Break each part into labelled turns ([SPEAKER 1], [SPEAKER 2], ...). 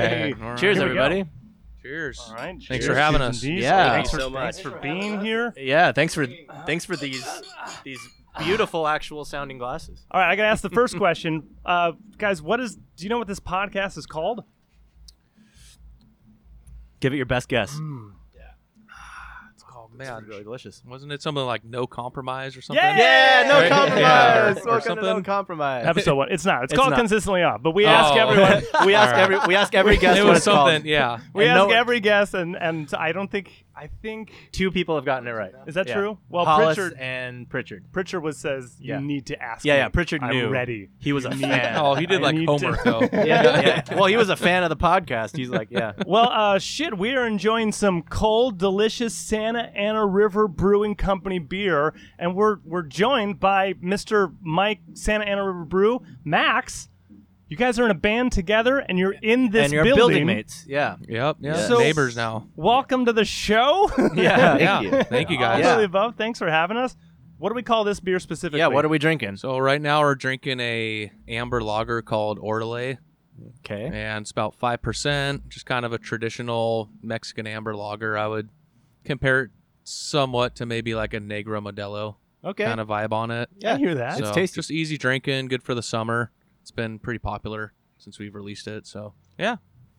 [SPEAKER 1] Cheers,
[SPEAKER 2] Here we go.
[SPEAKER 1] everybody.
[SPEAKER 3] Cheers.
[SPEAKER 2] All right.
[SPEAKER 1] Thanks
[SPEAKER 2] cheers,
[SPEAKER 1] for having
[SPEAKER 2] Susan
[SPEAKER 1] us.
[SPEAKER 2] Dees.
[SPEAKER 1] Yeah.
[SPEAKER 2] Thanks for,
[SPEAKER 3] Thank you so much.
[SPEAKER 2] thanks for being here.
[SPEAKER 1] Yeah, thanks for thanks for these these beautiful actual sounding glasses.
[SPEAKER 2] All right, I gotta ask the first question, uh, guys. What is? Do you know what this podcast is called?
[SPEAKER 1] Give it your best guess.
[SPEAKER 2] Mm.
[SPEAKER 3] Oh man,
[SPEAKER 1] Really delicious.
[SPEAKER 3] wasn't it something like no compromise or something?
[SPEAKER 1] Yeah, no
[SPEAKER 3] Right?
[SPEAKER 1] compromise.
[SPEAKER 3] Yeah. Or
[SPEAKER 1] Welcome to no
[SPEAKER 3] something.
[SPEAKER 1] compromise.
[SPEAKER 2] Episode one. It's not. It's,
[SPEAKER 1] It's
[SPEAKER 2] called
[SPEAKER 1] not.
[SPEAKER 2] consistently off. But we
[SPEAKER 3] Oh.
[SPEAKER 2] ask everyone.
[SPEAKER 1] we ask
[SPEAKER 3] All right.
[SPEAKER 1] every we ask every guest
[SPEAKER 3] it
[SPEAKER 1] what
[SPEAKER 3] was
[SPEAKER 1] it's
[SPEAKER 3] something.
[SPEAKER 1] called.
[SPEAKER 3] Yeah.
[SPEAKER 2] We
[SPEAKER 1] And
[SPEAKER 2] ask
[SPEAKER 1] no-
[SPEAKER 2] every guest, and and I don't think I think
[SPEAKER 1] Two people have gotten it right.
[SPEAKER 2] Is that
[SPEAKER 1] Yeah.
[SPEAKER 2] true? Well,
[SPEAKER 1] Hollis
[SPEAKER 2] Pritchard-
[SPEAKER 1] and Pritchard.
[SPEAKER 2] Pritchard was says
[SPEAKER 1] Yeah.
[SPEAKER 2] you need to ask.
[SPEAKER 1] Yeah, yeah.
[SPEAKER 2] me.
[SPEAKER 1] Pritchard
[SPEAKER 2] I'm
[SPEAKER 1] knew.
[SPEAKER 2] ready.
[SPEAKER 1] He was a
[SPEAKER 2] You need-
[SPEAKER 1] fan.
[SPEAKER 3] Oh, he did
[SPEAKER 2] I
[SPEAKER 3] like
[SPEAKER 2] need to-
[SPEAKER 3] homework though.
[SPEAKER 1] yeah, yeah. Well, he was a fan of the podcast. He's like, yeah.
[SPEAKER 2] Well, uh, shit, we are enjoying some cold, delicious Santa Ana River Brewing Company beer, and we're we're joined by Mr. Mike Santa Ana River Brew, Max. You guys are in a band together, and you're in this
[SPEAKER 1] and you're
[SPEAKER 2] building.
[SPEAKER 1] building mates. Yeah.
[SPEAKER 3] Yep. Yeah.
[SPEAKER 1] Yeah.
[SPEAKER 2] So-
[SPEAKER 3] Neighbors now.
[SPEAKER 2] Welcome to the show.
[SPEAKER 1] Yeah.
[SPEAKER 3] yeah.
[SPEAKER 1] Thank you.
[SPEAKER 3] Thank you
[SPEAKER 2] All
[SPEAKER 3] guys.
[SPEAKER 1] Yeah.
[SPEAKER 2] of the above. Thanks for having us. What do we call this beer specifically?
[SPEAKER 1] Yeah, what are we drinking?
[SPEAKER 3] So right now we're drinking a amber lager called Ortele,
[SPEAKER 1] Okay.
[SPEAKER 3] and it's about five percent. Just kind of a traditional Mexican amber lager. I would compare it somewhat to maybe like a Negra Modelo
[SPEAKER 1] Okay.
[SPEAKER 3] kind of vibe on it.
[SPEAKER 2] I hear that.
[SPEAKER 1] It's
[SPEAKER 3] So,
[SPEAKER 1] tasty.
[SPEAKER 3] Just easy drinking, good for the summer. It's been pretty popular since we've released it. So yeah,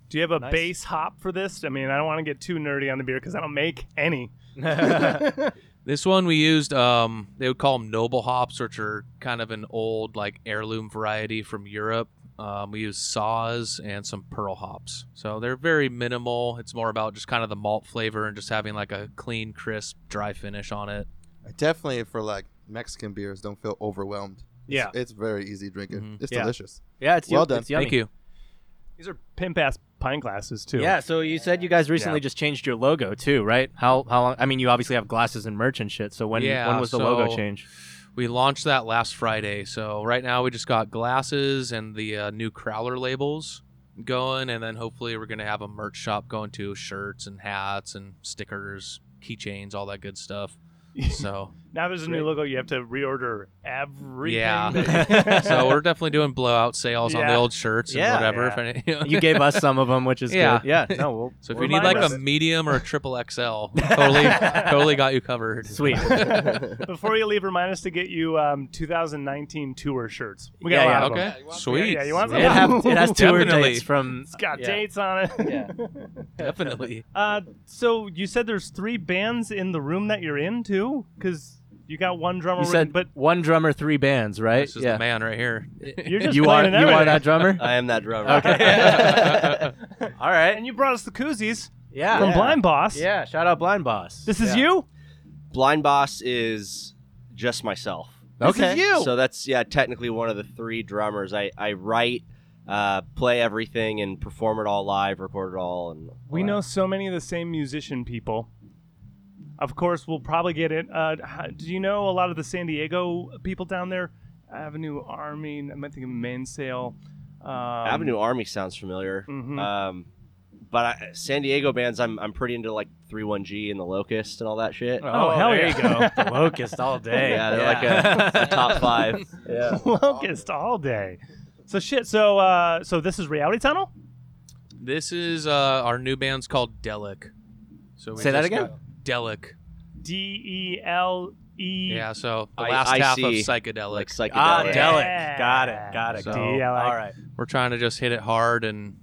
[SPEAKER 2] Do you have a
[SPEAKER 1] Nice.
[SPEAKER 2] base hop for this? I mean, I don't want to get too nerdy on the beer because I don't make any.
[SPEAKER 3] this one we used. Um, they would call them noble hops, which are kind of an old like heirloom variety from Europe. Um, we used saws and some pearl hops, so they're very minimal. It's more about just kind of the malt flavor and just having like a clean, crisp, dry finish on it.
[SPEAKER 4] I definitely for like Mexican beers don't feel overwhelmed.
[SPEAKER 2] Yeah.
[SPEAKER 4] It's, it's very easy drinking.
[SPEAKER 3] Mhm.
[SPEAKER 4] It's
[SPEAKER 1] Yeah.
[SPEAKER 4] delicious.
[SPEAKER 1] yeah, it's
[SPEAKER 4] Well
[SPEAKER 1] yum-
[SPEAKER 4] done.
[SPEAKER 1] It's yummy.
[SPEAKER 3] Thank you.
[SPEAKER 2] These are pimp ass pint glasses too.
[SPEAKER 1] Yeah, so you said you guys recently
[SPEAKER 2] Yeah.
[SPEAKER 1] just changed your logo too, right? How how long? I mean, you obviously have glasses and merch and shit. So when
[SPEAKER 3] Yeah,
[SPEAKER 1] when was the logo
[SPEAKER 3] so-
[SPEAKER 1] change?
[SPEAKER 3] We launched that last Friday, so right now we just got glasses and the uh, new Crowler labels going, and then hopefully we're gonna have a merch shop going too, shirts and hats and stickers, keychains, all that good stuff. So
[SPEAKER 2] Now there's a new logo. You have to reorder everything.
[SPEAKER 3] Yeah.
[SPEAKER 2] that-
[SPEAKER 3] so we're definitely doing blowout sales on the
[SPEAKER 2] Yeah.
[SPEAKER 3] old shirts and
[SPEAKER 1] Yeah.
[SPEAKER 3] whatever.
[SPEAKER 2] Yeah.
[SPEAKER 3] If any, you know.
[SPEAKER 1] You gave us some of them, which is
[SPEAKER 3] Yeah.
[SPEAKER 1] good. Yeah, no, we'll,
[SPEAKER 3] so if
[SPEAKER 1] we'll
[SPEAKER 3] you need like
[SPEAKER 1] remind
[SPEAKER 2] us.
[SPEAKER 3] a medium or a triple XL, totally, totally got you covered.
[SPEAKER 1] us. sweet.
[SPEAKER 2] Before you leave, remind us to get you um, 2019 tour shirts. We got
[SPEAKER 1] Yeah,
[SPEAKER 2] a lot
[SPEAKER 1] yeah,
[SPEAKER 2] of them.
[SPEAKER 3] Okay, sweet.
[SPEAKER 2] Yeah, you want some?
[SPEAKER 1] It, have, it has tour
[SPEAKER 3] Definitely.
[SPEAKER 1] dates from.
[SPEAKER 2] It's got
[SPEAKER 1] yeah.
[SPEAKER 2] dates on it.
[SPEAKER 1] Yeah.
[SPEAKER 3] Definitely.
[SPEAKER 2] Uh, so you said there's three bands in the room that you're in too, because you got one drummer.
[SPEAKER 1] You said,
[SPEAKER 2] but
[SPEAKER 1] but one drummer, three bands, right?
[SPEAKER 3] This is the man right here.
[SPEAKER 2] you're just
[SPEAKER 1] You are
[SPEAKER 2] playing
[SPEAKER 1] you
[SPEAKER 2] in everything.
[SPEAKER 1] are that drummer.
[SPEAKER 5] I am that drummer.
[SPEAKER 1] Okay. All right.
[SPEAKER 2] and you brought us the koozies
[SPEAKER 1] Yeah.
[SPEAKER 2] from
[SPEAKER 1] yeah.
[SPEAKER 2] Blind Boss.
[SPEAKER 1] Yeah. Shout out Blind Boss.
[SPEAKER 2] This is
[SPEAKER 1] Yeah.
[SPEAKER 2] you.
[SPEAKER 5] Blind Boss is just myself.
[SPEAKER 1] Okay.
[SPEAKER 2] This is you.
[SPEAKER 5] So that's yeah, technically one of the three drummers. I I write, uh, play everything, and perform it all live, record it all, and
[SPEAKER 2] We
[SPEAKER 5] all
[SPEAKER 2] know so many of the same musician people. Of course, we'll probably get it. Uh, h- do you know a lot of the San Diego people down there? Avenue Army, I might think of Mainsail. Um,
[SPEAKER 5] that. Avenue Army sounds familiar.
[SPEAKER 2] Mhm.
[SPEAKER 1] Uh,
[SPEAKER 5] Um, but I, San Diego bands, I'm I'm pretty into like Three One G and the Locust and all that shit.
[SPEAKER 2] Oh, hell
[SPEAKER 1] there
[SPEAKER 2] yeah.
[SPEAKER 1] you go. The Locust all day.
[SPEAKER 5] yeah, they're like a, the top five. Yeah.
[SPEAKER 2] Locust all day. So shit. So uh, so this is Reality Tunnel.
[SPEAKER 3] This is uh, our new band's called Delic. So we
[SPEAKER 1] Say that
[SPEAKER 3] just
[SPEAKER 1] again?
[SPEAKER 3] got Delic.
[SPEAKER 2] D E L E.
[SPEAKER 3] Yeah. So the
[SPEAKER 5] I-
[SPEAKER 3] last
[SPEAKER 5] I
[SPEAKER 3] half of
[SPEAKER 5] see.
[SPEAKER 3] psychedelic.
[SPEAKER 5] Like psychedelic.
[SPEAKER 1] Ah,
[SPEAKER 2] Del-
[SPEAKER 1] Delic. Got it. Got it.
[SPEAKER 3] So-
[SPEAKER 2] D L I.
[SPEAKER 1] All right.
[SPEAKER 3] We're trying to just hit it hard and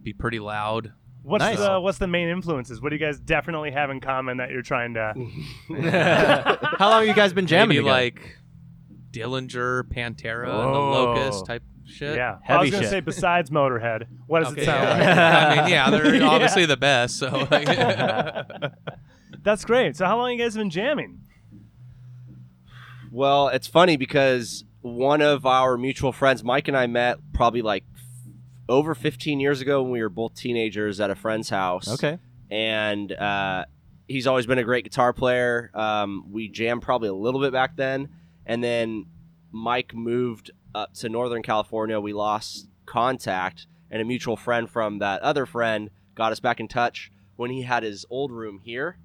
[SPEAKER 3] be pretty loud.
[SPEAKER 2] What's
[SPEAKER 1] Nice.
[SPEAKER 2] the what's the main influences? What do you guys definitely have in common that you're trying to?
[SPEAKER 1] Mm-hmm. How long have you guys been jamming?
[SPEAKER 3] Maybe
[SPEAKER 1] together?
[SPEAKER 3] like Dillinger, Pantera, and the
[SPEAKER 1] Oh.
[SPEAKER 3] Locust type shit.
[SPEAKER 2] Yeah. I
[SPEAKER 1] Heavy
[SPEAKER 2] was gonna
[SPEAKER 1] shit.
[SPEAKER 2] say besides Motorhead. What does
[SPEAKER 3] Okay,
[SPEAKER 2] it sound
[SPEAKER 3] yeah.
[SPEAKER 2] like?
[SPEAKER 3] I mean, yeah, they're
[SPEAKER 2] Yeah.
[SPEAKER 3] obviously the best. So
[SPEAKER 2] That's great. So how long you guys been jamming?
[SPEAKER 5] Well, it's funny because one of our mutual friends, Mike and I met probably like f- over 15 years ago when we were both teenagers at a friend's house.
[SPEAKER 1] Okay.
[SPEAKER 5] And uh, he's always been a great guitar player. Um, we jammed probably a little bit back then. And then Mike moved up to Northern California. We lost contact, and a mutual friend from that other friend got us back in touch when he had his old room here,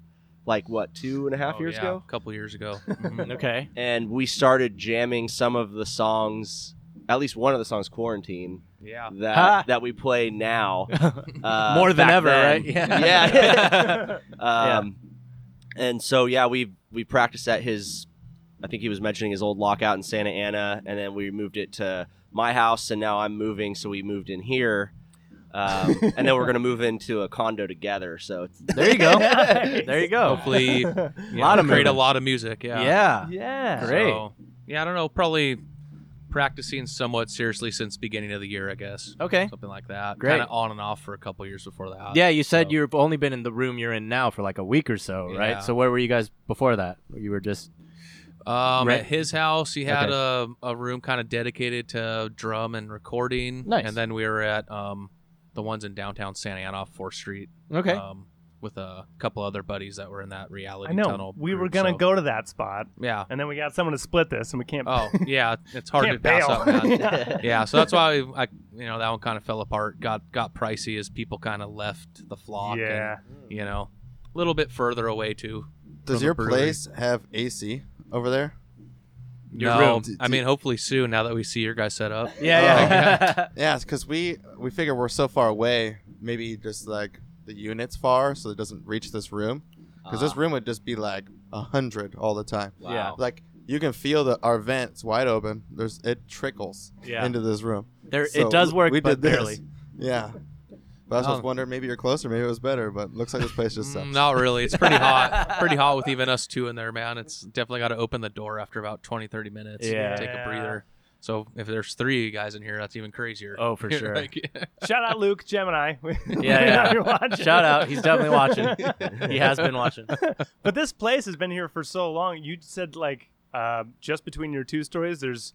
[SPEAKER 5] like what, two and a half
[SPEAKER 3] Oh,
[SPEAKER 5] years
[SPEAKER 3] yeah,
[SPEAKER 5] ago?
[SPEAKER 3] a couple years ago. Mhm.
[SPEAKER 1] Okay.
[SPEAKER 5] and we started jamming some of the songs at least one of the songs, "Quarantine,"
[SPEAKER 3] Yeah.
[SPEAKER 5] that
[SPEAKER 1] Ha!
[SPEAKER 5] that we play now. Uh,
[SPEAKER 1] More than
[SPEAKER 5] back
[SPEAKER 1] ever,
[SPEAKER 5] then.
[SPEAKER 1] right? Yeah.
[SPEAKER 5] Yeah. Um, And so yeah, we we practiced at his. I think he was mentioning his old lockout in Santa Ana, and then we moved it to my house, and now I'm moving, so we moved in here. Um, and then we're gonna move into a condo together. So it's,
[SPEAKER 1] There you go. There you go.
[SPEAKER 3] Hopefully, a
[SPEAKER 1] Oh. Lot of
[SPEAKER 3] create a
[SPEAKER 1] movement.
[SPEAKER 3] lot of music. Yeah.
[SPEAKER 1] Yeah.
[SPEAKER 2] yeah.
[SPEAKER 1] Great.
[SPEAKER 3] So, yeah, I don't know. Probably practicing somewhat seriously since beginning of the year, I guess.
[SPEAKER 1] Okay.
[SPEAKER 3] Something like that.
[SPEAKER 1] Great.
[SPEAKER 3] Kind of on and off for a couple years before that.
[SPEAKER 1] Yeah, you said
[SPEAKER 3] Uh, So-
[SPEAKER 1] you've only been in the room you're in now for like a week or so,
[SPEAKER 3] Yeah.
[SPEAKER 1] right? So where were you guys before that? You were just
[SPEAKER 3] Um,
[SPEAKER 1] Right.
[SPEAKER 3] At his house, he had a, a room kind of dedicated to drum and recording.
[SPEAKER 1] Nice.
[SPEAKER 3] And then we were at um, the ones in downtown Santa Ana off 4th Street.
[SPEAKER 1] okay.
[SPEAKER 3] Um, with a couple other buddies that were in that reality
[SPEAKER 2] I know.
[SPEAKER 3] tunnel.
[SPEAKER 2] we were
[SPEAKER 3] group,
[SPEAKER 2] gonna
[SPEAKER 3] so-
[SPEAKER 2] go to that spot,
[SPEAKER 3] Yeah.
[SPEAKER 2] and then we got someone to split this, and we can't.
[SPEAKER 3] Oh, yeah. It's hard to
[SPEAKER 2] can't
[SPEAKER 3] pass
[SPEAKER 2] bail.
[SPEAKER 3] up. Man.
[SPEAKER 2] Yeah.
[SPEAKER 3] yeah, so that's why I, you know, that one kind of fell apart. Got got pricey as people kind of left the flock.
[SPEAKER 2] yeah.
[SPEAKER 3] and, you know, a little bit further away too.
[SPEAKER 4] Does
[SPEAKER 3] From a
[SPEAKER 4] your
[SPEAKER 3] brewery.
[SPEAKER 4] place have AC over there?
[SPEAKER 1] Your
[SPEAKER 3] no,
[SPEAKER 1] room.
[SPEAKER 4] D-
[SPEAKER 3] I
[SPEAKER 4] d-
[SPEAKER 3] mean, hopefully soon. Now that we see your guys set up.
[SPEAKER 1] Yeah, yeah.
[SPEAKER 4] Yeah, because we we figure we're so far away. Maybe just like the units far, so it doesn't reach this room. Because
[SPEAKER 3] Ah.
[SPEAKER 4] this room would just be like a hundred all the time.
[SPEAKER 1] Yeah.
[SPEAKER 4] Like you can feel the our vents wide open. There's it trickles
[SPEAKER 2] Yeah.
[SPEAKER 4] into this room.
[SPEAKER 1] there
[SPEAKER 4] So
[SPEAKER 1] it does work,
[SPEAKER 4] we
[SPEAKER 1] but
[SPEAKER 4] did this.
[SPEAKER 1] barely.
[SPEAKER 4] Yeah. But I was
[SPEAKER 5] Um,
[SPEAKER 3] Oh.
[SPEAKER 4] just wondering, maybe you're closer, maybe it was better, but looks like this place just sucks.
[SPEAKER 3] Mm, Not really. It's pretty hot. pretty hot with even us two in there, man. It's definitely got to open the door after about 20, 30 minutes. and
[SPEAKER 1] Yeah.
[SPEAKER 3] Take a breather. So if there's three of you guys in here, that's even crazier.
[SPEAKER 1] Oh, for
[SPEAKER 3] You're
[SPEAKER 1] sure.
[SPEAKER 3] like-
[SPEAKER 2] Shout out Luke Gemini. yeah,
[SPEAKER 1] yeah. Shout out. He's definitely watching. he has been watching.
[SPEAKER 2] But this place has been here for so long. You said like uh, just between your two stories, there's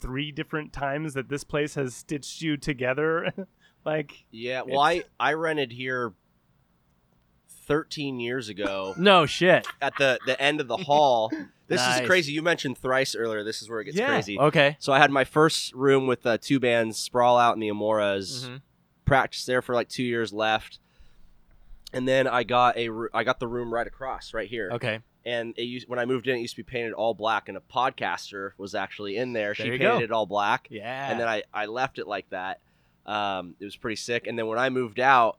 [SPEAKER 2] three different times that this place has stitched you together. like
[SPEAKER 5] yeah. Well, I I rented here 13 years ago
[SPEAKER 1] No shit.
[SPEAKER 5] at the the end of the hall. This
[SPEAKER 1] Nice. Oh.
[SPEAKER 5] is crazy. You mentioned thrice earlier. This is where it gets
[SPEAKER 2] Yeah.
[SPEAKER 5] crazy.
[SPEAKER 1] Okay.
[SPEAKER 5] So I had my first room with uh, two bands, Sprawl Out and the Amoras.
[SPEAKER 1] Mhm.
[SPEAKER 5] Practiced there for like two years left, and then I got a ru- I got the room right across right here.
[SPEAKER 1] Okay.
[SPEAKER 5] And it used when I moved in, it used to be painted all black, and a podcaster was actually in there. she
[SPEAKER 1] There you
[SPEAKER 5] painted
[SPEAKER 1] go.
[SPEAKER 5] it all black,
[SPEAKER 1] Yeah.
[SPEAKER 5] and then I I left it like that. Um, it was pretty sick. And then when I moved out.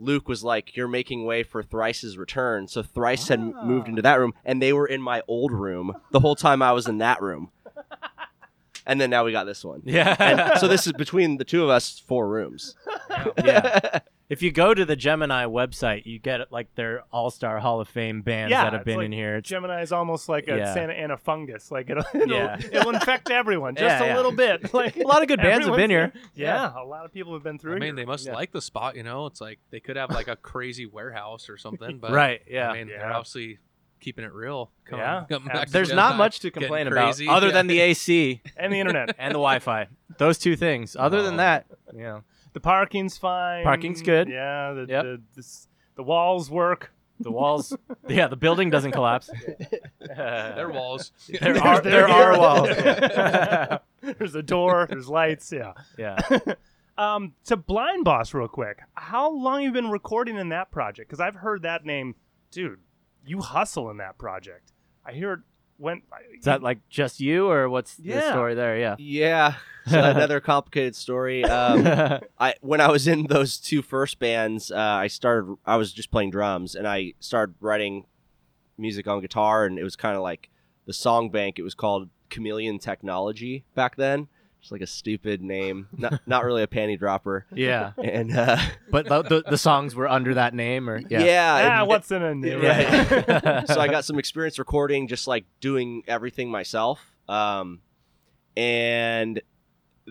[SPEAKER 5] Luke was like, "You're making way for Thrice's return." So Thrice had m- moved into that room, and they were in my old room the whole time I was in that room. And then now we got this one.
[SPEAKER 1] yeah.
[SPEAKER 5] And so this is between the two of us, four rooms.
[SPEAKER 1] yeah. If you go to the Gemini website, you get like their All Star Hall of Fame bands
[SPEAKER 2] Yeah,
[SPEAKER 1] that have
[SPEAKER 2] it's
[SPEAKER 1] been
[SPEAKER 2] like
[SPEAKER 1] in here. It's-
[SPEAKER 2] Gemini is almost like a
[SPEAKER 1] Yeah.
[SPEAKER 2] Santa Ana fungus. Like it'll it'll,
[SPEAKER 1] Yeah.
[SPEAKER 2] it'll infect everyone just
[SPEAKER 1] Yeah,
[SPEAKER 2] a
[SPEAKER 1] yeah.
[SPEAKER 2] little bit. Like
[SPEAKER 1] a lot of good bands have been here.
[SPEAKER 2] everyone's Yeah, a lot of people have been through.
[SPEAKER 3] I mean,
[SPEAKER 2] here.
[SPEAKER 3] they must
[SPEAKER 1] Yeah.
[SPEAKER 3] like the spot. You know, it's like they could have like a crazy warehouse or something. But
[SPEAKER 1] right. Yeah.
[SPEAKER 3] I mean, they're
[SPEAKER 2] Yeah.
[SPEAKER 3] obviously keeping it real. Come
[SPEAKER 2] Yeah,
[SPEAKER 3] on. Come back to
[SPEAKER 1] There's
[SPEAKER 3] Gen
[SPEAKER 1] not
[SPEAKER 3] Con.
[SPEAKER 1] much to
[SPEAKER 3] Getting
[SPEAKER 1] complain about
[SPEAKER 3] crazy.
[SPEAKER 1] other
[SPEAKER 3] Yeah.
[SPEAKER 1] than the AC
[SPEAKER 2] and the internet.
[SPEAKER 1] and the Wi Fi. Those two things. Other than
[SPEAKER 3] Oh.
[SPEAKER 1] that, you know.
[SPEAKER 2] The parking's fine.
[SPEAKER 1] Parking's good.
[SPEAKER 2] Yeah. The
[SPEAKER 1] Yep.
[SPEAKER 2] the, the, s- the walls work.
[SPEAKER 1] The walls, yeah, the building doesn't collapse. Uh,
[SPEAKER 3] Their walls.
[SPEAKER 1] there are there are walls.
[SPEAKER 2] there's a door. There's lights. Yeah.
[SPEAKER 1] yeah.
[SPEAKER 2] Um, to Blind Boss, real quick. How long you been recording in that project? Because I've heard that name, dude. You hustle in that project. I hear it went.
[SPEAKER 1] Is that like just you, or what's the
[SPEAKER 2] Yeah.
[SPEAKER 1] story there? Yeah.
[SPEAKER 5] Yeah. So another complicated story. Um, I when I was in those two first bands, uh, I started. I was just playing drums, and I started writing music on guitar, and it was kind of like the song bank. It was called Chameleon Technology back then. Just like a stupid name, not not really a panty dropper.
[SPEAKER 1] yeah.
[SPEAKER 5] And uh,
[SPEAKER 1] But the, the, the songs were under that name, or
[SPEAKER 5] yeah,
[SPEAKER 1] yeah.
[SPEAKER 2] ah,
[SPEAKER 5] and-
[SPEAKER 2] what's in a name?
[SPEAKER 5] Right. so I got some experience recording, just like doing everything myself. Um, and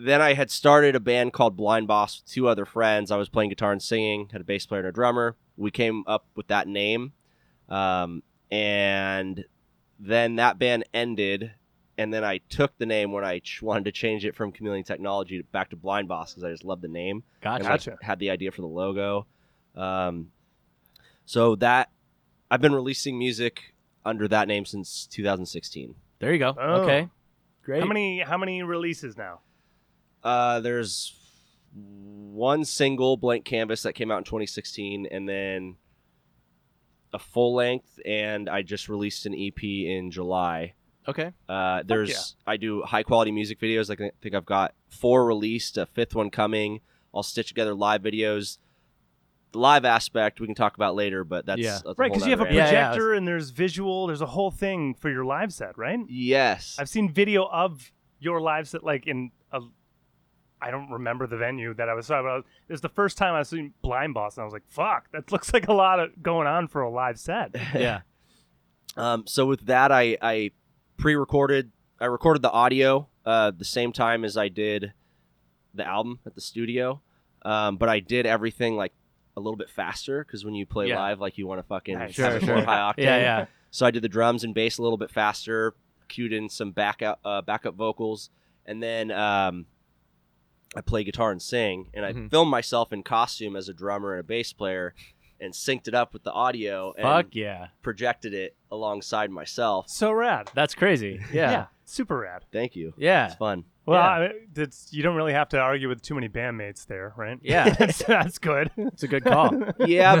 [SPEAKER 5] then I had started a band called Blind Boss with two other friends. I was playing guitar and singing, had a bass player and a drummer. We came up with that name. Um, and then that band ended. And then I took the name when I ch- wanted to change it from Chameleon Technology to back to Blind Boss because I just loved the name
[SPEAKER 1] Gotcha.
[SPEAKER 5] and like,
[SPEAKER 2] Gotcha.
[SPEAKER 5] had the idea for the logo. Um, so that I've been releasing music under that name since 2016.
[SPEAKER 1] There you go.
[SPEAKER 2] Oh.
[SPEAKER 1] Okay. Great.
[SPEAKER 2] How many? How many releases now?
[SPEAKER 5] Uh, there's one single, Blank Canvas, that came out in 2016, and then a full length, and I just released an EP E in July
[SPEAKER 4] Okay.
[SPEAKER 5] Uh, there's I do high quality music videos. Like I think I've got four released, a fifth one coming. I'll stitch together live videos. The live aspect we can talk about later, but that's,
[SPEAKER 3] Yeah.
[SPEAKER 5] that's
[SPEAKER 2] Right, because you have a
[SPEAKER 1] Yeah, yeah.
[SPEAKER 2] projector and there's visual. There's a whole thing for your live set, right?
[SPEAKER 5] yes.
[SPEAKER 2] I've seen video of your live set, like in a. I don't remember the venue that I was talking about. It was the first time I seen Blind Boss, and I was like, "Fuck, that looks like a lot of going on for a live set."
[SPEAKER 1] Yeah.
[SPEAKER 5] Um, so with that, I, I pre-recorded. I recorded the audio uh, the same time as I did the album at the studio, um, but I did everything like a little bit faster because when you play
[SPEAKER 1] Yeah.
[SPEAKER 5] live, like you want to fucking
[SPEAKER 2] Nice.
[SPEAKER 5] have it
[SPEAKER 4] Sure,
[SPEAKER 5] more
[SPEAKER 4] sure.
[SPEAKER 5] high octane.
[SPEAKER 1] Yeah, yeah.
[SPEAKER 5] So I did the drums and bass a little bit faster, cued in some backup uh, backup vocals, and then um, I play guitar and sing. And I
[SPEAKER 1] Mm-hmm.
[SPEAKER 4] Mhm.
[SPEAKER 5] filmed myself in costume as a drummer and a bass player, and synced it up with the audio. and
[SPEAKER 1] Fuck yeah.
[SPEAKER 5] projected it alongside myself.
[SPEAKER 2] So rad.
[SPEAKER 1] That's crazy. Yeah.
[SPEAKER 2] super rad.
[SPEAKER 5] Thank you.
[SPEAKER 1] Yeah.
[SPEAKER 5] It's fun.
[SPEAKER 2] Well,
[SPEAKER 1] Yeah.
[SPEAKER 2] I mean, that's, you don't really have to argue with too many bandmates there, right?
[SPEAKER 1] Yeah.
[SPEAKER 2] that's, that's good.
[SPEAKER 1] It's a good call.
[SPEAKER 5] Yeah,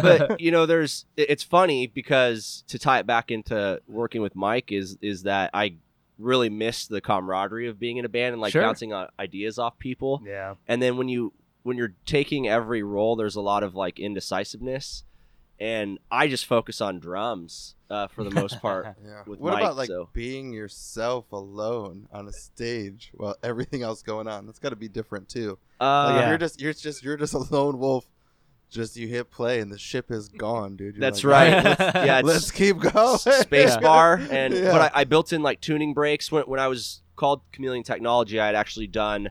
[SPEAKER 5] but you know, there's it- it's funny because to tie it back into working with Mike is is that I really miss the camaraderie of being in a band and like
[SPEAKER 1] Sure.
[SPEAKER 5] bouncing uh, ideas off people.
[SPEAKER 2] Yeah,
[SPEAKER 5] And then when you when you're taking every role, there's a lot of like indecisiveness, and I just focus on drums uh, for the most part.
[SPEAKER 4] Yeah.
[SPEAKER 5] With
[SPEAKER 4] what
[SPEAKER 5] Mike,
[SPEAKER 4] about like
[SPEAKER 5] so-
[SPEAKER 4] being yourself alone on a stage while everything else going on? That's got to be different too. Like
[SPEAKER 5] Uh,
[SPEAKER 4] if you're just you're just you're just a lone wolf. Just you hit play and the ship is gone, dude. You're
[SPEAKER 5] That's
[SPEAKER 4] like, "All
[SPEAKER 5] right. Let's- yeah, it's-
[SPEAKER 4] Let's keep going.
[SPEAKER 5] space bar and
[SPEAKER 4] Yeah.
[SPEAKER 5] but I, I built in like tuning breaks when, when i was called chameleon technology i had actually done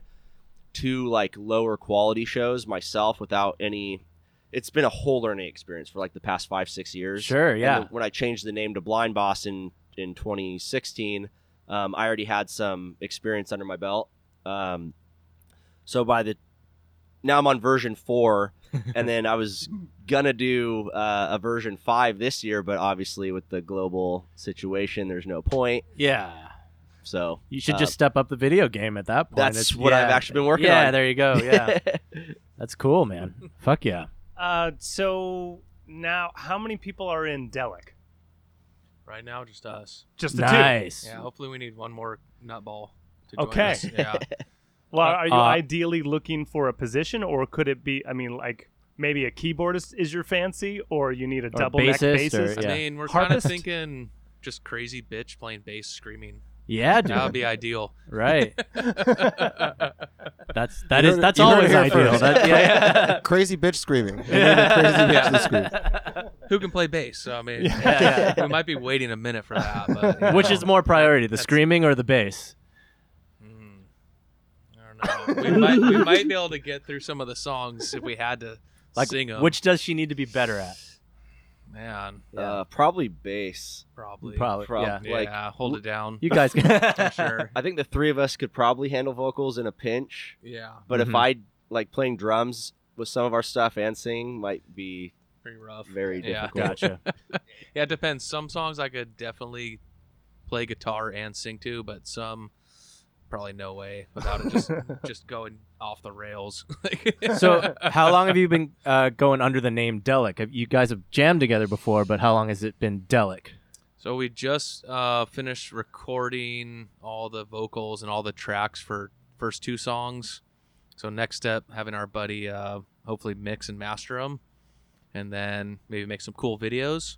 [SPEAKER 5] two like lower quality shows myself without any it's been a whole learning experience for like the past five six years
[SPEAKER 1] sure.
[SPEAKER 5] And
[SPEAKER 1] Yeah.
[SPEAKER 5] then when i changed the name to blind boss in in 2016 um, i already had some experience under my belt um, so by the now i'm on version four and then i was gonna do uh, a version five this year but obviously with the global situation there's no point
[SPEAKER 1] Yeah.
[SPEAKER 5] so
[SPEAKER 1] You should
[SPEAKER 5] Uh,
[SPEAKER 1] just step up the video game at that point.
[SPEAKER 5] that's what I've
[SPEAKER 1] yeah.
[SPEAKER 5] actually been working
[SPEAKER 1] yeah,
[SPEAKER 5] on.
[SPEAKER 1] there you go. Yeah. that's cool, man. Fuck yeah.
[SPEAKER 2] Uh, so now, how many people are in Delic?
[SPEAKER 3] Right now, just us.
[SPEAKER 2] Just the two.
[SPEAKER 1] Nice.
[SPEAKER 3] Yeah. Hopefully, we need one more nutball. To join
[SPEAKER 2] Okay.
[SPEAKER 3] us. Yeah.
[SPEAKER 2] Well, are you
[SPEAKER 1] Uh,
[SPEAKER 2] ideally looking for a position, or could it be? I mean, like maybe a keyboardist is your fancy, or you need a double neck
[SPEAKER 1] bassist, or-
[SPEAKER 2] bassist.
[SPEAKER 1] Yeah.
[SPEAKER 3] I mean, we're kind of
[SPEAKER 2] Harpist?
[SPEAKER 3] thinking just crazy bitch playing bass screaming.
[SPEAKER 1] Yeah,
[SPEAKER 3] That would
[SPEAKER 1] dude.
[SPEAKER 3] be ideal.
[SPEAKER 1] right. That's that is
[SPEAKER 4] You heard it-
[SPEAKER 1] that's
[SPEAKER 4] you heard
[SPEAKER 1] always
[SPEAKER 4] it here
[SPEAKER 1] ideal.
[SPEAKER 4] first.
[SPEAKER 1] That- yeah,
[SPEAKER 4] Crazy bitch screaming. You know, the crazy bitch that scream.
[SPEAKER 3] Who can play bass? So, I mean,
[SPEAKER 1] Yeah, yeah.
[SPEAKER 3] we might be waiting a minute for that. But,
[SPEAKER 1] yeah.
[SPEAKER 3] you
[SPEAKER 1] Which
[SPEAKER 3] know.
[SPEAKER 1] is more priority, the
[SPEAKER 3] That's-
[SPEAKER 1] screaming or the bass?
[SPEAKER 3] Mm. I don't know. We might we might be able to get through some of the songs if we had to
[SPEAKER 1] Like
[SPEAKER 3] sing them.
[SPEAKER 1] which does she need to be better at?
[SPEAKER 3] man,
[SPEAKER 5] uh, probably bass
[SPEAKER 3] probably.
[SPEAKER 1] Probably.
[SPEAKER 5] Prob-
[SPEAKER 1] Yeah.
[SPEAKER 3] Yeah,
[SPEAKER 5] like-
[SPEAKER 3] hold it down.
[SPEAKER 1] You guys can
[SPEAKER 3] for sure.
[SPEAKER 5] i think the three of us could probably handle vocals in a pinch
[SPEAKER 3] Yeah,
[SPEAKER 5] But if
[SPEAKER 1] Mhm.
[SPEAKER 5] I like playing drums with some of our stuff and singing might be
[SPEAKER 3] pretty rough.
[SPEAKER 5] very
[SPEAKER 3] Yeah.
[SPEAKER 5] difficult.
[SPEAKER 1] Gotcha.
[SPEAKER 3] Yeah, it depends. Some songs I could definitely play guitar and sing to, but some probably no way without it just just going off the rails. Like-
[SPEAKER 1] So, how long have you been uh, going under the name Delic? Have- You guys have jammed together before, but how long has it been Delic?
[SPEAKER 3] So we just uh, finished recording all the vocals and all the tracks for first two songs. So next step, having our buddy uh, hopefully mix and master them, and then maybe make some cool videos.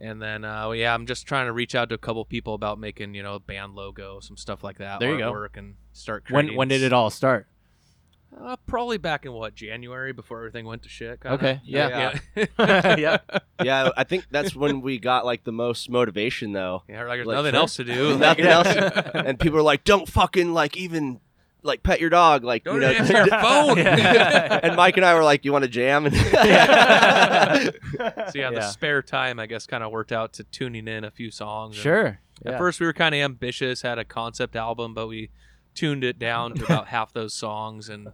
[SPEAKER 3] And then uh, yeah, I'm just trying to reach out to a couple people about making you know band logo, some stuff like that.
[SPEAKER 1] There you go.
[SPEAKER 3] artwork and start.
[SPEAKER 1] When when did it all start?
[SPEAKER 3] Uh, probably back in what January before everything went to shit. kinda.
[SPEAKER 1] Okay,
[SPEAKER 5] yeah.
[SPEAKER 3] Yeah.
[SPEAKER 1] yeah.
[SPEAKER 5] yeah, I think that's when we got like the most motivation though.
[SPEAKER 3] Yeah, like there's
[SPEAKER 5] Like,
[SPEAKER 3] nothing
[SPEAKER 5] sure.
[SPEAKER 3] else to do.
[SPEAKER 5] Nothing else. And people are like, "Don't fucking like even like pet your dog." Like
[SPEAKER 3] Don't
[SPEAKER 5] you know.
[SPEAKER 3] answer your phone.
[SPEAKER 5] and Mike and I were like, "You want to jam?" And
[SPEAKER 3] So yeah,
[SPEAKER 1] Yeah.
[SPEAKER 3] the spare time I guess kind of worked out to tuning in a few songs. And
[SPEAKER 1] Sure.
[SPEAKER 3] At
[SPEAKER 1] Yeah.
[SPEAKER 3] first we were kind of ambitious, had a concept album, but we tuned it down to about half those songs and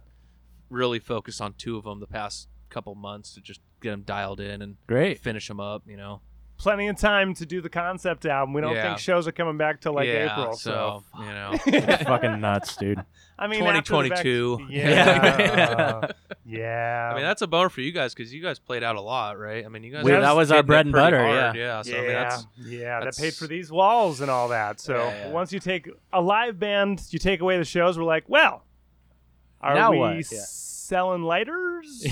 [SPEAKER 3] really focused on two of them the past couple months to just get them dialed in and
[SPEAKER 1] Great.
[SPEAKER 3] finish them up. You know.
[SPEAKER 2] plenty of time to do the concept album. We don't
[SPEAKER 3] Yeah.
[SPEAKER 2] think shows are coming back till like
[SPEAKER 3] yeah,
[SPEAKER 2] April.
[SPEAKER 3] so,
[SPEAKER 2] So,
[SPEAKER 3] you know,
[SPEAKER 1] It's fucking nuts, dude.
[SPEAKER 2] I mean, after the vac-
[SPEAKER 3] 2022.
[SPEAKER 2] Yeah, yeah.
[SPEAKER 3] I mean that's a bummer for you guys because you guys played out a lot, right? I mean you guys.
[SPEAKER 1] We-
[SPEAKER 3] were
[SPEAKER 1] that was our
[SPEAKER 3] hitting it
[SPEAKER 1] bread and
[SPEAKER 3] pretty
[SPEAKER 1] butter,
[SPEAKER 3] hard,
[SPEAKER 1] yeah.
[SPEAKER 3] yeah. So
[SPEAKER 2] yeah,
[SPEAKER 3] I mean that's
[SPEAKER 2] yeah, that paid
[SPEAKER 3] that's-
[SPEAKER 2] for these walls and all that. So
[SPEAKER 3] Yeah, yeah.
[SPEAKER 2] once you take a live band, you take away the shows. We're like, well, are
[SPEAKER 1] Now
[SPEAKER 2] we
[SPEAKER 1] what? Yeah.
[SPEAKER 2] selling lighters,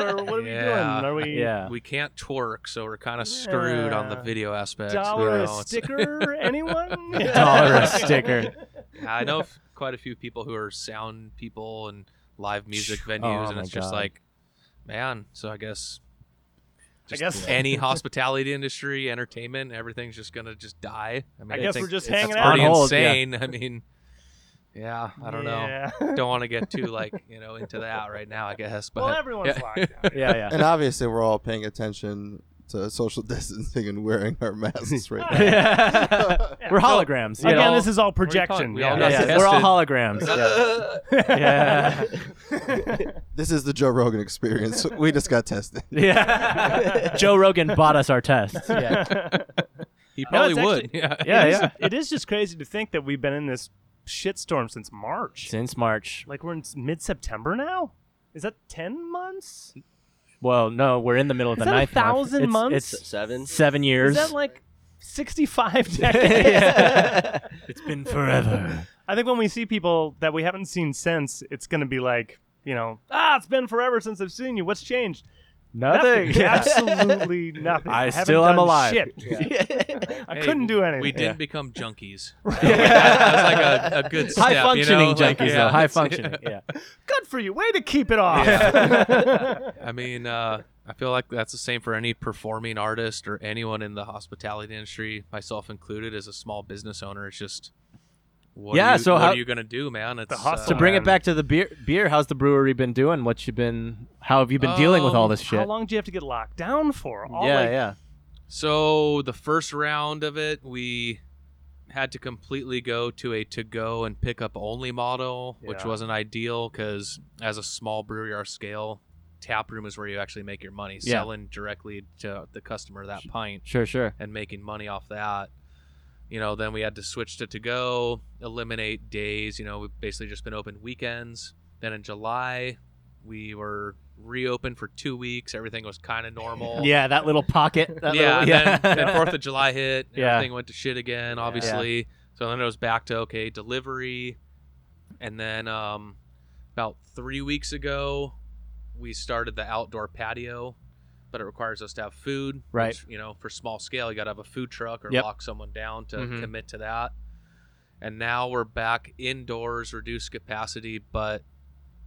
[SPEAKER 2] or what are we
[SPEAKER 3] Yeah.
[SPEAKER 2] doing? Are we
[SPEAKER 1] Yeah.
[SPEAKER 3] we can't twerk, so we're kind of screwed on the
[SPEAKER 2] Yeah.
[SPEAKER 3] video aspect.
[SPEAKER 2] dollar
[SPEAKER 3] you
[SPEAKER 2] a
[SPEAKER 3] know, it's-
[SPEAKER 2] sticker? Anyone?
[SPEAKER 1] Dollar a sticker.
[SPEAKER 3] Yeah, I know f- quite a few people who are sound people and live music venues,
[SPEAKER 1] Oh
[SPEAKER 3] and
[SPEAKER 1] my
[SPEAKER 3] it's just
[SPEAKER 1] God.
[SPEAKER 3] like, man. So I guess,
[SPEAKER 2] I guess-
[SPEAKER 3] any hospitality industry, entertainment, everything's just gonna just die. I mean,
[SPEAKER 2] I guess
[SPEAKER 3] think
[SPEAKER 2] we're just
[SPEAKER 3] that's
[SPEAKER 2] hanging
[SPEAKER 1] On
[SPEAKER 3] Pretty
[SPEAKER 2] out.
[SPEAKER 1] hold, yeah.
[SPEAKER 3] insane. I mean, yeah, I don't know.
[SPEAKER 2] know.
[SPEAKER 3] Don't want to get too like you know into that right now. I guess, but
[SPEAKER 2] well, everyone's
[SPEAKER 3] yeah.
[SPEAKER 2] locked down.
[SPEAKER 1] Yeah, yeah.
[SPEAKER 4] And obviously, we're all paying attention to social distancing and wearing our masks right now.
[SPEAKER 1] Yeah. We're
[SPEAKER 2] So,
[SPEAKER 1] holograms. You
[SPEAKER 2] Again,
[SPEAKER 1] know?
[SPEAKER 2] this is all
[SPEAKER 3] are you talking-
[SPEAKER 2] projection.
[SPEAKER 3] we all
[SPEAKER 1] Yeah,
[SPEAKER 3] got
[SPEAKER 1] yeah,
[SPEAKER 3] tested.
[SPEAKER 1] we're all holograms. Yeah.
[SPEAKER 4] This is the Joe Rogan experience. We just got tested.
[SPEAKER 1] yeah. Joe Rogan bought us our tests. Yeah.
[SPEAKER 3] he
[SPEAKER 2] No,
[SPEAKER 3] probably
[SPEAKER 2] it's
[SPEAKER 3] would.
[SPEAKER 2] actually-
[SPEAKER 3] yeah.
[SPEAKER 1] Yeah,
[SPEAKER 2] It is-
[SPEAKER 1] yeah.
[SPEAKER 2] It is just crazy to think that we've been in this shitstorm since March.
[SPEAKER 1] Since March.
[SPEAKER 2] Like we're in mid September now. Is that ten months?
[SPEAKER 1] Well, no, we're in the middle of
[SPEAKER 2] Is
[SPEAKER 1] the
[SPEAKER 2] that a
[SPEAKER 1] ninth month.
[SPEAKER 2] thousand
[SPEAKER 1] It's-
[SPEAKER 2] months?
[SPEAKER 1] It's,
[SPEAKER 5] Seven.
[SPEAKER 1] seven years.
[SPEAKER 2] Is that like sixty-five decades?
[SPEAKER 1] it's been forever.
[SPEAKER 2] I think when we see people that we haven't seen since, it's going to be like, you know, ah, it's been forever since I've seen you. What's changed?
[SPEAKER 1] Nothing.
[SPEAKER 2] Absolutely nothing.
[SPEAKER 1] I
[SPEAKER 2] haven't
[SPEAKER 1] still am
[SPEAKER 2] done
[SPEAKER 1] alive.
[SPEAKER 2] Shit. I
[SPEAKER 3] Hey,
[SPEAKER 2] couldn't do anything.
[SPEAKER 3] We didn't become junkies. that was like a, a good step,
[SPEAKER 1] High functioning
[SPEAKER 3] you know?
[SPEAKER 1] junkies,
[SPEAKER 3] Like, yeah,
[SPEAKER 1] though. High
[SPEAKER 3] that's-
[SPEAKER 1] functioning. Yeah.
[SPEAKER 2] Good for you. Way to keep it off.
[SPEAKER 3] I mean, uh, I feel like that's the same for any performing artist or anyone in the hospitality industry, myself included, as a small business owner. It's just, what
[SPEAKER 1] Yeah,
[SPEAKER 3] Are you,
[SPEAKER 1] so
[SPEAKER 3] what
[SPEAKER 1] how-
[SPEAKER 3] are you gonna do, man? It's uh,
[SPEAKER 2] hustle.
[SPEAKER 1] To bring it back to the beer, beer, how's the brewery been doing? What you been? How have you been dealing with all
[SPEAKER 3] Um,
[SPEAKER 1] this
[SPEAKER 2] How
[SPEAKER 1] shit?
[SPEAKER 2] long do you have to get locked down for? All
[SPEAKER 1] yeah,
[SPEAKER 2] like,
[SPEAKER 1] yeah.
[SPEAKER 3] So the first round of it, we had to completely go to a to-go and pick-up only model, which
[SPEAKER 2] Yeah.
[SPEAKER 3] wasn't ideal because as a small brewery, our scale tap room is where you actually make your money,
[SPEAKER 1] Yeah.
[SPEAKER 3] selling directly to the customer that pint.
[SPEAKER 1] Sure, sure.
[SPEAKER 3] and making money off that. You know, then we had to switch to to go, eliminate days. You know, we've basically just been open weekends. Then in July, we were reopened for two weeks. Everything was kind of normal.
[SPEAKER 1] Yeah, that little pocket. that
[SPEAKER 3] yeah.
[SPEAKER 1] little-
[SPEAKER 3] And then, then Fourth of July hit.
[SPEAKER 1] Yeah.
[SPEAKER 3] Everything went to shit again, obviously. So then it was back to okay delivery, and then um, about three weeks ago, we started the outdoor patio, but it requires us to have food.
[SPEAKER 1] Right.
[SPEAKER 3] which, you know, for small scale, you got to have a food truck or
[SPEAKER 1] Yep.
[SPEAKER 3] lock someone down to
[SPEAKER 1] Mhm.
[SPEAKER 3] commit to that. And now we're back indoors, reduced capacity, but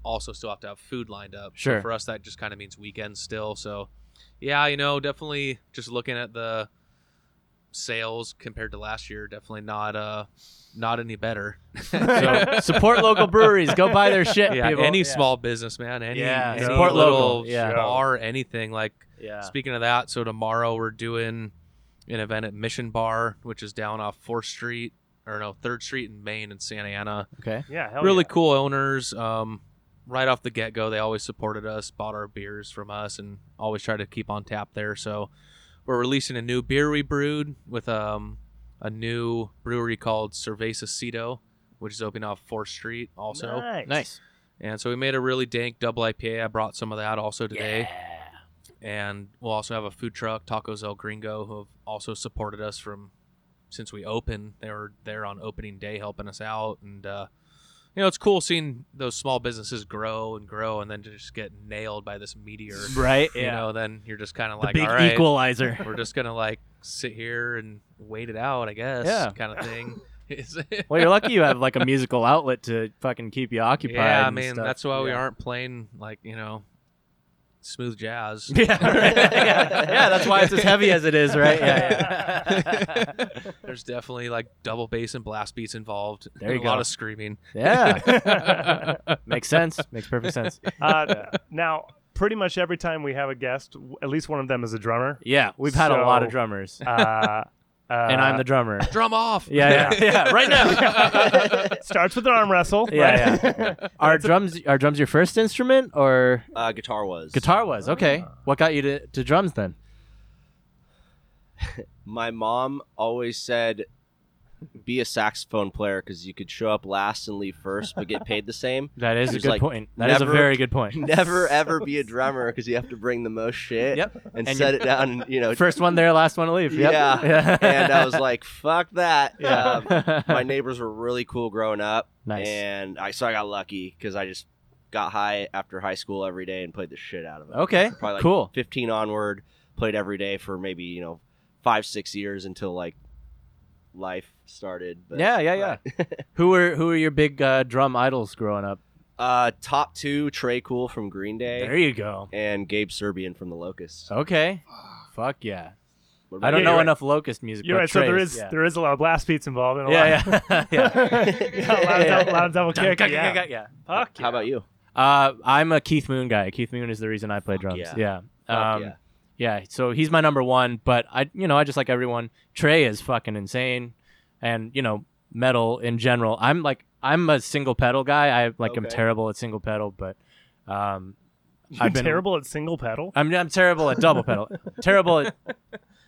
[SPEAKER 3] also still have to have food lined up. So
[SPEAKER 1] Sure.
[SPEAKER 3] for us, that just kind of means weekends still. So, yeah, you know, definitely just looking at the sales compared to last year, definitely not uh not any better.
[SPEAKER 1] So, support local breweries. Go buy their shit,
[SPEAKER 3] yeah,
[SPEAKER 1] people.
[SPEAKER 3] any small business, man, any,
[SPEAKER 1] Yeah,
[SPEAKER 3] any
[SPEAKER 2] support
[SPEAKER 3] little
[SPEAKER 1] local, yeah.
[SPEAKER 3] bar, anything like.
[SPEAKER 1] Yeah.
[SPEAKER 3] Speaking of that, so tomorrow we're doing an event at Mission Bar, which is down off Fourth Street or no Third Street in Maine in Santa Ana.
[SPEAKER 1] Okay.
[SPEAKER 2] yeah, hell
[SPEAKER 3] really cool owners. Um, right off the get go, they always supported us, bought our beers from us, and always try to keep on tap there. So we're releasing a new beer we brewed with um, a new brewery called Cerveza Cito, which is opening off Fourth Street
[SPEAKER 2] yeah.
[SPEAKER 3] also.
[SPEAKER 2] nice.
[SPEAKER 1] Nice.
[SPEAKER 3] And so we made a really dank double IPA. I brought some of that also today.
[SPEAKER 1] Yeah.
[SPEAKER 3] And we'll also have a food truck, Tacos El Gringo, who have also supported us from since we opened. They were there on opening day helping us out. And, uh, you know, it's cool seeing those small businesses grow and grow and then to just get nailed by this meteor.
[SPEAKER 1] Right.
[SPEAKER 3] You
[SPEAKER 1] yeah.
[SPEAKER 3] know, then you're just kind of
[SPEAKER 1] the
[SPEAKER 3] like,
[SPEAKER 1] big
[SPEAKER 3] all right,
[SPEAKER 1] equalizer.
[SPEAKER 3] we're just going to like sit here and wait it out, I guess,
[SPEAKER 1] Yeah.
[SPEAKER 3] kind of thing. Is it-
[SPEAKER 1] Well, you're lucky you have like a musical outlet to fucking keep you occupied.
[SPEAKER 3] Yeah, I
[SPEAKER 1] and
[SPEAKER 3] mean
[SPEAKER 1] stuff.
[SPEAKER 3] that's why we
[SPEAKER 1] Yeah.
[SPEAKER 3] aren't playing like you know smooth jazz.
[SPEAKER 1] Yeah, right. yeah, yeah, that's why it's as heavy as it is, right? Yeah, yeah.
[SPEAKER 3] There's definitely like double bass and blast beats involved.
[SPEAKER 1] There you
[SPEAKER 3] a lot
[SPEAKER 1] go.
[SPEAKER 3] of screaming.
[SPEAKER 1] yeah.
[SPEAKER 3] yeah,
[SPEAKER 1] makes sense. Makes perfect sense.
[SPEAKER 2] Uh, now, pretty much every time we have a guest, w- at least one of them is a drummer.
[SPEAKER 1] Yeah, we've had a lot of
[SPEAKER 2] So-
[SPEAKER 1] drummers,
[SPEAKER 2] Uh, uh,
[SPEAKER 1] and I'm the drummer.
[SPEAKER 3] Drum off.
[SPEAKER 1] Yeah, yeah, yeah. Right now,
[SPEAKER 2] starts with an arm wrestle.
[SPEAKER 1] Yeah,
[SPEAKER 2] right?
[SPEAKER 1] are drums are drums your first instrument or
[SPEAKER 5] Uh, guitar was.
[SPEAKER 1] guitar was okay? What got you to, to drums then?
[SPEAKER 5] my mom always said, "Be a saxophone player because you could show up last and leave first, but get paid the same."
[SPEAKER 1] That is
[SPEAKER 5] He
[SPEAKER 1] a
[SPEAKER 5] was
[SPEAKER 1] good
[SPEAKER 5] like,
[SPEAKER 1] point. That is a
[SPEAKER 5] never-
[SPEAKER 1] very good point.
[SPEAKER 5] Never ever be a drummer because you have to bring the most shit
[SPEAKER 1] Yep.
[SPEAKER 5] and,
[SPEAKER 1] And
[SPEAKER 5] set
[SPEAKER 1] you-
[SPEAKER 5] it down. And, you know,
[SPEAKER 1] First one there, last one to leave. Yep.
[SPEAKER 5] Yeah. and I was like, "Fuck that." Um,
[SPEAKER 1] Yeah.
[SPEAKER 5] my neighbors were really cool growing up,
[SPEAKER 1] nice.
[SPEAKER 5] and I so I got lucky because I just got high after high school every day and played the shit out of it.
[SPEAKER 1] Okay.
[SPEAKER 5] probably like
[SPEAKER 1] cool.
[SPEAKER 5] 15 onward, played every day for maybe you know five six years until like life started. But,
[SPEAKER 1] yeah, yeah, yeah. who were who were your big uh, drum idols growing up?
[SPEAKER 5] Uh, top two Trey Cool from Green
[SPEAKER 1] There
[SPEAKER 5] Day
[SPEAKER 1] you go.
[SPEAKER 5] and Gabe Serbian from the Locusts.
[SPEAKER 1] Okay. Fuck yeah.
[SPEAKER 5] What about
[SPEAKER 1] I don't
[SPEAKER 5] you?
[SPEAKER 1] know
[SPEAKER 2] right.
[SPEAKER 1] enough locust music.
[SPEAKER 2] You're
[SPEAKER 1] but
[SPEAKER 2] right. So there
[SPEAKER 1] Trey's,
[SPEAKER 2] is
[SPEAKER 1] yeah.
[SPEAKER 2] there is a lot of blast beats involved and a lot.
[SPEAKER 1] yeah, yeah, yeah.
[SPEAKER 2] a lot of
[SPEAKER 1] Yeah.
[SPEAKER 2] double, lot of double kick. yeah.
[SPEAKER 1] yeah.
[SPEAKER 2] Fuck yeah.
[SPEAKER 5] How about you?
[SPEAKER 1] Uh, I'm a Keith Moon guy. Keith Moon is the reason I play drums.
[SPEAKER 5] yeah.
[SPEAKER 1] Yeah.
[SPEAKER 5] Fuck
[SPEAKER 1] Um,
[SPEAKER 5] yeah.
[SPEAKER 1] yeah. So he's my number one, but I, you know, I just like everyone. Trey is fucking insane, and you know, metal in general. I'm like, I'm a single pedal guy. I like, I'm
[SPEAKER 5] Okay.
[SPEAKER 1] terrible at single pedal, but, um,
[SPEAKER 2] You're
[SPEAKER 1] I've been
[SPEAKER 2] terrible at single pedal.
[SPEAKER 1] I'm I'm terrible at double pedal. terrible at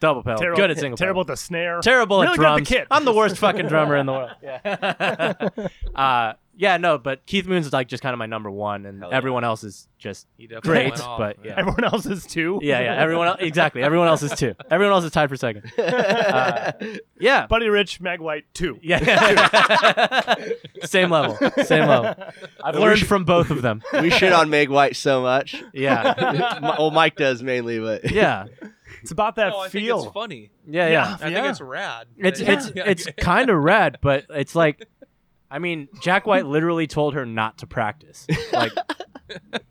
[SPEAKER 1] double pedal.
[SPEAKER 2] Terrible,
[SPEAKER 1] Oh, good at single.
[SPEAKER 2] Terrible
[SPEAKER 1] pedal.
[SPEAKER 2] at the snare.
[SPEAKER 1] Terrible
[SPEAKER 2] Really
[SPEAKER 1] at
[SPEAKER 2] good at the
[SPEAKER 1] drums.
[SPEAKER 2] kit.
[SPEAKER 1] I'm the worst fucking drummer in the world. Yeah. uh, yeah, no, but Keith Moon's is like just kind of my number one, and
[SPEAKER 5] Hell yeah.
[SPEAKER 1] everyone else is just
[SPEAKER 3] He definitely
[SPEAKER 1] great,
[SPEAKER 3] went off,
[SPEAKER 1] but
[SPEAKER 3] man.
[SPEAKER 1] yeah.
[SPEAKER 2] Everyone else is too.
[SPEAKER 1] Yeah, yeah. Everyone else, exactly. Everyone else is two. Everyone else is tied for second. Uh, yeah.
[SPEAKER 2] Buddy Rich, Meg White, two.
[SPEAKER 1] Yeah. Same level. Same level. I've learned from both of them.
[SPEAKER 5] we shit on Meg White so much.
[SPEAKER 1] Yeah.
[SPEAKER 5] My- well, Mike does mainly, but
[SPEAKER 1] Yeah.
[SPEAKER 2] It's about that
[SPEAKER 3] No, I think
[SPEAKER 2] feel.
[SPEAKER 3] it's funny.
[SPEAKER 1] Yeah. Yeah.
[SPEAKER 3] I think it's rad.
[SPEAKER 1] It's
[SPEAKER 3] Yeah.
[SPEAKER 1] it's it's kind of rad, but it's like, I mean, Jack White literally told her not to practice. Like,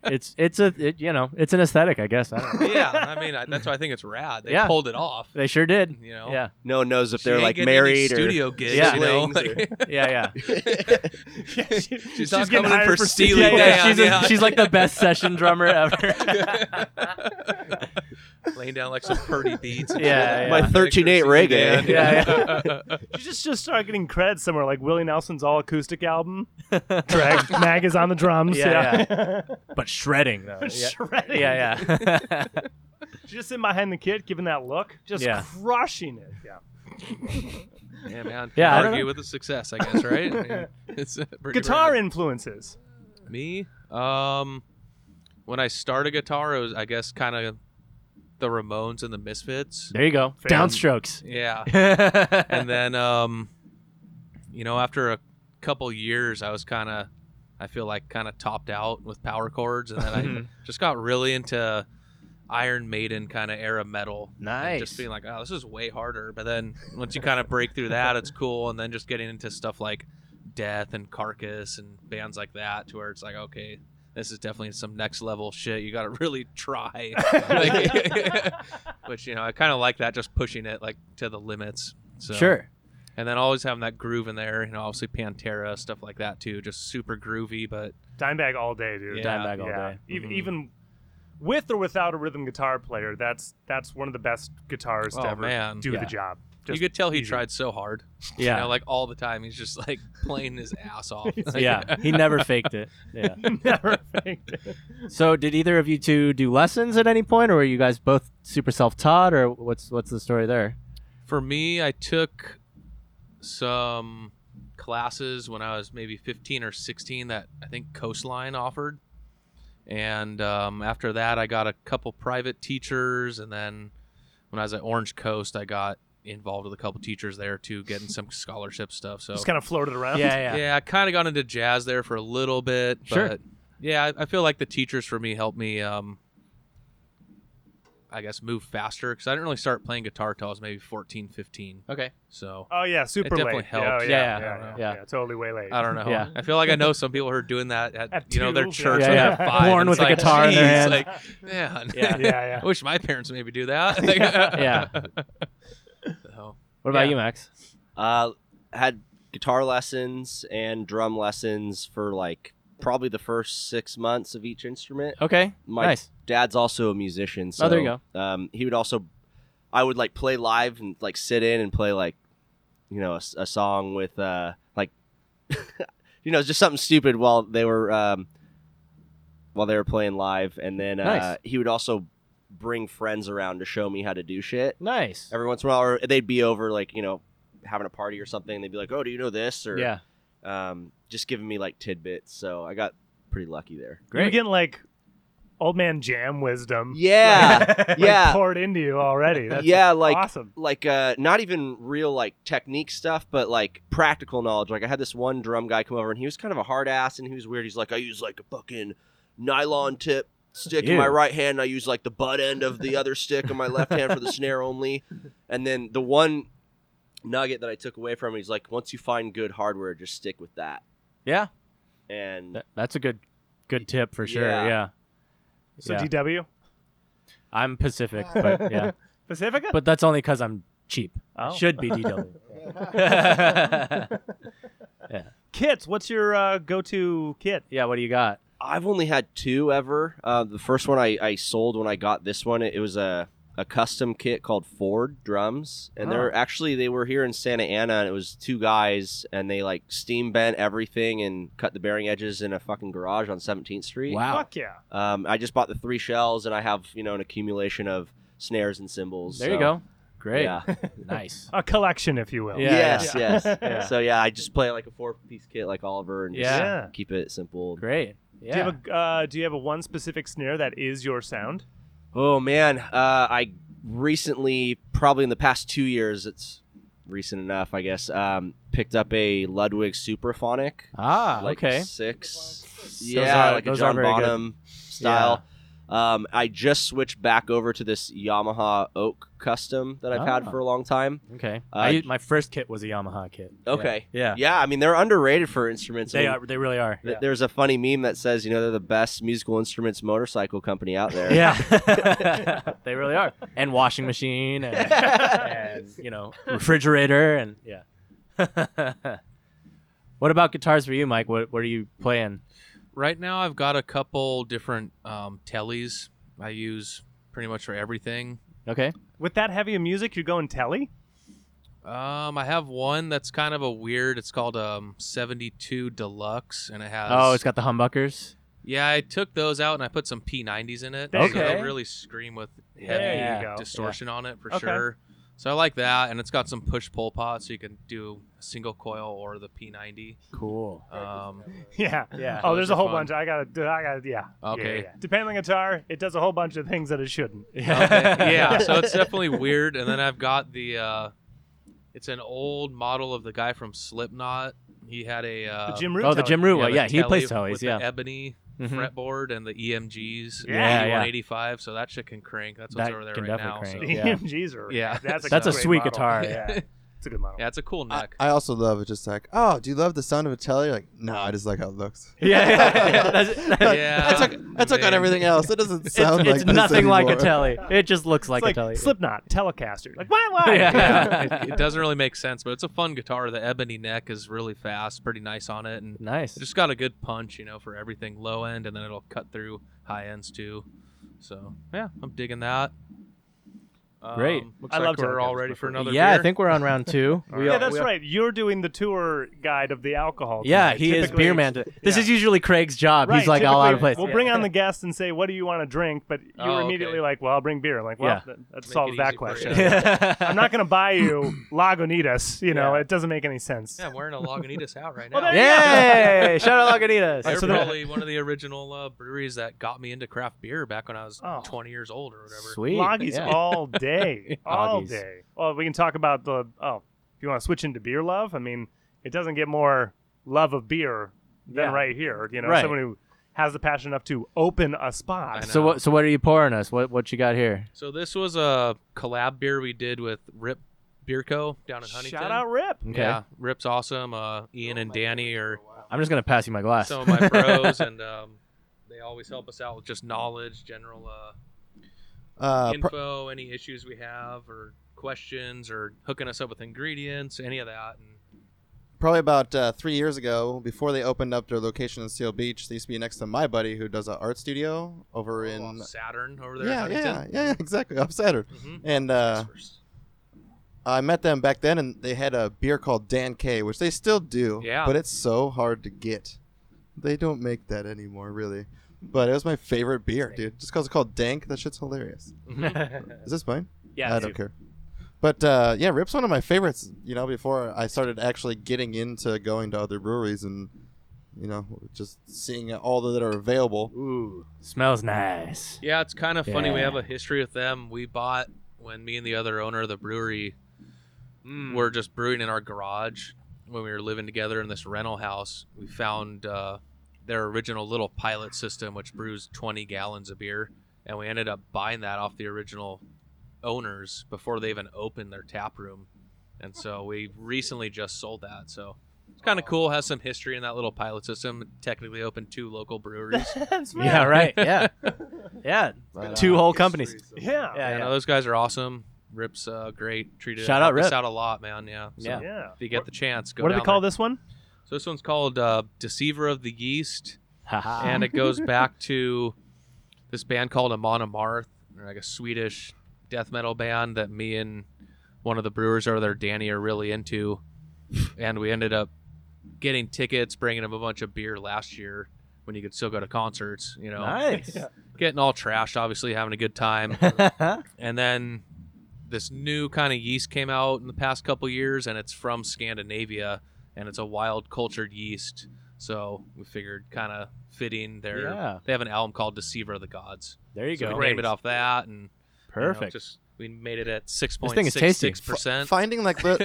[SPEAKER 1] it's it's a it, you know it's an aesthetic, I guess. I don't know.
[SPEAKER 3] yeah, I mean I, that's why I think it's rad. They
[SPEAKER 1] Yeah.
[SPEAKER 3] pulled it off.
[SPEAKER 1] They sure did.
[SPEAKER 3] You know,
[SPEAKER 1] Yeah.
[SPEAKER 5] no one knows if
[SPEAKER 3] She
[SPEAKER 5] they're
[SPEAKER 3] ain't
[SPEAKER 5] like
[SPEAKER 3] getting any
[SPEAKER 5] married or.
[SPEAKER 3] studio gigs.
[SPEAKER 1] Yeah.
[SPEAKER 3] you know,
[SPEAKER 5] Siblings
[SPEAKER 3] like-
[SPEAKER 1] Yeah. Yeah.
[SPEAKER 2] Yeah, she- she's
[SPEAKER 3] not
[SPEAKER 2] getting
[SPEAKER 3] coming in
[SPEAKER 2] hired
[SPEAKER 3] for
[SPEAKER 2] for
[SPEAKER 3] Steely
[SPEAKER 2] Steely
[SPEAKER 1] Yeah, yeah,
[SPEAKER 3] Dan.
[SPEAKER 1] she's, a-
[SPEAKER 3] yeah.
[SPEAKER 1] she's like the best session drummer ever.
[SPEAKER 3] laying down like some pretty beats. and
[SPEAKER 1] Yeah,
[SPEAKER 3] shit.
[SPEAKER 1] yeah. My
[SPEAKER 3] Picture
[SPEAKER 5] 13-8
[SPEAKER 3] CD
[SPEAKER 5] reggae.
[SPEAKER 3] band.
[SPEAKER 1] Yeah,
[SPEAKER 2] You just just start getting credits somewhere, like Willie Nelson's all acoustic album. Drag Mag is on the drums.
[SPEAKER 1] Yeah,
[SPEAKER 2] Yeah,
[SPEAKER 1] but shredding though. Yeah.
[SPEAKER 2] shredding.
[SPEAKER 1] Yeah, yeah.
[SPEAKER 2] She's just sitting behind the kid, giving that look, just
[SPEAKER 1] Yeah.
[SPEAKER 2] crushing it. Yeah.
[SPEAKER 3] Yeah, man.
[SPEAKER 1] Yeah, I
[SPEAKER 3] Yeah,
[SPEAKER 1] don't
[SPEAKER 3] argue with the success, I guess, right? I mean, it's uh, pretty
[SPEAKER 2] Guitar
[SPEAKER 3] rad.
[SPEAKER 2] influences.
[SPEAKER 3] me. Um, when I started guitar, it was I guess kind of the Ramones and the Misfits.
[SPEAKER 1] There you go.
[SPEAKER 2] Fair.
[SPEAKER 1] Downstrokes.
[SPEAKER 3] Yeah,
[SPEAKER 1] and
[SPEAKER 3] and then um, you know, after a couple years, I was kind of, I feel like kind of topped out with power chords, and then
[SPEAKER 1] Mhm.
[SPEAKER 3] I just got really into Iron Maiden kind of era metal.
[SPEAKER 1] nice.
[SPEAKER 3] and just being like, oh, this is way harder. But then once you kind of break through that, it's cool. And then just getting into stuff like Death and Carcass and bands like that, to where it's like, okay, this is definitely some next level shit. You got to really try. Like, which you know, I kind of like that, just pushing it like to the limits. So.
[SPEAKER 1] sure.
[SPEAKER 3] And then always having that groove in there. You know, obviously Pantera stuff like that too, just super groovy. But
[SPEAKER 2] Dimebag all day, dude.
[SPEAKER 3] Yeah.
[SPEAKER 1] Dimebag all
[SPEAKER 2] yeah.
[SPEAKER 1] day.
[SPEAKER 2] Even,
[SPEAKER 1] Mhm.
[SPEAKER 2] even with or without a rhythm guitar player, that's that's one of the best guitars
[SPEAKER 3] Oh,
[SPEAKER 2] to ever
[SPEAKER 3] man.
[SPEAKER 2] do
[SPEAKER 1] Yeah.
[SPEAKER 2] the job.
[SPEAKER 3] you
[SPEAKER 2] Just
[SPEAKER 3] could tell he
[SPEAKER 2] easy.
[SPEAKER 3] tried so hard.
[SPEAKER 1] yeah.
[SPEAKER 3] You know, like all the time, he's just like playing his ass off.
[SPEAKER 1] yeah. He never faked it. Yeah.
[SPEAKER 2] never faked it.
[SPEAKER 1] So did either of you two do lessons at any point or were you guys both super self-taught or what's what's the story there?
[SPEAKER 3] For me, I took some classes when I was maybe 15 or 16 that I think Coastline offered. And um, after that, I got a couple private teachers. And then when I was at Orange Coast, I got involved with a couple teachers there too, getting some scholarship stuff. So,
[SPEAKER 2] Just kind of floated around.
[SPEAKER 3] yeah. I kind of got into jazz there for a little bit.
[SPEAKER 1] Sure.
[SPEAKER 3] But yeah, I, I feel like the teachers for me helped me. Um, I guess move faster because I didn't really start playing guitar till I was maybe 14, 15.
[SPEAKER 1] Okay.
[SPEAKER 3] So
[SPEAKER 2] Oh yeah, super
[SPEAKER 3] definitely
[SPEAKER 2] late.
[SPEAKER 3] helped.
[SPEAKER 2] Oh, yeah,
[SPEAKER 1] Yeah,
[SPEAKER 2] yeah,
[SPEAKER 1] yeah,
[SPEAKER 2] yeah,
[SPEAKER 1] yeah.
[SPEAKER 2] totally way late.
[SPEAKER 3] I don't know.
[SPEAKER 1] Yeah.
[SPEAKER 3] I feel like I know some people who are doing that at,
[SPEAKER 2] At
[SPEAKER 3] you know their
[SPEAKER 2] two,
[SPEAKER 3] church
[SPEAKER 1] yeah.
[SPEAKER 3] when
[SPEAKER 1] Yeah,
[SPEAKER 3] they're
[SPEAKER 1] yeah.
[SPEAKER 3] five.
[SPEAKER 1] Born
[SPEAKER 3] and
[SPEAKER 1] with
[SPEAKER 3] it's
[SPEAKER 1] a guitar in their hand.
[SPEAKER 3] "Jeez," Like, man,
[SPEAKER 1] Yeah.
[SPEAKER 2] yeah,
[SPEAKER 3] I wish my parents maybe do that.
[SPEAKER 1] Yeah.
[SPEAKER 3] So,
[SPEAKER 1] What about
[SPEAKER 3] Yeah.
[SPEAKER 1] you, Max?
[SPEAKER 5] Uh, had guitar lessons and drum lessons for like probably the first six months of each instrument.
[SPEAKER 1] Okay.
[SPEAKER 5] My
[SPEAKER 1] nice.
[SPEAKER 5] dad's also a musician, so
[SPEAKER 1] Oh, there you
[SPEAKER 5] go. Um, he would also, I would like play live and like sit in and play like, you know, a, s- a song with uh like, you know, just something stupid while they were um, while they were playing live, and then uh,
[SPEAKER 1] Nice.
[SPEAKER 5] he would also bring friends around to show me how to do shit.
[SPEAKER 1] Nice.
[SPEAKER 5] Every once in a while, or they'd be over, like, you know, having a party or something. they'd be like, oh, do you know this? Or
[SPEAKER 1] Yeah.
[SPEAKER 5] um, just giving me like tidbits. So I got pretty lucky there.
[SPEAKER 2] You're getting like old man jam wisdom.
[SPEAKER 5] Yeah.
[SPEAKER 2] Like,
[SPEAKER 5] yeah.
[SPEAKER 2] poured into you already. Mm. That's
[SPEAKER 5] yeah. Like,
[SPEAKER 2] awesome.
[SPEAKER 5] like uh not even real like technique stuff but like practical knowledge like i had this one drum guy come over and he was kind of a hard ass and he was weird he's like i use like a fucking nylon tip stick in my
[SPEAKER 1] Ew.
[SPEAKER 5] right hand and i use like the butt end of the other stick on my left hand for the snare only and then the one nugget that i took away from him he's like once you find good hardware just stick with that
[SPEAKER 1] Yeah.
[SPEAKER 5] and
[SPEAKER 1] That- that's a good good tip for sure.
[SPEAKER 5] Yeah.
[SPEAKER 1] Yeah.
[SPEAKER 2] So
[SPEAKER 1] yeah.
[SPEAKER 2] DW
[SPEAKER 1] I'm Pacific, but yeah.
[SPEAKER 2] Pacifica.
[SPEAKER 1] But that's only cuz I'm cheap.
[SPEAKER 2] Oh.
[SPEAKER 1] Should be DW.
[SPEAKER 2] kits. What's your uh, go-to kit?
[SPEAKER 1] yeah, what do you got?
[SPEAKER 5] I've only had two ever. Uh, the first one I, I sold when I got this one. It, it was a, a custom kit called Ford drums, and
[SPEAKER 1] Oh.
[SPEAKER 5] they're actually they were here in Santa Ana, and it was two guys, and they like steam bent everything and cut the bearing edges in a fucking garage on 17th Street.
[SPEAKER 1] Wow.
[SPEAKER 2] Fuck yeah.
[SPEAKER 5] Um, I just bought the three shells, and I have you know an accumulation of snares and cymbals.
[SPEAKER 1] There
[SPEAKER 5] so,
[SPEAKER 1] you go. Great.
[SPEAKER 5] Yeah.
[SPEAKER 1] Nice.
[SPEAKER 2] A collection, if you will.
[SPEAKER 1] Yeah,
[SPEAKER 5] yes.
[SPEAKER 2] yeah.
[SPEAKER 5] Yes.
[SPEAKER 1] Yeah.
[SPEAKER 5] So yeah, I just play like a four piece kit like Oliver, and just
[SPEAKER 2] Yeah.
[SPEAKER 5] keep it simple.
[SPEAKER 1] Great. Yeah.
[SPEAKER 2] Do you have a uh, Do you have a one specific snare that is your sound?
[SPEAKER 5] Oh man, uh, I recently, probably in the past two years, it's recent enough, I guess. Um, picked up a Ludwig Supraphonic,
[SPEAKER 1] ah,
[SPEAKER 5] like
[SPEAKER 1] okay.
[SPEAKER 5] six,
[SPEAKER 1] Those
[SPEAKER 5] yeah,
[SPEAKER 1] are-
[SPEAKER 5] like a
[SPEAKER 1] those are
[SPEAKER 5] John
[SPEAKER 1] very good.
[SPEAKER 5] Bonham style. Um, I just switched back over to this Yamaha Oak Custom that I've had
[SPEAKER 1] Ah.
[SPEAKER 5] for a long time.
[SPEAKER 1] Okay.
[SPEAKER 5] Uh,
[SPEAKER 1] I used, my first kit was a Yamaha kit. Yeah.
[SPEAKER 5] Okay.
[SPEAKER 1] Yeah.
[SPEAKER 5] Yeah, I mean they're underrated for instruments. I
[SPEAKER 1] They
[SPEAKER 5] mean,
[SPEAKER 1] are. They really are.
[SPEAKER 5] th- There's a funny meme that says, you know, they're the best musical instruments motorcycle company out there.
[SPEAKER 1] Yeah, they really are. And washing machine, and, and you know, refrigerator, and yeah. what about guitars for you, Mike? What what are you playing?
[SPEAKER 3] Right now, I've got a couple different um, tellies I use pretty much for everything.
[SPEAKER 1] Okay.
[SPEAKER 2] With that heavy of music, you're going telly.
[SPEAKER 3] Um, I have one that's kind of a weird. It's called um 72 Deluxe, and it has.
[SPEAKER 1] Oh, it's got the humbuckers.
[SPEAKER 3] Yeah, I took those out and I put some P90s in it.
[SPEAKER 2] There
[SPEAKER 1] you
[SPEAKER 3] so they
[SPEAKER 1] go.
[SPEAKER 3] really scream with heavy
[SPEAKER 2] There
[SPEAKER 1] Yeah.
[SPEAKER 2] you go.
[SPEAKER 3] distortion on it for
[SPEAKER 2] Okay.
[SPEAKER 3] sure. So I like that, and it's got some push pull pot, so you can do a single coil or the P90.
[SPEAKER 1] Cool.
[SPEAKER 3] Um,
[SPEAKER 2] Yeah.
[SPEAKER 1] Yeah.
[SPEAKER 2] Oh, there's
[SPEAKER 3] Those
[SPEAKER 2] a
[SPEAKER 3] are
[SPEAKER 2] whole
[SPEAKER 3] fun.
[SPEAKER 2] bunch. I gotta. do- I gotta. Yeah. Yeah,
[SPEAKER 3] Okay.
[SPEAKER 2] yeah, yeah. Depending on the guitar, it does a whole bunch of things that it shouldn't.
[SPEAKER 3] Okay, uh, yeah, so it's definitely weird. And then I've got the. Uh, it's an old model of the guy from Slipknot. He had a. Uh,
[SPEAKER 2] The Jim Root.
[SPEAKER 1] Oh, the
[SPEAKER 2] telly.
[SPEAKER 1] Jim Root. one.
[SPEAKER 3] the
[SPEAKER 1] Yeah, he
[SPEAKER 3] telly
[SPEAKER 1] plays always.
[SPEAKER 3] with The
[SPEAKER 1] Yeah.
[SPEAKER 3] ebony
[SPEAKER 1] Mhm.
[SPEAKER 3] fretboard and the EMGs.
[SPEAKER 2] Yeah,
[SPEAKER 3] Yeah,
[SPEAKER 1] yeah.
[SPEAKER 3] 185. So that shit can crank. That's what's
[SPEAKER 1] That
[SPEAKER 3] over there
[SPEAKER 1] can
[SPEAKER 3] right
[SPEAKER 1] definitely
[SPEAKER 3] now.
[SPEAKER 1] crank.
[SPEAKER 3] So.
[SPEAKER 2] The
[SPEAKER 1] Yeah.
[SPEAKER 2] EMGs are.
[SPEAKER 3] Yeah.
[SPEAKER 2] That's a,
[SPEAKER 1] That's a
[SPEAKER 2] great
[SPEAKER 1] sweet
[SPEAKER 2] model.
[SPEAKER 1] guitar.
[SPEAKER 2] Yeah. It's a good model.
[SPEAKER 3] Yeah, it's a cool
[SPEAKER 4] I,
[SPEAKER 3] neck.
[SPEAKER 4] I also love it. Just like, oh, do you love the sound of a teller? You're like, no, I just like how it looks.
[SPEAKER 1] Yeah, yeah, yeah. That's-
[SPEAKER 4] Like,
[SPEAKER 3] Yeah,
[SPEAKER 4] I took I took on
[SPEAKER 3] man.
[SPEAKER 4] everything else. It doesn't
[SPEAKER 1] It's,
[SPEAKER 4] sound like
[SPEAKER 1] it's
[SPEAKER 4] this
[SPEAKER 1] nothing like a
[SPEAKER 4] anymore.
[SPEAKER 1] telly. It just looks like,
[SPEAKER 2] It's like
[SPEAKER 1] a telly.
[SPEAKER 2] Slipknot, Telecaster. Like why? Why?
[SPEAKER 1] Yeah.
[SPEAKER 3] yeah, it, it doesn't really make sense, but it's a fun guitar. The ebony neck is really fast, pretty nice on it, and
[SPEAKER 1] Nice.
[SPEAKER 3] it's just got a good punch, you know, for everything low end, and then it'll cut through high ends too. So yeah, I'm digging that. Um,
[SPEAKER 1] Great.
[SPEAKER 3] Looks
[SPEAKER 2] I
[SPEAKER 3] like
[SPEAKER 2] love
[SPEAKER 3] we're
[SPEAKER 2] Telecaster.
[SPEAKER 3] all ready for another.
[SPEAKER 1] yeah,
[SPEAKER 3] beer.
[SPEAKER 1] I think we're on round two. We
[SPEAKER 2] Yeah,
[SPEAKER 1] all-
[SPEAKER 2] that's
[SPEAKER 1] we all-
[SPEAKER 2] right. You're doing the tour guide of the alcohol.
[SPEAKER 1] Yeah,
[SPEAKER 2] tonight.
[SPEAKER 1] he is
[SPEAKER 2] Typically-
[SPEAKER 1] beer man. today. This
[SPEAKER 2] yeah.
[SPEAKER 1] is usually Craig's job.
[SPEAKER 2] Right,
[SPEAKER 1] He's like all out of
[SPEAKER 2] typically,
[SPEAKER 1] place.
[SPEAKER 2] We'll
[SPEAKER 1] Yeah.
[SPEAKER 2] bring on the guest and say, "What do you want to drink?" But you
[SPEAKER 3] Oh,
[SPEAKER 2] were
[SPEAKER 3] okay.
[SPEAKER 2] immediately like, "Well, I'll bring beer." I'm like, well,
[SPEAKER 1] Yeah.
[SPEAKER 2] that, that
[SPEAKER 3] it
[SPEAKER 2] solves that
[SPEAKER 3] easy for you.
[SPEAKER 2] question. I'm not going to buy you Lagunitas. You know,
[SPEAKER 1] Yeah.
[SPEAKER 2] it doesn't make any sense.
[SPEAKER 3] Yeah, I'm wearing a Lagunitas hat right now.
[SPEAKER 2] Well, there you
[SPEAKER 1] Yay! Shout out Lagunitas.
[SPEAKER 3] They're
[SPEAKER 2] So the-
[SPEAKER 3] probably one of the original uh, breweries that got me into craft beer back when I was
[SPEAKER 2] Oh.
[SPEAKER 3] 20 years old or whatever.
[SPEAKER 1] Sweet.
[SPEAKER 2] Loggies
[SPEAKER 1] yeah.
[SPEAKER 2] all day, all
[SPEAKER 1] Loggies.
[SPEAKER 2] day. Well, we can talk about the. Oh, if you want to switch into beer love, I mean, it doesn't get more love of beer than
[SPEAKER 1] Yeah.
[SPEAKER 2] right here. You know,
[SPEAKER 1] Right.
[SPEAKER 2] someone who has the passion enough to open a spot.
[SPEAKER 3] I
[SPEAKER 1] So what? So what are you pouring us? What what you got here?
[SPEAKER 3] So this was a collab beer we did with Rip Beer Co. down in Huntington.
[SPEAKER 2] Shout out, Rip. Oh
[SPEAKER 1] Okay.
[SPEAKER 3] Yeah, Rip's awesome. Uh, Ian and Danny are
[SPEAKER 1] I'm just gonna pass you my glass.
[SPEAKER 3] some of my bros, and um, they always help us out with just knowledge, general uh,
[SPEAKER 4] Uh, pro-
[SPEAKER 3] info, any issues we have, or questions, or hooking us up with ingredients, any of that. And
[SPEAKER 4] probably about uh, three years ago, before they opened up their location in Seal Beach, they used to be next to my buddy who does an art studio over
[SPEAKER 3] off
[SPEAKER 4] in.
[SPEAKER 3] Saturn Oh, over there, in
[SPEAKER 4] Yeah,
[SPEAKER 3] Huntington.
[SPEAKER 4] yeah, yeah, yeah, exactly. Up Saturn.
[SPEAKER 3] Mm-hmm.
[SPEAKER 4] And uh, I met them back then, and they had a beer called Dan K, which they still do.
[SPEAKER 3] Yeah.
[SPEAKER 4] But it's so hard to get. They don't make that anymore, really. But it was my favorite beer, dude. Just because it's called Dank, that shit's hilarious.
[SPEAKER 3] Hmm.
[SPEAKER 4] Is this mine?
[SPEAKER 1] yeah,
[SPEAKER 4] I
[SPEAKER 1] it's
[SPEAKER 4] don't
[SPEAKER 1] you.
[SPEAKER 4] care. But uh, yeah, Rip's one of my favorites. You know, before I started actually getting into going to other breweries and you know just seeing all that are available.
[SPEAKER 1] Ooh, smells nice.
[SPEAKER 3] Yeah, it's kind of funny. We
[SPEAKER 1] Yeah.
[SPEAKER 3] have a history with them. We bought when me and the other owner of the brewery
[SPEAKER 1] Mm.
[SPEAKER 3] were just brewing in our garage when we were living together in this rental house. We found uh, their original little pilot system, which brews 20 gallons of beer, and we ended up buying that off the original owners before they even opened their tap room. And so we recently just sold that. So it's kind of cool. Has some history in that little pilot system. Technically opened two local breweries.
[SPEAKER 2] That's
[SPEAKER 1] Yeah, right. Yeah, yeah.
[SPEAKER 4] But,
[SPEAKER 1] Two
[SPEAKER 4] uh,
[SPEAKER 1] whole companies.
[SPEAKER 2] Yeah.
[SPEAKER 1] Yeah,
[SPEAKER 3] yeah, no,
[SPEAKER 1] yeah.
[SPEAKER 3] those guys are awesome. Rips uh, great. Treated
[SPEAKER 1] Shout out
[SPEAKER 3] helped us
[SPEAKER 1] Rip.
[SPEAKER 3] out a lot, man. Yeah. So
[SPEAKER 1] Yeah.
[SPEAKER 2] Yeah.
[SPEAKER 3] If you get the chance, go.
[SPEAKER 2] what do they
[SPEAKER 3] down
[SPEAKER 2] call
[SPEAKER 3] there.
[SPEAKER 2] this one?
[SPEAKER 3] So this one's called uh, "Deceiver of the Yeast,"
[SPEAKER 1] Haha.
[SPEAKER 3] and it goes back to this band called Amon Amarth, or like a Swedish death metal band that me and one of the brewers over there, Danny, are really into. And we ended up getting tickets, bringing them a bunch of beer last year when you could still go to concerts. You know,
[SPEAKER 1] nice.
[SPEAKER 3] getting all trashed, obviously having a good time. and then this new kind of yeast came out in the past couple years and it's from scandinavia and it's a wild cultured yeast so we figured kind of fitting their
[SPEAKER 1] Yeah.
[SPEAKER 3] they have an album called deceiver of the gods
[SPEAKER 1] there you
[SPEAKER 3] so
[SPEAKER 1] go.
[SPEAKER 3] we named it off that and you know,
[SPEAKER 1] Perfect.
[SPEAKER 3] just we made it at
[SPEAKER 1] thing is tasty.
[SPEAKER 3] 6.66%
[SPEAKER 4] Finding like the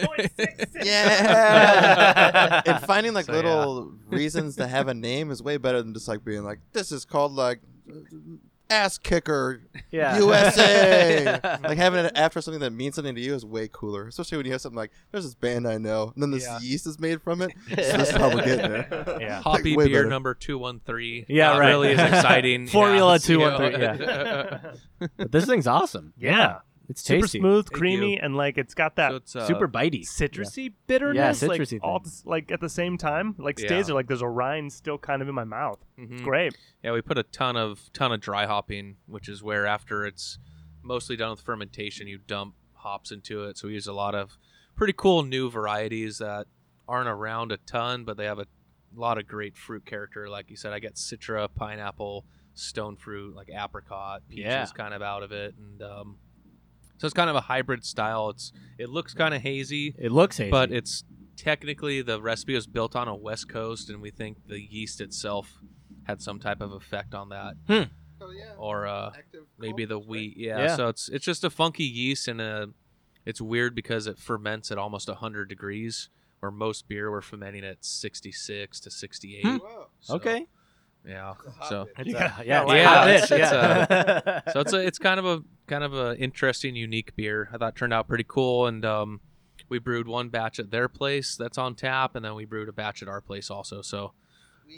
[SPEAKER 4] yeah,
[SPEAKER 1] Yeah.
[SPEAKER 4] and finding like
[SPEAKER 3] So, yeah.
[SPEAKER 4] little reasons to have a name is way better than just like being like this is called like ass kicker
[SPEAKER 1] yeah.
[SPEAKER 4] USA. like having it after something that means something to you is way cooler, especially when you have something like there's this band I know, and then this
[SPEAKER 3] Yeah.
[SPEAKER 4] yeast is made from it. So this is how we get there.
[SPEAKER 1] Yeah.
[SPEAKER 3] Hoppy
[SPEAKER 4] Way
[SPEAKER 3] beer
[SPEAKER 4] better.
[SPEAKER 3] number 213.
[SPEAKER 1] Yeah,
[SPEAKER 3] Not
[SPEAKER 1] right.
[SPEAKER 3] Really is exciting.
[SPEAKER 1] Formula
[SPEAKER 3] yeah, you know.
[SPEAKER 1] 213, But this thing's awesome.
[SPEAKER 2] Yeah.
[SPEAKER 1] It's
[SPEAKER 2] Super
[SPEAKER 1] tasty.
[SPEAKER 2] smooth,
[SPEAKER 3] Thank
[SPEAKER 2] creamy,
[SPEAKER 3] you.
[SPEAKER 2] and like it's got that
[SPEAKER 3] so it's, uh,
[SPEAKER 1] Super bitey.
[SPEAKER 2] citrusy bitterness.
[SPEAKER 1] Yeah,
[SPEAKER 2] like,
[SPEAKER 1] citrusy
[SPEAKER 2] all
[SPEAKER 1] thing.
[SPEAKER 2] this- like at the same time. Like
[SPEAKER 3] Yeah.
[SPEAKER 2] stays there, like there's a rind still kind of in my mouth.
[SPEAKER 3] mhm.
[SPEAKER 2] Great.
[SPEAKER 3] Yeah, we put a ton of ton of dry hopping, which is where after it's mostly done with fermentation, you dump hops into it. So we use a lot of pretty cool new varieties that aren't around a ton, but they have a lot of great fruit character. Like you said, I get citra, pineapple, stone fruit, like apricot, peaches
[SPEAKER 1] Yeah.
[SPEAKER 3] kind of out of it, and um, so it's kind of a hybrid style. It's it looks kind of hazy,
[SPEAKER 1] It looks hazy.
[SPEAKER 3] but it's technically the recipe was built on a west coast and we think the yeast itself had some type of effect on that or uh, maybe the wheat yeah.
[SPEAKER 1] Hmm. Oh, Yeah.
[SPEAKER 3] so it's it's just a funky yeast and uh it's weird because it ferments at almost 100 degrees where most beer we're fermenting at 66 to 68 So,
[SPEAKER 1] Hmm. okay.
[SPEAKER 3] yeah so
[SPEAKER 1] Yeah, yeah,
[SPEAKER 3] like- Yeah,
[SPEAKER 1] it's,
[SPEAKER 3] it's- it's,
[SPEAKER 1] yeah.
[SPEAKER 3] so it's a, it's kind of a kind of a interesting unique beer i thought it turned out pretty cool and um we brewed one batch at their place that's on tap and then we brewed a batch at our place also so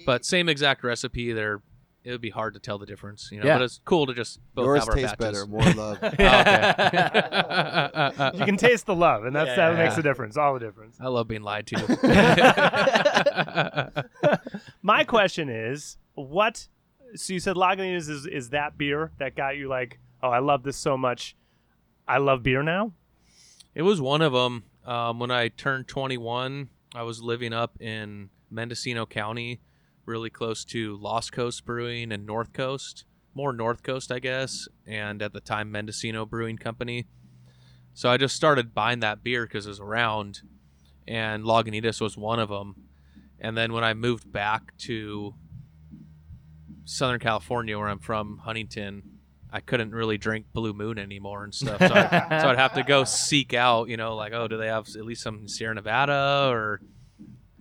[SPEAKER 3] but same exact recipe there it would be hard to tell the difference you know
[SPEAKER 1] Yeah.
[SPEAKER 3] but it's cool to just both
[SPEAKER 4] Yours
[SPEAKER 3] have our
[SPEAKER 4] tastes
[SPEAKER 3] batches
[SPEAKER 4] better, more love.
[SPEAKER 3] Oh, okay.
[SPEAKER 2] You can taste the love, and that's
[SPEAKER 1] Yeah.
[SPEAKER 2] that makes a difference. All the difference.
[SPEAKER 3] i love being lied to
[SPEAKER 2] My question is, what? So you said Lagunitas is is that beer that got you like, oh, I love this so much, I love beer now.
[SPEAKER 3] it was one of them um, when i turned 21 i was living up in mendocino county really close to lost coast brewing and north coast more north coast i guess and at the time mendocino brewing company so i just started buying that beer because it was around and lagunitas was one of them and then when i moved back to southern california where i'm from huntington i couldn't really drink blue moon anymore and stuff so I, so I'd have to go seek out, you know, like, oh, do they have at least some Sierra Nevada or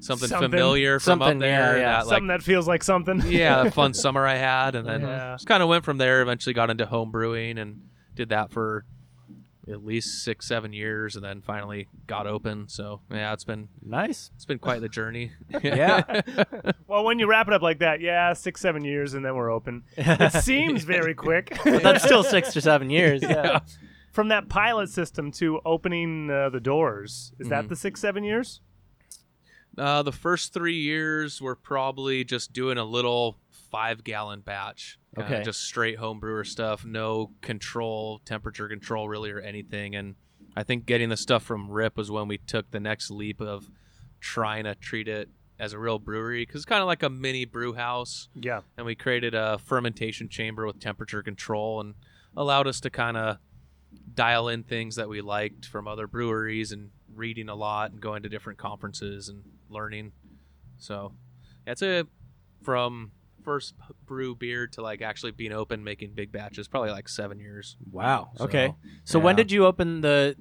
[SPEAKER 3] something,
[SPEAKER 2] Something-
[SPEAKER 3] familiar from
[SPEAKER 1] something,
[SPEAKER 3] up
[SPEAKER 1] yeah,
[SPEAKER 3] there?
[SPEAKER 1] yeah.
[SPEAKER 3] That, like,
[SPEAKER 2] Something that feels like something.
[SPEAKER 3] yeah, that fun summer I had, and then
[SPEAKER 2] Yeah.
[SPEAKER 3] just kind of went from there. Eventually got into home brewing and did that for at least six, seven years, and then finally got open. So yeah, it's been
[SPEAKER 1] nice.
[SPEAKER 3] it's been quite the journey.
[SPEAKER 1] Yeah.
[SPEAKER 2] well, when you wrap it up like that, yeah, six seven years, and then we're open. It seems very quick.
[SPEAKER 1] But that's still six or seven years. Yeah.
[SPEAKER 2] From that pilot system to opening uh, the doors, is that
[SPEAKER 3] Mhm.
[SPEAKER 2] the six seven years?
[SPEAKER 3] Uh, the first three years were probably just doing a little five gallon batch. kinda
[SPEAKER 1] Okay.
[SPEAKER 3] Just straight home brewer stuff, no control, temperature control really or anything. And I think getting the stuff from Rip was when we took the next leap of trying to treat it as a real brewery because it's kind of like a mini brew house.
[SPEAKER 2] Yeah.
[SPEAKER 3] And we created a fermentation chamber with temperature control and allowed us to kind of dial in things that we liked from other breweries and reading a lot and going to different conferences and learning. So that's a from first brew beer to like actually being open making big batches probably like seven years
[SPEAKER 1] Wow.
[SPEAKER 3] So,
[SPEAKER 1] okay. So when
[SPEAKER 3] yeah.
[SPEAKER 1] did you open the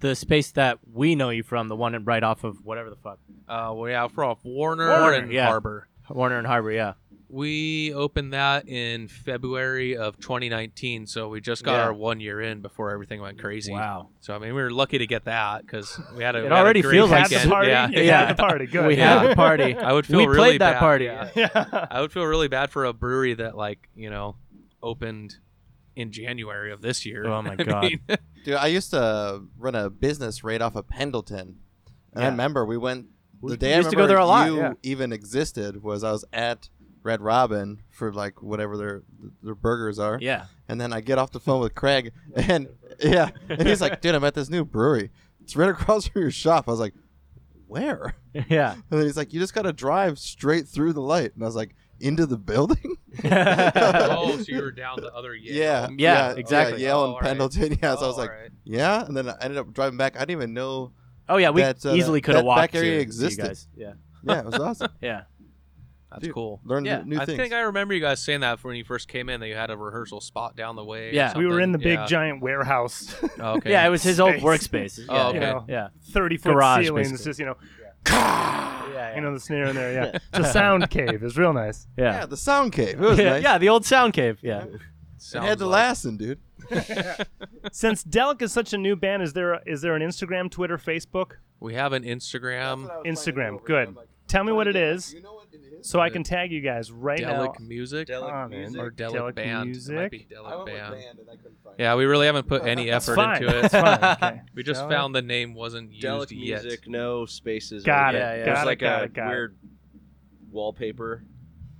[SPEAKER 1] the space that we know you from, the one right off of whatever the fuck
[SPEAKER 3] uh we have off warner,
[SPEAKER 1] Warner,
[SPEAKER 3] and
[SPEAKER 1] yeah.
[SPEAKER 3] harbor
[SPEAKER 1] Warner and Harbor? Yeah.
[SPEAKER 3] We opened that in February of 2019, so we just got
[SPEAKER 1] Yeah.
[SPEAKER 3] our one year in before everything went crazy.
[SPEAKER 1] Wow.
[SPEAKER 3] So I mean, we were lucky to get that because we had a.
[SPEAKER 1] It
[SPEAKER 3] we had a
[SPEAKER 1] already
[SPEAKER 3] great
[SPEAKER 1] feels like
[SPEAKER 2] Had the
[SPEAKER 3] weekend.
[SPEAKER 2] party.
[SPEAKER 3] Yeah,
[SPEAKER 2] You
[SPEAKER 1] Yeah.
[SPEAKER 2] had the party. Good.
[SPEAKER 1] We
[SPEAKER 3] Yeah.
[SPEAKER 1] had the party.
[SPEAKER 3] I would feel
[SPEAKER 1] we
[SPEAKER 3] really
[SPEAKER 1] played that
[SPEAKER 3] bad.
[SPEAKER 1] party.
[SPEAKER 3] Yeah.
[SPEAKER 2] yeah.
[SPEAKER 3] I would feel really bad for a brewery that like you know opened in January of this year.
[SPEAKER 1] Oh my
[SPEAKER 3] I
[SPEAKER 1] God.
[SPEAKER 3] mean,
[SPEAKER 4] Dude, I used to run a business right off of Pendleton, and I
[SPEAKER 1] Yeah.
[SPEAKER 4] remember we went.
[SPEAKER 1] We
[SPEAKER 4] The day I
[SPEAKER 1] used
[SPEAKER 4] remember
[SPEAKER 1] to go there a lot,
[SPEAKER 4] you
[SPEAKER 1] yeah.
[SPEAKER 4] even existed was I was at Red Robin for like whatever their their burgers are,
[SPEAKER 1] Yeah.
[SPEAKER 4] and then I get off the phone with Craig, and yeah, and he's like, "Dude, I'm at this new brewery. It's right across from your shop." I was like, "Where?"
[SPEAKER 1] Yeah.
[SPEAKER 4] And then he's like, "You just gotta drive straight through the light," and I was like, "Into the building?" yeah,
[SPEAKER 3] oh, so you were down the other year.
[SPEAKER 4] yeah,
[SPEAKER 1] Mm, exactly.
[SPEAKER 4] Yeah, Yale
[SPEAKER 3] Oh,
[SPEAKER 4] and
[SPEAKER 3] all right.
[SPEAKER 4] Pendleton. Yeah, so I was
[SPEAKER 3] Oh,
[SPEAKER 4] like,
[SPEAKER 3] alright.
[SPEAKER 4] "Yeah," and then I ended up driving back. I didn't even know
[SPEAKER 1] Oh yeah. We
[SPEAKER 4] That, uh,
[SPEAKER 1] easily
[SPEAKER 4] that-
[SPEAKER 1] could have
[SPEAKER 4] that
[SPEAKER 1] walked
[SPEAKER 4] back area
[SPEAKER 1] to- to
[SPEAKER 4] existed.
[SPEAKER 1] You guys. Yeah.
[SPEAKER 4] Yeah, it was awesome.
[SPEAKER 1] Yeah.
[SPEAKER 3] that's
[SPEAKER 4] Dude,
[SPEAKER 3] cool.
[SPEAKER 4] Learn
[SPEAKER 1] Yeah,
[SPEAKER 4] new
[SPEAKER 3] I
[SPEAKER 4] things.
[SPEAKER 3] think I remember you guys saying that when you first came in that you had a rehearsal spot down the way. or
[SPEAKER 1] Yeah.
[SPEAKER 2] We were in the
[SPEAKER 3] something.
[SPEAKER 2] big
[SPEAKER 3] Yeah.
[SPEAKER 2] giant warehouse,
[SPEAKER 3] Oh, okay.
[SPEAKER 1] Yeah. It was his old
[SPEAKER 2] Space.
[SPEAKER 1] workspace. Yeah.
[SPEAKER 3] Oh, okay.
[SPEAKER 2] you know,
[SPEAKER 1] Yeah.
[SPEAKER 2] 30 foot
[SPEAKER 1] Garage,
[SPEAKER 2] ceilings,
[SPEAKER 1] basically.
[SPEAKER 2] just, you know,
[SPEAKER 1] Yeah.
[SPEAKER 2] you know, the snare in there. Yeah. It's a sound cave. It's real nice.
[SPEAKER 4] yeah.
[SPEAKER 1] Yeah.
[SPEAKER 4] the sound cave. It was
[SPEAKER 1] Yeah,
[SPEAKER 4] nice.
[SPEAKER 1] yeah, the old sound cave. Yeah.
[SPEAKER 4] it
[SPEAKER 3] Sounds
[SPEAKER 4] had to
[SPEAKER 3] like-
[SPEAKER 4] last, dude.
[SPEAKER 2] Since Delic is such a new band, is there a, is there an Instagram, Twitter, Facebook?
[SPEAKER 3] We have an Instagram,
[SPEAKER 2] Um, Instagram. Good. Tell me what it is
[SPEAKER 4] know what it is?
[SPEAKER 2] so I can tag you guys right now.
[SPEAKER 3] Delic Music
[SPEAKER 2] Come on, man.
[SPEAKER 3] or Delic,
[SPEAKER 2] Delic
[SPEAKER 3] Band. It might
[SPEAKER 2] Music.
[SPEAKER 3] be Delic Band.
[SPEAKER 4] and I couldn't find
[SPEAKER 3] Yeah, we really haven't put any
[SPEAKER 2] It's
[SPEAKER 3] effort
[SPEAKER 2] fine.
[SPEAKER 3] into
[SPEAKER 2] It's
[SPEAKER 3] it.
[SPEAKER 2] fine. Okay.
[SPEAKER 3] we just
[SPEAKER 2] Delic-
[SPEAKER 3] found the name wasn't used
[SPEAKER 5] Delic
[SPEAKER 3] yet.
[SPEAKER 5] music, no spaces. or
[SPEAKER 2] Got it.
[SPEAKER 5] anything.
[SPEAKER 1] Yeah,
[SPEAKER 5] There's
[SPEAKER 2] Got it.
[SPEAKER 5] like
[SPEAKER 2] Got
[SPEAKER 5] a
[SPEAKER 2] it. Got it.
[SPEAKER 5] weird wallpaper.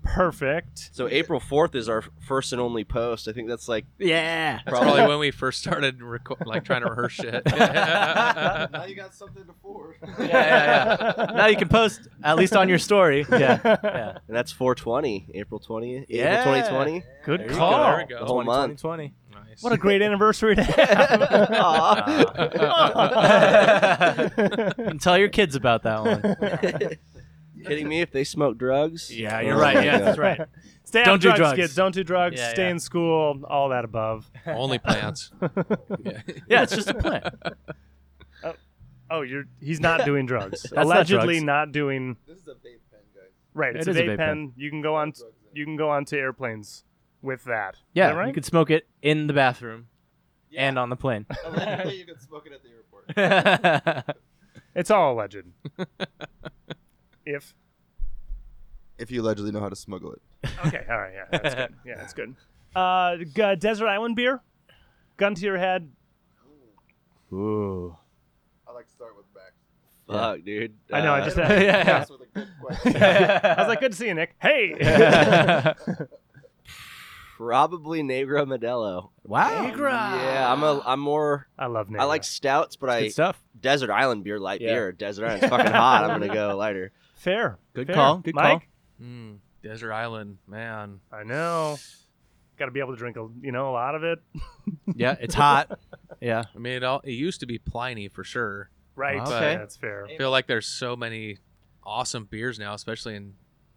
[SPEAKER 2] Perfect.
[SPEAKER 5] So April 4th is our first and only post. I think that's like
[SPEAKER 1] Yeah.
[SPEAKER 5] probably,
[SPEAKER 3] Probably when we first started reco- like trying to rehearse shit.
[SPEAKER 4] it.
[SPEAKER 3] yeah,
[SPEAKER 4] you got something to forward.
[SPEAKER 3] yeah, yeah.
[SPEAKER 1] now you can post at least on your story. Yeah. Yeah.
[SPEAKER 5] and that's 420, April 20th,
[SPEAKER 1] Yeah.
[SPEAKER 5] April 2020.
[SPEAKER 2] Good
[SPEAKER 1] you
[SPEAKER 2] call.
[SPEAKER 3] There we
[SPEAKER 5] The
[SPEAKER 3] go.
[SPEAKER 5] whole month.
[SPEAKER 1] 2020.
[SPEAKER 3] Nice.
[SPEAKER 2] What a great anniversary to have.
[SPEAKER 1] Aw. and tell your kids about that one.
[SPEAKER 5] Kidding me? If they smoke drugs? Oh,
[SPEAKER 1] Yeah,
[SPEAKER 5] you're right. Yeah, that's
[SPEAKER 1] right.
[SPEAKER 2] Stay
[SPEAKER 1] Don't
[SPEAKER 2] off
[SPEAKER 1] do
[SPEAKER 2] drugs,
[SPEAKER 1] drugs.
[SPEAKER 2] kids. Don't do drugs.
[SPEAKER 1] Yeah,
[SPEAKER 2] Stay
[SPEAKER 1] yeah.
[SPEAKER 2] in school. All that above.
[SPEAKER 3] Only plants. Yeah.
[SPEAKER 1] Yeah, it's just a plant.
[SPEAKER 2] Oh, you're he's not doing drugs.
[SPEAKER 1] not
[SPEAKER 2] Allegedly
[SPEAKER 1] drugs.
[SPEAKER 2] not doing
[SPEAKER 4] This is a vape pen, guys.
[SPEAKER 2] right.
[SPEAKER 1] It
[SPEAKER 2] It's a
[SPEAKER 1] is
[SPEAKER 2] vape, pen. You can go on. You can go onto airplanes with that. Is
[SPEAKER 1] Yeah,
[SPEAKER 2] that right?
[SPEAKER 1] you could smoke it in the bathroom and on the plane.
[SPEAKER 4] Allegedly, you can smoke it at the airport.
[SPEAKER 2] It's all alleged. if
[SPEAKER 4] If you allegedly know how to smuggle it.
[SPEAKER 2] okay, all right, yeah, that's good. Yeah, that's good. Uh, g- desert island beer, gun to your head.
[SPEAKER 1] Ooh.
[SPEAKER 4] I like to start with back.
[SPEAKER 5] Fuck, dude.
[SPEAKER 2] I know. I
[SPEAKER 5] Uh,
[SPEAKER 2] just
[SPEAKER 1] yeah.
[SPEAKER 4] with a good question.
[SPEAKER 2] I was like, good to see you, Nick. Hey,
[SPEAKER 5] probably Negro Modelo.
[SPEAKER 1] wow.
[SPEAKER 5] Yeah, I'm a. I'm more.
[SPEAKER 2] I love Nick.
[SPEAKER 5] I like stouts, but I
[SPEAKER 1] Good stuff.
[SPEAKER 5] desert island beer, light
[SPEAKER 1] Yeah.
[SPEAKER 5] beer. Desert island's fucking hot. I'm gonna go lighter.
[SPEAKER 2] fair.
[SPEAKER 1] Good
[SPEAKER 2] fair.
[SPEAKER 1] call, good
[SPEAKER 2] Mike?
[SPEAKER 3] Mm, Desert Island, man.
[SPEAKER 2] call. I know. Got to be able to drink, a, you know, a lot of it.
[SPEAKER 1] Yeah, it's hot. Yeah.
[SPEAKER 3] I mean, it all it used to be Pliny for sure.
[SPEAKER 2] Right.
[SPEAKER 1] Okay.
[SPEAKER 2] That's fair.
[SPEAKER 3] I feel like there's so many awesome beers now, especially in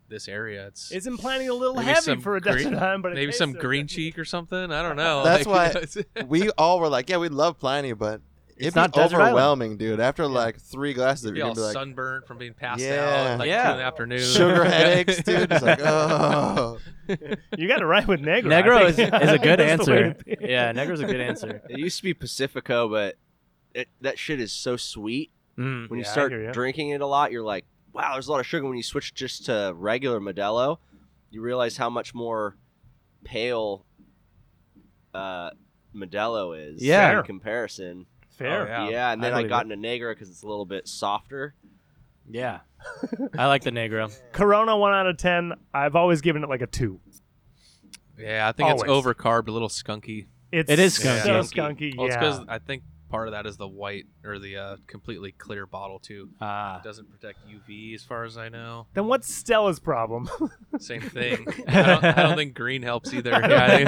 [SPEAKER 3] this area. It's
[SPEAKER 2] Isn't planning a little
[SPEAKER 3] Maybe
[SPEAKER 2] heavy
[SPEAKER 3] some
[SPEAKER 2] for a
[SPEAKER 3] green-
[SPEAKER 2] desert island, but it
[SPEAKER 3] maybe
[SPEAKER 2] tastes
[SPEAKER 3] some
[SPEAKER 2] so
[SPEAKER 3] green
[SPEAKER 2] good.
[SPEAKER 3] cheek or something. I don't know. Like,
[SPEAKER 4] That's why-
[SPEAKER 3] you know, it's-
[SPEAKER 4] we all were like, yeah, we love Pliny, but it'd
[SPEAKER 1] not
[SPEAKER 4] be
[SPEAKER 1] Desert Island.
[SPEAKER 4] overwhelming, dude. After like three glasses, of it,
[SPEAKER 3] be
[SPEAKER 4] you're
[SPEAKER 3] all
[SPEAKER 4] gonna be like,
[SPEAKER 3] sunburned from being passed out
[SPEAKER 4] Yeah.
[SPEAKER 3] at like
[SPEAKER 1] Yeah.
[SPEAKER 3] two in the afternoon.
[SPEAKER 4] sugar headaches, dude. It's like, oh.
[SPEAKER 2] You got to ride with Negro. I
[SPEAKER 1] Negro is,
[SPEAKER 2] think-
[SPEAKER 1] is a good
[SPEAKER 2] that's the way
[SPEAKER 1] answer.
[SPEAKER 2] to be.
[SPEAKER 1] Yeah, Negro's a good answer.
[SPEAKER 5] It used to be Pacifico, but it, that shit is so sweet.
[SPEAKER 1] Mm.
[SPEAKER 5] When you
[SPEAKER 2] Yeah, I
[SPEAKER 5] start
[SPEAKER 2] hear ya.
[SPEAKER 5] drinking it a lot, you're like, wow, there's a lot of sugar. When you switch just to regular Modelo, you realize how much more pale uh, Modelo is.
[SPEAKER 1] Yeah.
[SPEAKER 2] Fair.
[SPEAKER 5] In comparison.
[SPEAKER 2] Fair.
[SPEAKER 3] Oh, yeah.
[SPEAKER 5] Yeah. and then
[SPEAKER 1] I
[SPEAKER 5] I,
[SPEAKER 1] believe
[SPEAKER 5] got into Negra because it's a little bit softer.
[SPEAKER 1] Yeah. I like the Negro.
[SPEAKER 2] Corona one out of ten. I've always given it like a two.
[SPEAKER 3] Yeah, I think it's
[SPEAKER 2] Always.
[SPEAKER 3] overcarbed, a little skunky.
[SPEAKER 2] It's
[SPEAKER 1] It is
[SPEAKER 2] so
[SPEAKER 1] skunky.
[SPEAKER 2] skunky.
[SPEAKER 3] Well, it's
[SPEAKER 2] yeah.
[SPEAKER 3] because I think part of that is the white or the uh, completely clear bottle too.
[SPEAKER 1] Ah.
[SPEAKER 3] Doesn't protect UV as far as I know.
[SPEAKER 2] Then what's Stella's problem?
[SPEAKER 3] Same thing. I, don't, I don't think green helps either. Yeah, I think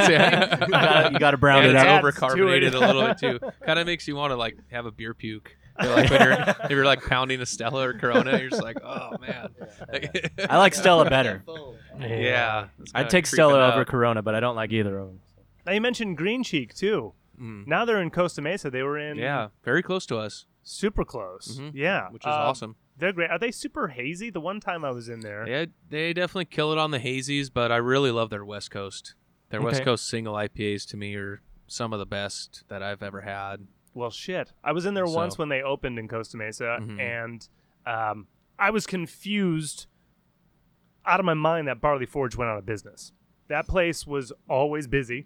[SPEAKER 3] it's-
[SPEAKER 1] you, gotta, you gotta brown
[SPEAKER 3] and
[SPEAKER 1] it
[SPEAKER 3] it's
[SPEAKER 1] out.
[SPEAKER 2] adds to
[SPEAKER 3] overcarbonated
[SPEAKER 2] it.
[SPEAKER 3] a little bit too. Kind of makes you want to like have a beer puke. You're like when you're if you're like pounding a Stella or Corona, you're just like, oh man.
[SPEAKER 1] I like Stella better.
[SPEAKER 3] yeah, it's
[SPEAKER 1] I'd take
[SPEAKER 3] kinda creeping
[SPEAKER 1] Stella over
[SPEAKER 3] out.
[SPEAKER 1] Corona, but I don't like either of them.
[SPEAKER 2] Now you mentioned Green Cheek too.
[SPEAKER 3] Mm.
[SPEAKER 2] Now they're in Costa Mesa. They were in
[SPEAKER 3] Yeah, very close to us,
[SPEAKER 2] super close.
[SPEAKER 3] Mhm.
[SPEAKER 2] Yeah,
[SPEAKER 3] which
[SPEAKER 2] Um,
[SPEAKER 3] is awesome.
[SPEAKER 2] They're great. Are they super hazy? The one time I was in there,
[SPEAKER 3] They they definitely kill it on the hazies, but I really love their West Coast. Their West
[SPEAKER 1] Okay.
[SPEAKER 3] Coast single IPAs to me are some of the best that I've ever had.
[SPEAKER 2] Well, shit. I was in there
[SPEAKER 3] So-
[SPEAKER 2] once when they opened in Costa Mesa,
[SPEAKER 1] Mm-hmm.
[SPEAKER 3] Mhm.
[SPEAKER 2] and um, I was confused out of my mind that Barley Forge went out of business. That place was always busy.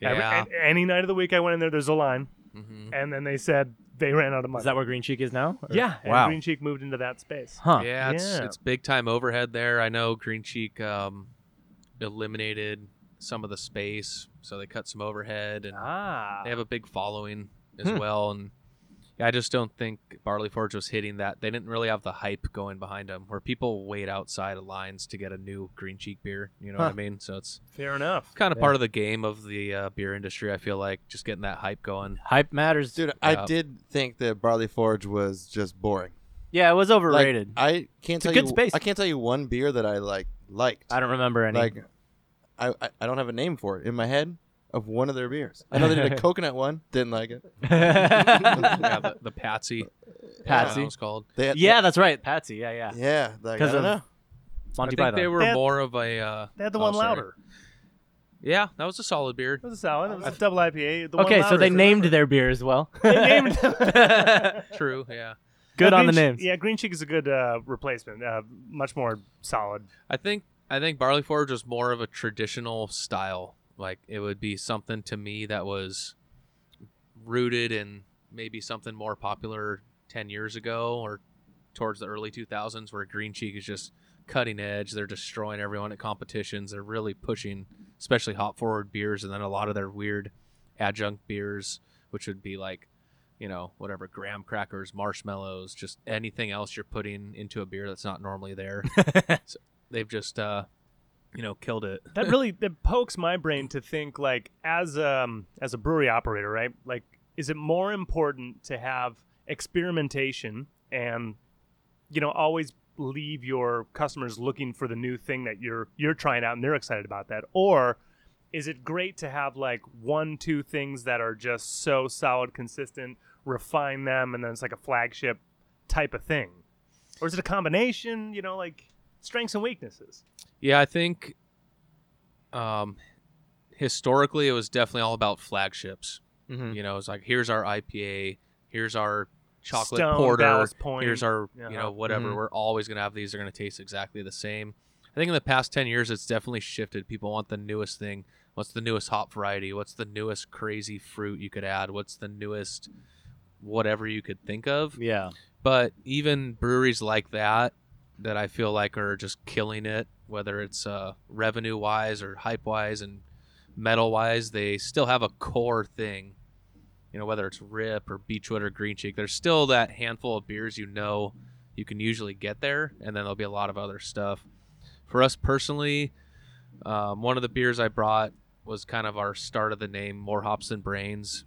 [SPEAKER 2] Every-
[SPEAKER 3] Yeah.
[SPEAKER 2] a- any night of the week I went in there, there's a line.
[SPEAKER 3] hmm
[SPEAKER 2] And then they said they ran out of
[SPEAKER 1] Mm-hmm.
[SPEAKER 2] money.
[SPEAKER 1] Is that where Green Cheek is now? Or-
[SPEAKER 2] yeah.
[SPEAKER 1] Wow.
[SPEAKER 2] And Green Cheek moved into that space.
[SPEAKER 1] Huh.
[SPEAKER 3] Yeah, it's
[SPEAKER 2] Yeah.
[SPEAKER 3] it's big time overhead there. I know Green Cheek um, eliminated some of the space, so they cut some overhead, and
[SPEAKER 2] Ah.
[SPEAKER 3] they have a big following as
[SPEAKER 1] Hmm.
[SPEAKER 3] well. And I just don't think Barley Forge was hitting that. They didn't really have the hype going behind them, where people wait outside of lines to get a new Green Cheek beer. You know what I
[SPEAKER 4] Huh.
[SPEAKER 3] mean? So it's
[SPEAKER 2] Fair enough.
[SPEAKER 3] kind of part of the game of the uh, beer industry. I feel like just getting that hype going.
[SPEAKER 1] Hype matters.
[SPEAKER 4] Dude, I
[SPEAKER 3] Yeah.
[SPEAKER 4] did think that Barley Forge was just boring.
[SPEAKER 1] Yeah, it was
[SPEAKER 4] Like,
[SPEAKER 1] overrated.
[SPEAKER 4] I can't
[SPEAKER 1] a
[SPEAKER 4] tell
[SPEAKER 1] good
[SPEAKER 4] you.
[SPEAKER 1] space.
[SPEAKER 4] I can't tell you one beer that I like liked.
[SPEAKER 1] I, don't remember any.
[SPEAKER 4] uh, like, I, I I don't have a name for it in my head of one of their beers. I know they did a coconut one. Didn't like it.
[SPEAKER 3] yeah, the, the Patsy.
[SPEAKER 1] Patsy.
[SPEAKER 3] it's called.
[SPEAKER 4] They had,
[SPEAKER 1] yeah, that's right. Patsy. Yeah, yeah.
[SPEAKER 4] Yeah. Like, I
[SPEAKER 1] Because
[SPEAKER 4] don't
[SPEAKER 1] of
[SPEAKER 4] know.
[SPEAKER 3] I
[SPEAKER 1] Monty
[SPEAKER 3] think they
[SPEAKER 1] Python.
[SPEAKER 3] were
[SPEAKER 2] That-
[SPEAKER 3] more of a. Uh,
[SPEAKER 2] They had the
[SPEAKER 3] oh,
[SPEAKER 2] one
[SPEAKER 3] sorry.
[SPEAKER 2] louder.
[SPEAKER 3] Yeah, that was a solid beer.
[SPEAKER 2] It was a salad. It was a double IPA. The one
[SPEAKER 1] Okay, so
[SPEAKER 2] louder.
[SPEAKER 1] they named their beer as well.
[SPEAKER 2] They named
[SPEAKER 3] True. Yeah.
[SPEAKER 1] Good
[SPEAKER 2] No,
[SPEAKER 1] on the
[SPEAKER 2] Green Che-
[SPEAKER 1] names.
[SPEAKER 2] Yeah, Green Cheek is a good uh, replacement. Uh, much more solid.
[SPEAKER 3] I think I think Barley Forge was more of a traditional style. Like it would be something to me that was rooted in maybe something more popular ten years ago or towards the early two thousands where Green Cheek is just cutting edge. They're destroying everyone at competitions. They're really pushing especially hop forward beers and then a lot of their weird adjunct beers, which would be like, you know, whatever, graham crackers, marshmallows, just anything else you're putting into a beer that's not normally there. so they've just uh you know, killed it.
[SPEAKER 2] that really that pokes my brain to think like as um as a brewery operator right like is it more important to have experimentation and you know always leave your customers looking for the new thing that you're you're trying out and they're excited about that or is it great to have like one two things that are just so solid consistent refine them and then it's like a flagship type of thing or is it a combination you know like strengths and weaknesses
[SPEAKER 3] Yeah, I think um historically it was definitely all about flagships.
[SPEAKER 1] Mm-hmm.
[SPEAKER 4] Mhm.
[SPEAKER 3] You know, it's like here's our IPA, here's our chocolate
[SPEAKER 2] Stone,
[SPEAKER 3] porter,
[SPEAKER 2] Ballast Point.
[SPEAKER 3] here's our you
[SPEAKER 2] Yeah.
[SPEAKER 3] know whatever
[SPEAKER 4] Mhm.
[SPEAKER 3] we're always going to have these are going to taste exactly the same i think in the past 10 years it's definitely shifted people want the newest thing what's the newest hop variety what's the newest crazy fruit you could add what's the newest whatever you could think of
[SPEAKER 1] Yeah.
[SPEAKER 3] but even breweries like that that I feel like are just killing it, whether it's uh, revenue wise or hype wise and metal wise, they still have a core thing. You know, whether it's Rip or Beechwood or Green Cheek, there's still that handful of beers you know you can usually get there, and then there'll be a lot of other stuff. For us personally, um, one of the beers I brought was kind of our start of the name, More Hops Than Brains,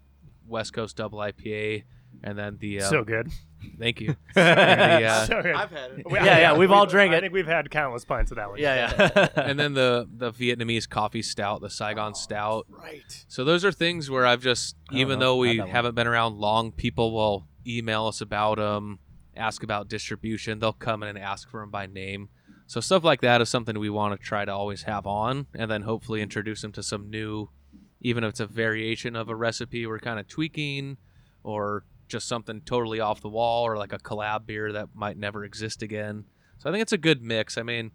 [SPEAKER 3] West Coast Double IPA, and then the uh,
[SPEAKER 2] so good
[SPEAKER 3] Thank you. and, the, uh,
[SPEAKER 2] So good.
[SPEAKER 4] I've had it.
[SPEAKER 1] Yeah, yeah, we've all drank
[SPEAKER 2] I
[SPEAKER 1] it.
[SPEAKER 2] think we've had countless pints of that one.
[SPEAKER 1] Yeah, yeah.
[SPEAKER 3] and then the the Vietnamese coffee stout, the Saigon stout.
[SPEAKER 4] Right.
[SPEAKER 3] So those are things where I've just,
[SPEAKER 1] I don't
[SPEAKER 3] even
[SPEAKER 1] know.
[SPEAKER 3] though we
[SPEAKER 1] Had that one.
[SPEAKER 3] haven't been around long, people will email us about them, ask about distribution. They'll come in and ask for them by name. So stuff like that is something we want to try to always have on, and then hopefully introduce them to some new, even if it's a variation of a recipe we're kind of tweaking, or just something totally off the wall, or like a collab beer that might never exist again. So I think it's a good mix. I mean,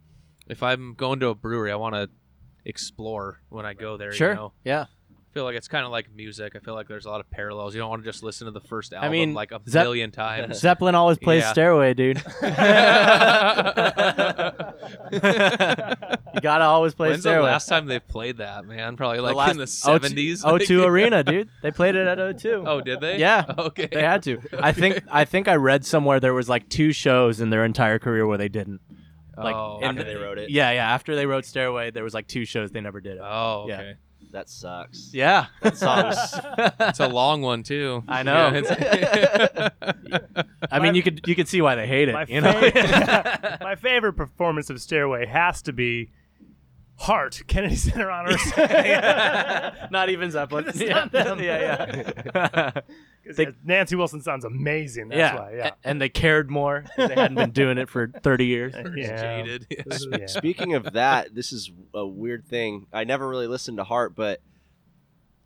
[SPEAKER 3] if I'm going to a brewery, I want to explore when I go there. You
[SPEAKER 1] sure.
[SPEAKER 3] know?
[SPEAKER 1] Yeah.
[SPEAKER 3] I feel like it's kind of like music. I feel like there's a lot of parallels. You don't want to just listen to the first album
[SPEAKER 1] mean,
[SPEAKER 3] like a
[SPEAKER 1] Zep-
[SPEAKER 3] billion times.
[SPEAKER 1] Zeppelin always plays
[SPEAKER 3] Yeah.
[SPEAKER 1] Stairway, dude. you gotta always play
[SPEAKER 3] When's the
[SPEAKER 1] Stairway.
[SPEAKER 3] last time they played that, man? Probably like in the
[SPEAKER 1] O-
[SPEAKER 3] seventies.
[SPEAKER 1] O2 Arena, dude. They played it at O2.
[SPEAKER 3] Oh, did they?
[SPEAKER 1] Yeah.
[SPEAKER 3] Okay.
[SPEAKER 1] They had to. I think I think I read somewhere there was like two shows in their entire career where they didn't. Like
[SPEAKER 3] oh,
[SPEAKER 1] in
[SPEAKER 5] After they wrote it.
[SPEAKER 1] Yeah, yeah. After they wrote Stairway, there was like two shows they never did it.
[SPEAKER 3] oh,
[SPEAKER 1] Yeah.
[SPEAKER 3] okay.
[SPEAKER 5] That sucks.
[SPEAKER 1] yeah.
[SPEAKER 5] That song's
[SPEAKER 3] It's a long one too.
[SPEAKER 1] I know.
[SPEAKER 3] Yeah, it's-
[SPEAKER 1] I mean, you could you could see why they hate it.
[SPEAKER 2] My,
[SPEAKER 1] you know.
[SPEAKER 2] fa- my favorite performance of Stairway has to be Heart, Kennedy Center Honor Society.
[SPEAKER 1] not even Zeppelin.
[SPEAKER 2] It's
[SPEAKER 1] yeah.
[SPEAKER 2] not them.
[SPEAKER 1] yeah, yeah.
[SPEAKER 2] 'Cause,
[SPEAKER 1] They-
[SPEAKER 2] yeah, Nancy Wilson sounds amazing. That's
[SPEAKER 1] yeah.
[SPEAKER 2] why. Yeah.
[SPEAKER 1] A- And they cared more. 'cause They hadn't been doing it for 30 years.
[SPEAKER 2] Yeah.
[SPEAKER 3] Jaded. Yeah.
[SPEAKER 2] Yeah.
[SPEAKER 5] Speaking of that, this is a weird thing. I never really listened to Heart, but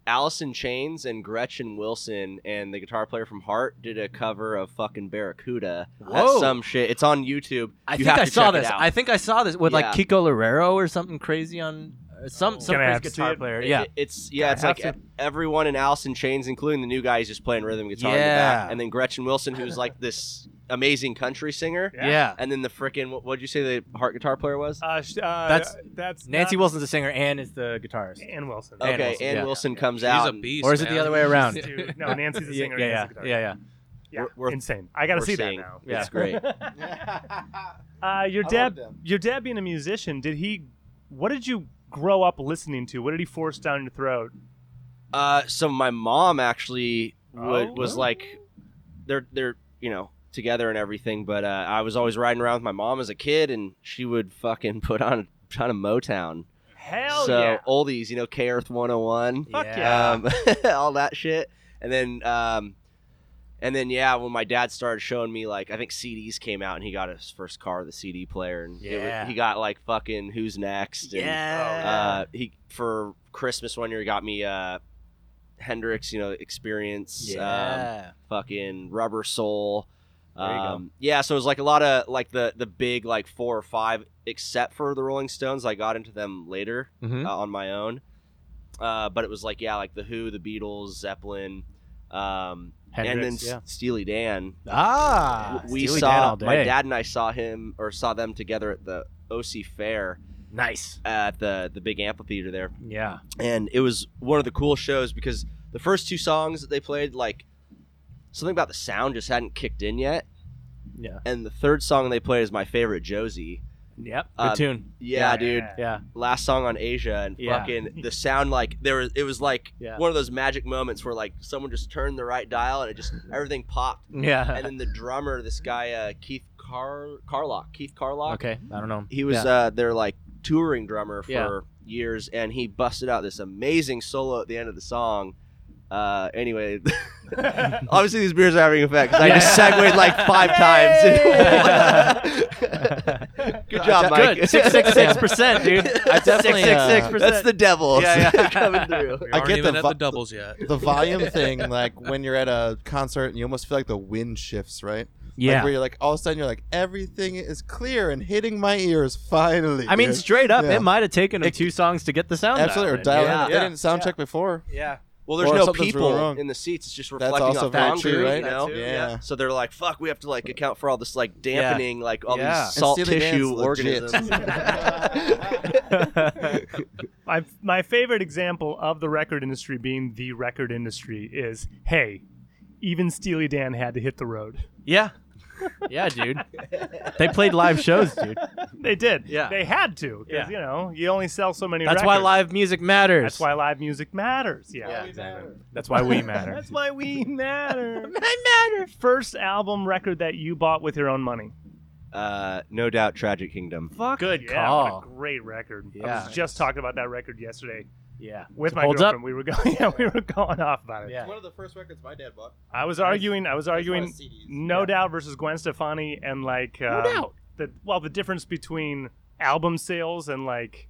[SPEAKER 5] Allison Chains and Gretchen Wilson and the guitar player from Heart did a cover of fucking Barracuda. That's
[SPEAKER 1] Whoa.
[SPEAKER 5] some shit. It's on YouTube.
[SPEAKER 1] I
[SPEAKER 5] You
[SPEAKER 1] think
[SPEAKER 5] have
[SPEAKER 1] I
[SPEAKER 5] to
[SPEAKER 1] saw
[SPEAKER 5] check it
[SPEAKER 1] this.
[SPEAKER 5] out.
[SPEAKER 1] I think I saw this with like
[SPEAKER 5] Yeah.
[SPEAKER 1] Kiko Lorero or something crazy on uh, some some
[SPEAKER 2] Gonna
[SPEAKER 1] crazy
[SPEAKER 2] have to see
[SPEAKER 1] guitar
[SPEAKER 2] it.
[SPEAKER 1] player.
[SPEAKER 5] It-
[SPEAKER 1] Yeah.
[SPEAKER 5] it- it's yeah,
[SPEAKER 2] I
[SPEAKER 5] it's like
[SPEAKER 2] have
[SPEAKER 5] e- everyone in Allison Chains, including the new guy, is just playing rhythm guitar in the
[SPEAKER 1] Yeah.
[SPEAKER 5] back, and then Gretchen Wilson, who's like this amazing country singer,
[SPEAKER 2] Yeah.
[SPEAKER 1] yeah,
[SPEAKER 5] and then the frickin' what would you say the Heart guitar player was?
[SPEAKER 2] Uh, sh- uh,
[SPEAKER 1] That's-
[SPEAKER 2] that's
[SPEAKER 1] Nancy
[SPEAKER 2] not-
[SPEAKER 1] Wilson's a singer and is the guitarist,
[SPEAKER 2] Ann Wilson.
[SPEAKER 1] Ann
[SPEAKER 5] okay,
[SPEAKER 1] Wilson,
[SPEAKER 5] Ann
[SPEAKER 1] yeah.
[SPEAKER 5] Wilson comes
[SPEAKER 3] He's
[SPEAKER 5] out.
[SPEAKER 3] a
[SPEAKER 5] and
[SPEAKER 3] beast.
[SPEAKER 1] or is it the
[SPEAKER 3] man.
[SPEAKER 1] other way around?
[SPEAKER 2] Dude, no, Nancy's a
[SPEAKER 1] yeah,
[SPEAKER 2] singer.
[SPEAKER 1] yeah,
[SPEAKER 2] Nancy's a
[SPEAKER 1] yeah,
[SPEAKER 2] guitarist.
[SPEAKER 1] yeah.
[SPEAKER 2] Yeah,
[SPEAKER 5] We're- we're-
[SPEAKER 2] insane. I gotta
[SPEAKER 5] we're
[SPEAKER 2] see that
[SPEAKER 5] seeing.
[SPEAKER 2] now.
[SPEAKER 1] Yeah.
[SPEAKER 5] It's great.
[SPEAKER 2] Uh, your
[SPEAKER 4] I
[SPEAKER 2] dad,
[SPEAKER 4] loved him.
[SPEAKER 2] your dad being a musician, did he? What did you grow up listening to? What did he force down your throat?
[SPEAKER 5] Uh, so my mom actually would,
[SPEAKER 2] Oh.
[SPEAKER 5] was like, they're they're you know together and everything, but uh, I was always riding around with my mom as a kid, and she would fucking put on a ton of Motown.
[SPEAKER 2] Hell
[SPEAKER 5] so
[SPEAKER 2] yeah!
[SPEAKER 5] oldies, you know, K Earth 101,
[SPEAKER 2] Fuck yeah.
[SPEAKER 5] um, all that shit, and then um, and then yeah, when my dad started showing me like I think CDs came out, and he got his first car, the CD player, and it was-
[SPEAKER 1] Yeah.
[SPEAKER 5] he got like fucking Who's Next, and
[SPEAKER 1] Yeah.
[SPEAKER 5] uh, he for Christmas one year he got me uh Hendrix, you know, experience, um,
[SPEAKER 1] yeah.
[SPEAKER 5] fucking Rubber Soul.
[SPEAKER 1] There you go.
[SPEAKER 5] Um, yeah, so it was like a lot of like the the big like four or five, except for the Rolling Stones. I got into them later
[SPEAKER 1] Mhm.
[SPEAKER 5] uh, on my own, uh, but it was like yeah, like the Who, the Beatles, Zeppelin, um, and then
[SPEAKER 1] Hendrix,
[SPEAKER 5] S-
[SPEAKER 1] yeah.
[SPEAKER 5] Steely Dan.
[SPEAKER 1] Ah,
[SPEAKER 5] W- we
[SPEAKER 1] Steely Dan
[SPEAKER 5] saw
[SPEAKER 1] all day.
[SPEAKER 5] my dad and I saw him or saw them together at the OC Fair
[SPEAKER 1] Nice.
[SPEAKER 5] at the the big amphitheater there
[SPEAKER 1] Yeah.
[SPEAKER 5] and it was one of the cool shows because the first two songs that they played like something about the sound just hadn't kicked in yet
[SPEAKER 1] Yeah.
[SPEAKER 5] and the third song they played is my favorite josie
[SPEAKER 1] Yep. Good
[SPEAKER 5] Uh,
[SPEAKER 1] tune.
[SPEAKER 5] yeah,
[SPEAKER 1] Yeah.
[SPEAKER 5] dude
[SPEAKER 1] Yeah.
[SPEAKER 5] last song on asia and
[SPEAKER 1] Yeah.
[SPEAKER 5] fucking the sound like there was it was like
[SPEAKER 1] Yeah.
[SPEAKER 5] one of those magic moments where like someone just turned the right dial and it just everything popped
[SPEAKER 1] Yeah.
[SPEAKER 5] and then the drummer this guy uh, keith Car- carlock keith carlock
[SPEAKER 1] okay. I don't know.
[SPEAKER 5] he was
[SPEAKER 1] Yeah.
[SPEAKER 5] uh, their like touring drummer for
[SPEAKER 1] Yeah.
[SPEAKER 5] years, and he busted out this amazing solo at the end of the song. Uh, anyway, obviously these beers are having effects. I just
[SPEAKER 1] Yeah.
[SPEAKER 5] segued like five times. Good job, uh, Mike.
[SPEAKER 1] Good. Six six six percent, dude. I definitely.
[SPEAKER 5] Six,
[SPEAKER 1] uh,
[SPEAKER 5] six, six That's the devil
[SPEAKER 1] Yeah, yeah.
[SPEAKER 5] coming through.
[SPEAKER 3] We
[SPEAKER 4] I
[SPEAKER 3] aren't
[SPEAKER 4] get
[SPEAKER 3] even
[SPEAKER 4] the
[SPEAKER 3] at
[SPEAKER 4] vi-
[SPEAKER 3] the doubles yet.
[SPEAKER 4] the volume thing, like when you're at a concert and you almost feel like the wind shifts, right? Like,
[SPEAKER 1] Yeah.
[SPEAKER 4] where you're like all of a sudden you're like everything is clear and hitting my ears finally.
[SPEAKER 1] I mean,
[SPEAKER 4] dude.
[SPEAKER 1] straight up,
[SPEAKER 4] Yeah.
[SPEAKER 1] it might have taken him
[SPEAKER 4] It-
[SPEAKER 1] two songs to get the sound.
[SPEAKER 4] absolutely. Or
[SPEAKER 1] dialed in.
[SPEAKER 4] dial in.
[SPEAKER 5] Yeah.
[SPEAKER 4] They
[SPEAKER 5] Yeah.
[SPEAKER 4] didn't sound check before.
[SPEAKER 1] Yeah.
[SPEAKER 5] Well, there's
[SPEAKER 4] Or
[SPEAKER 5] no
[SPEAKER 4] something's
[SPEAKER 5] people
[SPEAKER 4] really wrong.
[SPEAKER 5] in the seats. It's just
[SPEAKER 4] That's
[SPEAKER 5] reflecting
[SPEAKER 4] also
[SPEAKER 5] off
[SPEAKER 4] very
[SPEAKER 5] concrete,
[SPEAKER 4] true, right?
[SPEAKER 5] you know.
[SPEAKER 1] That too,
[SPEAKER 4] yeah.
[SPEAKER 5] So they're like, "Fuck, we have to like account for all this like
[SPEAKER 1] Yeah.
[SPEAKER 5] dampening, like all
[SPEAKER 1] Yeah. And
[SPEAKER 5] these salt
[SPEAKER 4] Steely Dan's
[SPEAKER 5] tissue
[SPEAKER 4] legit.
[SPEAKER 5] organisms."
[SPEAKER 2] My my favorite example of the record industry being the record industry is hey, even Steely Dan had to hit the road.
[SPEAKER 1] Yeah. Yeah, dude. they played live shows, dude.
[SPEAKER 2] They did.
[SPEAKER 1] Yeah.
[SPEAKER 2] They had to. 'cause,
[SPEAKER 1] Yeah.
[SPEAKER 2] You know, you only sell so many.
[SPEAKER 1] That's why
[SPEAKER 2] records.
[SPEAKER 1] live music matters.
[SPEAKER 2] That's why live music matters. Yeah.
[SPEAKER 1] exactly. That's why we matter.
[SPEAKER 2] That's why we matter. I matter. First album record that you bought with your own money.
[SPEAKER 5] uh, no doubt, Tragic Kingdom.
[SPEAKER 2] Fuck.
[SPEAKER 1] Good
[SPEAKER 2] yeah,
[SPEAKER 1] call.
[SPEAKER 2] What a great record. I
[SPEAKER 1] Yeah.
[SPEAKER 2] was just talking about that record yesterday
[SPEAKER 1] yeah.
[SPEAKER 2] with
[SPEAKER 1] So
[SPEAKER 2] my
[SPEAKER 1] holds
[SPEAKER 2] girlfriend.
[SPEAKER 1] up.
[SPEAKER 2] We were going. Yeah, we were going off about it.
[SPEAKER 1] Yeah.
[SPEAKER 4] of the first records my dad bought.
[SPEAKER 2] I was arguing. I was arguing.
[SPEAKER 4] CDs.
[SPEAKER 2] No doubt versus Gwen Stefani and like. Um,
[SPEAKER 1] Doubt.
[SPEAKER 2] The, well, the difference between album sales and like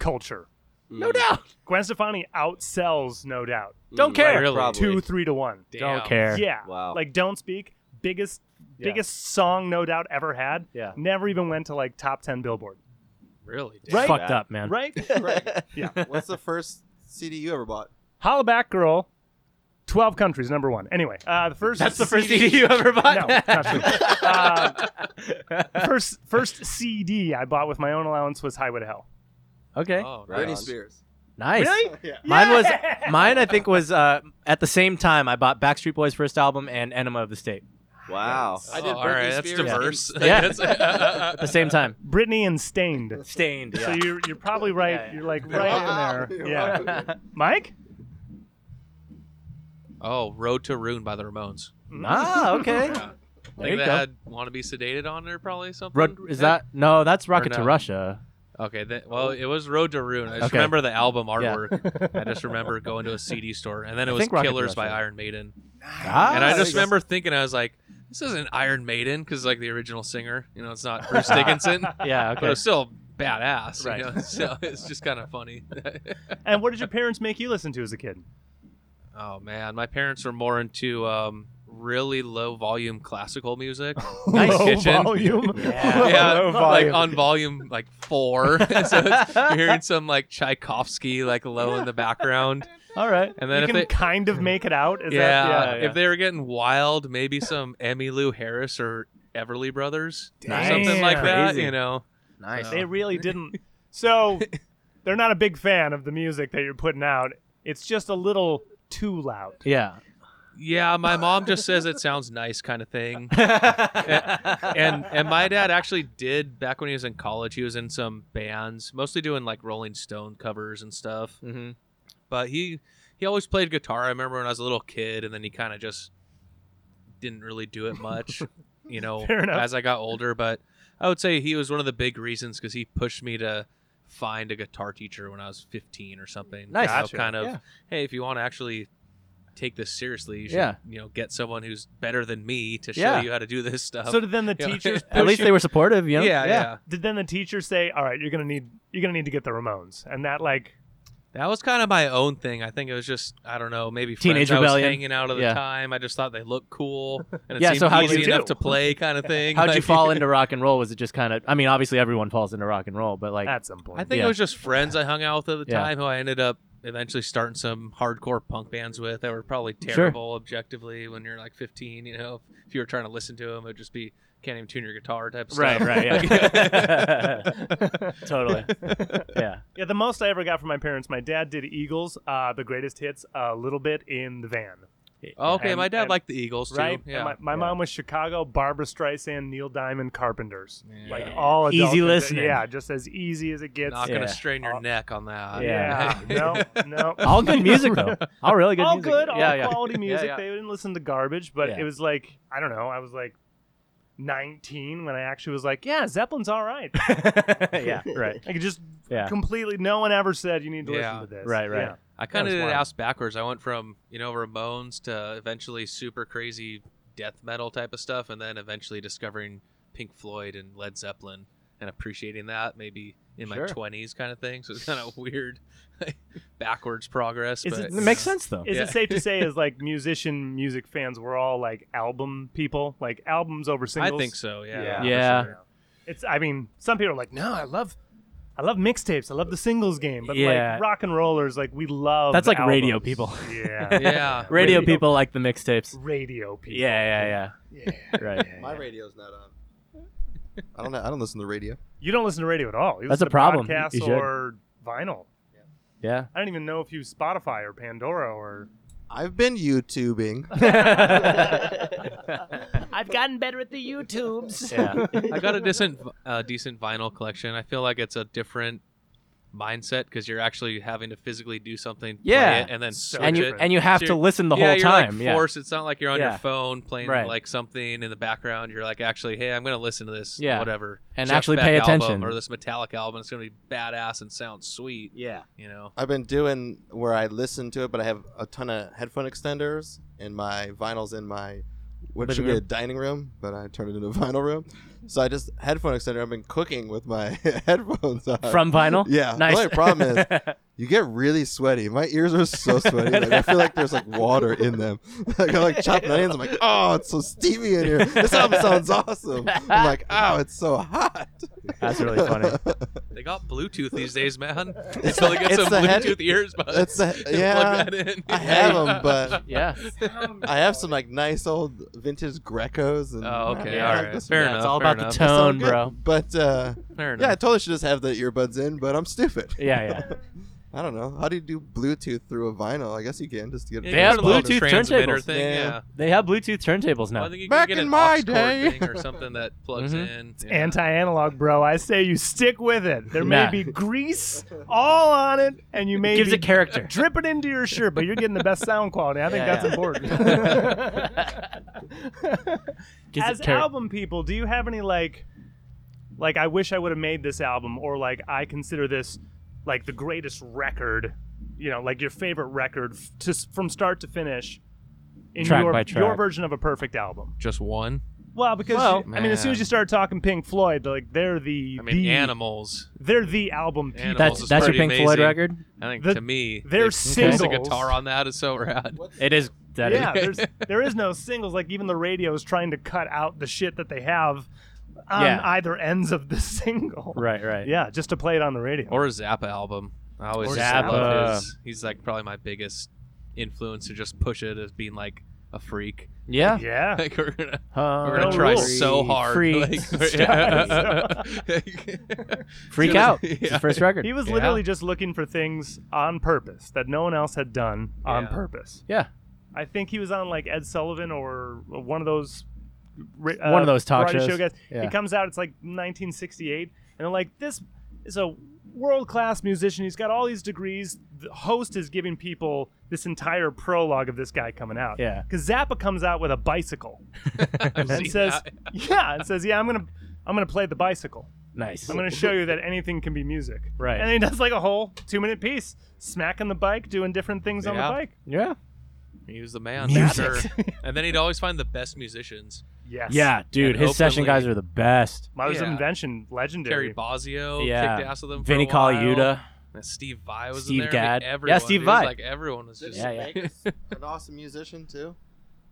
[SPEAKER 2] culture.
[SPEAKER 5] Mm.
[SPEAKER 1] No doubt.
[SPEAKER 2] Gwen Stefani outsells No Doubt
[SPEAKER 1] Don't care.
[SPEAKER 3] Really?
[SPEAKER 5] Probably.
[SPEAKER 2] two, three to one.
[SPEAKER 3] Damn.
[SPEAKER 1] Don't care.
[SPEAKER 2] Yeah.
[SPEAKER 5] Mm. Wow.
[SPEAKER 2] Like Don't Speak, biggest
[SPEAKER 1] Yeah.
[SPEAKER 2] biggest song no doubt ever had.
[SPEAKER 1] Yeah.
[SPEAKER 2] Never even went to like top 10 Billboard.
[SPEAKER 3] Really?
[SPEAKER 1] It's
[SPEAKER 2] Right?
[SPEAKER 1] fucked up, man.
[SPEAKER 2] Right?
[SPEAKER 4] Greg,
[SPEAKER 2] yeah.
[SPEAKER 4] What's the first CD you ever bought?
[SPEAKER 2] Holla Back Girl, 12 countries, number one. Anyway, uh, the first.
[SPEAKER 1] That's the first CD you ever bought.
[SPEAKER 2] No, not true. Uh, first, first CD I bought with my own allowance was Highway to Hell.
[SPEAKER 1] Okay,
[SPEAKER 3] Oh,
[SPEAKER 5] Right
[SPEAKER 4] Britney
[SPEAKER 5] on.
[SPEAKER 4] Spears.
[SPEAKER 1] nice.
[SPEAKER 4] Yeah.
[SPEAKER 1] Mine was
[SPEAKER 2] Yeah!
[SPEAKER 1] mine. I think was uh, at the same time I bought Backstreet Boys' first album and Enema of the State
[SPEAKER 5] Wow.
[SPEAKER 3] I
[SPEAKER 4] I did
[SPEAKER 3] did all right,
[SPEAKER 4] Britney
[SPEAKER 3] that's
[SPEAKER 4] Spears
[SPEAKER 3] diverse.
[SPEAKER 4] and
[SPEAKER 1] Yeah.
[SPEAKER 3] That's-
[SPEAKER 1] at the same time.
[SPEAKER 2] Brittany and Stained.
[SPEAKER 1] Stained.
[SPEAKER 2] So
[SPEAKER 1] Yeah.
[SPEAKER 2] you're, you're probably right.
[SPEAKER 1] Yeah, yeah.
[SPEAKER 2] You're like
[SPEAKER 4] You're
[SPEAKER 2] right
[SPEAKER 4] welcome.
[SPEAKER 2] in there.
[SPEAKER 4] You're
[SPEAKER 2] Yeah.
[SPEAKER 4] welcome.
[SPEAKER 2] Mike?
[SPEAKER 3] oh, Road to Ruin by the Ramones.
[SPEAKER 1] ah, okay.
[SPEAKER 3] I
[SPEAKER 1] There
[SPEAKER 3] think
[SPEAKER 1] you
[SPEAKER 3] they
[SPEAKER 1] go.
[SPEAKER 3] had "Want to Be Sedated" on there, probably something.
[SPEAKER 1] Road, is that no? That's Rocket to
[SPEAKER 3] Mm, no?
[SPEAKER 1] Russia.
[SPEAKER 3] okay? That, well, it was "Road to Ruin." I just
[SPEAKER 1] Okay.
[SPEAKER 3] remember the album artwork. I just remember going to a CD store, and then it
[SPEAKER 1] I
[SPEAKER 3] was
[SPEAKER 1] think Rocket
[SPEAKER 3] "Killers"
[SPEAKER 1] Rush,
[SPEAKER 3] by
[SPEAKER 1] yeah.
[SPEAKER 3] Iron Maiden.
[SPEAKER 1] Ah,
[SPEAKER 3] and I
[SPEAKER 1] there
[SPEAKER 3] just
[SPEAKER 1] you go.
[SPEAKER 3] remember thinking, I was like, "This isn't Iron Maiden," because like the original singer, you know, it's not Bruce Dickinson,
[SPEAKER 1] Yeah.
[SPEAKER 3] but
[SPEAKER 1] Okay.
[SPEAKER 3] it's still badass.
[SPEAKER 1] Right.
[SPEAKER 3] You know? So it's just kind of funny.
[SPEAKER 2] And what did your parents make you listen to as a kid?
[SPEAKER 3] oh man, my parents were more into um, really low volume classical music.
[SPEAKER 1] Nice
[SPEAKER 2] Low
[SPEAKER 3] kitchen.
[SPEAKER 2] volume.
[SPEAKER 1] Yeah.
[SPEAKER 3] yeah,
[SPEAKER 4] Low
[SPEAKER 3] like
[SPEAKER 4] volume.
[SPEAKER 3] on volume like four. so it's, you're hearing some like Tchaikovsky like low in the background,
[SPEAKER 1] All right.
[SPEAKER 3] and then
[SPEAKER 2] you
[SPEAKER 3] if
[SPEAKER 2] can
[SPEAKER 3] they.
[SPEAKER 2] kind of make it out. Is
[SPEAKER 3] yeah,
[SPEAKER 2] that,
[SPEAKER 1] yeah, yeah.
[SPEAKER 3] if they were getting wild, maybe some Emmylou Harris or Everly Brothers, or
[SPEAKER 1] Nice.
[SPEAKER 3] something like that.
[SPEAKER 1] Crazy.
[SPEAKER 3] You know,
[SPEAKER 1] Nice.
[SPEAKER 2] They really didn't. So they're not a big fan of the music that you're putting out. It's just a little too loud.
[SPEAKER 1] Yeah.
[SPEAKER 3] Yeah, my mom just says it sounds nice, kind of thing. and and my dad actually did back when he was in college. He was in some bands, mostly doing like Rolling Stone covers and stuff.
[SPEAKER 1] hmm
[SPEAKER 3] But he he always played guitar. I remember when I was a little kid, and then he kind of just didn't really do it much, you know,
[SPEAKER 2] Fair enough.
[SPEAKER 3] as I got older. But I would say he was one of the big reasons because he pushed me to find a guitar teacher when I was 15 or something.
[SPEAKER 1] Nice.
[SPEAKER 3] You know,
[SPEAKER 1] Gotcha.
[SPEAKER 3] kind of,
[SPEAKER 1] Yeah.
[SPEAKER 3] hey, if you want to actually take this seriously, you should,
[SPEAKER 1] Yeah.
[SPEAKER 3] you know, get someone who's better than me to show
[SPEAKER 1] Yeah.
[SPEAKER 3] you how to do this stuff.
[SPEAKER 2] So did then the
[SPEAKER 3] Yeah.
[SPEAKER 2] teachers
[SPEAKER 1] At least they were supportive. You know?
[SPEAKER 3] yeah, yeah.
[SPEAKER 2] did then the teachers say, "All right, you're gonna need you're gonna need to get the Ramones," and that like
[SPEAKER 3] That was kind of my own thing. I think it was just I don't know, maybe
[SPEAKER 1] Teenage
[SPEAKER 3] friends I was
[SPEAKER 1] rebellion.
[SPEAKER 3] hanging out at the
[SPEAKER 1] Yeah.
[SPEAKER 3] time. I just thought they looked cool and it
[SPEAKER 1] Yeah,
[SPEAKER 3] seemed
[SPEAKER 1] so how'd
[SPEAKER 3] easy
[SPEAKER 1] you
[SPEAKER 3] enough
[SPEAKER 2] do?
[SPEAKER 3] to play kind of thing.
[SPEAKER 1] How'd you
[SPEAKER 3] Like-
[SPEAKER 1] fall into rock and roll? Was it just kind of? I mean, obviously everyone falls into rock and roll, but like,
[SPEAKER 2] at some point.
[SPEAKER 3] I think
[SPEAKER 1] Yeah.
[SPEAKER 3] it was just friends I hung out with at the
[SPEAKER 1] Yeah.
[SPEAKER 3] time who I ended up eventually starting some hardcore punk bands with that were probably
[SPEAKER 1] Sure.
[SPEAKER 3] terrible objectively when you're like 15. You know, if you were trying to listen to them, it'd just be can't even tune your guitar type of
[SPEAKER 1] right,
[SPEAKER 3] stuff.
[SPEAKER 1] right, yeah, totally, yeah.
[SPEAKER 2] yeah, the most I ever got from my parents, my dad did Eagles, uh, the greatest hits, a little bit in the van,
[SPEAKER 3] okay,
[SPEAKER 2] And-
[SPEAKER 3] my dad
[SPEAKER 2] and-
[SPEAKER 3] liked the Eagles too.
[SPEAKER 2] right? And
[SPEAKER 3] Yeah.
[SPEAKER 2] my my
[SPEAKER 1] Yeah.
[SPEAKER 2] mom was Chicago, Barbara Streisand, Neil Diamond, Carpenters,
[SPEAKER 3] Yeah.
[SPEAKER 2] like all
[SPEAKER 1] Easy
[SPEAKER 2] adult-
[SPEAKER 1] listening.
[SPEAKER 2] Yeah, just as easy as it gets.
[SPEAKER 3] Not
[SPEAKER 1] Yeah.
[SPEAKER 3] gonna strain your neck on that.
[SPEAKER 2] Yeah,
[SPEAKER 1] Yeah.
[SPEAKER 2] no, no.
[SPEAKER 1] All good music though. All really good.
[SPEAKER 2] all
[SPEAKER 1] music.
[SPEAKER 2] good, all
[SPEAKER 1] yeah, yeah.
[SPEAKER 2] quality music.
[SPEAKER 1] yeah.
[SPEAKER 2] They didn't listen to garbage, but
[SPEAKER 1] Yeah.
[SPEAKER 2] it was like I don't know. I was like 19 when I actually was like, yeah, Zeppelin's all right.
[SPEAKER 1] yeah, right,
[SPEAKER 2] Like it just
[SPEAKER 1] yeah,
[SPEAKER 2] completely, no one ever said you need to
[SPEAKER 3] Yeah.
[SPEAKER 2] listen to this.
[SPEAKER 1] right, right.
[SPEAKER 3] I kind of
[SPEAKER 2] was
[SPEAKER 3] did it
[SPEAKER 2] wild.
[SPEAKER 3] ass backwards. I went from you know Ramones to eventually super crazy death metal type of stuff, and then eventually discovering Pink Floyd and Led Zeppelin and appreciating that maybe in my
[SPEAKER 1] Sure.
[SPEAKER 3] twenties kind of thing. So it's kind of weird backwards progress.
[SPEAKER 2] Is
[SPEAKER 3] but,
[SPEAKER 1] It makes sense though.
[SPEAKER 2] Is
[SPEAKER 3] Yeah.
[SPEAKER 2] it safe to say, as like musician, music fans, we're all like album people, like albums over
[SPEAKER 3] I
[SPEAKER 2] singles?
[SPEAKER 3] think so. Yeah.
[SPEAKER 5] Yeah.
[SPEAKER 3] for
[SPEAKER 1] Yeah.
[SPEAKER 3] sure.
[SPEAKER 2] It's. I mean, some people are like, no, I love. I love mixtapes. I love the singles game, but
[SPEAKER 1] Yeah.
[SPEAKER 2] like rock and rollers, like we love.
[SPEAKER 1] That's like radio
[SPEAKER 2] albums.
[SPEAKER 1] people.
[SPEAKER 2] Yeah,
[SPEAKER 3] Yeah.
[SPEAKER 1] Radio
[SPEAKER 2] Radio-
[SPEAKER 1] people like the mixtapes.
[SPEAKER 2] radio people.
[SPEAKER 1] Yeah,
[SPEAKER 2] yeah.
[SPEAKER 1] yeah, yeah. Right.
[SPEAKER 4] My radio's not on. I don't know. I don't listen to radio.
[SPEAKER 2] You don't listen to radio at all. You
[SPEAKER 1] That's
[SPEAKER 2] listen
[SPEAKER 1] a
[SPEAKER 2] to
[SPEAKER 1] problem. You-
[SPEAKER 2] Podcasts
[SPEAKER 1] you should.
[SPEAKER 2] or vinyl.
[SPEAKER 1] Yeah.
[SPEAKER 2] I don't even know if you Spotify or Pandora or.
[SPEAKER 4] I've been YouTubing.
[SPEAKER 2] I've gotten better at the YouTubes.
[SPEAKER 1] yeah.
[SPEAKER 3] I got a decent, uh, decent vinyl collection. I feel like it's a different mindset because you're actually having to physically do something, play
[SPEAKER 1] Yeah.
[SPEAKER 3] it, and then
[SPEAKER 2] So
[SPEAKER 3] switch
[SPEAKER 1] And you
[SPEAKER 3] it.
[SPEAKER 1] and you have
[SPEAKER 3] So
[SPEAKER 1] to
[SPEAKER 3] you're-
[SPEAKER 1] listen the
[SPEAKER 3] yeah,
[SPEAKER 1] whole
[SPEAKER 3] you're
[SPEAKER 1] time.
[SPEAKER 3] Like
[SPEAKER 1] yeah.
[SPEAKER 3] forced. It's not like you're on
[SPEAKER 1] Yeah.
[SPEAKER 3] your phone playing
[SPEAKER 1] Right.
[SPEAKER 3] like something in the background. You're like actually, hey, I'm gonna listen to this,
[SPEAKER 1] Yeah.
[SPEAKER 3] whatever,
[SPEAKER 1] And
[SPEAKER 3] Jeff
[SPEAKER 1] actually
[SPEAKER 3] Beck
[SPEAKER 1] pay
[SPEAKER 3] album
[SPEAKER 1] attention.
[SPEAKER 3] or this Metallic album. It's gonna be badass and sound sweet.
[SPEAKER 5] Yeah.
[SPEAKER 3] You know,
[SPEAKER 4] I've been doing where I listen to it, but I have a ton of headphone extenders and my vinyls in my what
[SPEAKER 1] Living
[SPEAKER 4] should be a
[SPEAKER 1] room?
[SPEAKER 4] dining room, but I turned it into a vinyl room. So I just headphone extender. I've been cooking with my headphones on.
[SPEAKER 1] From vinyl.
[SPEAKER 4] yeah.
[SPEAKER 1] Nice.
[SPEAKER 4] The only problem is you get really sweaty. My ears are so sweaty. Like, I feel like there's like water in them. like I'm like chopping onions. I'm like, oh, it's so steamy in here. This album sounds awesome. I'm like, oh, it's so hot.
[SPEAKER 1] That's really funny.
[SPEAKER 3] They got Bluetooth these days, man. Until they get
[SPEAKER 4] it's
[SPEAKER 3] some
[SPEAKER 4] the
[SPEAKER 3] Bluetooth
[SPEAKER 4] head-
[SPEAKER 3] earbuds.
[SPEAKER 4] It's a,
[SPEAKER 3] and
[SPEAKER 4] yeah.
[SPEAKER 3] plug that in.
[SPEAKER 4] I have them, but
[SPEAKER 1] Yeah.
[SPEAKER 4] I have some like nice old vintage Grecos. And
[SPEAKER 3] Oh, okay.
[SPEAKER 1] Yeah.
[SPEAKER 3] all
[SPEAKER 4] Like
[SPEAKER 3] right.
[SPEAKER 4] this-
[SPEAKER 3] Fair
[SPEAKER 1] Yeah,
[SPEAKER 3] enough.
[SPEAKER 1] it's all
[SPEAKER 3] fair
[SPEAKER 1] about the
[SPEAKER 3] enough.
[SPEAKER 4] It's all
[SPEAKER 1] tone,
[SPEAKER 4] good,
[SPEAKER 1] bro.
[SPEAKER 4] But uh,
[SPEAKER 3] Fair enough.
[SPEAKER 4] yeah, I totally should just have the earbuds in, but I'm stupid.
[SPEAKER 1] Yeah, yeah.
[SPEAKER 4] I don't know. How do you do Bluetooth through a vinyl? I guess you can just get
[SPEAKER 3] Yeah,
[SPEAKER 1] They
[SPEAKER 3] you
[SPEAKER 1] have
[SPEAKER 3] got a little
[SPEAKER 1] Bluetooth
[SPEAKER 3] transmitter
[SPEAKER 1] turntables.
[SPEAKER 3] Thing,
[SPEAKER 4] Yeah.
[SPEAKER 3] yeah.
[SPEAKER 1] They have Bluetooth turntables
[SPEAKER 3] Well, I
[SPEAKER 1] now.
[SPEAKER 3] think you
[SPEAKER 4] Back
[SPEAKER 3] can get
[SPEAKER 4] in
[SPEAKER 3] an
[SPEAKER 4] my
[SPEAKER 3] aux cord
[SPEAKER 4] day.
[SPEAKER 3] thing or something that plugs
[SPEAKER 1] Mhm.
[SPEAKER 3] in. Yeah.
[SPEAKER 2] Anti-analog, bro. I say you stick with it. There
[SPEAKER 1] Nah.
[SPEAKER 2] may be grease all on it, and you may
[SPEAKER 1] Gives
[SPEAKER 2] be
[SPEAKER 1] it character.
[SPEAKER 2] drip it into your shirt, but you're getting the best sound quality. I think
[SPEAKER 4] Yeah,
[SPEAKER 2] that's
[SPEAKER 4] yeah.
[SPEAKER 2] important.
[SPEAKER 1] Gives
[SPEAKER 2] As
[SPEAKER 1] it character.
[SPEAKER 2] album people, do you have any like, like I wish I would have made this album, or like I consider this like the greatest record, you know, like your favorite record f- to s- from start to finish. In
[SPEAKER 1] Track
[SPEAKER 2] your,
[SPEAKER 1] by
[SPEAKER 2] your
[SPEAKER 1] track.
[SPEAKER 2] version of a perfect album.
[SPEAKER 3] Just one.
[SPEAKER 2] Well, because
[SPEAKER 1] Well,
[SPEAKER 2] you- I mean, as soon as
[SPEAKER 3] man.
[SPEAKER 2] you start talking Pink Floyd, like they're the
[SPEAKER 3] I mean,
[SPEAKER 2] the,
[SPEAKER 3] animals.
[SPEAKER 2] they're the album people.
[SPEAKER 3] Animals
[SPEAKER 1] That's
[SPEAKER 3] is
[SPEAKER 1] that's your
[SPEAKER 3] pretty
[SPEAKER 1] Pink Floyd
[SPEAKER 3] amazing.
[SPEAKER 1] record.
[SPEAKER 3] I think
[SPEAKER 2] The-
[SPEAKER 3] to me,
[SPEAKER 2] their
[SPEAKER 3] the acoustic
[SPEAKER 2] singles-
[SPEAKER 3] guitar on that is so rad.
[SPEAKER 1] It is that is
[SPEAKER 2] yeah, there's, there is no singles. Like even the radio is trying to cut out the shit that they have on
[SPEAKER 1] Yeah.
[SPEAKER 2] either ends of the single.
[SPEAKER 1] right, right.
[SPEAKER 2] Yeah, just to play it on the radio.
[SPEAKER 3] Or a Zappa album. I always
[SPEAKER 1] Or
[SPEAKER 3] just
[SPEAKER 1] Zappa.
[SPEAKER 3] love his. He's like probably my biggest influence to just push it as being like a freak.
[SPEAKER 1] Yeah.
[SPEAKER 2] yeah.
[SPEAKER 3] Like we're gonna
[SPEAKER 1] Uh,
[SPEAKER 3] We're
[SPEAKER 2] No
[SPEAKER 3] gonna try
[SPEAKER 2] rules.
[SPEAKER 3] so hard.
[SPEAKER 1] Free.
[SPEAKER 3] like-
[SPEAKER 1] Freak
[SPEAKER 3] Yeah.
[SPEAKER 1] out. It's his first record.
[SPEAKER 2] He was
[SPEAKER 3] Yeah.
[SPEAKER 2] literally just looking for things on purpose that no one else had done on
[SPEAKER 3] Yeah.
[SPEAKER 2] purpose.
[SPEAKER 1] Yeah.
[SPEAKER 2] I think he was on like Ed Sullivan or one of those ra- uh,
[SPEAKER 1] One of those talk
[SPEAKER 2] variety
[SPEAKER 1] shows.
[SPEAKER 2] show guys.
[SPEAKER 1] Yeah.
[SPEAKER 2] It comes out. It's like 1968, and they're like, "This is a world-class musician. He's got all these degrees." The host is giving people this entire prologue of this guy coming out.
[SPEAKER 1] Yeah.
[SPEAKER 2] because Zappa comes out with a bicycle
[SPEAKER 3] I've
[SPEAKER 2] and
[SPEAKER 3] seen
[SPEAKER 2] says,
[SPEAKER 3] that.
[SPEAKER 2] "Yeah," and says, "Yeah, I'm gonna." I'm gonna play the bicycle.
[SPEAKER 1] Nice.
[SPEAKER 2] I'm gonna show you that anything can be music.
[SPEAKER 1] Right.
[SPEAKER 2] And he does like a whole two minute piece, smacking the bike, doing different things on the
[SPEAKER 3] Yeah.
[SPEAKER 2] bike.
[SPEAKER 1] Yeah.
[SPEAKER 3] He was the man.
[SPEAKER 1] Music.
[SPEAKER 3] for sure. and then he'd always find the best musicians.
[SPEAKER 2] Yes.
[SPEAKER 1] Yeah, dude,
[SPEAKER 3] And
[SPEAKER 1] his session
[SPEAKER 3] openly-
[SPEAKER 1] guys are the best.
[SPEAKER 2] Mother's
[SPEAKER 3] Yeah.
[SPEAKER 2] Invention, legendary.
[SPEAKER 3] Terry Bozzio
[SPEAKER 1] Yeah.
[SPEAKER 3] kicked ass with him. For
[SPEAKER 1] Vinny
[SPEAKER 3] a while.
[SPEAKER 1] Colaiuta.
[SPEAKER 3] And Steve Vai was
[SPEAKER 1] Steve
[SPEAKER 3] in there.
[SPEAKER 1] Gadd. Yeah,
[SPEAKER 3] I mean, everyone,
[SPEAKER 1] Steve
[SPEAKER 3] dude,
[SPEAKER 1] Vai.
[SPEAKER 3] Like everyone was just.
[SPEAKER 1] Yeah, yeah.
[SPEAKER 4] an awesome musician too.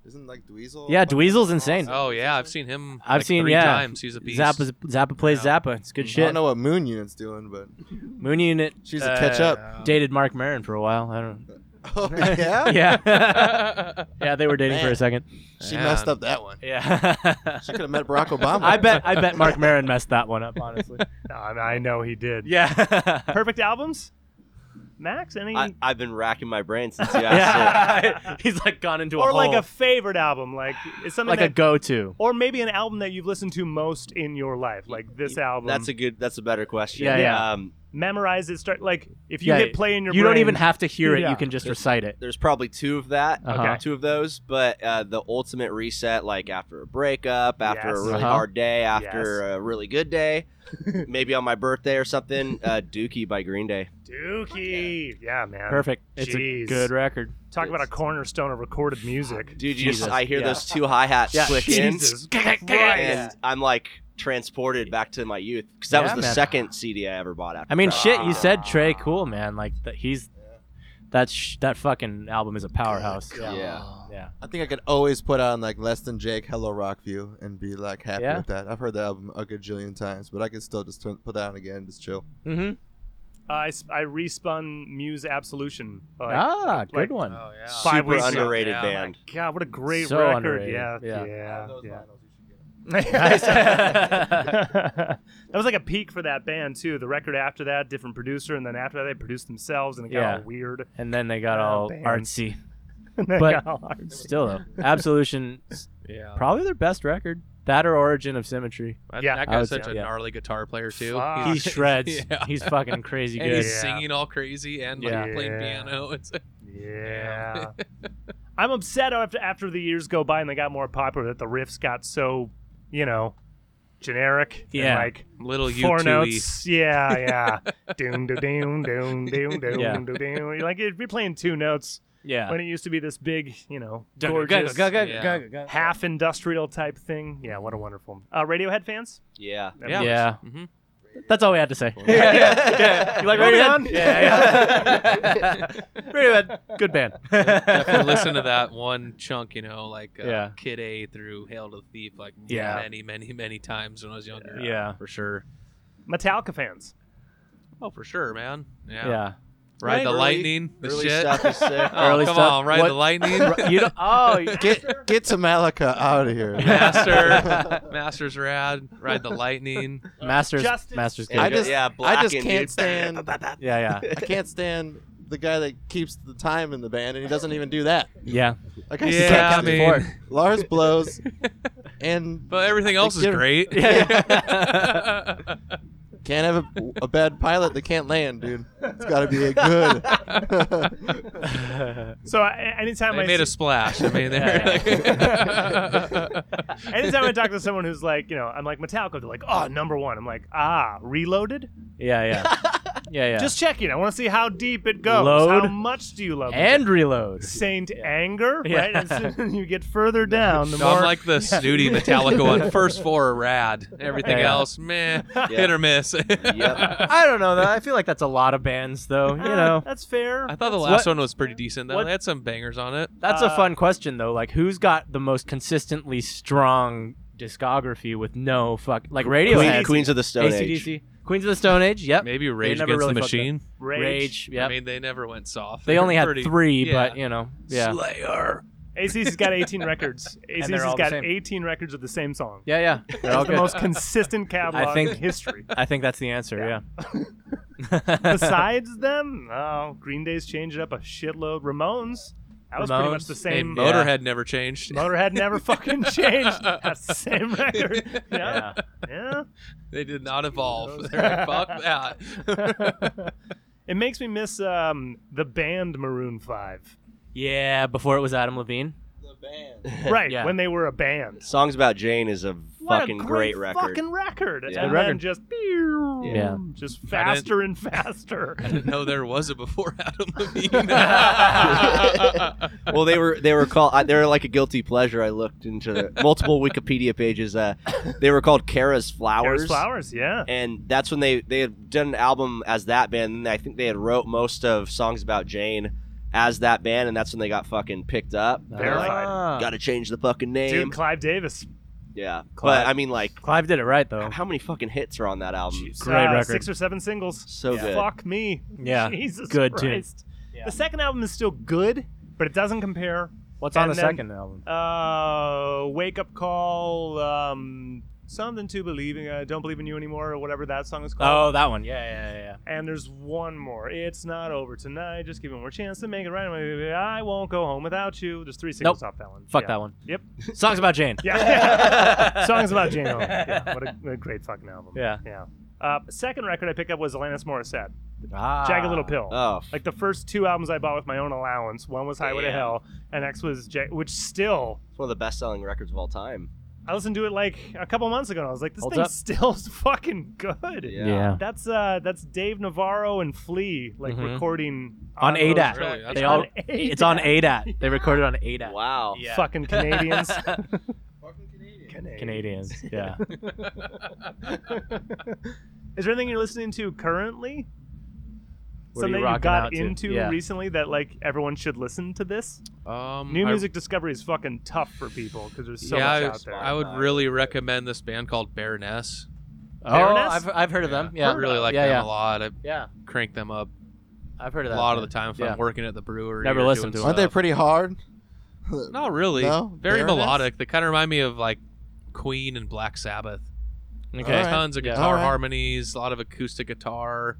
[SPEAKER 4] Isn't like Dweezil?
[SPEAKER 1] Yeah, Dweezil's insane.
[SPEAKER 3] Oh yeah, I've seen him.
[SPEAKER 1] I've
[SPEAKER 3] like,
[SPEAKER 1] seen
[SPEAKER 3] three
[SPEAKER 1] yeah.
[SPEAKER 3] times. He's a beast.
[SPEAKER 1] Zappa Zappa plays
[SPEAKER 3] Yeah.
[SPEAKER 1] Zappa. It's good
[SPEAKER 3] I
[SPEAKER 4] I don't
[SPEAKER 1] shit.
[SPEAKER 4] know what Moon Unit's doing, but
[SPEAKER 1] Moon Unit.
[SPEAKER 4] she's a catch up.
[SPEAKER 1] Dated Mark Maron for a while. I don't.
[SPEAKER 4] Oh Uh, yeah,
[SPEAKER 1] Yeah.
[SPEAKER 3] up.
[SPEAKER 1] yeah, they were dating for a
[SPEAKER 4] Man.
[SPEAKER 1] second.
[SPEAKER 4] she messed
[SPEAKER 3] Man.
[SPEAKER 4] up that one.
[SPEAKER 1] Yeah.
[SPEAKER 4] She could have met Barack Obama.
[SPEAKER 1] I bet I bet Mark Maron messed that one up, honestly.
[SPEAKER 2] No, I, mean, I know he did.
[SPEAKER 1] Yeah.
[SPEAKER 2] Perfect albums? Max, any?
[SPEAKER 5] I, I've been racking my brain since you asked it.
[SPEAKER 1] yeah. He's like gone into
[SPEAKER 2] or
[SPEAKER 1] a
[SPEAKER 2] like
[SPEAKER 1] hole.
[SPEAKER 2] a favorite album, like it's something
[SPEAKER 1] Oh. like a
[SPEAKER 2] that,
[SPEAKER 1] go to.
[SPEAKER 2] or maybe an album that you've listened to most in your life, like this album.
[SPEAKER 5] That's a good. That's a better question.
[SPEAKER 1] Yeah, yeah.
[SPEAKER 5] Um,
[SPEAKER 2] memorize it. Start like if you
[SPEAKER 1] Yeah,
[SPEAKER 2] hit play in your
[SPEAKER 1] You
[SPEAKER 2] brain,
[SPEAKER 1] don't even have to hear it.
[SPEAKER 2] Yeah.
[SPEAKER 1] You can just recite it.
[SPEAKER 5] there's probably two of that.
[SPEAKER 1] Uh-huh.
[SPEAKER 5] Two of those, but uh, the ultimate reset, like after a breakup, after
[SPEAKER 2] Yes.
[SPEAKER 5] a really
[SPEAKER 1] Uh-huh.
[SPEAKER 5] hard day, after a really good day, maybe on my birthday or something. Uh, Dookie by Green Day.
[SPEAKER 2] Dookie. Yeah, man.
[SPEAKER 1] Perfect. It's a
[SPEAKER 2] Jeez.
[SPEAKER 1] good record.
[SPEAKER 2] Talk about a cornerstone of recorded music.
[SPEAKER 5] Dude, you
[SPEAKER 1] Jesus.
[SPEAKER 5] just I hear
[SPEAKER 1] Yeah.
[SPEAKER 5] those two hi hats
[SPEAKER 1] Yeah.
[SPEAKER 5] click in,
[SPEAKER 2] Jesus
[SPEAKER 5] and
[SPEAKER 2] Christ.
[SPEAKER 5] I'm like transported back to my youth because that
[SPEAKER 1] Yeah,
[SPEAKER 5] was the
[SPEAKER 1] man.
[SPEAKER 5] second CD I ever bought. After
[SPEAKER 1] I mean, shit. You said Trey, cool man. Like that, he's that sh- that fucking album is a powerhouse.
[SPEAKER 3] Oh,
[SPEAKER 5] yeah.
[SPEAKER 1] Yeah.
[SPEAKER 4] I think I could always put on like less than Jake, Hello Rockview, and be like happy
[SPEAKER 1] Yeah.
[SPEAKER 4] with that. I've heard the album a gajillion times, but I could still just turn, put that on again, and just chill.
[SPEAKER 1] Mm-hmm.
[SPEAKER 2] I s- I respun Muse Absolution. Like,
[SPEAKER 1] ah, good
[SPEAKER 2] like-
[SPEAKER 1] one.
[SPEAKER 3] Oh yeah.
[SPEAKER 2] Five
[SPEAKER 5] super
[SPEAKER 2] weeks ago.
[SPEAKER 5] underrated
[SPEAKER 3] Yeah.
[SPEAKER 5] band.
[SPEAKER 2] God, what a great
[SPEAKER 1] So
[SPEAKER 2] record.
[SPEAKER 1] underrated.
[SPEAKER 2] Yeah,
[SPEAKER 1] Yeah.
[SPEAKER 2] yeah, yeah.
[SPEAKER 1] Nice.
[SPEAKER 2] that was like a peak for that band too. The record after that, different producer, and then after that, they produced themselves, and it got
[SPEAKER 1] Yeah.
[SPEAKER 2] all weird.
[SPEAKER 1] And then they got
[SPEAKER 2] Oh,
[SPEAKER 1] all
[SPEAKER 2] bands.
[SPEAKER 1] artsy.
[SPEAKER 2] And they
[SPEAKER 1] But-
[SPEAKER 2] got all hard.
[SPEAKER 1] Still though, Absolution,
[SPEAKER 3] Yeah.
[SPEAKER 1] probably their best record. That or Origin of Symmetry.
[SPEAKER 3] That-
[SPEAKER 2] Yeah.
[SPEAKER 3] That
[SPEAKER 1] I
[SPEAKER 3] guy's
[SPEAKER 1] would
[SPEAKER 3] such
[SPEAKER 1] say-
[SPEAKER 3] a
[SPEAKER 1] yeah.
[SPEAKER 3] gnarly guitar player too.
[SPEAKER 2] Fuck.
[SPEAKER 1] He shreds.
[SPEAKER 3] Ah. Yeah.
[SPEAKER 1] He's fucking crazy
[SPEAKER 3] and
[SPEAKER 1] good.
[SPEAKER 3] he's
[SPEAKER 2] Yeah.
[SPEAKER 3] singing all crazy and like
[SPEAKER 1] Yeah.
[SPEAKER 3] playing
[SPEAKER 2] Yeah.
[SPEAKER 3] piano. It's like,
[SPEAKER 2] yeah. I'm upset after after the years go by and they got more popular that the riffs got so, you know, generic. and,
[SPEAKER 1] Yeah.
[SPEAKER 2] like
[SPEAKER 3] little you
[SPEAKER 2] four notes. Yeah, yeah. doom, doom, doom, doom, doom, doom,
[SPEAKER 1] Yeah.
[SPEAKER 2] doom, doom. Like if you're playing two notes
[SPEAKER 1] Yeah.
[SPEAKER 2] when it used to be this big, you know,
[SPEAKER 1] Go- go- go-
[SPEAKER 2] gorgeous,
[SPEAKER 1] go- go-
[SPEAKER 3] Yeah.
[SPEAKER 1] go- go- go.
[SPEAKER 2] half industrial type thing. Yeah, what a wonderful. Uh, Radiohead fans.
[SPEAKER 5] Yeah.
[SPEAKER 3] Yeah.
[SPEAKER 1] Yeah.
[SPEAKER 3] Mhm.
[SPEAKER 1] That's all we had to say. yeah, yeah, yeah. You like
[SPEAKER 2] Moving
[SPEAKER 1] Radiohead?
[SPEAKER 2] on.
[SPEAKER 1] Yeah, yeah. Radiohead, good band.
[SPEAKER 3] Definitely listen to that one chunk, you know, like uh,
[SPEAKER 1] Yeah.
[SPEAKER 3] Kid A through Hail to the Thief, like
[SPEAKER 1] Yeah.
[SPEAKER 3] many, many, many times when I was younger.
[SPEAKER 1] Yeah.
[SPEAKER 3] for sure.
[SPEAKER 2] Metallica fans.
[SPEAKER 3] Oh, for sure, man. Yeah.
[SPEAKER 1] Yeah.
[SPEAKER 3] Ride the
[SPEAKER 5] Early-
[SPEAKER 3] lightning, the
[SPEAKER 5] early
[SPEAKER 3] shit.
[SPEAKER 5] stuff is sick.
[SPEAKER 3] Oh,
[SPEAKER 1] Early
[SPEAKER 3] come
[SPEAKER 1] stuff.
[SPEAKER 3] on, ride
[SPEAKER 1] What-
[SPEAKER 3] the lightning.
[SPEAKER 1] you don't, oh, you-
[SPEAKER 4] Get get Tamalica out of here.
[SPEAKER 3] Master, Master's rad. Ride the lightning.
[SPEAKER 1] Uh, Masters,
[SPEAKER 2] Justin-
[SPEAKER 1] Masters.
[SPEAKER 5] And
[SPEAKER 1] Good.
[SPEAKER 4] I
[SPEAKER 5] go-
[SPEAKER 4] just-
[SPEAKER 5] yeah,
[SPEAKER 4] I just
[SPEAKER 5] Blacken,
[SPEAKER 4] can't
[SPEAKER 5] dude.
[SPEAKER 4] stand-
[SPEAKER 1] yeah, yeah,
[SPEAKER 4] I can't stand the guy that keeps the time in the band, and he doesn't even do that.
[SPEAKER 1] yeah.
[SPEAKER 4] Like I said,
[SPEAKER 3] Yeah, I
[SPEAKER 1] Captain
[SPEAKER 3] mean,
[SPEAKER 1] Ford.
[SPEAKER 4] Lars blows, and
[SPEAKER 3] but everything else is
[SPEAKER 4] Give-
[SPEAKER 3] great.
[SPEAKER 1] Yeah.
[SPEAKER 4] can't have a, a bad pilot that can't land, dude. It's got to be a good.
[SPEAKER 2] So I, anytime I
[SPEAKER 3] they made
[SPEAKER 2] see-
[SPEAKER 3] a splash. I mean,
[SPEAKER 1] Yeah,
[SPEAKER 3] they're
[SPEAKER 2] Anytime I talk to someone who's like, you know, I'm like Metallica, they're like, oh, number one. I'm like, ah, reloaded.
[SPEAKER 1] yeah, yeah, yeah, yeah.
[SPEAKER 2] Just checking. I want to see how deep it goes.
[SPEAKER 1] Load.
[SPEAKER 2] How much do you love? it?
[SPEAKER 1] and reload.
[SPEAKER 2] Saint anger,
[SPEAKER 1] Yeah.
[SPEAKER 2] right? As soon as you get further down, the
[SPEAKER 3] no, I'm
[SPEAKER 2] more
[SPEAKER 3] like the snooty Metallica one. First four are rad. Everything
[SPEAKER 1] Yeah.
[SPEAKER 3] else, meh, hit or miss.
[SPEAKER 5] Yep.
[SPEAKER 1] I don't know. though. I feel like that's a lot of bands, though. You
[SPEAKER 2] Ah,
[SPEAKER 1] know,
[SPEAKER 2] that's fair.
[SPEAKER 3] I thought the
[SPEAKER 2] That's-
[SPEAKER 3] last one was pretty decent. Though.
[SPEAKER 1] what-
[SPEAKER 3] They had some bangers on it.
[SPEAKER 1] that's a
[SPEAKER 2] Uh,
[SPEAKER 1] fun question, though. Like, who's got the most consistently strong discography with no fuck? Like Radiohead,
[SPEAKER 5] Queen, Queens of the Stone Age.
[SPEAKER 1] AC/DC, Queens of the Stone Age. Yep.
[SPEAKER 3] Maybe Rage
[SPEAKER 1] never
[SPEAKER 3] Against
[SPEAKER 1] really
[SPEAKER 3] the
[SPEAKER 1] fucked up.
[SPEAKER 3] Machine.
[SPEAKER 2] Rage.
[SPEAKER 1] Rage.
[SPEAKER 3] I
[SPEAKER 1] yep.
[SPEAKER 3] mean, they never went soft.
[SPEAKER 1] they
[SPEAKER 3] They're
[SPEAKER 1] only had
[SPEAKER 3] pretty-
[SPEAKER 1] three,
[SPEAKER 3] yeah.
[SPEAKER 1] but you know, yeah,
[SPEAKER 3] Slayer.
[SPEAKER 2] AC's got 18 records. AC's
[SPEAKER 1] they're all
[SPEAKER 2] has
[SPEAKER 1] the
[SPEAKER 2] got
[SPEAKER 1] same.
[SPEAKER 2] 18 records of the same song.
[SPEAKER 1] yeah, yeah. They're all
[SPEAKER 2] It's the
[SPEAKER 1] good.
[SPEAKER 2] most consistent catalog
[SPEAKER 1] think-
[SPEAKER 2] in history.
[SPEAKER 1] I think that's the answer. Yeah.
[SPEAKER 2] Besides them, oh, Green Day's changed it up a shitload. Ramones, that was pretty much
[SPEAKER 1] Ramones.
[SPEAKER 2] the
[SPEAKER 3] Hey,
[SPEAKER 2] same.
[SPEAKER 1] Mo-
[SPEAKER 3] Motorhead never changed.
[SPEAKER 2] Motorhead never fucking changed. That's the same record. Yeah.
[SPEAKER 1] yeah.
[SPEAKER 2] yeah.
[SPEAKER 3] They did not evolve. They're like, fuck that.
[SPEAKER 2] It makes me miss um, the band Maroon 5.
[SPEAKER 1] Yeah, before it was Adam Levine.
[SPEAKER 2] Right,
[SPEAKER 1] Yeah.
[SPEAKER 2] when they were a band.
[SPEAKER 5] Songs About Jane is a
[SPEAKER 2] What
[SPEAKER 5] fucking
[SPEAKER 2] a
[SPEAKER 5] great,
[SPEAKER 2] great,
[SPEAKER 5] record.
[SPEAKER 2] Fucking record.
[SPEAKER 5] Yeah.
[SPEAKER 2] And
[SPEAKER 1] Good
[SPEAKER 2] then
[SPEAKER 1] record.
[SPEAKER 2] just pew,
[SPEAKER 1] Yeah.
[SPEAKER 2] just faster and faster.
[SPEAKER 3] I didn't know there was a before Adam Levine.
[SPEAKER 5] well, they were they were called I- they were like a guilty pleasure. I looked into the- multiple Wikipedia pages. Uh, they were called Kara's
[SPEAKER 2] Flowers,
[SPEAKER 5] Flowers.
[SPEAKER 2] flowers, yeah.
[SPEAKER 5] and that's when they they had done an album as that band and i think they had wrote most of songs about jane as that band and that's when they got fucking picked up And they're like
[SPEAKER 2] Verified.
[SPEAKER 1] Ah.
[SPEAKER 5] gotta change the fucking
[SPEAKER 2] Dude,
[SPEAKER 5] name
[SPEAKER 2] Clive Davis.
[SPEAKER 5] yeah
[SPEAKER 1] Clive.
[SPEAKER 5] but i mean like
[SPEAKER 1] Clive did it right though.
[SPEAKER 5] how many fucking hits are on that album
[SPEAKER 1] Great
[SPEAKER 2] uh,
[SPEAKER 1] record.
[SPEAKER 2] Six or seven singles.
[SPEAKER 5] so good
[SPEAKER 2] Fuck me.
[SPEAKER 1] Yeah,
[SPEAKER 2] Jesus
[SPEAKER 1] good tune.
[SPEAKER 2] Christ. The second album is still good, but it doesn't compare.
[SPEAKER 1] What's on
[SPEAKER 2] And
[SPEAKER 1] the
[SPEAKER 2] then-
[SPEAKER 1] second album?
[SPEAKER 2] Uh, wake up call. Um, something to believe in. Uh, don't believe in you anymore, or whatever that song is called.
[SPEAKER 1] Oh, that one. Yeah, yeah, yeah, yeah.
[SPEAKER 2] And there's one more. It's not over tonight. Just give me one more chance to make it right. I won't go home without you. There's three singles off that one.
[SPEAKER 1] Fuck
[SPEAKER 2] Yeah.
[SPEAKER 1] that one.
[SPEAKER 2] Yep.
[SPEAKER 1] Songs about Jane.
[SPEAKER 2] Yeah. Songs about Jane Owen. Yeah. What a, what a great fucking album.
[SPEAKER 1] Yeah.
[SPEAKER 2] Yeah. Uh, second record I picked up was Alanis Morissette,
[SPEAKER 1] Ah.
[SPEAKER 2] Jagged Little Pill.
[SPEAKER 5] oh f-
[SPEAKER 2] like the first two albums I bought with my own allowance. One was Highway to
[SPEAKER 5] Damn.
[SPEAKER 2] Hell, and next was Jag- which still
[SPEAKER 5] it's one of the best-selling records of all time
[SPEAKER 2] I listened to it like a couple months ago, and I was like, this
[SPEAKER 1] Holds
[SPEAKER 2] thing's
[SPEAKER 1] up.
[SPEAKER 2] still fucking good.
[SPEAKER 5] Yeah.
[SPEAKER 1] Yeah.
[SPEAKER 2] That's uh, that's Dave Navarro and Flea like
[SPEAKER 1] Mhm.
[SPEAKER 2] recording
[SPEAKER 1] On
[SPEAKER 2] those
[SPEAKER 1] ADAT.
[SPEAKER 2] tracks.
[SPEAKER 3] Really?
[SPEAKER 1] They
[SPEAKER 2] On
[SPEAKER 1] all. It's on
[SPEAKER 2] ADAT.
[SPEAKER 1] ADAT. They recorded on ADAT.
[SPEAKER 5] wow
[SPEAKER 1] Yeah.
[SPEAKER 2] Fucking Canadians.
[SPEAKER 1] Canadians. Yeah.
[SPEAKER 2] Is there anything you're listening to currently?
[SPEAKER 1] What are you
[SPEAKER 2] Something you
[SPEAKER 1] rocking
[SPEAKER 2] got
[SPEAKER 1] out to?
[SPEAKER 2] into
[SPEAKER 1] Yeah.
[SPEAKER 2] recently that like everyone should listen to this?
[SPEAKER 1] Mm,
[SPEAKER 3] um,
[SPEAKER 2] New
[SPEAKER 3] I-
[SPEAKER 2] music discovery is fucking tough for people because there's so
[SPEAKER 3] yeah,
[SPEAKER 2] much
[SPEAKER 3] I,
[SPEAKER 2] out there.
[SPEAKER 3] I would really recommend this band called Baroness.
[SPEAKER 1] Oh,
[SPEAKER 2] Baroness?
[SPEAKER 1] I've, I've heard of them. Yeah.
[SPEAKER 3] I really like
[SPEAKER 1] yeah,
[SPEAKER 3] them
[SPEAKER 1] yeah.
[SPEAKER 3] a lot. I
[SPEAKER 1] Yeah.
[SPEAKER 3] crank them up
[SPEAKER 1] I've heard
[SPEAKER 3] a
[SPEAKER 1] of that.
[SPEAKER 3] lot of the time if
[SPEAKER 1] Yeah.
[SPEAKER 3] I'm working at the brewery.
[SPEAKER 1] Never
[SPEAKER 3] or
[SPEAKER 1] listened
[SPEAKER 3] doing
[SPEAKER 1] to
[SPEAKER 4] Aren't they
[SPEAKER 3] stuff.
[SPEAKER 4] pretty hard?
[SPEAKER 3] Not really.
[SPEAKER 4] No?
[SPEAKER 3] Very
[SPEAKER 4] Baroness?
[SPEAKER 3] melodic. They kind of remind me of like Queen and Black Sabbath.
[SPEAKER 1] Okay.
[SPEAKER 4] Alright.
[SPEAKER 3] Tons of
[SPEAKER 1] Yeah.
[SPEAKER 3] guitar
[SPEAKER 4] Alright.
[SPEAKER 3] harmonies, a lot of acoustic guitar.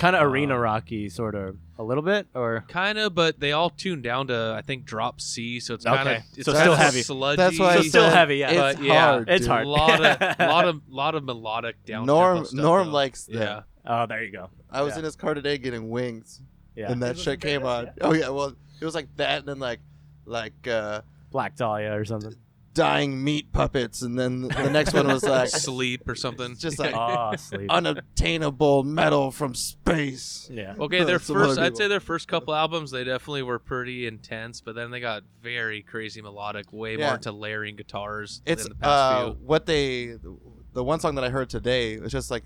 [SPEAKER 1] Kind of
[SPEAKER 3] Uh,
[SPEAKER 1] arena rocky, sort of. A little bit, or.
[SPEAKER 3] Kind of, but they all tune down to I think drop C, so it's
[SPEAKER 1] Okay.
[SPEAKER 3] kind of it's
[SPEAKER 1] So
[SPEAKER 3] kinda
[SPEAKER 1] still heavy.
[SPEAKER 3] sludgy.
[SPEAKER 4] That's why
[SPEAKER 1] So
[SPEAKER 4] I
[SPEAKER 1] still
[SPEAKER 4] said
[SPEAKER 1] heavy, yeah.
[SPEAKER 4] It's
[SPEAKER 3] But yeah,
[SPEAKER 4] hard.
[SPEAKER 1] it's
[SPEAKER 4] dude.
[SPEAKER 1] hard.
[SPEAKER 3] A lot of lot of lot of melodic down.
[SPEAKER 4] Norm
[SPEAKER 3] stuff,
[SPEAKER 4] Norm
[SPEAKER 3] though.
[SPEAKER 4] likes that.
[SPEAKER 3] yeah.
[SPEAKER 1] Oh, there you go.
[SPEAKER 4] I was
[SPEAKER 1] Yeah.
[SPEAKER 4] in his car today getting wings,
[SPEAKER 1] Yeah.
[SPEAKER 4] and that
[SPEAKER 2] It
[SPEAKER 4] shit
[SPEAKER 2] was
[SPEAKER 4] came on.
[SPEAKER 2] embarrassing,
[SPEAKER 4] Oh yeah, well it was like that, and then like like uh,
[SPEAKER 1] Black Dahlia or something.
[SPEAKER 4] dying meat puppets, and then the- the next one was like
[SPEAKER 3] sleep or something.
[SPEAKER 4] It's just like-
[SPEAKER 1] oh, sleep.
[SPEAKER 4] unobtainable metal from space.
[SPEAKER 1] Yeah.
[SPEAKER 3] okay, their
[SPEAKER 4] Some other
[SPEAKER 3] first I'd
[SPEAKER 4] people.
[SPEAKER 3] say their first couple albums they definitely were pretty intense, but then they got very crazy melodic, way
[SPEAKER 4] Yeah.
[SPEAKER 3] more into layering guitars
[SPEAKER 4] It's
[SPEAKER 3] than the past
[SPEAKER 4] uh,
[SPEAKER 3] few.
[SPEAKER 4] what they the one song that I heard today was just like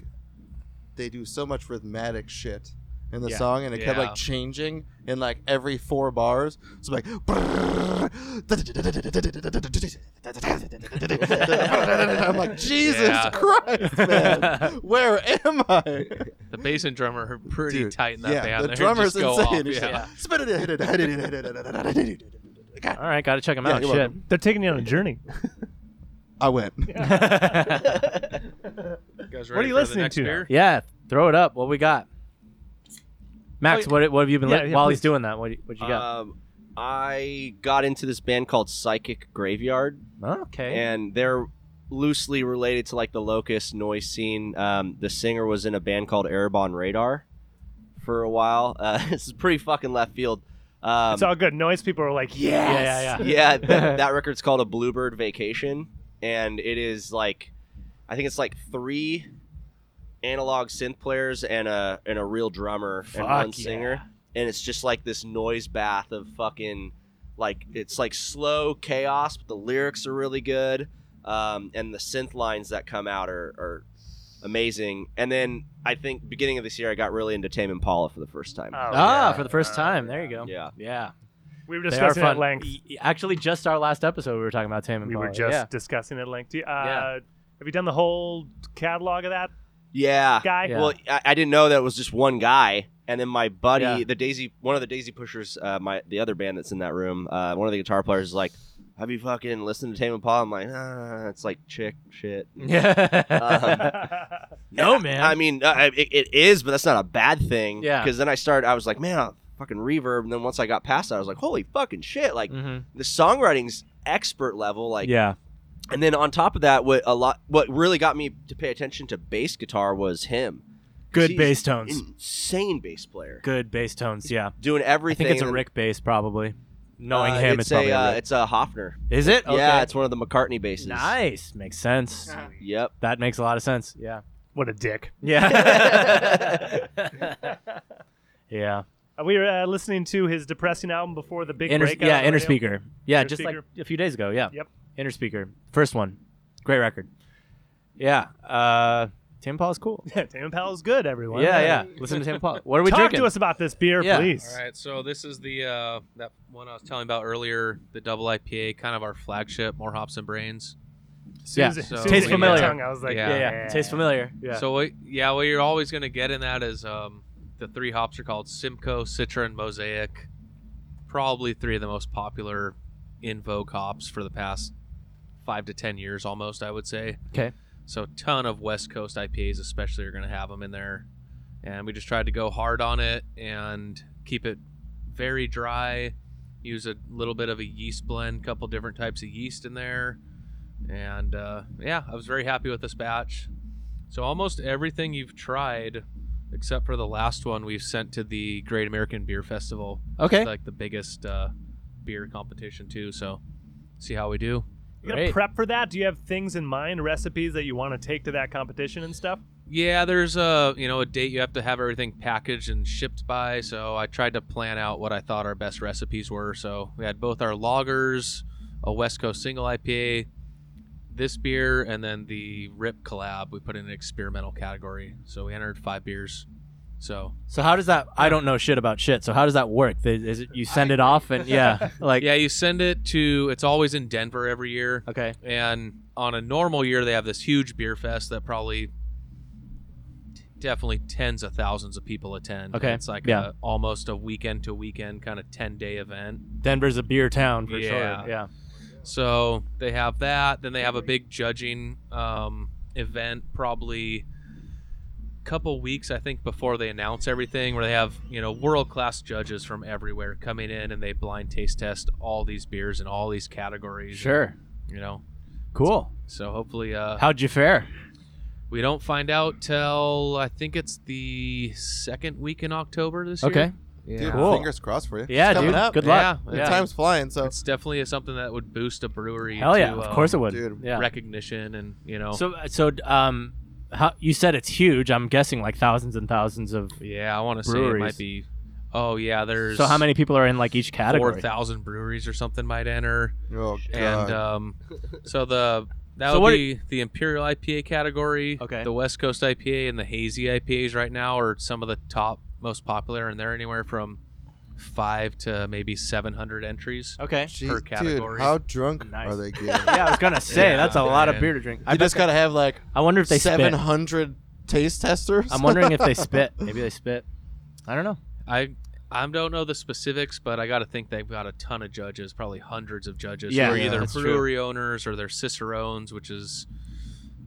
[SPEAKER 4] they do so much rhythmatic shit. in the
[SPEAKER 2] Yeah.
[SPEAKER 4] song, and it kept
[SPEAKER 3] Yeah.
[SPEAKER 4] like changing in like every four bars. So like, I'm like Jesus
[SPEAKER 3] Yeah.
[SPEAKER 4] Christ, man, where am I?
[SPEAKER 3] The bass and drummer are pretty
[SPEAKER 4] Dude,
[SPEAKER 3] tight in that
[SPEAKER 4] yeah,
[SPEAKER 3] band.
[SPEAKER 4] the
[SPEAKER 3] They
[SPEAKER 4] drummer's
[SPEAKER 3] just go
[SPEAKER 4] insane.
[SPEAKER 3] Off.
[SPEAKER 4] He's
[SPEAKER 3] Yeah.
[SPEAKER 4] like, God,
[SPEAKER 1] All right, got to check him
[SPEAKER 4] Yeah,
[SPEAKER 1] out.
[SPEAKER 4] you're
[SPEAKER 1] Shit.
[SPEAKER 2] They're taking you on a journey.
[SPEAKER 4] I went.
[SPEAKER 2] What are you listening to?
[SPEAKER 1] Yeah, throw it up. What we got? Max,
[SPEAKER 2] Oh,
[SPEAKER 1] what what have you been li-
[SPEAKER 2] yeah, yeah,
[SPEAKER 1] while
[SPEAKER 2] please.
[SPEAKER 1] he's doing that? What what you got?
[SPEAKER 5] Um, I got into this band called Psychic Graveyard,
[SPEAKER 1] okay.
[SPEAKER 5] and they're loosely related to like the Locust noise scene. Um, the singer was in a band called Erebon Radar for a while. Uh, this is pretty fucking left field. Um,
[SPEAKER 2] It's all good. Noise people are like, yes.
[SPEAKER 1] Yeah, yeah,
[SPEAKER 5] yeah, that, that record's called a Bluebird Vacation, and it is like, I think it's like three analog synth players and a and a real drummer and
[SPEAKER 1] Fuck
[SPEAKER 5] one
[SPEAKER 1] yeah.
[SPEAKER 5] singer, and it's just like this noise bath of fucking, like it's like slow chaos, but the lyrics are really good, um, and the synth lines that come out are. are Amazing, and then I think beginning of this year I got really into Tame Impala for the first time.
[SPEAKER 1] ah,
[SPEAKER 2] Oh, yeah. Uh,
[SPEAKER 1] for the first time. There you go.
[SPEAKER 5] Oh, Uh, Yeah.
[SPEAKER 1] Yeah.
[SPEAKER 2] We were
[SPEAKER 1] They are
[SPEAKER 2] discussing
[SPEAKER 1] fun.
[SPEAKER 2] at length.
[SPEAKER 1] Y- y- Actually, just our last episode, we were talking about Tame
[SPEAKER 2] We
[SPEAKER 1] Impala.
[SPEAKER 2] were just
[SPEAKER 1] Yeah.
[SPEAKER 2] discussing at length. Do you- Uh,
[SPEAKER 1] Yeah.
[SPEAKER 2] Have you done the whole catalog of that
[SPEAKER 5] Yeah,
[SPEAKER 2] guy?
[SPEAKER 1] Yeah.
[SPEAKER 5] Well, I, I didn't know that it was just one guy, and then my buddy,
[SPEAKER 1] Yeah.
[SPEAKER 5] the Daisy, one of the Daisy Pushers, uh, my the other band that's in that room, uh, one of the guitar players is like, "Have you fucking listened to Tame Impala?" I'm like, ah, "It's like chick shit."
[SPEAKER 1] Yeah.
[SPEAKER 5] Um,
[SPEAKER 1] no, man.
[SPEAKER 5] I mean, uh, it, it is, but that's not a bad thing.
[SPEAKER 1] Yeah.
[SPEAKER 5] Because then I started, I was like, "Man, I'm fucking reverb." And then once I got past that, I was like, "Holy fucking shit!" Like
[SPEAKER 1] Mhm.
[SPEAKER 5] the songwriting's expert level. Like,
[SPEAKER 1] yeah.
[SPEAKER 5] and then on top of that, what a lot, what really got me to pay attention to bass guitar was him.
[SPEAKER 1] Good
[SPEAKER 5] he's
[SPEAKER 1] bass tones.
[SPEAKER 5] insane bass player.
[SPEAKER 1] Good bass tones. Yeah.
[SPEAKER 5] Doing
[SPEAKER 1] I
[SPEAKER 5] everything.
[SPEAKER 1] think it's a
[SPEAKER 5] and-
[SPEAKER 1] Rick bass, probably. Knowing
[SPEAKER 5] uh,
[SPEAKER 1] him,
[SPEAKER 5] it's
[SPEAKER 1] it's,
[SPEAKER 5] a
[SPEAKER 1] probably
[SPEAKER 5] uh,
[SPEAKER 1] a Rick.
[SPEAKER 5] it's a Hofner.
[SPEAKER 1] Is it? Okay.
[SPEAKER 5] Yeah, it's one of the McCartney bases.
[SPEAKER 1] nice. Makes sense.
[SPEAKER 5] Yep.
[SPEAKER 1] That makes a lot of sense. Yeah.
[SPEAKER 2] what a dick.
[SPEAKER 1] Yeah. yeah.
[SPEAKER 2] Uh, we were uh, listening to his depressing album before the big
[SPEAKER 1] Inter-
[SPEAKER 2] breakout.
[SPEAKER 1] yeah,
[SPEAKER 2] on the
[SPEAKER 1] inner
[SPEAKER 2] radio.
[SPEAKER 1] speaker. Yeah,
[SPEAKER 2] Inner
[SPEAKER 1] just
[SPEAKER 2] Speaker.
[SPEAKER 1] like a few days ago. Yeah.
[SPEAKER 2] Yep.
[SPEAKER 1] Inner speaker. First one. Great record. Yeah. Uh Tim Paul's cool.
[SPEAKER 2] Yeah, Tame Impala's good, everyone.
[SPEAKER 1] yeah, yeah. Listen to Tim Paul. What are we
[SPEAKER 2] Talk
[SPEAKER 1] drinking?
[SPEAKER 2] to us about this beer,
[SPEAKER 1] Yeah.
[SPEAKER 2] please.
[SPEAKER 3] All right, so this is the uh, that one I was telling about earlier, the double IPA, kind of our flagship, more hops and brains.
[SPEAKER 1] Yeah.
[SPEAKER 2] Susan-
[SPEAKER 3] So-
[SPEAKER 2] Susan
[SPEAKER 1] Tastes
[SPEAKER 2] hit my
[SPEAKER 1] familiar.
[SPEAKER 2] Tongue, I was like,
[SPEAKER 3] Yeah.
[SPEAKER 1] Yeah, yeah. Tastes familiar. Yeah.
[SPEAKER 3] So what, yeah, what you're always going to get in that is um, the three hops are called Simcoe, Citra, and Mosaic. Probably three of the most popular in vogue hops for the past five to ten years, almost I would say.
[SPEAKER 1] Okay.
[SPEAKER 3] So ton of West Coast IPAs, especially, are going to have them in there, and we just tried to go hard on it and keep it very dry. Use a little bit of a yeast blend, couple different types of yeast in there, and uh, yeah, I was very happy with this batch. So almost everything you've tried, except for the last one, we've sent to the Great American Beer Festival. which is,
[SPEAKER 1] Okay.
[SPEAKER 3] like the biggest uh, beer competition too. So see how we do.
[SPEAKER 2] You gonna
[SPEAKER 1] Great.
[SPEAKER 2] prep for that? Do you have things in mind, recipes that you want to take to that competition and stuff?
[SPEAKER 3] Yeah, there's a you know a date you have to have everything packaged and shipped by. So I tried to plan out what I thought our best recipes were. So we had both our loggers, a West Coast single IPA, this beer, and then the Rip collab. We put in an experimental category. So we entered five beers. So
[SPEAKER 1] So how does that? I don't know shit about shit. So how does that work? Th- Is it you send it off and yeah, like
[SPEAKER 3] yeah, you send it to. It's always in Denver every year.
[SPEAKER 1] okay,
[SPEAKER 3] And on a normal year, they have this huge beer fest that probably definitely tens of thousands of people attend.
[SPEAKER 1] Okay,
[SPEAKER 3] It's like
[SPEAKER 1] yeah.
[SPEAKER 3] a, almost a weekend to weekend kind of 10 day event.
[SPEAKER 1] Denver's a beer town for
[SPEAKER 3] Yeah.
[SPEAKER 1] sure. Yeah.
[SPEAKER 3] So they have that. Then they have a big judging um, event, probably couple weeks I think before they announce everything, where they have you know world class judges from everywhere coming in and they blind taste test all these beers in all these categories.
[SPEAKER 1] Sure.
[SPEAKER 3] You know,
[SPEAKER 1] Cool.
[SPEAKER 3] so hopefully uh,
[SPEAKER 1] How'd you fare?
[SPEAKER 3] we don't find out till I think it's the second week in October this
[SPEAKER 1] Okay.
[SPEAKER 3] year.
[SPEAKER 4] Dude,
[SPEAKER 1] Cool.
[SPEAKER 4] fingers crossed for you.
[SPEAKER 1] Yeah,
[SPEAKER 4] it's coming
[SPEAKER 1] dude.
[SPEAKER 4] Up.
[SPEAKER 1] Good luck.
[SPEAKER 3] Yeah,
[SPEAKER 4] The
[SPEAKER 3] yeah.
[SPEAKER 4] time's flying, so
[SPEAKER 3] It's definitely something that would boost a brewery.
[SPEAKER 1] Hell yeah.
[SPEAKER 3] to,
[SPEAKER 1] Of
[SPEAKER 3] um,
[SPEAKER 1] course it would.
[SPEAKER 4] dude.
[SPEAKER 1] Yeah.
[SPEAKER 3] Recognition and you know.
[SPEAKER 1] So so um, how you said it's huge. I'm guessing like thousands and thousands of.
[SPEAKER 3] Yeah, I want to say it
[SPEAKER 1] Breweries.
[SPEAKER 3] might be. Oh yeah, there's
[SPEAKER 1] So how many people are in like each
[SPEAKER 3] four
[SPEAKER 1] category?
[SPEAKER 3] thousand breweries or something might enter,
[SPEAKER 4] Oh, God.
[SPEAKER 3] and
[SPEAKER 1] uh,
[SPEAKER 3] um, so the that
[SPEAKER 1] So
[SPEAKER 3] would
[SPEAKER 1] what-
[SPEAKER 3] be the Imperial IPA category.
[SPEAKER 1] Okay.
[SPEAKER 3] The West Coast IPA and the hazy IPAs right now are some of the top most popular, and they're anywhere from five to maybe seven hundred entries.
[SPEAKER 1] Okay.
[SPEAKER 4] Jeez,
[SPEAKER 3] category.
[SPEAKER 4] Dude, how drunk
[SPEAKER 1] Nice.
[SPEAKER 4] are they getting?
[SPEAKER 1] Yeah, I was gonna say
[SPEAKER 3] Yeah,
[SPEAKER 1] that's a lot of
[SPEAKER 3] man.
[SPEAKER 1] beer to drink. I,
[SPEAKER 4] you
[SPEAKER 1] bet
[SPEAKER 4] just gotta have like
[SPEAKER 1] I wonder if they spit.
[SPEAKER 4] seven hundred taste testers.
[SPEAKER 1] I'm wondering if they spit. Maybe they spit. I don't know.
[SPEAKER 3] I I don't know the specifics, but I got to think they've got a ton of judges, probably hundreds of judges
[SPEAKER 1] Yeah,
[SPEAKER 3] who are
[SPEAKER 4] yeah,
[SPEAKER 3] either
[SPEAKER 1] that's true.
[SPEAKER 3] brewery owners or they're cicerones, which is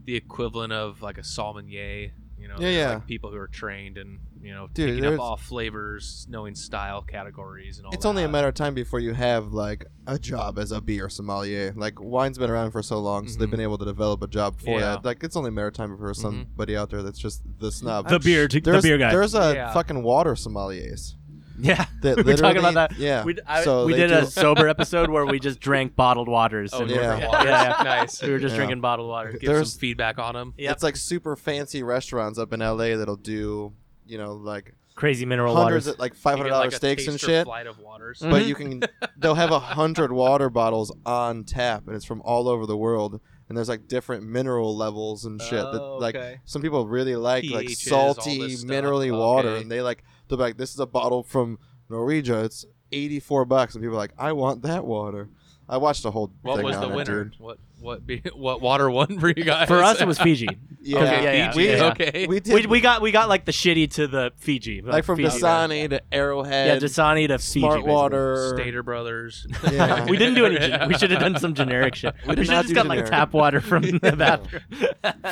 [SPEAKER 3] the equivalent of like a sommelier. You know,
[SPEAKER 4] Yeah,
[SPEAKER 3] there's,
[SPEAKER 4] yeah.
[SPEAKER 3] like, people who are trained and you know
[SPEAKER 4] Dude,
[SPEAKER 3] picking
[SPEAKER 4] there's-
[SPEAKER 3] up all flavors, knowing style categories and all.
[SPEAKER 4] it's only a
[SPEAKER 3] that.
[SPEAKER 4] matter of time before you have like a job as a beer sommelier. Like wine's been around for so long, so
[SPEAKER 1] Mm-hmm.
[SPEAKER 4] they've
[SPEAKER 3] Mhm.
[SPEAKER 4] been able to develop a job for
[SPEAKER 3] Yeah.
[SPEAKER 4] that. Like it's only a matter of time before somebody out there that's just the snob.
[SPEAKER 2] The beer, the
[SPEAKER 4] there's,
[SPEAKER 2] beer guy.
[SPEAKER 4] There's a
[SPEAKER 3] Yeah.
[SPEAKER 4] fucking water sommeliers.
[SPEAKER 1] Yeah,
[SPEAKER 4] That
[SPEAKER 1] we were talking
[SPEAKER 4] literally-
[SPEAKER 1] about that.
[SPEAKER 4] Yeah.
[SPEAKER 1] we, d- I-
[SPEAKER 4] so
[SPEAKER 1] we
[SPEAKER 4] Oh,
[SPEAKER 1] did
[SPEAKER 4] they
[SPEAKER 1] a
[SPEAKER 4] do,
[SPEAKER 1] sober episode where we just drank bottled waters.
[SPEAKER 3] Oh,
[SPEAKER 1] and-
[SPEAKER 4] yeah.
[SPEAKER 3] yeah.
[SPEAKER 1] Yeah, yeah.
[SPEAKER 3] nice.
[SPEAKER 1] We were just
[SPEAKER 4] Yeah.
[SPEAKER 1] drinking bottled water.
[SPEAKER 3] Give
[SPEAKER 4] There's-
[SPEAKER 3] some feedback on them.
[SPEAKER 1] Yep.
[SPEAKER 4] It's like super fancy restaurants up in LA that'll do, you know, like
[SPEAKER 1] Crazy mineral
[SPEAKER 4] hundreds
[SPEAKER 1] waters.
[SPEAKER 4] of like five hundred dollar steaks and shit.
[SPEAKER 3] Flight of waters.
[SPEAKER 1] Mm.
[SPEAKER 4] But you can they'll have a hundred water bottles on tap and it's from all over the world. And there's like different mineral levels and shit that
[SPEAKER 3] Oh,
[SPEAKER 4] like
[SPEAKER 3] okay.
[SPEAKER 4] some people really like like
[SPEAKER 3] pHs, all this
[SPEAKER 4] salty
[SPEAKER 3] stuff. Oh,
[SPEAKER 4] minerally water
[SPEAKER 3] Okay.
[SPEAKER 4] and they like they're like this is a bottle from Norwegia. It's eighty four bucks and people are like I want that water. I watched the whole
[SPEAKER 3] What
[SPEAKER 4] thing
[SPEAKER 3] was the
[SPEAKER 4] on it,
[SPEAKER 3] winner?
[SPEAKER 4] dude.
[SPEAKER 3] What what be, what water won for you guys?
[SPEAKER 1] For us, it was Fiji.
[SPEAKER 4] Yeah,
[SPEAKER 3] okay.
[SPEAKER 1] yeah, yeah,
[SPEAKER 3] Fiji,
[SPEAKER 1] yeah.
[SPEAKER 3] Okay.
[SPEAKER 4] we did
[SPEAKER 1] we, we got we got like the shitty to the Fiji,
[SPEAKER 4] like from
[SPEAKER 1] Fiji.
[SPEAKER 4] Dasani to Arrowhead.
[SPEAKER 1] Yeah, Dasani to Fiji.
[SPEAKER 4] Smart
[SPEAKER 1] basically.
[SPEAKER 4] Water.
[SPEAKER 3] Stater Brothers.
[SPEAKER 4] Yeah.
[SPEAKER 1] We didn't do any. gen- We should have done some generic shit. We,
[SPEAKER 4] did
[SPEAKER 1] should
[SPEAKER 4] not
[SPEAKER 1] have just
[SPEAKER 4] do
[SPEAKER 1] got like
[SPEAKER 4] generic.
[SPEAKER 1] tap water from the bathroom.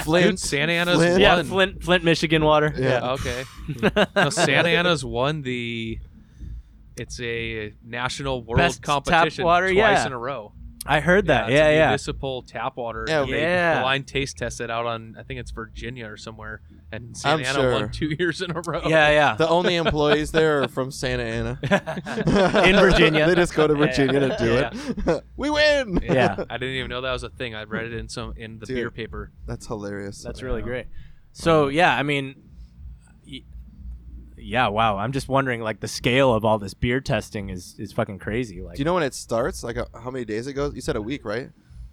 [SPEAKER 4] Flint.
[SPEAKER 3] Dude, Santa Ana's
[SPEAKER 4] Flint.
[SPEAKER 1] yeah,
[SPEAKER 3] won.
[SPEAKER 1] Flint, Flint, Michigan water.
[SPEAKER 4] Yeah.
[SPEAKER 3] Okay. No, Santa Ana's won the. It's a national world
[SPEAKER 1] Best tap
[SPEAKER 3] competition
[SPEAKER 1] water,
[SPEAKER 3] twice
[SPEAKER 1] yeah.
[SPEAKER 3] in a row.
[SPEAKER 1] I heard that.
[SPEAKER 3] it's a
[SPEAKER 1] Yeah, yeah.
[SPEAKER 3] Municipal tap water.
[SPEAKER 4] Yeah,
[SPEAKER 3] They
[SPEAKER 1] yeah.
[SPEAKER 3] Blind taste tested out on I think it's Virginia or somewhere, and Santa
[SPEAKER 4] I'm
[SPEAKER 3] Ana won
[SPEAKER 4] sure.
[SPEAKER 3] two years in a row.
[SPEAKER 1] Yeah,
[SPEAKER 4] The only employees there are from Santa Ana.
[SPEAKER 1] yeah.
[SPEAKER 4] In
[SPEAKER 1] Virginia.
[SPEAKER 4] they just go to
[SPEAKER 1] Yeah.
[SPEAKER 4] Virginia to do it. we win.
[SPEAKER 1] Yeah.
[SPEAKER 3] I didn't even know that was a thing. I read it in some in the
[SPEAKER 4] Dude.
[SPEAKER 3] beer paper.
[SPEAKER 4] That's hilarious.
[SPEAKER 1] That's really great. So yeah, I mean, y- yeah, wow. I'm just wondering, like, the scale of all this beer testing is is fucking crazy. Like,
[SPEAKER 4] do you know when it starts? Like uh, how many days it goes? You said a week, right?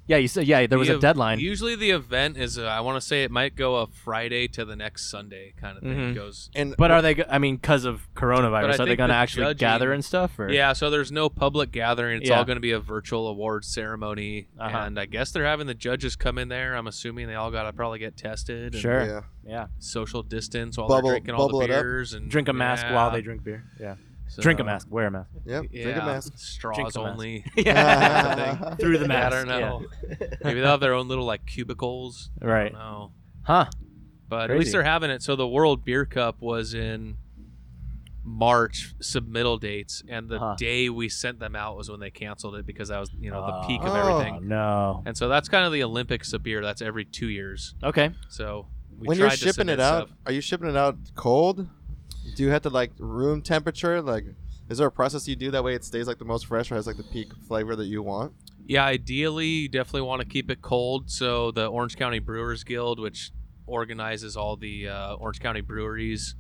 [SPEAKER 1] yeah, you said yeah, there was
[SPEAKER 3] The
[SPEAKER 1] a
[SPEAKER 3] ev-
[SPEAKER 1] deadline.
[SPEAKER 3] Usually the event is uh, I want to say it might go a Friday to the next Sunday kind of thing.
[SPEAKER 1] Mhm.
[SPEAKER 3] It goes.
[SPEAKER 4] And
[SPEAKER 1] but are they? go- I mean, because of coronavirus,
[SPEAKER 3] I
[SPEAKER 1] are they
[SPEAKER 3] think
[SPEAKER 1] going to
[SPEAKER 3] the
[SPEAKER 1] actually
[SPEAKER 3] judging-
[SPEAKER 1] gather and stuff? Or
[SPEAKER 3] Yeah, so there's no public gathering. It's
[SPEAKER 1] Yeah.
[SPEAKER 3] all going to be a virtual award ceremony,
[SPEAKER 1] Uh-huh.
[SPEAKER 3] and I guess they're having the judges come in there. I'm assuming they all got to probably get tested. and
[SPEAKER 1] sure, yeah.
[SPEAKER 4] Yeah.
[SPEAKER 3] Social distance while
[SPEAKER 4] Bubble-
[SPEAKER 3] they're drinking all
[SPEAKER 4] bubble
[SPEAKER 3] the
[SPEAKER 4] it up.
[SPEAKER 3] beers and
[SPEAKER 1] Drink a mask
[SPEAKER 3] Yeah,
[SPEAKER 1] while they drink beer. Yeah,
[SPEAKER 3] so-
[SPEAKER 1] drink a mask, wear a mask.
[SPEAKER 4] Yep.
[SPEAKER 3] Yeah,
[SPEAKER 4] Drink a mask. Uh-huh.
[SPEAKER 3] Straws
[SPEAKER 1] Drink a mask.
[SPEAKER 3] only.
[SPEAKER 1] yeah,
[SPEAKER 4] thing.
[SPEAKER 1] through the
[SPEAKER 3] Yeah, I
[SPEAKER 1] mask.
[SPEAKER 3] don't know. Maybe they'll have their own little like cubicles.
[SPEAKER 1] Yeah. Right? Oh,
[SPEAKER 3] No.
[SPEAKER 1] Huh?
[SPEAKER 3] but at
[SPEAKER 1] Crazy.
[SPEAKER 3] least they're having it. So the World Beer Cup was in March submittal dates, and the
[SPEAKER 1] Huh.
[SPEAKER 3] day we sent them out was when they canceled it because that was you know the peak of
[SPEAKER 4] Oh.
[SPEAKER 1] Oh,
[SPEAKER 3] everything.
[SPEAKER 1] no.
[SPEAKER 3] And so that's kind of the Olympics of beer. That's every two years.
[SPEAKER 1] Okay.
[SPEAKER 3] So we
[SPEAKER 4] when
[SPEAKER 3] tried
[SPEAKER 4] you're
[SPEAKER 3] to
[SPEAKER 4] shipping
[SPEAKER 3] submit
[SPEAKER 4] it out,
[SPEAKER 3] stuff.
[SPEAKER 4] are you shipping it out cold? Do you have to like room temperature? Like, is there a process you do that way it stays like the most fresh or has like the peak flavor that you want?
[SPEAKER 3] Yeah, ideally, you definitely want to keep it cold. So the Orange County Brewers Guild, which organizes all the uh, Orange County breweries,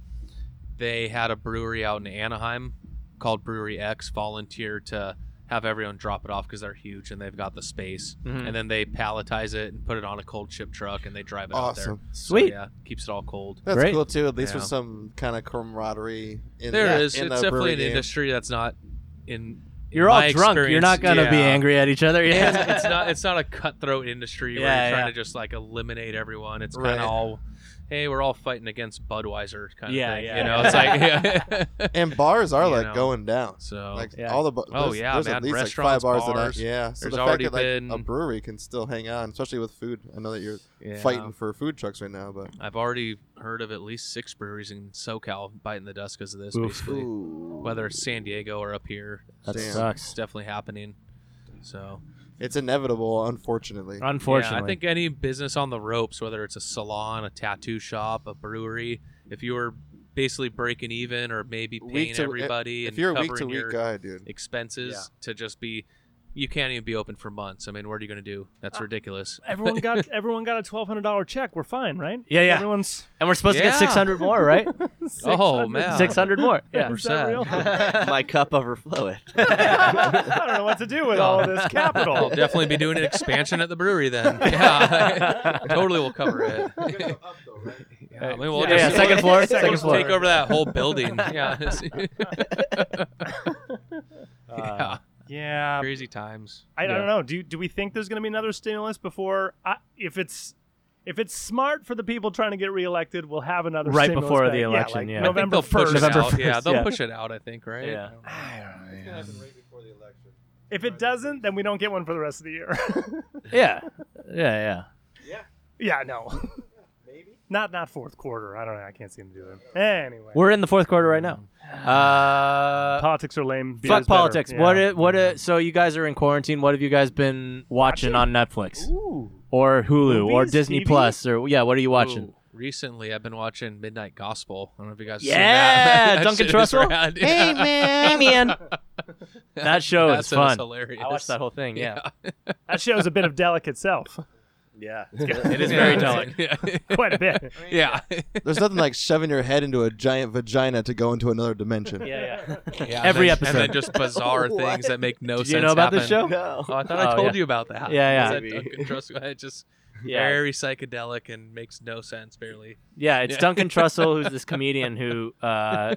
[SPEAKER 3] they had a brewery out in Anaheim called Brewery X volunteer to have everyone drop it off because they're huge and they've got the space.
[SPEAKER 4] Mm-hmm.
[SPEAKER 1] Mhm.
[SPEAKER 3] And then they palletize it and put it on a cold ship truck and they drive it out
[SPEAKER 4] Awesome.
[SPEAKER 3] there. So,
[SPEAKER 1] Sweet.
[SPEAKER 3] yeah, keeps it all cold.
[SPEAKER 4] That's
[SPEAKER 1] Great.
[SPEAKER 4] cool too. At least
[SPEAKER 3] Yeah.
[SPEAKER 4] with some kind of camaraderie. In
[SPEAKER 3] There
[SPEAKER 4] the,
[SPEAKER 3] is.
[SPEAKER 4] In
[SPEAKER 3] It's
[SPEAKER 4] the
[SPEAKER 3] definitely
[SPEAKER 4] brewery
[SPEAKER 3] an
[SPEAKER 4] game.
[SPEAKER 3] industry that's not in.
[SPEAKER 1] You're
[SPEAKER 3] in
[SPEAKER 1] all
[SPEAKER 3] my
[SPEAKER 1] drunk. You're not
[SPEAKER 3] experience-
[SPEAKER 1] gonna be
[SPEAKER 3] Yeah.
[SPEAKER 1] angry at each other.
[SPEAKER 3] Yeah,
[SPEAKER 1] Yeah.
[SPEAKER 3] it's, it's not it's not a cutthroat industry where
[SPEAKER 1] Yeah,
[SPEAKER 3] you're trying
[SPEAKER 1] yeah.
[SPEAKER 3] to just like eliminate everyone. It's kind of
[SPEAKER 4] Right.
[SPEAKER 3] all, hey, we're all fighting against Budweiser kind of
[SPEAKER 1] Yeah,
[SPEAKER 3] thing.
[SPEAKER 1] yeah.
[SPEAKER 3] You know, it's like yeah.
[SPEAKER 4] And bars are
[SPEAKER 3] You
[SPEAKER 4] like
[SPEAKER 3] know.
[SPEAKER 4] going down.
[SPEAKER 3] so
[SPEAKER 4] Like
[SPEAKER 1] Yeah.
[SPEAKER 4] all the bu-
[SPEAKER 3] Oh,
[SPEAKER 4] there's,
[SPEAKER 3] yeah,
[SPEAKER 4] there's
[SPEAKER 3] man.
[SPEAKER 4] at least like
[SPEAKER 3] Restaurants,
[SPEAKER 4] five bars that
[SPEAKER 3] bars.
[SPEAKER 4] I, yeah. So
[SPEAKER 3] There's
[SPEAKER 4] the fact
[SPEAKER 3] already
[SPEAKER 4] that like a
[SPEAKER 3] been-
[SPEAKER 4] brewery can still hang on, especially with food. I know that you're
[SPEAKER 3] yeah.
[SPEAKER 4] fighting for food trucks right now, but
[SPEAKER 3] I've already heard of at least six breweries in SoCal biting the dust because of this.
[SPEAKER 1] Oof.
[SPEAKER 3] Basically, whether it's San Diego or up here,
[SPEAKER 1] That
[SPEAKER 4] Damn.
[SPEAKER 3] it's
[SPEAKER 1] sucks.
[SPEAKER 3] definitely happening. So
[SPEAKER 4] it's inevitable, unfortunately.
[SPEAKER 1] Unfortunately.
[SPEAKER 3] Yeah, I think any business on the ropes, whether it's a salon, a tattoo shop, a brewery, if you were basically breaking even or maybe
[SPEAKER 4] Week
[SPEAKER 3] paying
[SPEAKER 4] to- eh,
[SPEAKER 3] everybody
[SPEAKER 4] if
[SPEAKER 3] and
[SPEAKER 4] you're a
[SPEAKER 3] covering
[SPEAKER 4] week to week
[SPEAKER 3] your
[SPEAKER 4] guy, dude,
[SPEAKER 3] expenses to just be, you can't even be open for months. I mean, what are you going to do? That's
[SPEAKER 1] Uh,
[SPEAKER 3] ridiculous.
[SPEAKER 2] Everyone got everyone got a twelve hundred dollar check. We're fine, right?
[SPEAKER 1] Yeah, yeah.
[SPEAKER 2] Everyone's
[SPEAKER 1] and we're supposed to get
[SPEAKER 3] Yeah.
[SPEAKER 1] 600 more, right?
[SPEAKER 3] Oh, man.
[SPEAKER 1] 600 more. Yeah.
[SPEAKER 2] Is that
[SPEAKER 3] Percent.
[SPEAKER 2] real?
[SPEAKER 5] My cup overfloweth.
[SPEAKER 2] I don't know what to do with all this
[SPEAKER 3] I'll
[SPEAKER 2] capital.
[SPEAKER 3] definitely be doing an expansion at the brewery then. Yeah, totally will cover it. I mean, we'll
[SPEAKER 1] Yeah,
[SPEAKER 3] just
[SPEAKER 1] yeah, second
[SPEAKER 3] we'll
[SPEAKER 1] floor,
[SPEAKER 3] just
[SPEAKER 1] second floor.
[SPEAKER 3] Take over that whole building. yeah. yeah.
[SPEAKER 1] Uh,
[SPEAKER 2] Yeah,
[SPEAKER 3] Crazy times.
[SPEAKER 2] I, I
[SPEAKER 1] Yeah.
[SPEAKER 2] don't know. Do do we think there's going to be another stimulus before? I, if it's if it's smart for the people trying to get reelected, we'll have another
[SPEAKER 1] Right
[SPEAKER 2] stimulus
[SPEAKER 1] before
[SPEAKER 2] back.
[SPEAKER 1] the election,
[SPEAKER 2] like
[SPEAKER 1] yeah. I
[SPEAKER 3] I think
[SPEAKER 2] November
[SPEAKER 3] they'll push
[SPEAKER 2] first.
[SPEAKER 3] it
[SPEAKER 1] November
[SPEAKER 3] out. Yeah,
[SPEAKER 1] 1st,
[SPEAKER 3] they'll
[SPEAKER 1] yeah.
[SPEAKER 3] push it out. I think, right?
[SPEAKER 1] Yeah.
[SPEAKER 2] If it doesn't, then we don't get one for the rest of the year.
[SPEAKER 1] yeah, yeah, yeah.
[SPEAKER 2] yeah, no. Maybe not not fourth quarter. I don't know. I can't see him do that. Anyway,
[SPEAKER 1] We're in the fourth quarter right now. Uh,
[SPEAKER 2] politics are lame. Beer
[SPEAKER 1] fuck
[SPEAKER 2] is better.
[SPEAKER 1] politics.
[SPEAKER 2] Yeah.
[SPEAKER 1] What? i- what? i- so you guys are in quarantine. What have you guys been watching on Netflix
[SPEAKER 2] Ooh.
[SPEAKER 1] or Hulu or
[SPEAKER 2] Movies,
[SPEAKER 1] Disney
[SPEAKER 2] TV?
[SPEAKER 1] Plus or yeah? What are you watching?
[SPEAKER 3] Ooh, recently, I've been watching Midnight Gospel. I don't know if you guys.
[SPEAKER 1] Yeah,
[SPEAKER 3] seen that. That
[SPEAKER 1] Duncan
[SPEAKER 3] shit is
[SPEAKER 1] Trussell?
[SPEAKER 3] rad.
[SPEAKER 1] Hey man, That show
[SPEAKER 3] That
[SPEAKER 1] is
[SPEAKER 3] shit was
[SPEAKER 1] fun.
[SPEAKER 3] hilarious.
[SPEAKER 1] I watched that whole thing. Yeah,
[SPEAKER 2] That shows a bit of delicate self.
[SPEAKER 1] yeah.
[SPEAKER 3] It
[SPEAKER 1] is very
[SPEAKER 3] delicate.
[SPEAKER 2] Quite a bit.
[SPEAKER 3] Yeah. yeah.
[SPEAKER 4] There's nothing like shoving your head into a giant vagina to go into another dimension.
[SPEAKER 1] yeah, yeah.
[SPEAKER 3] Yeah,
[SPEAKER 1] Every
[SPEAKER 3] and then-
[SPEAKER 1] episode.
[SPEAKER 3] and then just bizarre things that make no
[SPEAKER 1] Did
[SPEAKER 3] sense.
[SPEAKER 1] you know about
[SPEAKER 3] happen.
[SPEAKER 1] this show?
[SPEAKER 5] No.
[SPEAKER 3] Oh, I thought
[SPEAKER 1] Oh,
[SPEAKER 3] I told
[SPEAKER 1] yeah.
[SPEAKER 3] you about that.
[SPEAKER 1] Yeah, yeah.
[SPEAKER 3] Is that Duncan Trussell? It's just
[SPEAKER 1] Yeah.
[SPEAKER 3] very psychedelic and makes no sense barely.
[SPEAKER 1] Yeah, it's
[SPEAKER 3] Yeah.
[SPEAKER 1] Duncan Trussell, who's this comedian who uh,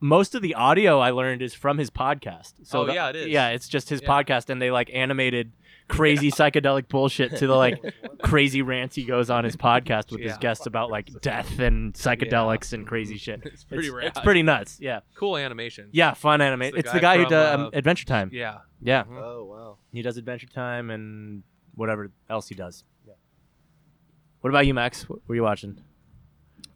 [SPEAKER 1] most of the audio I learned is from his podcast. So
[SPEAKER 3] Oh,
[SPEAKER 1] the-
[SPEAKER 3] yeah, it is.
[SPEAKER 1] Yeah, it's just his
[SPEAKER 3] Yeah.
[SPEAKER 1] podcast, and they like animated crazy psychedelic bullshit to the like crazy rants he goes on his podcast with his
[SPEAKER 3] Yeah.
[SPEAKER 1] guests about like death and psychedelics and crazy shit.
[SPEAKER 3] It's pretty rad.
[SPEAKER 1] It's pretty nuts. Yeah,
[SPEAKER 3] cool animation.
[SPEAKER 1] yeah, fun animation.
[SPEAKER 3] the
[SPEAKER 1] It's the guy,
[SPEAKER 3] guy
[SPEAKER 1] who
[SPEAKER 3] from,
[SPEAKER 1] does
[SPEAKER 3] uh,
[SPEAKER 1] um, Adventure Time. Yeah.
[SPEAKER 3] Yeah. Mhm.
[SPEAKER 5] Oh wow.
[SPEAKER 1] he does Adventure Time and whatever else he does. What about you, Max? What were you watching?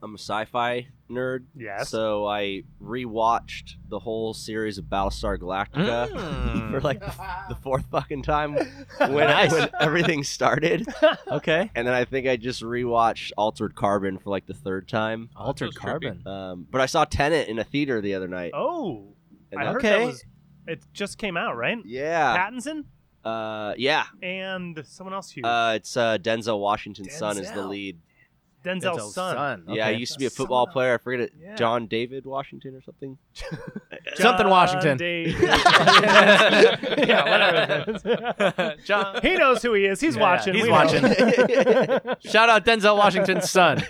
[SPEAKER 5] I'm a sci-fi nerd.
[SPEAKER 2] Yes.
[SPEAKER 5] So I rewatched the whole series of Battlestar Galactica
[SPEAKER 1] Mm.
[SPEAKER 3] Hmm.
[SPEAKER 5] for like the, the fourth fucking time when, when everything started,
[SPEAKER 1] Okay.
[SPEAKER 5] and then I think I just rewatched Altered Carbon for like the third time.
[SPEAKER 1] Altered
[SPEAKER 3] Those trippy.
[SPEAKER 1] Carbon.
[SPEAKER 5] Um, but I saw Tenet in a theater the other night.
[SPEAKER 2] Oh,
[SPEAKER 5] and
[SPEAKER 2] I
[SPEAKER 5] that-
[SPEAKER 2] heard that
[SPEAKER 1] Okay.
[SPEAKER 2] was. It just came out, right?
[SPEAKER 5] yeah.
[SPEAKER 2] Pattinson
[SPEAKER 5] Uh, yeah.
[SPEAKER 2] and someone else huge.
[SPEAKER 5] Uh, it's uh, Denzel Washington's son is the
[SPEAKER 2] Denzel.
[SPEAKER 5] lead.
[SPEAKER 2] Denzel's, son.
[SPEAKER 5] Yeah, he used to be a football
[SPEAKER 2] Son.
[SPEAKER 5] player. I forget it.
[SPEAKER 2] Yeah.
[SPEAKER 5] John David Washington or something.
[SPEAKER 1] Something
[SPEAKER 2] John
[SPEAKER 1] Washington.
[SPEAKER 2] Day-
[SPEAKER 1] yeah,
[SPEAKER 2] yeah, whatever. it is.
[SPEAKER 1] John.
[SPEAKER 2] he knows who he is. He's
[SPEAKER 1] Yeah,
[SPEAKER 2] watching.
[SPEAKER 1] he's
[SPEAKER 2] we know.
[SPEAKER 1] watching. Shout out Denzel Washington's son.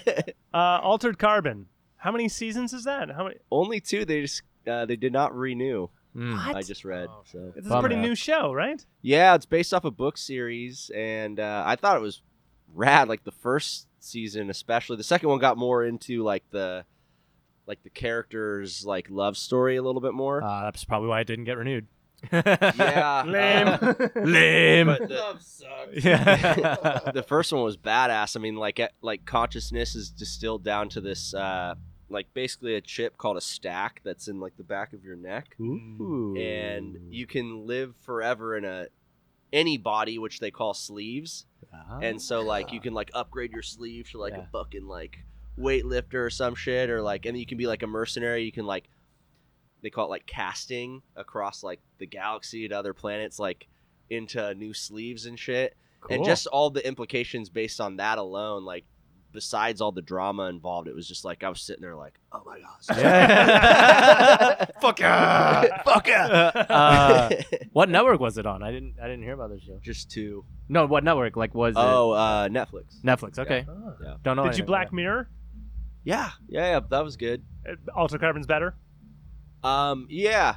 [SPEAKER 2] uh, Altered Carbon. How many seasons is that? How many?
[SPEAKER 5] Only two. They just uh, they did not renew.
[SPEAKER 1] Mm.
[SPEAKER 5] I just read. So
[SPEAKER 2] This is a
[SPEAKER 1] Bummer.
[SPEAKER 2] pretty new show, right?
[SPEAKER 5] yeah, it's based off a book series, and uh, I thought it was rad. Like the first season, especially the second one, got more into like the like the characters like love story a little bit more.
[SPEAKER 1] Uh, that's probably why it didn't get renewed.
[SPEAKER 5] yeah, uh,
[SPEAKER 1] Lame.
[SPEAKER 5] but the-
[SPEAKER 1] Yeah.
[SPEAKER 5] the first one was badass. I mean, like at, like consciousness is distilled down to this, uh, like basically a chip called a stack that's in like the back of your neck, and you can live forever in a any body, which they call sleeves.
[SPEAKER 1] Ah,
[SPEAKER 5] And so like you can like upgrade your sleeve to like
[SPEAKER 1] Yeah.
[SPEAKER 5] a fucking like weightlifter or some shit, or like and you can be like a mercenary. You can like they call it like casting across like the galaxy to other planets, like into new sleeves and shit and just all the implications based on that alone like besides all the drama involved it was just like i was sitting there like oh my gosh
[SPEAKER 1] Yeah. Fuck yeah. Fuck yeah. Uh, what network was it on? I didn't. I didn't hear about this show.
[SPEAKER 5] just two
[SPEAKER 1] No, what network? Like, was it
[SPEAKER 5] oh uh netflix
[SPEAKER 1] Netflix? Okay.
[SPEAKER 5] Yeah.
[SPEAKER 1] Don't know.
[SPEAKER 2] Did you
[SPEAKER 1] anything
[SPEAKER 2] Black
[SPEAKER 1] about
[SPEAKER 2] Mirror?
[SPEAKER 5] yeah yeah yeah that was good
[SPEAKER 2] Uh, Altered Carbon's better
[SPEAKER 5] um yeah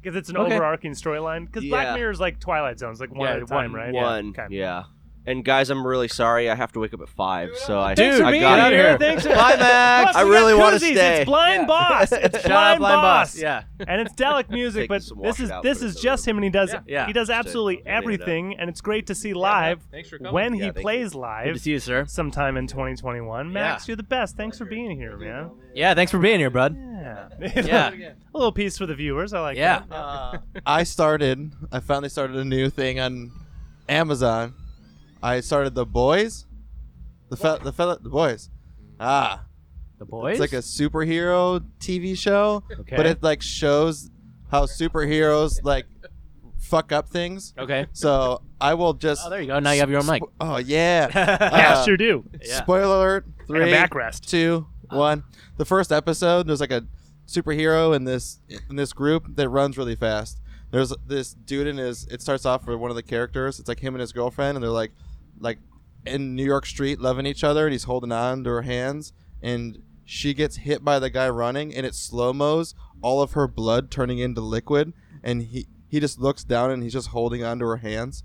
[SPEAKER 2] because it's an
[SPEAKER 1] Okay.
[SPEAKER 2] overarching storyline. Because
[SPEAKER 5] Yeah.
[SPEAKER 2] Black Mirror is like Twilight Zone's like one
[SPEAKER 1] Yeah,
[SPEAKER 2] at a
[SPEAKER 1] one-
[SPEAKER 2] time, right?
[SPEAKER 5] one
[SPEAKER 2] Okay.
[SPEAKER 5] yeah and guys i'm really sorry i have it. have to wake up at five so i
[SPEAKER 1] Dude,
[SPEAKER 5] i
[SPEAKER 1] for being
[SPEAKER 5] got
[SPEAKER 1] out here.
[SPEAKER 2] Thanks.
[SPEAKER 5] bye max
[SPEAKER 2] Plus,
[SPEAKER 5] i
[SPEAKER 2] we got
[SPEAKER 5] really want to
[SPEAKER 2] koozies.
[SPEAKER 5] stay
[SPEAKER 2] It's Blind Boss. It's
[SPEAKER 1] Shout out
[SPEAKER 2] Blind, boss.
[SPEAKER 1] Yeah.
[SPEAKER 2] and it's Dalek music,
[SPEAKER 5] Take
[SPEAKER 2] but
[SPEAKER 5] some
[SPEAKER 2] this
[SPEAKER 5] wash it
[SPEAKER 2] is
[SPEAKER 5] out,
[SPEAKER 2] this
[SPEAKER 5] put it
[SPEAKER 2] is
[SPEAKER 5] in the
[SPEAKER 2] just him, and he does
[SPEAKER 1] Yeah, yeah.
[SPEAKER 2] he does absolutely
[SPEAKER 5] Just, uh,
[SPEAKER 2] everything, and it's great to see live
[SPEAKER 3] Thanks for coming.
[SPEAKER 2] when he
[SPEAKER 5] Yeah, thank
[SPEAKER 2] plays
[SPEAKER 1] Good to
[SPEAKER 2] live
[SPEAKER 1] see you, sir.
[SPEAKER 2] sometime in 2021. Max, you're the best. Thanks for being here, man.
[SPEAKER 1] Yeah. Thanks for being here, bud.
[SPEAKER 2] Yeah,
[SPEAKER 1] Yeah.
[SPEAKER 2] a little piece for the viewers. I like.
[SPEAKER 1] Yeah.
[SPEAKER 2] that.
[SPEAKER 4] I started. I finally started a new thing on Amazon. I started the boys, the fe- the fella, the boys. Ah,
[SPEAKER 1] The boys.
[SPEAKER 4] it's like a superhero TV show,
[SPEAKER 1] Okay.
[SPEAKER 4] but it like shows how superheroes like fuck up things.
[SPEAKER 1] okay.
[SPEAKER 4] So I will just.
[SPEAKER 1] Oh, there you go. Now you have your own mic.
[SPEAKER 4] spo- Oh yeah.
[SPEAKER 2] Yeah,
[SPEAKER 4] Uh,
[SPEAKER 2] sure do.
[SPEAKER 1] Yeah.
[SPEAKER 4] Spoiler alert.
[SPEAKER 2] And a
[SPEAKER 4] Three,
[SPEAKER 2] backrest.
[SPEAKER 4] two, one. The first episode, there's like a superhero in this in this group that runs really fast. There's this dude in his. It starts off with one of the characters. It's like him and his girlfriend, and they're like, like in New York street, loving each other, and he's holding on to her hands. and she gets hit by the guy running, and it slow mos all of her blood turning into liquid, and he he just looks down and he's just holding onto her hands,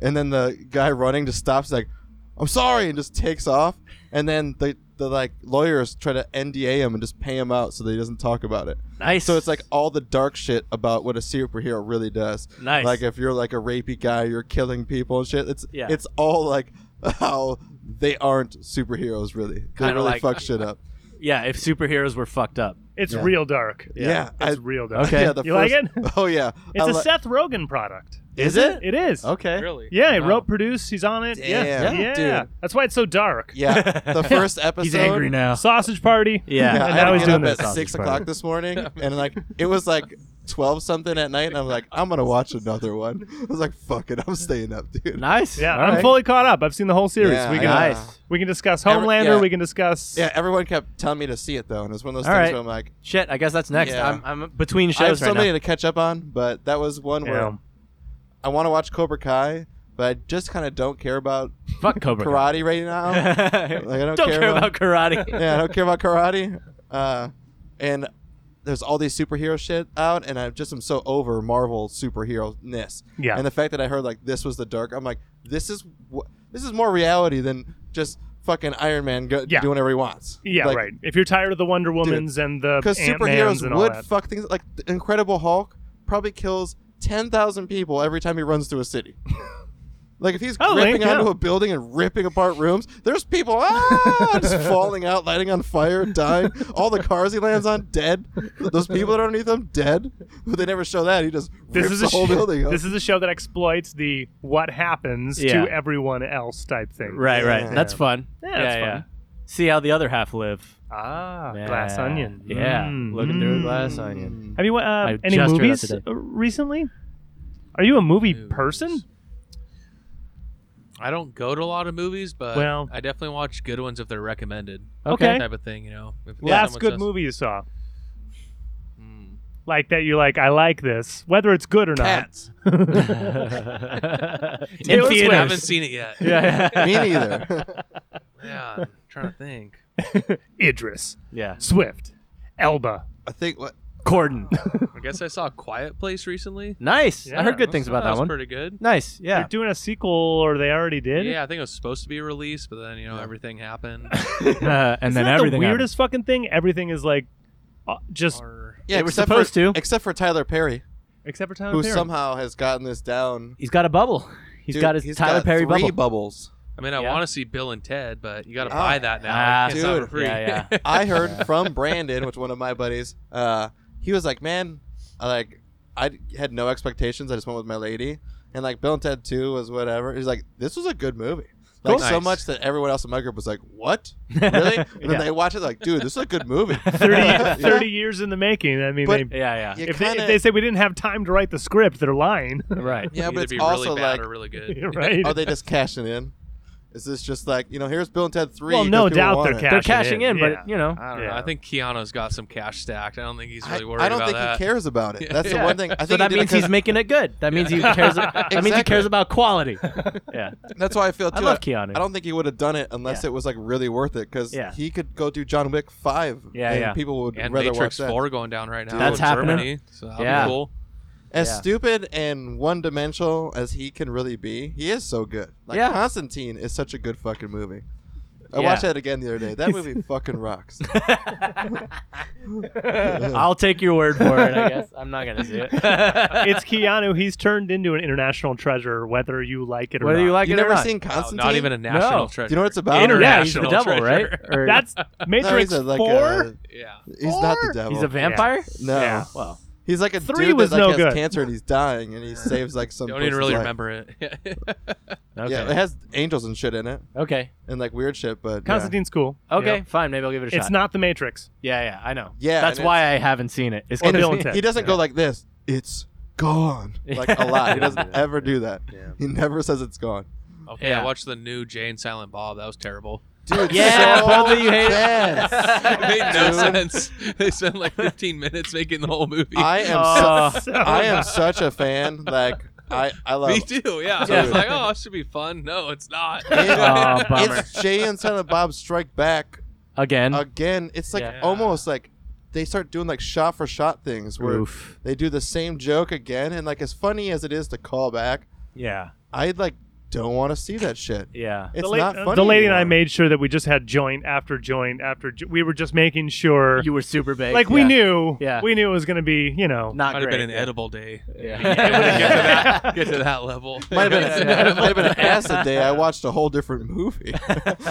[SPEAKER 4] and then the guy running just stops like, "I'm sorry," and just takes off, and then the the like lawyers try to NDA him and just pay him out so that he doesn't talk about it.
[SPEAKER 1] Nice.
[SPEAKER 4] So it's like all the dark shit about what a superhero really does.
[SPEAKER 1] Nice.
[SPEAKER 4] Like if you're like a rapey guy, you're killing people and shit. It's
[SPEAKER 1] Yeah.
[SPEAKER 4] it's all like how they aren't superheroes really. They
[SPEAKER 1] Kinda
[SPEAKER 4] really
[SPEAKER 1] like-
[SPEAKER 4] fuck shit up.
[SPEAKER 1] yeah, if superheroes were fucked up.
[SPEAKER 2] It's
[SPEAKER 4] Yeah.
[SPEAKER 2] real dark.
[SPEAKER 4] Yeah,
[SPEAKER 2] it's
[SPEAKER 4] I-
[SPEAKER 2] real dark.
[SPEAKER 1] Okay.
[SPEAKER 4] Yeah, the
[SPEAKER 2] You like
[SPEAKER 4] first-
[SPEAKER 2] it?
[SPEAKER 4] Oh yeah.
[SPEAKER 2] It's
[SPEAKER 4] I
[SPEAKER 2] a
[SPEAKER 4] li-
[SPEAKER 2] Seth Rogen product.
[SPEAKER 4] Is it?
[SPEAKER 2] It is.
[SPEAKER 4] Okay.
[SPEAKER 3] Really?
[SPEAKER 2] Yeah, he
[SPEAKER 3] Wow.
[SPEAKER 2] wrote, produced. He's on it. yeah,
[SPEAKER 4] Damn,
[SPEAKER 2] yeah.
[SPEAKER 4] dude.
[SPEAKER 2] That's why it's so dark.
[SPEAKER 4] Yeah. The first episode.
[SPEAKER 1] now.
[SPEAKER 2] Uh, Sausage party.
[SPEAKER 1] Yeah.
[SPEAKER 4] Yeah,
[SPEAKER 2] and
[SPEAKER 4] I had
[SPEAKER 2] now
[SPEAKER 4] to
[SPEAKER 2] he's
[SPEAKER 4] get
[SPEAKER 2] doing
[SPEAKER 4] up
[SPEAKER 2] this.
[SPEAKER 4] at
[SPEAKER 1] Sausage
[SPEAKER 4] six
[SPEAKER 1] party.
[SPEAKER 4] o'clock this morning, and like it was like twelve something at night, and I'm like, I'm gonna watch another one. I was like, fuck it, I'm staying up, dude.
[SPEAKER 1] Nice.
[SPEAKER 2] Yeah,
[SPEAKER 1] All
[SPEAKER 2] I'm
[SPEAKER 1] right.
[SPEAKER 2] fully caught up. I've seen the whole series.
[SPEAKER 4] Yeah,
[SPEAKER 2] we
[SPEAKER 4] I
[SPEAKER 2] can
[SPEAKER 4] got it.
[SPEAKER 1] Nice.
[SPEAKER 2] we can discuss
[SPEAKER 4] Every-
[SPEAKER 2] Homelander.
[SPEAKER 4] yeah.
[SPEAKER 2] We can discuss.
[SPEAKER 4] Yeah, everyone kept telling me to see it though, and it's one of those
[SPEAKER 1] All
[SPEAKER 4] things
[SPEAKER 1] right.
[SPEAKER 4] where I'm like,
[SPEAKER 1] Shit, I guess that's next.
[SPEAKER 4] Yeah.
[SPEAKER 1] I'm, I'm between
[SPEAKER 4] I have
[SPEAKER 1] shows
[SPEAKER 4] so
[SPEAKER 1] right
[SPEAKER 4] many
[SPEAKER 1] now.
[SPEAKER 4] to catch up on, but that was one where
[SPEAKER 2] Yeah.
[SPEAKER 4] I want to watch Cobra Kai, but I just kind of don't care about
[SPEAKER 1] Fuck Cobra. Kai.
[SPEAKER 4] karate right now. Like, I don't care
[SPEAKER 1] care about
[SPEAKER 4] about-
[SPEAKER 1] karate.
[SPEAKER 4] yeah, I don't care about karate. Uh, and there's all these superhero shit out, and I just am so over Marvel superhero ness.
[SPEAKER 2] Yeah.
[SPEAKER 4] And the fact that I heard like this was the dark, I'm like, this is wh- this is more reality than just fucking Iron Man go-
[SPEAKER 2] Yeah.
[SPEAKER 4] doing whatever he wants.
[SPEAKER 2] Yeah,
[SPEAKER 4] Like,
[SPEAKER 2] right. If you're tired of the Wonder Womans and the
[SPEAKER 4] because
[SPEAKER 2] Ant-Mans
[SPEAKER 4] superheroes
[SPEAKER 2] and all
[SPEAKER 4] would
[SPEAKER 2] that.
[SPEAKER 4] fuck things like the Incredible Hulk probably kills ten thousand people every time he runs through a city. like if he's
[SPEAKER 2] Oh, like,
[SPEAKER 4] gripping onto
[SPEAKER 2] yeah.
[SPEAKER 4] a building and ripping apart rooms, there's people ah, just falling out, lighting on fire, dying. All the cars he lands on dead. Those people that are underneath him dead. But they never show that. He just
[SPEAKER 2] this
[SPEAKER 4] rips
[SPEAKER 2] is
[SPEAKER 4] the
[SPEAKER 2] a
[SPEAKER 4] whole
[SPEAKER 2] show,
[SPEAKER 4] building. Up.
[SPEAKER 2] This is a show that exploits the what happens
[SPEAKER 1] Yeah.
[SPEAKER 2] to everyone else type thing.
[SPEAKER 1] Right, right.
[SPEAKER 4] Yeah.
[SPEAKER 1] That's fun.
[SPEAKER 2] Yeah, that's fun.
[SPEAKER 1] See how the other half live.
[SPEAKER 2] Ah, glass
[SPEAKER 1] Yeah.
[SPEAKER 2] onion.
[SPEAKER 1] Yeah,
[SPEAKER 2] Mm.
[SPEAKER 1] looking through a glass
[SPEAKER 4] Mm.
[SPEAKER 1] onion.
[SPEAKER 2] Have you uh,
[SPEAKER 1] just
[SPEAKER 2] any
[SPEAKER 1] heard that
[SPEAKER 2] movies
[SPEAKER 1] today.
[SPEAKER 2] uh, recently? Are you a movie
[SPEAKER 3] Movies.
[SPEAKER 2] person?
[SPEAKER 3] I don't go to a lot of movies, but
[SPEAKER 2] Well-
[SPEAKER 3] I definitely watch good ones if they're recommended.
[SPEAKER 2] Okay.
[SPEAKER 3] Type of thing, you know. If
[SPEAKER 2] Last
[SPEAKER 3] someone
[SPEAKER 2] good
[SPEAKER 3] says-
[SPEAKER 2] movie you saw,
[SPEAKER 3] Hmm.
[SPEAKER 2] like that you like. I like this, whether it's good or
[SPEAKER 4] Cats.
[SPEAKER 2] not.
[SPEAKER 1] In
[SPEAKER 2] Taylor
[SPEAKER 3] I haven't
[SPEAKER 1] theaters.
[SPEAKER 3] seen it yet.
[SPEAKER 2] yeah,
[SPEAKER 4] Me neither.
[SPEAKER 3] Yeah, I'm trying to think.
[SPEAKER 2] Idris,
[SPEAKER 1] Yeah.
[SPEAKER 2] Swift, Elba.
[SPEAKER 4] I think what
[SPEAKER 1] Corden.
[SPEAKER 3] I guess I saw Quiet Place recently.
[SPEAKER 1] nice. I
[SPEAKER 2] Yeah,
[SPEAKER 1] heard good things about that
[SPEAKER 3] was
[SPEAKER 1] one.
[SPEAKER 3] Pretty good.
[SPEAKER 1] nice. Yeah.
[SPEAKER 2] They're doing a sequel, or they already did.
[SPEAKER 3] Yeah, I think it was supposed to be released, but then you know everything happened.
[SPEAKER 1] Uh, and then
[SPEAKER 2] Isn't that
[SPEAKER 1] everything.
[SPEAKER 2] the
[SPEAKER 1] happened.
[SPEAKER 2] weirdest fucking thing. Everything is like, uh, just
[SPEAKER 3] Or-
[SPEAKER 4] yeah,
[SPEAKER 1] They were
[SPEAKER 4] except
[SPEAKER 1] supposed to.
[SPEAKER 4] for, except for Tyler Perry,
[SPEAKER 2] except for Tyler
[SPEAKER 4] who
[SPEAKER 2] Perry.
[SPEAKER 4] somehow has gotten this down.
[SPEAKER 1] He's got a bubble. He's
[SPEAKER 4] Dude,
[SPEAKER 1] got his Tyler
[SPEAKER 4] got
[SPEAKER 1] Perry
[SPEAKER 4] three
[SPEAKER 1] bubble.
[SPEAKER 4] bubbles.
[SPEAKER 3] I mean, I
[SPEAKER 1] Yeah.
[SPEAKER 3] want to see Bill and Ted, but you got to
[SPEAKER 4] Yeah.
[SPEAKER 3] buy that now.
[SPEAKER 1] Ah,
[SPEAKER 3] You can't stop it for
[SPEAKER 4] dude.
[SPEAKER 3] free.
[SPEAKER 1] Yeah, yeah.
[SPEAKER 4] I heard from Brandon, which one of my buddies, uh, he was like, "Man, I, like I had no expectations. I just went with my lady, and like Bill and Ted Two was whatever." He's like, "This was a good movie."
[SPEAKER 3] Cool.
[SPEAKER 4] Like so
[SPEAKER 3] Nice.
[SPEAKER 4] much that everyone else in my group was like, "What? Really?" And
[SPEAKER 1] Yeah.
[SPEAKER 4] then they watch it like, "Dude, this is a good movie."
[SPEAKER 2] 30, 30 years in the making. I mean,
[SPEAKER 4] But-
[SPEAKER 2] they,
[SPEAKER 1] yeah, yeah.
[SPEAKER 4] You
[SPEAKER 2] if, they,
[SPEAKER 4] kinda-
[SPEAKER 2] if they say we didn't have time to write the script, they're lying.
[SPEAKER 1] Right.
[SPEAKER 4] yeah,
[SPEAKER 3] It'd
[SPEAKER 4] but
[SPEAKER 3] either
[SPEAKER 4] it's
[SPEAKER 3] be
[SPEAKER 4] also
[SPEAKER 3] really
[SPEAKER 4] like,
[SPEAKER 3] bad or really good.
[SPEAKER 2] right?
[SPEAKER 4] are Oh, they just cashing in? Is this just like you know, here's Bill and Ted Three?
[SPEAKER 2] well,
[SPEAKER 4] 'cause
[SPEAKER 2] no
[SPEAKER 4] people
[SPEAKER 2] doubt
[SPEAKER 4] want
[SPEAKER 2] they're
[SPEAKER 4] it.
[SPEAKER 2] cashing,
[SPEAKER 1] They're cashing in,
[SPEAKER 2] yeah.
[SPEAKER 1] but you know.
[SPEAKER 3] I don't know.
[SPEAKER 2] Yeah.
[SPEAKER 3] I think Keanu's got some cash stacked. I don't think he's
[SPEAKER 4] I,
[SPEAKER 3] really worried
[SPEAKER 4] I don't
[SPEAKER 3] about
[SPEAKER 4] think
[SPEAKER 3] that.
[SPEAKER 4] he cares about it. That's the
[SPEAKER 3] Yeah.
[SPEAKER 4] one thing. I think
[SPEAKER 1] So that
[SPEAKER 4] he did it
[SPEAKER 1] means he's
[SPEAKER 4] 'cause-
[SPEAKER 1] making it good. That means he cares. That means he
[SPEAKER 4] Exactly.
[SPEAKER 1] cares about quality. Yeah.
[SPEAKER 4] That's why I feel too.
[SPEAKER 1] I love Keanu.
[SPEAKER 4] I don't think he would have done it unless
[SPEAKER 1] Yeah.
[SPEAKER 4] it was like really worth it because
[SPEAKER 1] Yeah.
[SPEAKER 4] he could go do John Wick five.
[SPEAKER 1] Yeah,
[SPEAKER 4] and
[SPEAKER 1] yeah.
[SPEAKER 4] People would
[SPEAKER 3] And
[SPEAKER 4] rather
[SPEAKER 3] Matrix
[SPEAKER 4] watch that.
[SPEAKER 3] Four going down right now.
[SPEAKER 1] That's
[SPEAKER 3] in
[SPEAKER 1] happening.
[SPEAKER 3] Germany, so that'll
[SPEAKER 1] Yeah.
[SPEAKER 3] be cool.
[SPEAKER 4] As
[SPEAKER 1] Yeah.
[SPEAKER 4] stupid and one dimensional as he can really be, he is so good. Like
[SPEAKER 1] Yeah.
[SPEAKER 4] Constantine is such a good fucking movie. I
[SPEAKER 1] Yeah.
[SPEAKER 4] watched that again the other day. That movie fucking rocks.
[SPEAKER 1] I'll take your word for it. I guess I'm not gonna see it.
[SPEAKER 2] it's Keanu. He's turned into an international treasure, whether you like it or
[SPEAKER 1] Whether
[SPEAKER 2] not.
[SPEAKER 1] you like
[SPEAKER 4] you
[SPEAKER 1] it or
[SPEAKER 4] never
[SPEAKER 1] not.
[SPEAKER 4] seen
[SPEAKER 3] Wow,
[SPEAKER 4] Constantine?
[SPEAKER 3] Oh, not even a national
[SPEAKER 1] No.
[SPEAKER 3] treasure.
[SPEAKER 4] Do you know what it's about?
[SPEAKER 1] yeah, he's the
[SPEAKER 3] International
[SPEAKER 1] devil,
[SPEAKER 3] treasure.
[SPEAKER 1] right? Or-
[SPEAKER 2] That's
[SPEAKER 4] No,
[SPEAKER 2] Matrix
[SPEAKER 4] he's a, like,
[SPEAKER 2] Four.
[SPEAKER 4] a-
[SPEAKER 3] Yeah.
[SPEAKER 4] he's not the
[SPEAKER 2] Four?
[SPEAKER 4] devil.
[SPEAKER 1] he's a vampire.
[SPEAKER 4] no,
[SPEAKER 2] Yeah.
[SPEAKER 1] Well,
[SPEAKER 4] he's like a
[SPEAKER 2] Three
[SPEAKER 4] dude
[SPEAKER 2] was
[SPEAKER 4] that like,
[SPEAKER 2] no
[SPEAKER 4] has
[SPEAKER 2] good.
[SPEAKER 4] cancer and he's dying, and he saves like some.
[SPEAKER 3] Don't even
[SPEAKER 4] person's
[SPEAKER 3] really
[SPEAKER 4] life.
[SPEAKER 3] remember it.
[SPEAKER 1] okay,
[SPEAKER 4] Yeah, it has angels and shit in it,
[SPEAKER 1] okay,
[SPEAKER 4] and like weird shit. But yeah.
[SPEAKER 2] Constantine's cool.
[SPEAKER 1] okay,
[SPEAKER 2] Yep.
[SPEAKER 1] fine. Maybe I'll give it a
[SPEAKER 2] It's
[SPEAKER 1] shot.
[SPEAKER 2] not the Matrix.
[SPEAKER 1] yeah, yeah, I know.
[SPEAKER 4] Yeah,
[SPEAKER 1] that's
[SPEAKER 4] and
[SPEAKER 1] why I haven't seen it. It's
[SPEAKER 4] And
[SPEAKER 1] gonna
[SPEAKER 2] Bill
[SPEAKER 1] be-
[SPEAKER 2] and Ted.
[SPEAKER 4] he doesn't go like this. It's gone. Like a lot. He doesn't ever do that. He never says it's gone.
[SPEAKER 3] Okay,
[SPEAKER 1] Yeah.
[SPEAKER 3] I watched the new Jane Silent Bob. That was terrible.
[SPEAKER 4] Dude,
[SPEAKER 1] Yeah,
[SPEAKER 4] so
[SPEAKER 1] brother, you hate it.
[SPEAKER 4] bad.
[SPEAKER 3] It made no
[SPEAKER 4] Dude.
[SPEAKER 3] sense. They spent like 15 minutes making the whole movie.
[SPEAKER 4] I am
[SPEAKER 2] Uh,
[SPEAKER 1] Oh.
[SPEAKER 4] su- I am such a fan. Like I I love
[SPEAKER 3] Me too. Yeah.
[SPEAKER 4] Yeah.
[SPEAKER 3] I was like, oh, it should be fun. No, it's not.
[SPEAKER 4] Yeah.
[SPEAKER 1] Oh, bummer.
[SPEAKER 4] it's Jay and Silent Bob Strike Back
[SPEAKER 1] again.
[SPEAKER 4] again. It's like
[SPEAKER 1] Yeah.
[SPEAKER 4] almost like they start doing like shot for shot things where
[SPEAKER 1] Oof.
[SPEAKER 4] they do the same joke again, and like as funny as it is to call back,
[SPEAKER 1] Yeah.
[SPEAKER 4] I like don't want to see that shit.
[SPEAKER 1] Yeah.
[SPEAKER 4] It's
[SPEAKER 2] the, la-
[SPEAKER 4] not
[SPEAKER 2] uh,
[SPEAKER 4] funny.
[SPEAKER 2] the lady and I
[SPEAKER 4] anymore.
[SPEAKER 2] made sure that we just had joint after joint after. Jo- we were just making sure,
[SPEAKER 1] You were super big.
[SPEAKER 2] like we knew,
[SPEAKER 1] Yeah.
[SPEAKER 2] we knew it was going to be, you know,
[SPEAKER 1] Not
[SPEAKER 3] Might have
[SPEAKER 1] great.
[SPEAKER 3] been an edible day.
[SPEAKER 1] Yeah.
[SPEAKER 3] get, to that, get to that level.
[SPEAKER 4] Might have been, might have been an acid day. I watched a whole different movie.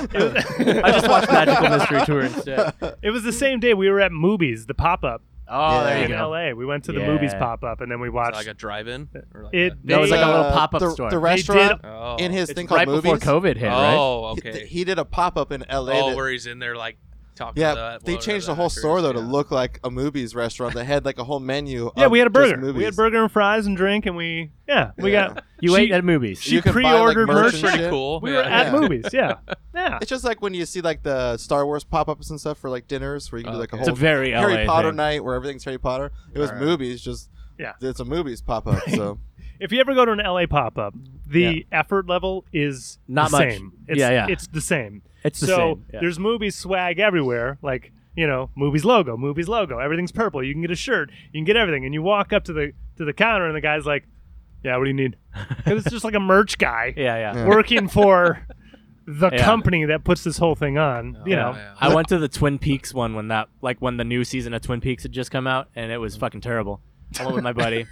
[SPEAKER 1] I just watched Magical Mystery Tour instead.
[SPEAKER 2] it was the same day we were at movies, the pop up
[SPEAKER 1] Oh,
[SPEAKER 4] Yeah.
[SPEAKER 1] there you
[SPEAKER 2] in
[SPEAKER 1] go.
[SPEAKER 2] L.A. We went to the movies
[SPEAKER 1] Yeah.
[SPEAKER 2] pop up, and then we watched.
[SPEAKER 3] like a drive-in. Or like
[SPEAKER 2] it,
[SPEAKER 3] a-
[SPEAKER 1] No, it's
[SPEAKER 2] they-
[SPEAKER 1] like a little
[SPEAKER 4] Uh,
[SPEAKER 1] pop-up
[SPEAKER 4] the,
[SPEAKER 1] store.
[SPEAKER 4] The
[SPEAKER 2] They did-
[SPEAKER 4] restaurant
[SPEAKER 3] oh.
[SPEAKER 4] in his
[SPEAKER 1] It's
[SPEAKER 4] thing
[SPEAKER 1] right
[SPEAKER 4] called movies.
[SPEAKER 1] before COVID hit, right?
[SPEAKER 3] oh,
[SPEAKER 4] he-
[SPEAKER 3] okay.
[SPEAKER 4] He did a pop up in L.A.
[SPEAKER 3] oh,
[SPEAKER 4] that-
[SPEAKER 3] where he's in there like talking.
[SPEAKER 4] yeah,
[SPEAKER 3] to that
[SPEAKER 4] they
[SPEAKER 3] one or
[SPEAKER 4] changed
[SPEAKER 3] that
[SPEAKER 4] the whole
[SPEAKER 3] actress,
[SPEAKER 4] store though to
[SPEAKER 3] yeah.
[SPEAKER 4] look like a movies restaurant. They had like a whole menu.
[SPEAKER 2] yeah,
[SPEAKER 4] of
[SPEAKER 2] we had a
[SPEAKER 4] just
[SPEAKER 2] burger. We
[SPEAKER 4] movies.
[SPEAKER 2] had burger and fries and drink, and we yeah, we
[SPEAKER 4] Yeah.
[SPEAKER 2] got.
[SPEAKER 1] You
[SPEAKER 2] she-
[SPEAKER 1] ate at movies.
[SPEAKER 2] She
[SPEAKER 4] You could buy, like,
[SPEAKER 2] pre-ordered
[SPEAKER 4] merch
[SPEAKER 2] merch.
[SPEAKER 4] and
[SPEAKER 3] Pretty
[SPEAKER 4] shit.
[SPEAKER 3] cool.
[SPEAKER 2] We
[SPEAKER 3] yeah.
[SPEAKER 2] were at
[SPEAKER 4] Yeah.
[SPEAKER 2] movies. Yeah, yeah.
[SPEAKER 4] It's just like when you see like the Star Wars pop ups and stuff for like dinners where you can
[SPEAKER 3] Oh,
[SPEAKER 4] do like a
[SPEAKER 1] it's a
[SPEAKER 4] whole
[SPEAKER 1] very
[SPEAKER 4] Harry
[SPEAKER 1] LA
[SPEAKER 4] Potter
[SPEAKER 1] thing.
[SPEAKER 4] night where everything's Harry Potter. It was
[SPEAKER 3] Alright.
[SPEAKER 4] movies, just
[SPEAKER 2] Yeah.
[SPEAKER 4] it's a movies pop up. So
[SPEAKER 2] If you ever go to an LA pop up, the effort level is
[SPEAKER 1] Not
[SPEAKER 2] the
[SPEAKER 1] much.
[SPEAKER 2] same. It's,
[SPEAKER 1] Yeah, yeah.
[SPEAKER 2] It's the same.
[SPEAKER 1] It's the
[SPEAKER 2] so
[SPEAKER 1] same. yeah.
[SPEAKER 2] there's movies swag everywhere, like you know, movies logo, movies logo. Everything's purple. You can get a shirt. You can get everything. And you walk up to the to the counter, and the guy's like, "Yeah, what do you need?" 'Cause it's just like a merch guy
[SPEAKER 1] Yeah, yeah.
[SPEAKER 2] working for the
[SPEAKER 1] Yeah. Oh,
[SPEAKER 2] company that puts this whole thing on. you
[SPEAKER 3] Yeah,
[SPEAKER 2] know,
[SPEAKER 3] yeah.
[SPEAKER 1] I went to the Twin Peaks one when that like when the new season of Twin Peaks had just come out and it was fucking terrible. I went with my buddy.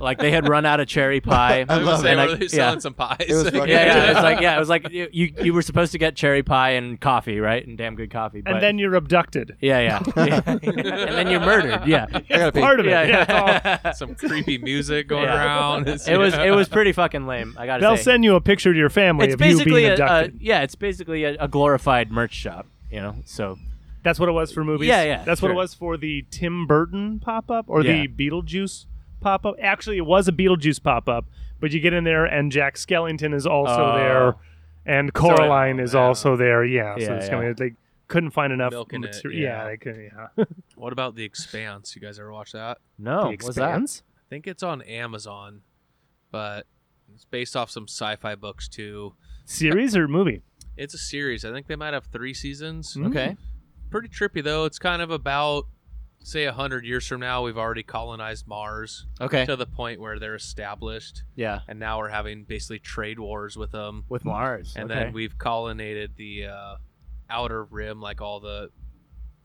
[SPEAKER 1] like they had run out of cherry pie.
[SPEAKER 4] I
[SPEAKER 3] I was
[SPEAKER 4] love
[SPEAKER 3] saying,
[SPEAKER 1] and
[SPEAKER 3] were
[SPEAKER 1] I-
[SPEAKER 3] they
[SPEAKER 1] yeah.
[SPEAKER 3] selling some pies?
[SPEAKER 4] was fucking-
[SPEAKER 1] Yeah, yeah. It was like yeah, it was like you, you you were supposed to get cherry pie and coffee, right? And damn good coffee. But
[SPEAKER 2] and then you're abducted.
[SPEAKER 1] yeah, yeah, yeah. and then you're murdered. Yeah,
[SPEAKER 4] I gotta pee.
[SPEAKER 2] Part of it.
[SPEAKER 1] yeah,
[SPEAKER 2] Yeah, it's all-
[SPEAKER 3] some creepy music going
[SPEAKER 1] Yeah.
[SPEAKER 3] around. It's-
[SPEAKER 1] It was
[SPEAKER 3] yeah.
[SPEAKER 1] it was pretty fucking lame. I gotta
[SPEAKER 2] They'll
[SPEAKER 1] say.
[SPEAKER 2] send you a picture to your family
[SPEAKER 1] it's
[SPEAKER 2] of you
[SPEAKER 1] basically
[SPEAKER 2] being
[SPEAKER 1] a, a
[SPEAKER 2] abducted.
[SPEAKER 1] yeah, it's basically a, a glorified merch shop. You know, so
[SPEAKER 2] That's what it was for movies.
[SPEAKER 1] Yeah, yeah,
[SPEAKER 2] That's what it
[SPEAKER 1] sure.
[SPEAKER 2] was for the Tim Burton pop up or
[SPEAKER 1] Yeah.
[SPEAKER 2] the Beetlejuice pop up. Actually, it was a Beetlejuice pop up, but you get in there and Jack Skellington is also
[SPEAKER 1] Oh.
[SPEAKER 2] there, and Coraline is
[SPEAKER 3] yeah.
[SPEAKER 2] also there. Yeah, so
[SPEAKER 1] Yeah,
[SPEAKER 2] it's
[SPEAKER 1] yeah.
[SPEAKER 2] coming. They couldn't find enough.
[SPEAKER 3] Milking it,
[SPEAKER 2] mater-
[SPEAKER 3] yeah.
[SPEAKER 2] they couldn't. Yeah.
[SPEAKER 3] What about the Expanse? You guys ever watch that?
[SPEAKER 1] no,
[SPEAKER 2] The
[SPEAKER 1] Oh, was that?
[SPEAKER 2] Expanse?
[SPEAKER 3] I think it's on Amazon, but it's based off some sci-fi books too.
[SPEAKER 2] series or movie?
[SPEAKER 3] It's a series. I think they might have three seasons.
[SPEAKER 2] Mm.
[SPEAKER 1] Okay,
[SPEAKER 3] Pretty trippy though. It's kind of about say a hundred years from now, we've already colonized Mars
[SPEAKER 1] okay,
[SPEAKER 3] to the point where they're established,
[SPEAKER 1] yeah,
[SPEAKER 3] and now we're having basically trade wars with them.
[SPEAKER 1] with Mars,
[SPEAKER 3] and
[SPEAKER 1] okay.
[SPEAKER 3] then we've colonized the uh, outer rim, like all the,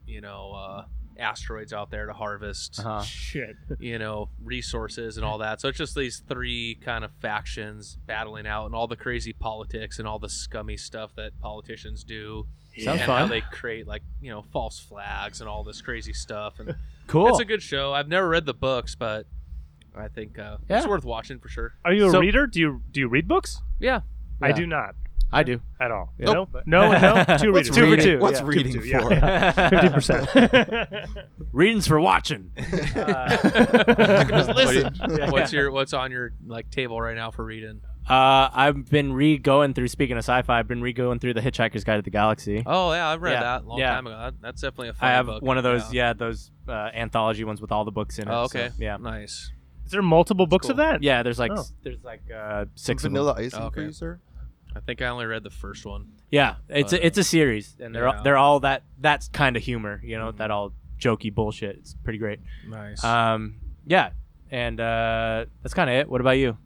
[SPEAKER 3] you know, uh, asteroids out there to harvest,
[SPEAKER 1] Uh-huh.
[SPEAKER 2] Shit.
[SPEAKER 3] you know, resources and all that. So it's just these three kind of factions battling out, and all the crazy politics and all the scummy stuff that politicians do,
[SPEAKER 1] Sounds
[SPEAKER 3] and how
[SPEAKER 1] fun.
[SPEAKER 3] they create like you know false flags and all this crazy stuff. And
[SPEAKER 1] Cool.
[SPEAKER 3] it's a good show. I've never read the books, but I think uh, it's
[SPEAKER 1] Yeah.
[SPEAKER 3] worth watching for sure.
[SPEAKER 2] Are you a
[SPEAKER 1] So-
[SPEAKER 2] reader? Do you do you read books?
[SPEAKER 3] Yeah,
[SPEAKER 2] I
[SPEAKER 1] Yeah.
[SPEAKER 2] do not
[SPEAKER 1] I do.
[SPEAKER 2] at all.
[SPEAKER 4] Nope.
[SPEAKER 2] No, no, and no. Two
[SPEAKER 1] What's
[SPEAKER 2] readers.
[SPEAKER 1] reading? Uh,
[SPEAKER 2] Two for two.
[SPEAKER 4] What's
[SPEAKER 1] yeah.
[SPEAKER 4] reading
[SPEAKER 2] Two, two,
[SPEAKER 4] for?
[SPEAKER 2] yeah. Fifty percent.
[SPEAKER 1] Readings for watching.
[SPEAKER 4] Just listen.
[SPEAKER 3] what's your what's on your like table right now for reading?
[SPEAKER 1] Uh, I've been re going through. Speaking of sci-fi, I've been re going through the Hitchhiker's Guide to the Galaxy.
[SPEAKER 3] Oh yeah, I've read
[SPEAKER 1] Yeah,
[SPEAKER 3] that a long
[SPEAKER 1] yeah.
[SPEAKER 3] time ago. That- That's definitely a fun
[SPEAKER 1] I have
[SPEAKER 3] book.
[SPEAKER 1] one of those. Yeah, those uh, anthology ones with all the books in it.
[SPEAKER 3] Oh,
[SPEAKER 1] so,
[SPEAKER 3] okay.
[SPEAKER 1] yeah.
[SPEAKER 3] Nice.
[SPEAKER 2] Is there multiple books
[SPEAKER 3] cool.
[SPEAKER 2] of that?
[SPEAKER 1] Yeah. There's like
[SPEAKER 2] Oh.
[SPEAKER 1] s- there's like uh, six of them.
[SPEAKER 4] Vanilla icing
[SPEAKER 3] Okay.
[SPEAKER 4] for you, sir.
[SPEAKER 3] I think I only read the first one.
[SPEAKER 1] Yeah, it's
[SPEAKER 3] Uh,
[SPEAKER 1] a, it's a series, and they're
[SPEAKER 3] yeah.
[SPEAKER 1] all, they're all that that's kind of humor, you know,
[SPEAKER 3] Mhm.
[SPEAKER 1] that all jokey bullshit. It's pretty great.
[SPEAKER 3] Nice.
[SPEAKER 1] Um, yeah, and uh, that's kind of it. What about you?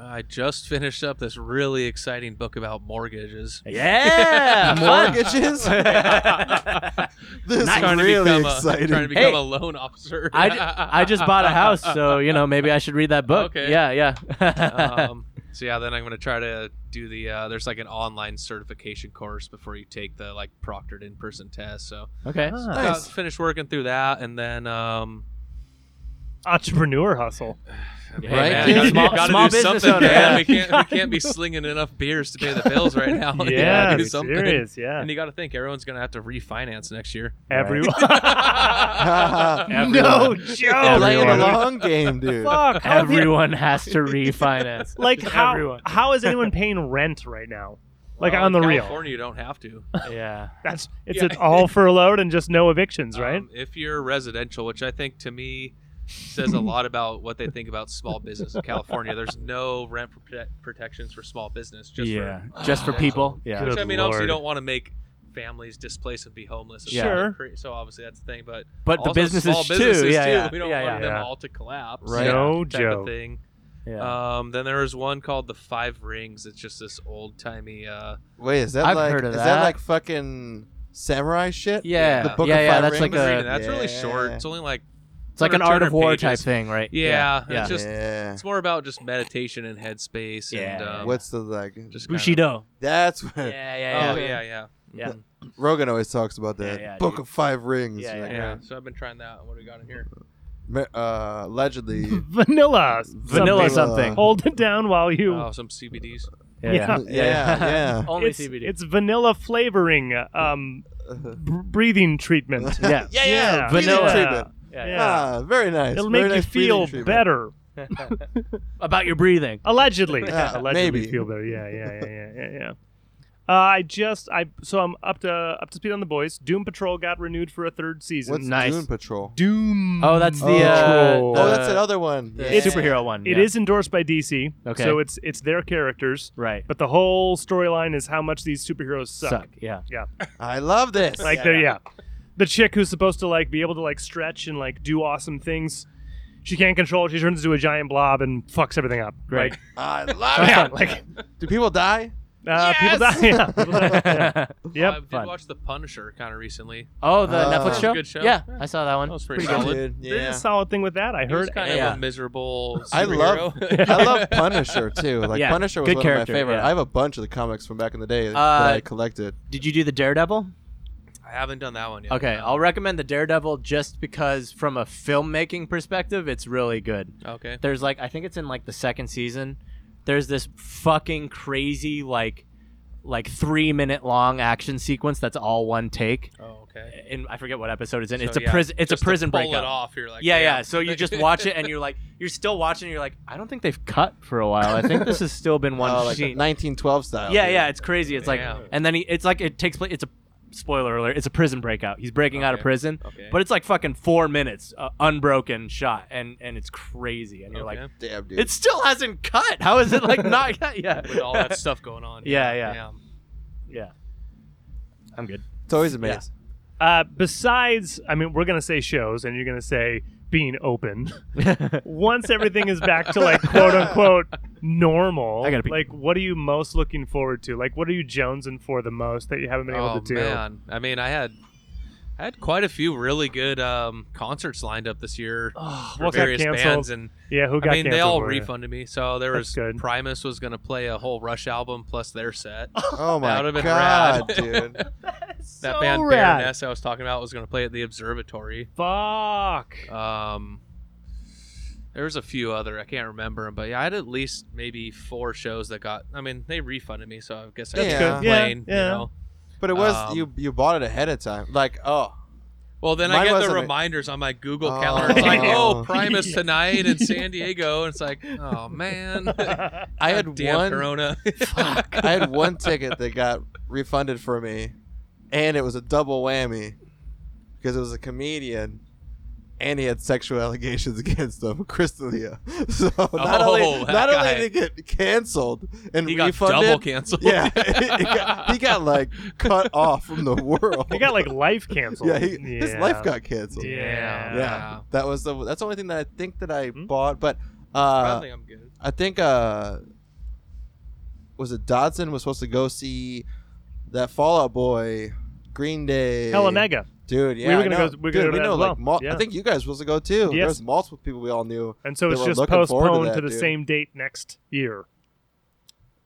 [SPEAKER 3] I just finished up this really exciting book about mortgages.
[SPEAKER 1] Yeah,
[SPEAKER 4] Mortgages. this
[SPEAKER 1] Nice.
[SPEAKER 4] is
[SPEAKER 1] Trying to
[SPEAKER 4] really
[SPEAKER 3] become a- trying to
[SPEAKER 4] exciting.
[SPEAKER 3] become
[SPEAKER 1] Hey.
[SPEAKER 3] a loan officer.
[SPEAKER 1] I, ju- I just bought a house, so you know maybe I should read that book.
[SPEAKER 3] Okay.
[SPEAKER 1] Yeah, yeah.
[SPEAKER 3] um, so yeah, then I'm gonna try to do the. Uh, there's like an online certification course before you take the like proctored in-person test. So
[SPEAKER 1] okay.
[SPEAKER 2] Ah,
[SPEAKER 3] I
[SPEAKER 4] Nice.
[SPEAKER 3] finished working through that, and then um,
[SPEAKER 2] entrepreneur hustle.
[SPEAKER 1] Yeah,
[SPEAKER 3] Hey,
[SPEAKER 1] man,
[SPEAKER 3] man,
[SPEAKER 1] gotta-
[SPEAKER 3] gotta,
[SPEAKER 1] small,
[SPEAKER 3] gotta
[SPEAKER 1] small
[SPEAKER 3] do
[SPEAKER 1] business
[SPEAKER 3] something,
[SPEAKER 1] owner.
[SPEAKER 3] man.
[SPEAKER 1] Yeah.
[SPEAKER 3] We can't, we can't be slinging enough beers to pay the bills right now. You
[SPEAKER 2] yeah,
[SPEAKER 3] gotta
[SPEAKER 2] be
[SPEAKER 3] do Oh, something.
[SPEAKER 2] serious. Yeah,
[SPEAKER 3] And you got to think everyone's gonna have to refinance next year.
[SPEAKER 2] everyone.
[SPEAKER 4] no,
[SPEAKER 2] joke.
[SPEAKER 4] playing a
[SPEAKER 1] Everyone.
[SPEAKER 4] long game, dude.
[SPEAKER 2] Fuck. how do you-
[SPEAKER 1] Everyone has to refinance.
[SPEAKER 2] like
[SPEAKER 1] Just
[SPEAKER 2] how
[SPEAKER 1] everyone.
[SPEAKER 2] how is anyone paying rent right now? Like
[SPEAKER 3] Well,
[SPEAKER 2] on the
[SPEAKER 3] in
[SPEAKER 2] real.
[SPEAKER 3] California, you don't have to.
[SPEAKER 1] Yeah.
[SPEAKER 2] That's it's
[SPEAKER 3] Yeah.
[SPEAKER 2] an all furloughed and just no evictions, right?
[SPEAKER 3] Um, if you're residential, which I think to me says a lot about what they think about small business in California. There's no rent prote- protections for small business. Just
[SPEAKER 1] yeah.
[SPEAKER 3] For,
[SPEAKER 1] just for people. Yeah.
[SPEAKER 3] Which I
[SPEAKER 2] Good
[SPEAKER 3] mean, obviously, you
[SPEAKER 2] lord.
[SPEAKER 3] don't want to make families displaced and be homeless. and
[SPEAKER 1] Yeah.
[SPEAKER 3] stuff.
[SPEAKER 2] Sure.
[SPEAKER 3] Cre- So obviously that's the thing, but
[SPEAKER 1] But the
[SPEAKER 3] also
[SPEAKER 1] businesses,
[SPEAKER 3] small businesses
[SPEAKER 1] too. Yeah, yeah.
[SPEAKER 3] We don't
[SPEAKER 1] yeah,
[SPEAKER 3] want
[SPEAKER 1] yeah,
[SPEAKER 3] them
[SPEAKER 2] yeah.
[SPEAKER 3] all to collapse.
[SPEAKER 4] Right.
[SPEAKER 2] No
[SPEAKER 3] type
[SPEAKER 2] joke.
[SPEAKER 3] Of thing.
[SPEAKER 1] yeah.
[SPEAKER 3] Um, then there was one called the Five Rings. It's just this old timey. Uh,
[SPEAKER 4] Wait, is that
[SPEAKER 1] I've
[SPEAKER 4] like
[SPEAKER 1] heard of
[SPEAKER 4] is that.
[SPEAKER 1] that.
[SPEAKER 4] like fucking samurai shit?
[SPEAKER 1] yeah,
[SPEAKER 4] The Book
[SPEAKER 1] yeah,
[SPEAKER 4] of
[SPEAKER 1] yeah,
[SPEAKER 4] Five
[SPEAKER 1] that's
[SPEAKER 3] I've
[SPEAKER 1] like
[SPEAKER 4] Rings?
[SPEAKER 3] been reading
[SPEAKER 1] a
[SPEAKER 3] it. that's really short.
[SPEAKER 4] yeah.
[SPEAKER 3] It's only like
[SPEAKER 1] it's like an
[SPEAKER 3] 100
[SPEAKER 1] art of war type
[SPEAKER 3] pages.
[SPEAKER 1] thing, right?
[SPEAKER 3] yeah.
[SPEAKER 1] yeah.
[SPEAKER 3] It's just
[SPEAKER 4] yeah.
[SPEAKER 3] it's more about just meditation and headspace. And,
[SPEAKER 1] Yeah.
[SPEAKER 3] um,
[SPEAKER 4] What's the like?
[SPEAKER 3] just kinda-
[SPEAKER 1] Bushido.
[SPEAKER 4] That's what
[SPEAKER 1] Yeah,
[SPEAKER 3] Oh
[SPEAKER 1] yeah, yeah.
[SPEAKER 3] yeah, yeah.
[SPEAKER 1] Yeah.
[SPEAKER 3] Mhm.
[SPEAKER 4] Rogan always talks about.
[SPEAKER 1] Yeah,
[SPEAKER 4] That
[SPEAKER 1] yeah,
[SPEAKER 4] Book
[SPEAKER 1] dude.
[SPEAKER 4] of Five Rings.
[SPEAKER 1] Yeah,
[SPEAKER 4] like,
[SPEAKER 3] Yeah, so I've been trying that. What do we got in here?
[SPEAKER 4] ma- Uh, allegedly.
[SPEAKER 2] Vanilla.
[SPEAKER 1] Vanilla
[SPEAKER 2] something.
[SPEAKER 1] something.
[SPEAKER 2] Hold it down while you.
[SPEAKER 3] Oh, some CBDs.
[SPEAKER 1] Yeah,
[SPEAKER 2] Yeah.
[SPEAKER 1] yeah.
[SPEAKER 4] Yeah, yeah.
[SPEAKER 1] Only
[SPEAKER 2] it's,
[SPEAKER 1] CBD.
[SPEAKER 2] it's vanilla flavoring um, br- breathing treatment.
[SPEAKER 1] yeah.
[SPEAKER 4] yeah,
[SPEAKER 2] Yeah.
[SPEAKER 4] breathing
[SPEAKER 1] Vanilla.
[SPEAKER 4] treatment.
[SPEAKER 1] Yeah,
[SPEAKER 2] Yeah.
[SPEAKER 4] Ah, very nice.
[SPEAKER 2] It'll
[SPEAKER 4] very
[SPEAKER 2] make you
[SPEAKER 4] nice breathing
[SPEAKER 2] feel
[SPEAKER 4] treatment.
[SPEAKER 2] better.
[SPEAKER 1] About your breathing.
[SPEAKER 2] Allegedly,
[SPEAKER 4] Yeah,
[SPEAKER 2] allegedly
[SPEAKER 4] maybe.
[SPEAKER 2] feel better. Yeah, yeah, yeah, yeah, yeah. yeah. Uh, I just I so I'm up to up to speed on the boys. Doom Patrol got renewed for a third season.
[SPEAKER 4] What's
[SPEAKER 1] Nice.
[SPEAKER 4] Dune Patrol?
[SPEAKER 2] Doom.
[SPEAKER 1] Oh, that's the.
[SPEAKER 4] Oh.
[SPEAKER 1] uh,
[SPEAKER 2] Patrol.
[SPEAKER 1] the-
[SPEAKER 4] oh, that's another one.
[SPEAKER 1] the
[SPEAKER 4] Yeah.
[SPEAKER 1] superhero one.
[SPEAKER 2] It is
[SPEAKER 1] yeah.
[SPEAKER 2] endorsed by DC.
[SPEAKER 1] Okay.
[SPEAKER 2] So it's it's their characters,
[SPEAKER 1] right.
[SPEAKER 2] but the whole storyline is how much these superheroes suck.
[SPEAKER 1] Yeah.
[SPEAKER 4] I love this.
[SPEAKER 2] Like they're yeah. The chick who's supposed to like be able to like stretch and like do awesome things, she can't control. it. She turns into a giant blob and fucks everything up.
[SPEAKER 1] Great.
[SPEAKER 2] Like,
[SPEAKER 4] I love
[SPEAKER 2] yeah,
[SPEAKER 4] it.
[SPEAKER 2] like
[SPEAKER 4] Do people die?
[SPEAKER 2] uh, people die. Yeah, people die. Yeah.
[SPEAKER 3] I
[SPEAKER 2] Yep.
[SPEAKER 3] did
[SPEAKER 1] Fun.
[SPEAKER 3] watch The Punisher kind of recently.
[SPEAKER 1] oh, the
[SPEAKER 4] Uh,
[SPEAKER 1] Netflix show?
[SPEAKER 3] Good show.
[SPEAKER 1] Yeah,
[SPEAKER 3] Yeah.
[SPEAKER 1] I saw that one.
[SPEAKER 3] That was pretty,
[SPEAKER 4] Pretty
[SPEAKER 3] solid.
[SPEAKER 4] good.
[SPEAKER 2] They did a
[SPEAKER 4] Yeah.
[SPEAKER 2] solid thing with that. I
[SPEAKER 3] He was
[SPEAKER 2] heard.
[SPEAKER 3] kind
[SPEAKER 1] yeah.
[SPEAKER 3] of a miserable.
[SPEAKER 4] I love-
[SPEAKER 3] superhero.
[SPEAKER 4] I love Punisher too. Like
[SPEAKER 1] Yeah,
[SPEAKER 4] Punisher was
[SPEAKER 1] good
[SPEAKER 4] one
[SPEAKER 1] character,
[SPEAKER 4] of my favorite.
[SPEAKER 1] yeah.
[SPEAKER 4] I have a bunch of the comics from back in the day that
[SPEAKER 1] Uh,
[SPEAKER 4] I collected.
[SPEAKER 1] Did you do the Daredevil?
[SPEAKER 3] I haven't done that one yet.
[SPEAKER 1] Okay,
[SPEAKER 3] no.
[SPEAKER 1] I'll recommend the Daredevil just because from a filmmaking perspective, it's really good.
[SPEAKER 3] Okay.
[SPEAKER 1] There's like I think it's in like the second season. There's this fucking crazy like like 3 minute long action sequence that's all one take.
[SPEAKER 3] Oh, okay.
[SPEAKER 1] And I forget what episode it's in.
[SPEAKER 3] So,
[SPEAKER 1] it's a
[SPEAKER 3] yeah,
[SPEAKER 1] prison it's a
[SPEAKER 3] just to
[SPEAKER 1] prison
[SPEAKER 3] pull
[SPEAKER 1] breakup.
[SPEAKER 3] It off. You're like,
[SPEAKER 1] yeah, yeah. So you just watch it and you're like you're still watching and you're like I don't think they've cut for a while. I think this has still been one
[SPEAKER 4] Oh, like
[SPEAKER 1] scene.
[SPEAKER 4] 1912 style.
[SPEAKER 1] yeah,
[SPEAKER 4] dude.
[SPEAKER 1] yeah, it's crazy. It's like,
[SPEAKER 3] Yeah.
[SPEAKER 1] and then he, it's like it takes place. It's a spoiler alert. It's a prison breakout. He's breaking out of
[SPEAKER 3] Okay.
[SPEAKER 1] prison,
[SPEAKER 3] Okay.
[SPEAKER 1] but it's like fucking four minutes, uh, unbroken shot, and and it's crazy. And you're
[SPEAKER 3] okay.
[SPEAKER 1] like,
[SPEAKER 4] Damn, dude.
[SPEAKER 1] it still hasn't cut. How is it like not cut? Yeah,
[SPEAKER 3] with all that stuff going on.
[SPEAKER 1] Yeah, yeah.
[SPEAKER 3] Damn.
[SPEAKER 1] yeah. I'm good.
[SPEAKER 4] It's always amazing.
[SPEAKER 2] Uh, besides, I mean, we're gonna say shows, and you're gonna say being open. Once everything is back to like quote unquote normal,
[SPEAKER 1] I gotta pee.
[SPEAKER 2] like, what are you most looking forward to? Like, what are you jonesing for the most that you haven't been able
[SPEAKER 3] Oh
[SPEAKER 2] to do?
[SPEAKER 3] man. I mean, I had. I had quite a few really good um, concerts lined up this year
[SPEAKER 2] Oh,
[SPEAKER 3] for
[SPEAKER 2] what got
[SPEAKER 3] various
[SPEAKER 2] canceled?
[SPEAKER 3] bands, and
[SPEAKER 2] yeah, who got
[SPEAKER 3] I mean
[SPEAKER 2] canceled?
[SPEAKER 3] they all
[SPEAKER 2] for you?
[SPEAKER 3] refunded me. So there
[SPEAKER 2] That's
[SPEAKER 3] was
[SPEAKER 2] good.
[SPEAKER 3] Primus was going to play a whole Rush album plus their set.
[SPEAKER 4] Oh my
[SPEAKER 3] would've been
[SPEAKER 4] god,
[SPEAKER 3] rad.
[SPEAKER 4] dude.
[SPEAKER 3] that
[SPEAKER 2] So
[SPEAKER 3] band
[SPEAKER 2] rad.
[SPEAKER 3] Baroness I was talking about was going to play at the Observatory.
[SPEAKER 2] Fuck.
[SPEAKER 3] Um, there was a few other I can't remember 'em, but yeah, I had at least maybe four shows that got. I mean, they refunded me, so I guess I
[SPEAKER 4] That's
[SPEAKER 3] can't
[SPEAKER 4] good.
[SPEAKER 2] Yeah,
[SPEAKER 3] complain.
[SPEAKER 2] yeah.
[SPEAKER 3] You know.
[SPEAKER 4] But it was
[SPEAKER 3] Um,
[SPEAKER 4] you. You bought it ahead of time. Like, oh,
[SPEAKER 3] Well, then
[SPEAKER 4] Mine
[SPEAKER 3] I get the
[SPEAKER 4] wasn't a-
[SPEAKER 3] reminders on my Google
[SPEAKER 4] Oh.
[SPEAKER 3] calendar. It's like, oh,
[SPEAKER 4] Yeah.
[SPEAKER 3] Primus tonight in San Diego, and it's like, oh man,
[SPEAKER 4] I had
[SPEAKER 3] damn
[SPEAKER 4] one.
[SPEAKER 3] Corona.
[SPEAKER 4] I had one ticket that got refunded for me, and it was a double whammy because it was a comedian, and he had sexual allegations against him, Crystalia. So not only
[SPEAKER 3] Oh, that
[SPEAKER 4] not
[SPEAKER 3] guy.
[SPEAKER 4] only did it get canceled and
[SPEAKER 3] he got double
[SPEAKER 4] refunded,
[SPEAKER 3] canceled.
[SPEAKER 4] yeah, it got- he got like cut off from the world.
[SPEAKER 2] They got like life canceled.
[SPEAKER 4] yeah, he, his
[SPEAKER 2] Yeah.
[SPEAKER 4] life got canceled.
[SPEAKER 2] Yeah.
[SPEAKER 3] yeah.
[SPEAKER 4] Yeah. that was the that's the only thing that I think that I
[SPEAKER 2] Hmm?
[SPEAKER 4] bought, but. Uh,
[SPEAKER 3] Probably I'm good.
[SPEAKER 4] I think uh was it Dodson was supposed to go see that Fallout Boy Green Day
[SPEAKER 2] Hella mega.
[SPEAKER 4] dude yeah
[SPEAKER 2] We were
[SPEAKER 4] I
[SPEAKER 2] gonna
[SPEAKER 4] know.
[SPEAKER 2] go- we were
[SPEAKER 4] dude
[SPEAKER 2] gonna go
[SPEAKER 4] we
[SPEAKER 2] to that
[SPEAKER 4] know
[SPEAKER 2] as
[SPEAKER 4] like
[SPEAKER 2] well.
[SPEAKER 4] mul-
[SPEAKER 2] Yeah.
[SPEAKER 4] I think you guys were supposed to go too
[SPEAKER 2] Yes.
[SPEAKER 4] there's multiple people we all knew
[SPEAKER 2] And so
[SPEAKER 4] They
[SPEAKER 2] it's
[SPEAKER 4] were
[SPEAKER 2] just
[SPEAKER 4] looking forward to
[SPEAKER 2] postponed to,
[SPEAKER 4] that,
[SPEAKER 2] the
[SPEAKER 4] dude.
[SPEAKER 2] same date next year.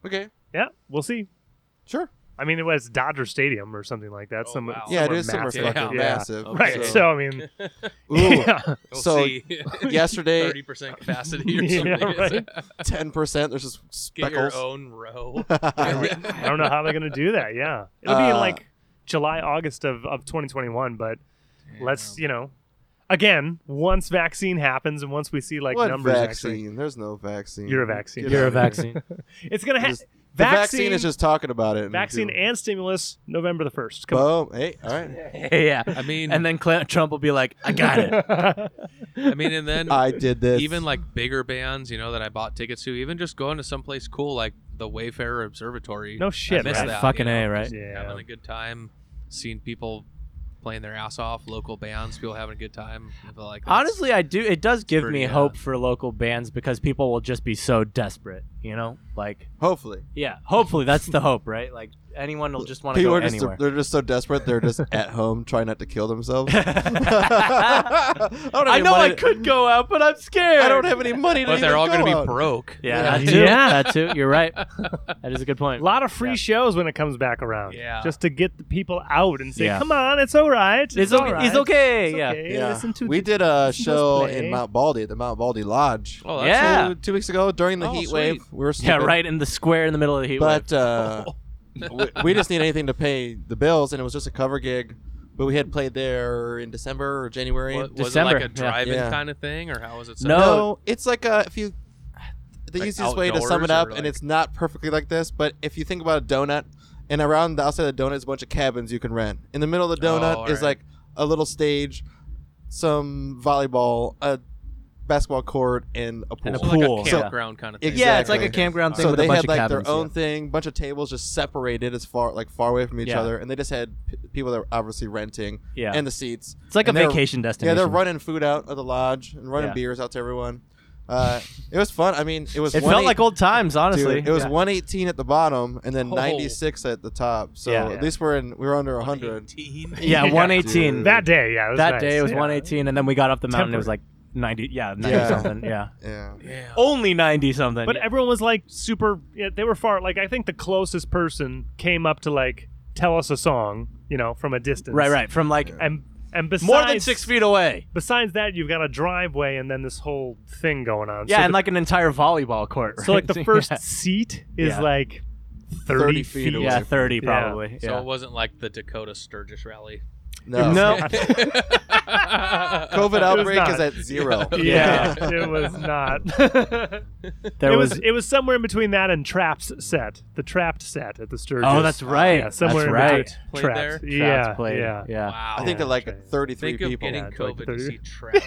[SPEAKER 4] okay
[SPEAKER 2] Yeah, we'll see.
[SPEAKER 4] sure
[SPEAKER 2] I mean, it was Dodger Stadium or something like that.
[SPEAKER 3] Oh,
[SPEAKER 2] some,
[SPEAKER 3] wow.
[SPEAKER 4] yeah
[SPEAKER 2] somewhere
[SPEAKER 4] it is somewhere
[SPEAKER 2] massive.
[SPEAKER 3] Yeah.
[SPEAKER 4] fucking
[SPEAKER 2] Yeah.
[SPEAKER 4] massive
[SPEAKER 2] Right.
[SPEAKER 3] Okay.
[SPEAKER 2] So, I mean,
[SPEAKER 4] ooh
[SPEAKER 2] yeah.
[SPEAKER 3] We'll
[SPEAKER 4] So,
[SPEAKER 3] see.
[SPEAKER 4] yesterday
[SPEAKER 3] thirty percent capacity or
[SPEAKER 2] Yeah,
[SPEAKER 3] something.
[SPEAKER 2] right.
[SPEAKER 4] ten percent there's just
[SPEAKER 3] Get
[SPEAKER 4] speckles
[SPEAKER 3] your own row.
[SPEAKER 2] I don't know how they're gonna do that. Yeah, it'll be in
[SPEAKER 4] Uh,
[SPEAKER 2] like July, August of, of 2021. But let's, you know, again, once vaccine happens and once we see like
[SPEAKER 4] what
[SPEAKER 2] numbers
[SPEAKER 4] vaccine
[SPEAKER 2] actually,
[SPEAKER 4] there's no vaccine
[SPEAKER 2] You're a vaccine.
[SPEAKER 4] Get
[SPEAKER 2] You're
[SPEAKER 4] out
[SPEAKER 2] a
[SPEAKER 4] of here.
[SPEAKER 2] it's gonna happen.
[SPEAKER 4] Just- the vaccine, is just talking about it and
[SPEAKER 2] vaccine
[SPEAKER 4] doing-
[SPEAKER 2] and stimulus November the first. Come
[SPEAKER 4] boom hey all right
[SPEAKER 1] yeah.
[SPEAKER 3] I mean,
[SPEAKER 1] And then Cl- Trump will be like, I got it.
[SPEAKER 2] on.
[SPEAKER 3] I mean, and then
[SPEAKER 4] I did this
[SPEAKER 3] even like bigger bands, you know, that I bought tickets to, even just going to someplace cool like the Wayfarer Observatory.
[SPEAKER 2] no
[SPEAKER 3] I
[SPEAKER 2] shit.
[SPEAKER 3] missed
[SPEAKER 2] right?
[SPEAKER 3] that.
[SPEAKER 1] Fucking
[SPEAKER 3] you know,
[SPEAKER 1] A, right?
[SPEAKER 3] Having
[SPEAKER 2] Yeah.
[SPEAKER 3] a good time. seen people playing their ass off, local bands, people having a good time. I feel like that's-
[SPEAKER 1] Honestly, I do. It does give
[SPEAKER 3] pretty,
[SPEAKER 1] me
[SPEAKER 3] uh,
[SPEAKER 1] hope for local bands because people will just be so desperate, you know. Like,
[SPEAKER 4] Hopefully,
[SPEAKER 1] yeah, hopefully that's the hope, right? Like, anyone will just want to
[SPEAKER 4] people
[SPEAKER 1] go
[SPEAKER 4] are just
[SPEAKER 1] anywhere.
[SPEAKER 4] they're just so desperate. They're just at home trying not to kill themselves. I, don't have
[SPEAKER 1] I
[SPEAKER 4] any
[SPEAKER 1] know I
[SPEAKER 4] money-
[SPEAKER 1] could go out, but I'm scared.
[SPEAKER 4] I don't have any money. To
[SPEAKER 3] but they're
[SPEAKER 4] even
[SPEAKER 3] all
[SPEAKER 4] going to
[SPEAKER 3] be broke.
[SPEAKER 1] Yeah,
[SPEAKER 2] Yeah.
[SPEAKER 1] that too.
[SPEAKER 2] Yeah.
[SPEAKER 1] that too. You're right. That is a good
[SPEAKER 2] A
[SPEAKER 1] point.
[SPEAKER 2] lot of free
[SPEAKER 1] Yeah.
[SPEAKER 2] shows when it comes back around.
[SPEAKER 3] Yeah.
[SPEAKER 2] Just to get the people out and say,
[SPEAKER 1] Yeah.
[SPEAKER 2] come on, it's all right. It's,
[SPEAKER 1] It's
[SPEAKER 2] all
[SPEAKER 1] okay.
[SPEAKER 2] right.
[SPEAKER 1] It's okay.
[SPEAKER 2] It's
[SPEAKER 1] yeah.
[SPEAKER 2] okay. Listen to
[SPEAKER 4] we
[SPEAKER 2] the- eh?
[SPEAKER 4] did a
[SPEAKER 2] listen to us
[SPEAKER 4] show
[SPEAKER 2] play.
[SPEAKER 4] in Mount Baldy at the Mount Baldy Lodge
[SPEAKER 3] Oh,
[SPEAKER 1] Yeah.
[SPEAKER 4] two, two weeks ago during the
[SPEAKER 3] Oh,
[SPEAKER 4] heat
[SPEAKER 3] sweet.
[SPEAKER 4] wave. We were
[SPEAKER 1] Yeah,
[SPEAKER 4] sleeping,
[SPEAKER 1] right in the square in the middle of the heat wave.
[SPEAKER 4] But uh, we, we just need anything to pay the bills, and it was just a cover gig. But we had played there in December or January.
[SPEAKER 3] Wa- was it like
[SPEAKER 1] December,
[SPEAKER 3] a
[SPEAKER 1] yeah.
[SPEAKER 3] drive-in
[SPEAKER 4] Yeah.
[SPEAKER 3] kind of thing, or how was it? set
[SPEAKER 1] No.
[SPEAKER 3] up?
[SPEAKER 4] No, it's like a if you. The
[SPEAKER 3] Oh. Like
[SPEAKER 4] easiest way to
[SPEAKER 3] outdoors
[SPEAKER 4] sum it up,
[SPEAKER 3] or
[SPEAKER 4] and
[SPEAKER 3] like-
[SPEAKER 4] it's not perfectly like this, but if you think about a donut, and around the outside of the donut is a bunch of cabins you can rent. In the middle of the
[SPEAKER 3] Oh,
[SPEAKER 4] donut
[SPEAKER 3] all
[SPEAKER 4] is
[SPEAKER 3] right.
[SPEAKER 4] like a little stage, some volleyball, a basketball court, and a pool.
[SPEAKER 1] And a
[SPEAKER 3] So like
[SPEAKER 1] pool.
[SPEAKER 3] a
[SPEAKER 1] So-
[SPEAKER 3] campground kind of thing.
[SPEAKER 1] yeah, it's like a
[SPEAKER 4] Exactly.
[SPEAKER 1] campground thing
[SPEAKER 4] So
[SPEAKER 1] with
[SPEAKER 4] they
[SPEAKER 1] a bunch
[SPEAKER 4] had
[SPEAKER 1] of
[SPEAKER 4] like
[SPEAKER 1] cabins.
[SPEAKER 4] their own
[SPEAKER 1] yeah.
[SPEAKER 4] thing, bunch of tables just separated as far like far away from each
[SPEAKER 1] Yeah.
[SPEAKER 4] other, and they just had p- people that were obviously renting
[SPEAKER 1] Yeah.
[SPEAKER 4] and the seats.
[SPEAKER 1] It's like
[SPEAKER 4] And
[SPEAKER 1] a
[SPEAKER 4] they're-
[SPEAKER 1] vacation
[SPEAKER 4] Yeah,
[SPEAKER 1] destination.
[SPEAKER 4] they're running food out of the lodge and running
[SPEAKER 1] Yeah.
[SPEAKER 4] beers out to everyone. Uh, it was fun. I mean, it was.
[SPEAKER 1] It
[SPEAKER 4] 1
[SPEAKER 1] felt like old times, honestly.
[SPEAKER 4] Dude, it was
[SPEAKER 1] Yeah.
[SPEAKER 4] 118 at the bottom and then
[SPEAKER 3] Oh.
[SPEAKER 4] 96 at the top. So
[SPEAKER 1] Yeah.
[SPEAKER 4] at least we're in we were under 100.
[SPEAKER 3] 118.
[SPEAKER 1] Yeah,
[SPEAKER 2] Yeah,
[SPEAKER 1] 118.
[SPEAKER 4] dude.
[SPEAKER 2] That day, yeah. It was
[SPEAKER 1] that
[SPEAKER 2] nice.
[SPEAKER 1] day it was
[SPEAKER 2] Yeah.
[SPEAKER 1] 118, and then we got up the mountain. It was like 90. Yeah, 90
[SPEAKER 4] Yeah.
[SPEAKER 1] something. Yeah,
[SPEAKER 4] Yeah.
[SPEAKER 3] Yeah.
[SPEAKER 1] only 90 something.
[SPEAKER 2] But everyone was like super. Yeah, they were far. Like I think the closest person came up to like tell us a song, you know, from a distance.
[SPEAKER 1] right, right. From like
[SPEAKER 2] And and besides,
[SPEAKER 1] more than six feet away.
[SPEAKER 2] Besides that, you've got a driveway and then this whole thing going on.
[SPEAKER 1] Yeah,
[SPEAKER 2] so
[SPEAKER 1] and
[SPEAKER 2] the,
[SPEAKER 1] like an entire volleyball court.
[SPEAKER 2] so like
[SPEAKER 1] right?
[SPEAKER 2] the first
[SPEAKER 1] yeah,
[SPEAKER 2] seat is
[SPEAKER 1] Yeah.
[SPEAKER 2] like thirty,
[SPEAKER 4] 30 feet
[SPEAKER 2] feet.
[SPEAKER 4] away.
[SPEAKER 1] Yeah, 30
[SPEAKER 2] Yeah.
[SPEAKER 1] probably.
[SPEAKER 3] So
[SPEAKER 1] yeah.
[SPEAKER 3] it wasn't like the Dakota Sturgis rally.
[SPEAKER 4] No.
[SPEAKER 1] No.
[SPEAKER 4] COVID outbreak
[SPEAKER 2] not.
[SPEAKER 4] is at zero.
[SPEAKER 2] Yeah, it was not.
[SPEAKER 1] there
[SPEAKER 2] it
[SPEAKER 1] was.
[SPEAKER 2] was it was somewhere in between that and Traps set, the Trapped set at the Sturgis.
[SPEAKER 1] oh, that's right.
[SPEAKER 2] Yeah, somewhere
[SPEAKER 1] that's
[SPEAKER 2] in
[SPEAKER 1] right.
[SPEAKER 2] between.
[SPEAKER 3] Played
[SPEAKER 2] Traps.
[SPEAKER 3] there?
[SPEAKER 1] Traps
[SPEAKER 2] Yeah,
[SPEAKER 1] played.
[SPEAKER 2] yeah.
[SPEAKER 1] yeah.
[SPEAKER 3] Wow.
[SPEAKER 4] I think
[SPEAKER 2] Yeah,
[SPEAKER 4] they're like
[SPEAKER 2] okay.
[SPEAKER 4] 33
[SPEAKER 3] Think of
[SPEAKER 4] people.
[SPEAKER 3] getting
[SPEAKER 2] Yeah, it's like
[SPEAKER 3] COVID to
[SPEAKER 2] 30.
[SPEAKER 3] see trap.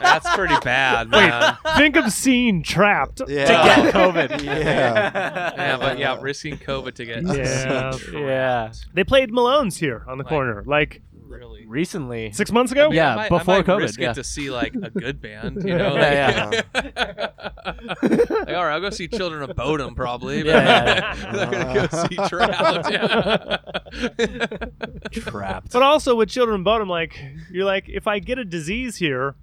[SPEAKER 3] That's pretty bad, man.
[SPEAKER 2] Think of seeing Trapped.
[SPEAKER 4] Yeah.
[SPEAKER 1] Get COVID.
[SPEAKER 4] yeah.
[SPEAKER 3] yeah, but yeah, risking COVID to get
[SPEAKER 2] Yeah.
[SPEAKER 3] seen
[SPEAKER 1] Yeah.
[SPEAKER 3] trapped.
[SPEAKER 2] They played Malone's here on the
[SPEAKER 3] Like-
[SPEAKER 2] corner, like
[SPEAKER 3] Really.
[SPEAKER 1] Recently,
[SPEAKER 2] six months ago.
[SPEAKER 1] Yeah,
[SPEAKER 3] I might,
[SPEAKER 1] before
[SPEAKER 3] I might
[SPEAKER 1] COVID,
[SPEAKER 3] Risk
[SPEAKER 1] yeah.
[SPEAKER 3] it to see like a good band, you know.
[SPEAKER 1] Yeah,
[SPEAKER 3] like, like, all right, I'll go see Children of Bodom probably. But
[SPEAKER 1] Yeah,
[SPEAKER 3] I'm gonna go see Trapped. Yeah.
[SPEAKER 1] trapped.
[SPEAKER 2] But also with Children of Bodom, like you're like, if I get a disease here,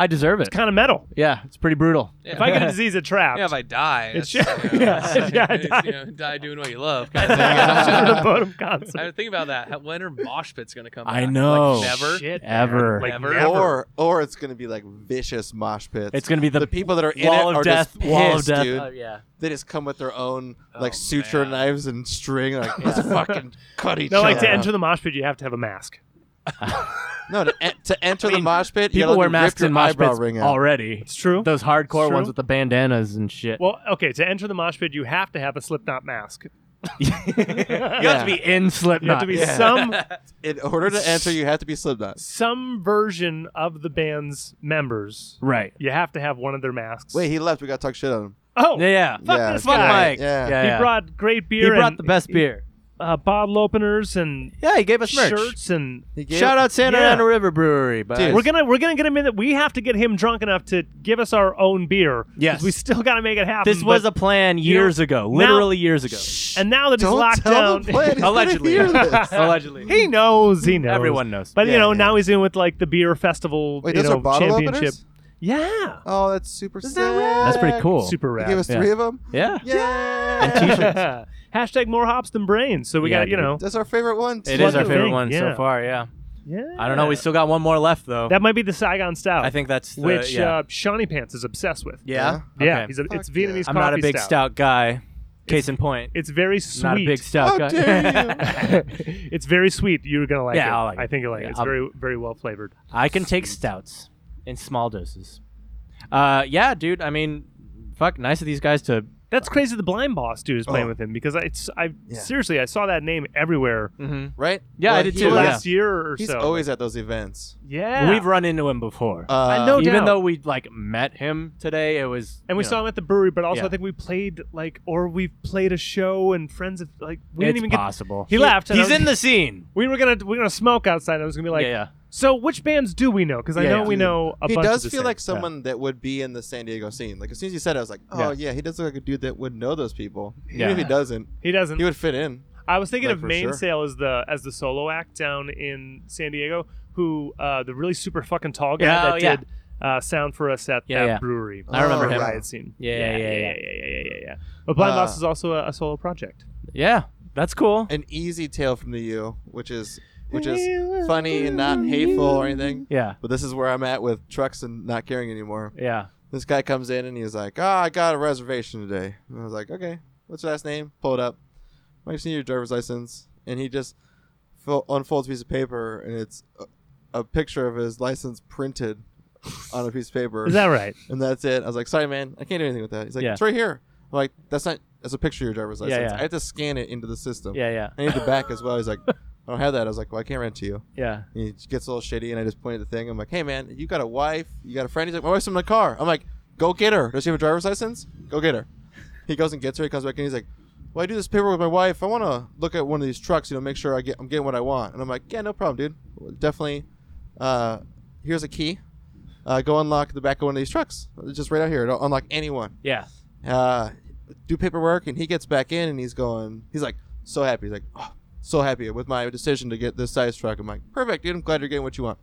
[SPEAKER 1] I deserve it.
[SPEAKER 2] kind of metal.
[SPEAKER 1] Yeah, it's pretty brutal.
[SPEAKER 3] Yeah.
[SPEAKER 2] If I get a disease at Trapped,
[SPEAKER 3] Yeah, if I die,
[SPEAKER 2] It's
[SPEAKER 3] that's,
[SPEAKER 2] just-
[SPEAKER 3] you know,
[SPEAKER 2] yeah,
[SPEAKER 3] it's-
[SPEAKER 2] yeah, I
[SPEAKER 3] it's,
[SPEAKER 2] died.
[SPEAKER 3] you know, die doing what you love. Kind of
[SPEAKER 2] Children
[SPEAKER 3] thing.
[SPEAKER 2] of Bodom concert.
[SPEAKER 3] I was thinking about that. How- When are mosh pits gonna come?
[SPEAKER 1] I
[SPEAKER 3] back?
[SPEAKER 1] know.
[SPEAKER 3] Like, never.
[SPEAKER 2] Shit, man.
[SPEAKER 1] Ever.
[SPEAKER 2] Like,
[SPEAKER 3] Never.
[SPEAKER 2] never.
[SPEAKER 4] Or or it's going to be like vicious mosh pits.
[SPEAKER 1] It's gonna be the,
[SPEAKER 4] the people that are in
[SPEAKER 1] wall
[SPEAKER 4] it
[SPEAKER 1] of
[SPEAKER 4] are
[SPEAKER 1] death.
[SPEAKER 4] just pissed,
[SPEAKER 1] wall of death.
[SPEAKER 4] dude.
[SPEAKER 1] Oh, yeah.
[SPEAKER 4] They just come with their own like
[SPEAKER 3] Oh,
[SPEAKER 4] suture
[SPEAKER 3] man.
[SPEAKER 4] knives and string. Like let's
[SPEAKER 1] Yeah.
[SPEAKER 4] fucking cut each
[SPEAKER 2] no,
[SPEAKER 4] other.
[SPEAKER 2] like to enter the mosh pit, you have to have a mask.
[SPEAKER 4] no, to, en- to enter the
[SPEAKER 1] mean,
[SPEAKER 4] mosh pit, you
[SPEAKER 1] People
[SPEAKER 4] gotta
[SPEAKER 1] wear
[SPEAKER 4] rip
[SPEAKER 1] masks
[SPEAKER 4] your
[SPEAKER 1] in mosh
[SPEAKER 4] eyebrow
[SPEAKER 1] pits
[SPEAKER 4] ring out.
[SPEAKER 1] already.
[SPEAKER 2] It's true.
[SPEAKER 1] Those hardcore
[SPEAKER 2] True.
[SPEAKER 1] ones with the bandanas and shit.
[SPEAKER 2] well, okay, to enter the mosh pit, you have to have a Slipknot mask.
[SPEAKER 1] You have to
[SPEAKER 4] Yeah.
[SPEAKER 1] be in Slipknot.
[SPEAKER 2] You have to be
[SPEAKER 4] Yeah.
[SPEAKER 2] some
[SPEAKER 4] In order to enter, you have to be Slipknot.
[SPEAKER 2] some version of the band's members.
[SPEAKER 1] right.
[SPEAKER 2] You have to have one of their masks.
[SPEAKER 4] Wait, he left. We got to talk shit on him.
[SPEAKER 2] oh,
[SPEAKER 1] Yeah.
[SPEAKER 2] Fuck
[SPEAKER 4] yeah,
[SPEAKER 2] this
[SPEAKER 1] Fuck
[SPEAKER 2] guy.
[SPEAKER 1] Mike.
[SPEAKER 4] Yeah.
[SPEAKER 1] yeah,
[SPEAKER 2] he
[SPEAKER 1] yeah.
[SPEAKER 2] brought great
[SPEAKER 1] He
[SPEAKER 2] beer.
[SPEAKER 1] brought
[SPEAKER 2] and,
[SPEAKER 1] the best beer.
[SPEAKER 2] uh, bottle openers and
[SPEAKER 1] Yeah, he gave us merch.
[SPEAKER 2] shirts and
[SPEAKER 4] He gave-
[SPEAKER 1] Shout out Santa
[SPEAKER 2] Yeah.
[SPEAKER 1] Ana River Brewery, but
[SPEAKER 4] Dude.
[SPEAKER 2] we're gonna we're gonna get him in that we have to get him drunk enough to give us our own beer 'cause
[SPEAKER 1] Yes.
[SPEAKER 2] we still gotta make it happen
[SPEAKER 1] this was a plan years ago, literally years ago.
[SPEAKER 2] a and now that he's
[SPEAKER 4] Don't
[SPEAKER 2] locked
[SPEAKER 4] tell
[SPEAKER 2] down
[SPEAKER 4] the plan. He's gonna
[SPEAKER 1] Allegedly.
[SPEAKER 4] hear this.
[SPEAKER 1] Allegedly,
[SPEAKER 2] he knows he knows
[SPEAKER 1] everyone knows.
[SPEAKER 2] but you
[SPEAKER 4] Yeah,
[SPEAKER 2] know
[SPEAKER 4] yeah.
[SPEAKER 2] now he's in with like the beer festival
[SPEAKER 4] Wait,
[SPEAKER 2] you
[SPEAKER 4] those
[SPEAKER 2] know
[SPEAKER 4] are bottle
[SPEAKER 2] championship
[SPEAKER 4] openers.
[SPEAKER 2] yeah
[SPEAKER 4] Oh, that's super sick.
[SPEAKER 1] That's pretty cool.
[SPEAKER 2] super
[SPEAKER 4] He
[SPEAKER 2] rad
[SPEAKER 4] gave us
[SPEAKER 1] Yeah.
[SPEAKER 4] three of them.
[SPEAKER 1] Yeah,
[SPEAKER 4] Yeah.
[SPEAKER 2] hashtag more hops than brains so we
[SPEAKER 1] Yeah,
[SPEAKER 2] got you
[SPEAKER 1] dude.
[SPEAKER 2] know
[SPEAKER 4] That's our favorite one.
[SPEAKER 1] it is our
[SPEAKER 2] Fucking
[SPEAKER 1] favorite
[SPEAKER 2] thing,
[SPEAKER 1] one
[SPEAKER 2] yeah.
[SPEAKER 1] so far. Yeah,
[SPEAKER 2] yeah
[SPEAKER 1] I don't know. We still got one more left though.
[SPEAKER 2] that might be the Saigon style
[SPEAKER 1] Oh. I think that's the,
[SPEAKER 2] which
[SPEAKER 1] yeah.
[SPEAKER 2] uh, Shawnee Pants is obsessed with
[SPEAKER 1] yeah.
[SPEAKER 2] yeah
[SPEAKER 1] Okay.
[SPEAKER 2] he's a,
[SPEAKER 4] Fuck
[SPEAKER 2] it's Vietnamese
[SPEAKER 1] I'm not a
[SPEAKER 2] coffee
[SPEAKER 1] big stout guy. Case in point,
[SPEAKER 2] it's very sweet
[SPEAKER 1] not a big stout
[SPEAKER 4] How
[SPEAKER 1] guy.
[SPEAKER 4] dare you?
[SPEAKER 2] it's very sweet. You're gonna like
[SPEAKER 1] Yeah,
[SPEAKER 2] it.
[SPEAKER 1] I'll like
[SPEAKER 2] I
[SPEAKER 1] it.
[SPEAKER 2] think you will like
[SPEAKER 1] Yeah,
[SPEAKER 2] it. It's
[SPEAKER 1] I'll-
[SPEAKER 2] very very well flavored.
[SPEAKER 1] I can take stouts in small doses. Uh, yeah, dude. I mean, fuck. Nice of these guys to
[SPEAKER 2] That's crazy. The blind boss dude is playing
[SPEAKER 4] Oh.
[SPEAKER 2] with him because I, it's, I
[SPEAKER 4] Yeah.
[SPEAKER 2] seriously I saw that name everywhere
[SPEAKER 1] Mm-hmm.
[SPEAKER 4] right?
[SPEAKER 1] Yeah, I
[SPEAKER 4] Well,
[SPEAKER 1] did
[SPEAKER 4] he
[SPEAKER 1] too,
[SPEAKER 4] was-
[SPEAKER 1] yeah.
[SPEAKER 2] last year or
[SPEAKER 4] He's
[SPEAKER 2] so.
[SPEAKER 4] always at those events.
[SPEAKER 2] yeah,
[SPEAKER 1] We've run into him before.
[SPEAKER 4] Uh,
[SPEAKER 2] I know,
[SPEAKER 1] Even
[SPEAKER 2] doubt.
[SPEAKER 1] though we like met him today, it was
[SPEAKER 2] and
[SPEAKER 1] you
[SPEAKER 2] we
[SPEAKER 1] know,
[SPEAKER 2] saw him at the brewery, but also
[SPEAKER 1] Yeah.
[SPEAKER 2] I think we played like or we played a show and friends of like we
[SPEAKER 1] it's
[SPEAKER 2] didn't even
[SPEAKER 1] possible.
[SPEAKER 2] get. He left. and I
[SPEAKER 1] He's
[SPEAKER 2] was-
[SPEAKER 1] in the scene.
[SPEAKER 2] We were gonna we were gonna smoke outside. I was gonna be like,
[SPEAKER 1] yeah, yeah.
[SPEAKER 2] so which bands do we know? Because I
[SPEAKER 1] Yeah,
[SPEAKER 2] know
[SPEAKER 1] yeah.
[SPEAKER 2] we know a
[SPEAKER 4] he
[SPEAKER 2] bunch.
[SPEAKER 4] does
[SPEAKER 2] of the
[SPEAKER 4] feel
[SPEAKER 2] same.
[SPEAKER 4] like someone that would be in the San Diego scene. Like as soon as you said it, I was like, oh yeah, he does look like a dude that would know those people. Even
[SPEAKER 1] Yeah.
[SPEAKER 4] if he doesn't,
[SPEAKER 2] He doesn't.
[SPEAKER 4] he would fit in.
[SPEAKER 2] I was thinking
[SPEAKER 4] Like,
[SPEAKER 2] of
[SPEAKER 4] for
[SPEAKER 2] Mainsail as the as the solo act down in San Diego, who uh, the really super fucking tall guy
[SPEAKER 1] Yeah,
[SPEAKER 2] that
[SPEAKER 1] oh, yeah.
[SPEAKER 2] did uh, sound for us at
[SPEAKER 1] Yeah,
[SPEAKER 2] that
[SPEAKER 1] yeah.
[SPEAKER 2] brewery.
[SPEAKER 1] I remember
[SPEAKER 4] Oh,
[SPEAKER 2] uh,
[SPEAKER 1] him.
[SPEAKER 2] Riot scene.
[SPEAKER 1] Yeah, yeah,
[SPEAKER 2] yeah,
[SPEAKER 1] yeah.
[SPEAKER 2] yeah, yeah, yeah, yeah. But Blind
[SPEAKER 4] Uh,
[SPEAKER 2] Boss is also a, a solo project.
[SPEAKER 1] Yeah, that's cool.
[SPEAKER 4] An easy tale from the U, which is which is funny and not hateful or anything.
[SPEAKER 1] Yeah,
[SPEAKER 4] But this is where I'm at with trucks and not caring anymore.
[SPEAKER 1] yeah.
[SPEAKER 4] This guy comes in and he's like, "Ah, I got a reservation today." And I was like, "Okay, what's your last name?" Pull it up. I just need your driver's license. And he just fo- unfolds a piece of paper, and it's a, a picture of his license printed on a piece of paper.
[SPEAKER 2] Is that right?
[SPEAKER 4] and that's it. I was like, "Sorry, man, I can't do anything with that." He's like,
[SPEAKER 1] Yeah.
[SPEAKER 4] "It's right here." I'm like, "That's not. That's a picture of your driver's
[SPEAKER 1] Yeah,
[SPEAKER 4] license.
[SPEAKER 1] yeah.
[SPEAKER 4] I have to scan it into the system.
[SPEAKER 1] Yeah, yeah,
[SPEAKER 4] I need the back as well." He's like, "I don't have that." I was like, "Well, I can't rent to you."
[SPEAKER 1] yeah.
[SPEAKER 4] And he gets a little shitty, and I just point at the thing. I'm like, hey, man, you got a wife? You got a friend? He's like, my wife's in the car. I'm like, go get her. Does she have a driver's license? Go get her. He goes and gets her. He comes back, and he's like, well, I do this paper with my wife. I want to look at one of these trucks, you know, make sure I get I'm getting what I want. And I'm like, yeah, no problem, dude. Well, Definitely. Uh, here's a key. Uh, go unlock the back of one of these trucks. It's just right out here. It'll unlock anyone
[SPEAKER 1] Yeah.
[SPEAKER 4] uh, do paperwork, and he gets back in, and he's going, he's like, so happy, he's like, oh, so happy with my decision to get this size truck. I'm like, perfect, dude. I'm glad you're getting what you want.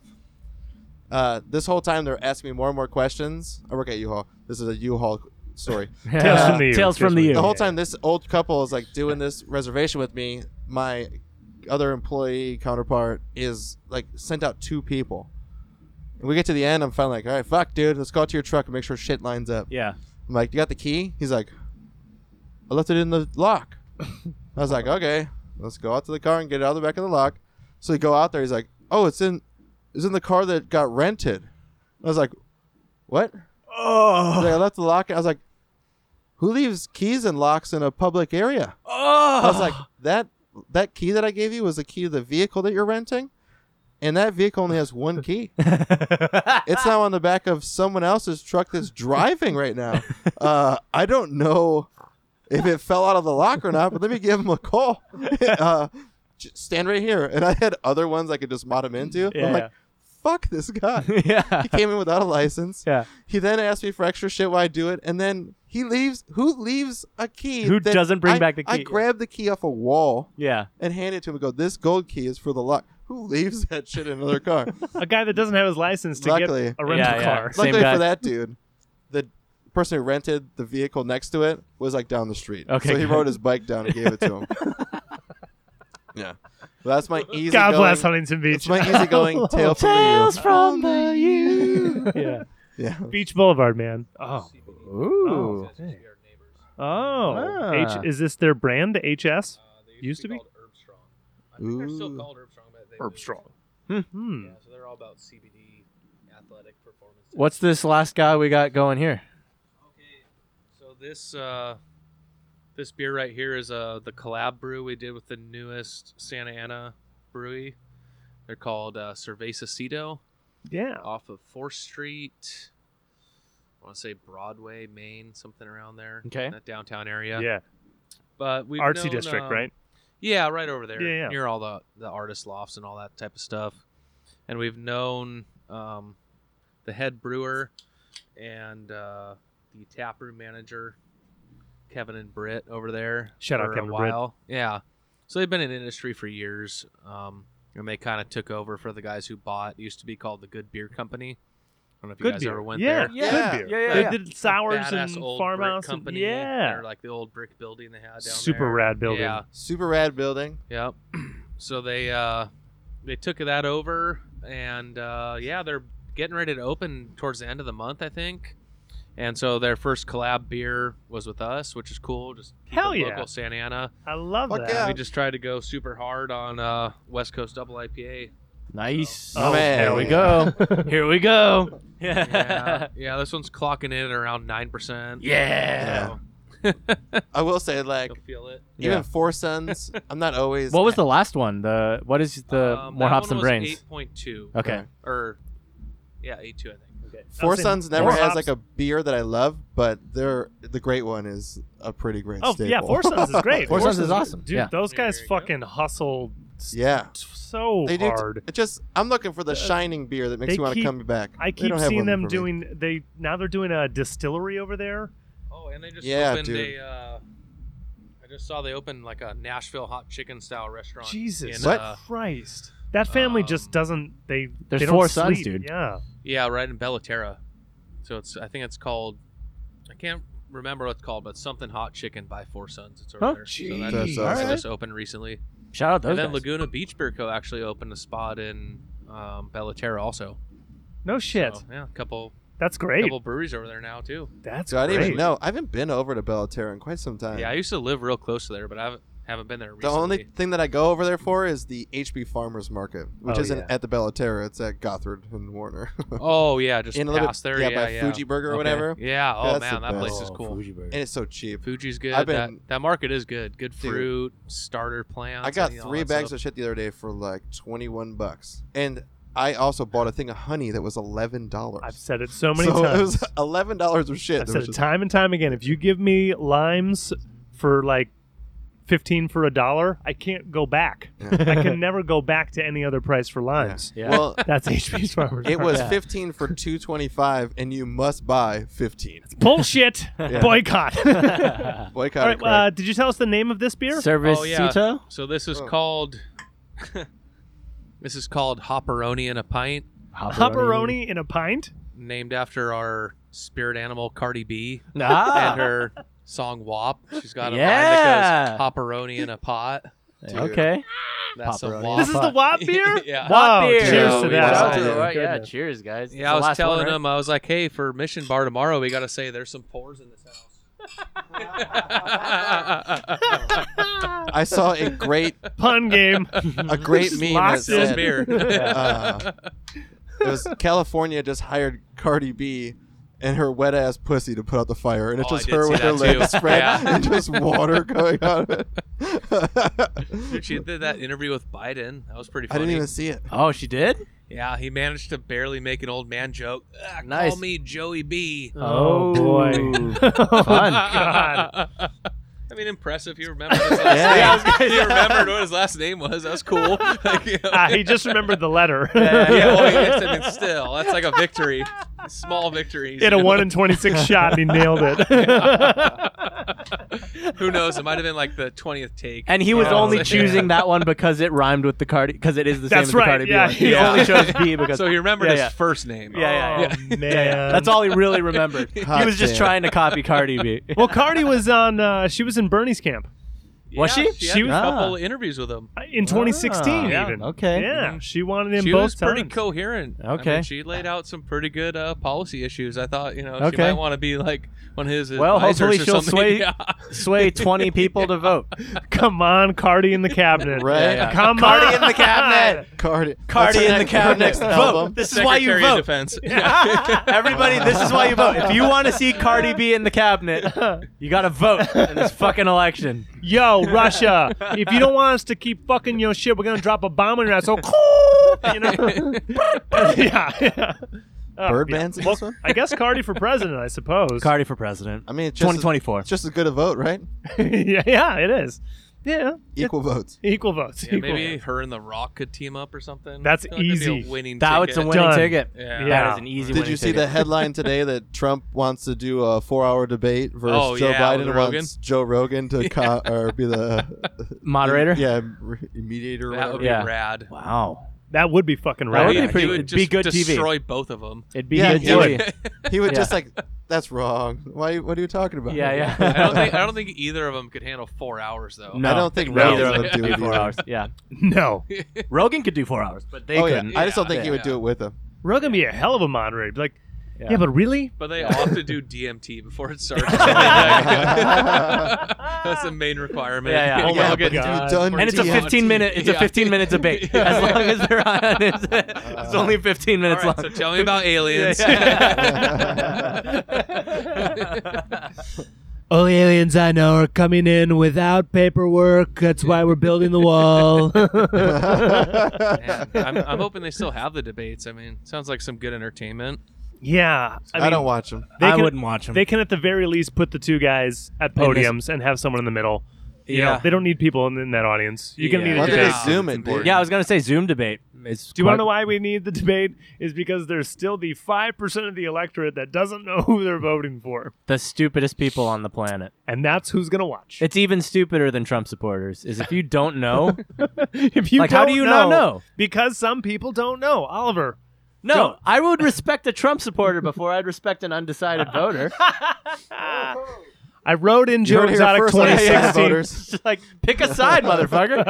[SPEAKER 4] Uh, this whole time they're asking me more and more questions. I work at U-Haul. This is a U-Haul story.
[SPEAKER 2] Tales
[SPEAKER 1] Yeah. Uh,
[SPEAKER 2] from the U.
[SPEAKER 1] Tales from the U.
[SPEAKER 4] The whole time this old couple is like doing this reservation with me. My other employee counterpart is like sent out two people. And we get to the end. I'm finally like, all right, fuck, dude. Let's go out to your truck and make sure shit lines up.
[SPEAKER 1] Yeah.
[SPEAKER 4] I'm like, you got the key? He's like, I left it in the lock. I was like, okay, let's go out to the car and get it out of the back of the lock. So we go out there. He's like, oh, it's in, it's in the car that got rented. I was like, what? He's
[SPEAKER 1] Oh.
[SPEAKER 4] like, I left the lock. I was like, who leaves keys and locks in a public area?
[SPEAKER 1] Oh.
[SPEAKER 4] I was like, that that key that I gave you was the key to the vehicle that you're renting, and that vehicle only has one key. it's now on the back of someone else's truck that's driving right now. Uh, I don't know if it fell out of the lock or not, but let me give him a call. uh, j- stand right here, and I had other ones I could just mod him into.
[SPEAKER 1] Yeah.
[SPEAKER 4] I'm like, fuck this guy.
[SPEAKER 1] yeah.
[SPEAKER 4] He came in without a license.
[SPEAKER 1] Yeah.
[SPEAKER 4] He then asked me for extra shit while I do it, and then he leaves. Who leaves a key?
[SPEAKER 1] Who
[SPEAKER 4] that
[SPEAKER 1] doesn't bring
[SPEAKER 4] I-
[SPEAKER 1] back the
[SPEAKER 4] I
[SPEAKER 1] key?
[SPEAKER 4] grabbed the key off a wall
[SPEAKER 1] Yeah.
[SPEAKER 4] and hand it to him and go, This gold key is for the lock. Who leaves that shit in another car?
[SPEAKER 2] A guy that doesn't have his license to
[SPEAKER 4] Luckily.
[SPEAKER 2] get a rental
[SPEAKER 1] Yeah, yeah.
[SPEAKER 2] car.
[SPEAKER 1] Same
[SPEAKER 4] Luckily
[SPEAKER 1] guy.
[SPEAKER 4] for that dude, the person who rented the vehicle next to it was like down the street.
[SPEAKER 1] Okay,
[SPEAKER 4] So he
[SPEAKER 1] good.
[SPEAKER 4] rode his bike down and gave it to him. yeah. Well, that's my easy
[SPEAKER 2] God
[SPEAKER 4] going,
[SPEAKER 2] bless Huntington Beach.
[SPEAKER 4] That's my easygoing tale from the U.
[SPEAKER 1] Tales from the
[SPEAKER 4] U.
[SPEAKER 1] Yeah.
[SPEAKER 4] yeah.
[SPEAKER 2] Beach Boulevard, man. Oh,
[SPEAKER 3] Oh,
[SPEAKER 1] Ooh.
[SPEAKER 3] Uh,
[SPEAKER 2] oh.
[SPEAKER 4] Ah.
[SPEAKER 2] H, is this their brand? HS. Used to be?
[SPEAKER 3] I think they're
[SPEAKER 4] Ooh.
[SPEAKER 3] still called Herbstrong, but they moved.
[SPEAKER 2] Hmm.
[SPEAKER 3] Yeah, so they're all about CBD, athletic performance.
[SPEAKER 1] What's this last guy we got going here?
[SPEAKER 3] Okay, so this uh, this beer right here is uh the collab brew we did with the newest Santa Ana brewery. They're called uh, Cerveza Cito
[SPEAKER 2] Yeah.
[SPEAKER 3] off of Fourth Street. I want to say Broadway, Maine, something around there.
[SPEAKER 1] Okay.
[SPEAKER 3] that downtown area.
[SPEAKER 2] Yeah. um,
[SPEAKER 3] but um, we
[SPEAKER 2] Artsy district, right?
[SPEAKER 3] Yeah, right over there.
[SPEAKER 2] Yeah, yeah.
[SPEAKER 3] Near all the, the artist lofts and all that type of stuff. And we've known um, the head brewer and uh, the taproom manager, Kevin and Britt, over there.
[SPEAKER 2] Shout out
[SPEAKER 3] for
[SPEAKER 2] Kevin
[SPEAKER 3] a
[SPEAKER 2] and Britt.
[SPEAKER 3] while. Yeah. So they've been in industry for years. Um, and they kind of took over for the guys who bought, it used to be called the Good Beer Company. I don't know if you
[SPEAKER 2] Good
[SPEAKER 3] guys
[SPEAKER 2] beer.
[SPEAKER 3] ever went
[SPEAKER 2] yeah.
[SPEAKER 3] there.
[SPEAKER 4] Yeah.
[SPEAKER 2] Good beer.
[SPEAKER 1] Yeah, yeah,
[SPEAKER 2] they
[SPEAKER 1] yeah.
[SPEAKER 2] did sours
[SPEAKER 3] Badass
[SPEAKER 2] and
[SPEAKER 3] old
[SPEAKER 2] farmhouse.
[SPEAKER 3] brick company.
[SPEAKER 2] And, yeah.
[SPEAKER 3] They're like the old brick building they had down
[SPEAKER 2] Super
[SPEAKER 3] there.
[SPEAKER 2] rad building.
[SPEAKER 3] Yeah.
[SPEAKER 4] Super rad building.
[SPEAKER 3] Yep. So they uh, they took that over, and uh, yeah, they're getting ready to open towards the end of the month, I think. And so their first collab beer was with us, which is cool. Just keep it
[SPEAKER 2] Hell yeah.
[SPEAKER 3] local Santa Ana.
[SPEAKER 2] I love
[SPEAKER 4] Fuck
[SPEAKER 2] that.
[SPEAKER 4] yeah.
[SPEAKER 3] We just tried to go super hard on uh, West Coast Double IPA.
[SPEAKER 1] Nice.
[SPEAKER 2] Oh,
[SPEAKER 4] Man.
[SPEAKER 1] Here we go. Here we go.
[SPEAKER 3] Yeah, yeah, this one's clocking in at around nine percent.
[SPEAKER 1] Yeah.
[SPEAKER 3] So,
[SPEAKER 4] I will say, like,
[SPEAKER 3] You'll feel it.
[SPEAKER 1] Yeah.
[SPEAKER 4] even Four Sons, I'm not always.
[SPEAKER 1] What was the last one? The what is the
[SPEAKER 3] Um,
[SPEAKER 1] more
[SPEAKER 3] that
[SPEAKER 1] hops
[SPEAKER 3] one
[SPEAKER 1] than
[SPEAKER 3] was
[SPEAKER 1] brains?
[SPEAKER 3] 8.2.
[SPEAKER 1] okay.
[SPEAKER 3] Or, yeah, 8.2, I think. Okay.
[SPEAKER 4] Four
[SPEAKER 2] I've seen
[SPEAKER 4] Sons never
[SPEAKER 2] more
[SPEAKER 4] has
[SPEAKER 2] hops.
[SPEAKER 4] like a beer that I love, but they're the great one is a pretty great.
[SPEAKER 2] Oh
[SPEAKER 4] staple.
[SPEAKER 2] yeah, Four Sons is great.
[SPEAKER 1] Four Sons is awesome,
[SPEAKER 2] Dude,
[SPEAKER 1] yeah.
[SPEAKER 2] those guys
[SPEAKER 3] There you go.
[SPEAKER 2] fucking hustle s-
[SPEAKER 4] yeah,
[SPEAKER 2] so
[SPEAKER 4] they do.
[SPEAKER 2] hard.
[SPEAKER 4] It just I'm looking for the shining beer that makes
[SPEAKER 2] they
[SPEAKER 4] you want
[SPEAKER 2] keep-
[SPEAKER 4] to come back.
[SPEAKER 2] I
[SPEAKER 4] They
[SPEAKER 2] keep
[SPEAKER 4] don't have
[SPEAKER 2] seeing
[SPEAKER 4] one
[SPEAKER 2] them
[SPEAKER 4] for me.
[SPEAKER 2] doing they now they're doing a distillery over there.
[SPEAKER 3] Oh, and they just
[SPEAKER 4] Yeah,
[SPEAKER 3] opened
[SPEAKER 4] dude.
[SPEAKER 3] a. Uh, I just saw they opened like a Nashville hot chicken style restaurant.
[SPEAKER 2] Jesus
[SPEAKER 3] in,
[SPEAKER 4] What?
[SPEAKER 3] uh,
[SPEAKER 2] Christ. That family just
[SPEAKER 3] Um,
[SPEAKER 2] doesn't they
[SPEAKER 1] There's
[SPEAKER 2] they don't
[SPEAKER 1] Four Sons,
[SPEAKER 2] sleep.
[SPEAKER 1] dude.
[SPEAKER 2] Yeah.
[SPEAKER 3] yeah, right in Bellaterra. So it's I think it's called. I can't remember what it's called, but something hot chicken by Four Sons. It's over
[SPEAKER 1] Oh,
[SPEAKER 3] there. So that
[SPEAKER 4] That's
[SPEAKER 3] just,
[SPEAKER 4] awesome.
[SPEAKER 3] just opened recently.
[SPEAKER 1] Shout out those
[SPEAKER 3] and then
[SPEAKER 1] guys.
[SPEAKER 3] Laguna Beach Beer Co. actually opened a spot in um, Bellaterra also.
[SPEAKER 2] No shit.
[SPEAKER 3] So, yeah, a couple
[SPEAKER 2] That's great.
[SPEAKER 3] couple breweries over there now too.
[SPEAKER 2] That's
[SPEAKER 4] So I didn't
[SPEAKER 2] great.
[SPEAKER 4] even know. I haven't been over to Bellaterra in quite some time.
[SPEAKER 3] Yeah, I used to live real close to there, but I haven't, haven't been there
[SPEAKER 4] Uh. the
[SPEAKER 3] recently.
[SPEAKER 4] only thing that I go over there for is the HB Farmers Market, which
[SPEAKER 2] Oh,
[SPEAKER 4] isn't
[SPEAKER 2] yeah.
[SPEAKER 4] at the Bellaterra. It's at Gothard and Warner.
[SPEAKER 3] oh yeah, just
[SPEAKER 4] In a little
[SPEAKER 3] past there.
[SPEAKER 4] yeah,
[SPEAKER 3] Yeah,
[SPEAKER 4] by Fuji Burger or
[SPEAKER 3] Okay.
[SPEAKER 4] whatever.
[SPEAKER 3] Yeah. Oh
[SPEAKER 4] That's
[SPEAKER 3] man,
[SPEAKER 4] the
[SPEAKER 3] that place
[SPEAKER 4] best.
[SPEAKER 3] is cool.
[SPEAKER 4] and it's so cheap.
[SPEAKER 3] Fuji's good.
[SPEAKER 4] I've
[SPEAKER 3] that,
[SPEAKER 4] been-
[SPEAKER 3] that market is good. Good fruit, starter plants.
[SPEAKER 4] I got
[SPEAKER 3] and all
[SPEAKER 4] three
[SPEAKER 3] that
[SPEAKER 4] bags
[SPEAKER 3] stuff.
[SPEAKER 4] of shit the other day for like twenty-one bucks, and I also bought a thing of honey that was eleven dollars.
[SPEAKER 2] I've said it so many
[SPEAKER 4] so
[SPEAKER 2] times.
[SPEAKER 4] it was eleven dollars of shit.
[SPEAKER 2] I've
[SPEAKER 4] that
[SPEAKER 2] said
[SPEAKER 4] was
[SPEAKER 2] it
[SPEAKER 4] just-
[SPEAKER 2] time and time again. If you give me limes for like fifteen for a dollar, I can't go back. I can never go back to any other price for limes.
[SPEAKER 1] Yeah.
[SPEAKER 4] Well,
[SPEAKER 2] That's HP's farmers.
[SPEAKER 4] it was
[SPEAKER 1] Yeah.
[SPEAKER 4] fifteen for two twenty-five, and you must buy fifteen.
[SPEAKER 2] bullshit. Boycott. All
[SPEAKER 4] Boycott.
[SPEAKER 2] right.
[SPEAKER 4] it,
[SPEAKER 2] Uh,
[SPEAKER 4] Craig.
[SPEAKER 2] did you tell us the name of this beer?
[SPEAKER 1] Service
[SPEAKER 3] Oh, yeah.
[SPEAKER 1] Suto?
[SPEAKER 3] So this is
[SPEAKER 4] Oh.
[SPEAKER 3] called. this is called Hopperoni in a pint,
[SPEAKER 2] Pepperoni in a pint.
[SPEAKER 3] named after our spirit animal Cardi B and
[SPEAKER 1] Ah.
[SPEAKER 3] her song WAP. She's got a
[SPEAKER 1] Yeah.
[SPEAKER 3] line that goes Hopperoni in a pot.
[SPEAKER 1] okay.
[SPEAKER 3] That's
[SPEAKER 1] Pepperoni
[SPEAKER 3] a
[SPEAKER 1] in
[SPEAKER 3] WAP.
[SPEAKER 1] a
[SPEAKER 2] This is the WAP beer.
[SPEAKER 3] yeah.
[SPEAKER 2] Wow,
[SPEAKER 1] Wop beer.
[SPEAKER 2] cheers to
[SPEAKER 4] Yeah,
[SPEAKER 2] that.
[SPEAKER 4] shout out
[SPEAKER 1] Yeah,
[SPEAKER 4] to
[SPEAKER 1] right,
[SPEAKER 2] Yeah.
[SPEAKER 1] yeah, cheers, guys. It's
[SPEAKER 3] Yeah,
[SPEAKER 1] the
[SPEAKER 3] I was
[SPEAKER 1] last one,
[SPEAKER 3] telling
[SPEAKER 1] right?
[SPEAKER 3] him, I was like, hey, for Mission Bar tomorrow, we got to say there's some pours in this house.
[SPEAKER 4] I saw a great,
[SPEAKER 2] Pun game.
[SPEAKER 4] a great
[SPEAKER 2] Just
[SPEAKER 4] meme that
[SPEAKER 2] locked in
[SPEAKER 3] This
[SPEAKER 4] said,
[SPEAKER 3] beer.
[SPEAKER 4] Uh, it was California just hired Cardi B and her wet ass pussy to put out the fire, and it's
[SPEAKER 3] Oh, I
[SPEAKER 4] just
[SPEAKER 3] did
[SPEAKER 4] her
[SPEAKER 3] see
[SPEAKER 4] with her
[SPEAKER 3] that too.
[SPEAKER 4] legs spread
[SPEAKER 3] Yeah.
[SPEAKER 4] and just water going out of it.
[SPEAKER 3] Dude, she did that interview with Biden. That was pretty
[SPEAKER 4] I
[SPEAKER 3] funny.
[SPEAKER 4] didn't even see it.
[SPEAKER 1] Oh, she did?
[SPEAKER 3] Yeah, he managed to barely make an old man joke. Ah,
[SPEAKER 1] Nice.
[SPEAKER 3] Call me Joey B.
[SPEAKER 2] Oh, boy.
[SPEAKER 1] Fun.
[SPEAKER 2] God.
[SPEAKER 3] I mean, impressive. He remembered his last
[SPEAKER 4] Yeah.
[SPEAKER 3] name. He remembered what his last name was. That was cool. Like, you know.
[SPEAKER 2] Ah, he just remembered the letter.
[SPEAKER 3] yeah, yeah, well, yes, I mean, still, that's like a victory. Small victories.
[SPEAKER 2] Hit a
[SPEAKER 3] you know?
[SPEAKER 2] one in twenty six shot and he nailed it.
[SPEAKER 3] Who knows? It might have been like the twentieth take.
[SPEAKER 1] And he was
[SPEAKER 3] Yeah.
[SPEAKER 1] only
[SPEAKER 3] Yeah.
[SPEAKER 1] choosing that one because it rhymed with the Cardi, because it is the same
[SPEAKER 2] That's
[SPEAKER 1] as the
[SPEAKER 2] right,
[SPEAKER 1] Cardi B
[SPEAKER 2] yeah,
[SPEAKER 1] one. He
[SPEAKER 3] yeah.
[SPEAKER 1] only chose B because.
[SPEAKER 3] So he remembered
[SPEAKER 1] Yeah,
[SPEAKER 3] his
[SPEAKER 1] yeah.
[SPEAKER 3] first name.
[SPEAKER 1] yeah, yeah, yeah.
[SPEAKER 2] Oh, man.
[SPEAKER 1] That's all he really remembered. he
[SPEAKER 4] Hot
[SPEAKER 1] was just
[SPEAKER 4] damn.
[SPEAKER 1] trying to copy Cardi B.
[SPEAKER 2] Well, Cardi was on. Uh, she was in Bernie's camp
[SPEAKER 1] Was she?
[SPEAKER 3] Oh. She,
[SPEAKER 1] She
[SPEAKER 3] had
[SPEAKER 1] was-
[SPEAKER 3] a couple
[SPEAKER 1] Ah.
[SPEAKER 3] interviews with him.
[SPEAKER 2] uh, in 2016.
[SPEAKER 1] Ah, yeah,
[SPEAKER 2] even
[SPEAKER 1] okay.
[SPEAKER 2] yeah, she wanted him
[SPEAKER 3] she
[SPEAKER 2] both
[SPEAKER 3] was pretty
[SPEAKER 2] times.
[SPEAKER 3] coherent. I mean,
[SPEAKER 1] Okay.
[SPEAKER 3] she laid out some pretty good uh, policy issues. I thought, you know, she
[SPEAKER 1] Okay.
[SPEAKER 3] might want to be like one of his.
[SPEAKER 1] Well,
[SPEAKER 3] advisors
[SPEAKER 1] hopefully
[SPEAKER 3] or
[SPEAKER 1] she'll
[SPEAKER 3] something.
[SPEAKER 1] sway-
[SPEAKER 3] Yeah.
[SPEAKER 1] Sway 20 people to vote.
[SPEAKER 2] Come on, Cardi in the cabinet.
[SPEAKER 4] Right?
[SPEAKER 1] Yeah, yeah.
[SPEAKER 2] Come
[SPEAKER 1] Cardi
[SPEAKER 2] on.
[SPEAKER 1] in the cabinet.
[SPEAKER 4] Cardi,
[SPEAKER 1] Cardi
[SPEAKER 4] that's her
[SPEAKER 1] in the
[SPEAKER 4] next- her
[SPEAKER 1] cabinet.
[SPEAKER 4] next album.
[SPEAKER 1] Vote. This is why you
[SPEAKER 3] Secretary of
[SPEAKER 1] vote.
[SPEAKER 3] Defense.
[SPEAKER 1] Everybody, this is why you vote. If you want to see Cardi B in the cabinet, you got to vote in this fucking election.
[SPEAKER 2] Yo, Russia, if you don't want us to keep fucking your shit, we're gonna drop a bomb on your asshole. you know? yeah. yeah. Oh,
[SPEAKER 4] Birdman's in
[SPEAKER 2] Well,
[SPEAKER 4] this one?
[SPEAKER 2] I guess Cardi for president, I suppose.
[SPEAKER 1] Cardi for president.
[SPEAKER 4] I mean, it's just as-
[SPEAKER 1] 2024.
[SPEAKER 4] It's just as good a vote, right?
[SPEAKER 2] yeah, yeah, it is. Yeah,
[SPEAKER 4] Equal votes.
[SPEAKER 2] equal votes.
[SPEAKER 3] Yeah,
[SPEAKER 2] equal
[SPEAKER 3] maybe
[SPEAKER 2] votes.
[SPEAKER 3] her and The Rock could team up or something.
[SPEAKER 2] That's
[SPEAKER 3] I feel like it'd be a
[SPEAKER 2] easy.
[SPEAKER 3] winning
[SPEAKER 1] that was a
[SPEAKER 3] ticket.
[SPEAKER 1] winning
[SPEAKER 2] Done.
[SPEAKER 1] ticket.
[SPEAKER 3] Yeah.
[SPEAKER 1] That is an easy
[SPEAKER 4] Did
[SPEAKER 1] winning
[SPEAKER 4] you see the
[SPEAKER 1] ticket.
[SPEAKER 4] headline today that Trump wants to do a four-hour debate versus
[SPEAKER 3] Oh,
[SPEAKER 4] Joe
[SPEAKER 3] yeah, with
[SPEAKER 4] Biden
[SPEAKER 3] Rogan?
[SPEAKER 4] wants Joe Rogan to co- or be the
[SPEAKER 1] moderator?
[SPEAKER 4] Yeah, re- mediator. or
[SPEAKER 3] That would
[SPEAKER 4] whatever.
[SPEAKER 3] be
[SPEAKER 1] Yeah.
[SPEAKER 3] rad.
[SPEAKER 1] Wow.
[SPEAKER 2] that would be fucking
[SPEAKER 1] That
[SPEAKER 2] right.
[SPEAKER 1] would be
[SPEAKER 3] Yeah,
[SPEAKER 1] pretty-
[SPEAKER 3] he would
[SPEAKER 1] it'd
[SPEAKER 3] just
[SPEAKER 1] be good TV.
[SPEAKER 3] destroy both of them.
[SPEAKER 1] It'd be
[SPEAKER 4] Yeah,
[SPEAKER 1] good
[SPEAKER 4] he
[SPEAKER 1] TV.
[SPEAKER 4] He would
[SPEAKER 1] Yeah.
[SPEAKER 4] just like, that's wrong. Why? What are you talking about?
[SPEAKER 1] Yeah, yeah.
[SPEAKER 3] I don't think I don't think either of them could handle four hours though.
[SPEAKER 1] No,
[SPEAKER 4] I don't think
[SPEAKER 1] neither
[SPEAKER 4] Rogan
[SPEAKER 1] of
[SPEAKER 4] would
[SPEAKER 1] them
[SPEAKER 4] do
[SPEAKER 1] could
[SPEAKER 4] it
[SPEAKER 1] do four
[SPEAKER 4] either.
[SPEAKER 1] hours. Yeah,
[SPEAKER 2] No,
[SPEAKER 1] Rogan could do four hours, but they
[SPEAKER 4] oh yeah.
[SPEAKER 1] couldn't.
[SPEAKER 4] I just don't think he
[SPEAKER 3] Yeah.
[SPEAKER 4] would do it with him.
[SPEAKER 2] Rogan be a hell of a moderator. Be Like, yeah,
[SPEAKER 1] Yeah.
[SPEAKER 2] but really?
[SPEAKER 3] But they all have to do DMT before it starts. That's the main requirement.
[SPEAKER 1] Yeah, yeah.
[SPEAKER 2] Oh
[SPEAKER 3] You
[SPEAKER 2] my
[SPEAKER 3] all get
[SPEAKER 2] God.
[SPEAKER 4] Done
[SPEAKER 1] and it's a
[SPEAKER 4] Yeah.
[SPEAKER 1] 15 minute. It's
[SPEAKER 3] Yeah.
[SPEAKER 1] a 15 minute debate.
[SPEAKER 3] Yeah.
[SPEAKER 1] As long as they're on, it's, it's
[SPEAKER 4] Uh,
[SPEAKER 1] only 15
[SPEAKER 3] All
[SPEAKER 1] minutes
[SPEAKER 3] right, so
[SPEAKER 1] long.
[SPEAKER 3] tell me about aliens.
[SPEAKER 1] Yeah, yeah.
[SPEAKER 6] All the aliens I know are coming in without paperwork. That's why we're building the wall.
[SPEAKER 3] Man, I'm, I'm hoping they still have the debates. I mean, sounds like some good entertainment.
[SPEAKER 2] Yeah,
[SPEAKER 4] I,
[SPEAKER 2] mean,
[SPEAKER 4] don't watch them.
[SPEAKER 2] They
[SPEAKER 1] I
[SPEAKER 2] can,
[SPEAKER 1] wouldn't watch him.
[SPEAKER 2] They can at the very least put the two guys at
[SPEAKER 1] this-
[SPEAKER 2] podiums and have someone in the middle. You
[SPEAKER 3] Yeah.
[SPEAKER 2] know, they don't need people in, in that audience. You're gonna
[SPEAKER 3] Yeah.
[SPEAKER 2] need
[SPEAKER 4] Why
[SPEAKER 2] a
[SPEAKER 3] Well,
[SPEAKER 4] did
[SPEAKER 2] debate.
[SPEAKER 4] they
[SPEAKER 3] Yeah.
[SPEAKER 4] zoom it, dude?
[SPEAKER 1] yeah, I was gonna say Zoom debate. It's
[SPEAKER 2] Do you want to know why we need the debate? Is because there's still the five percent of the electorate that doesn't know who they're voting for,
[SPEAKER 1] the stupidest people on the planet?
[SPEAKER 2] and that's who's gonna watch.
[SPEAKER 1] It's even stupider than Trump supporters. Is if you don't know,
[SPEAKER 2] if you
[SPEAKER 1] like how do
[SPEAKER 2] don't
[SPEAKER 1] you not know?
[SPEAKER 2] Because some people don't know, Oliver.
[SPEAKER 1] no,
[SPEAKER 2] Don't-
[SPEAKER 1] I would respect a Trump supporter before I'd respect an undecided voter.
[SPEAKER 2] I wrote in
[SPEAKER 4] You
[SPEAKER 2] Joe
[SPEAKER 4] heard it here
[SPEAKER 2] Exotic
[SPEAKER 4] first on Ask
[SPEAKER 2] 2016.
[SPEAKER 4] voters.
[SPEAKER 1] Just like pick a side, motherfucker.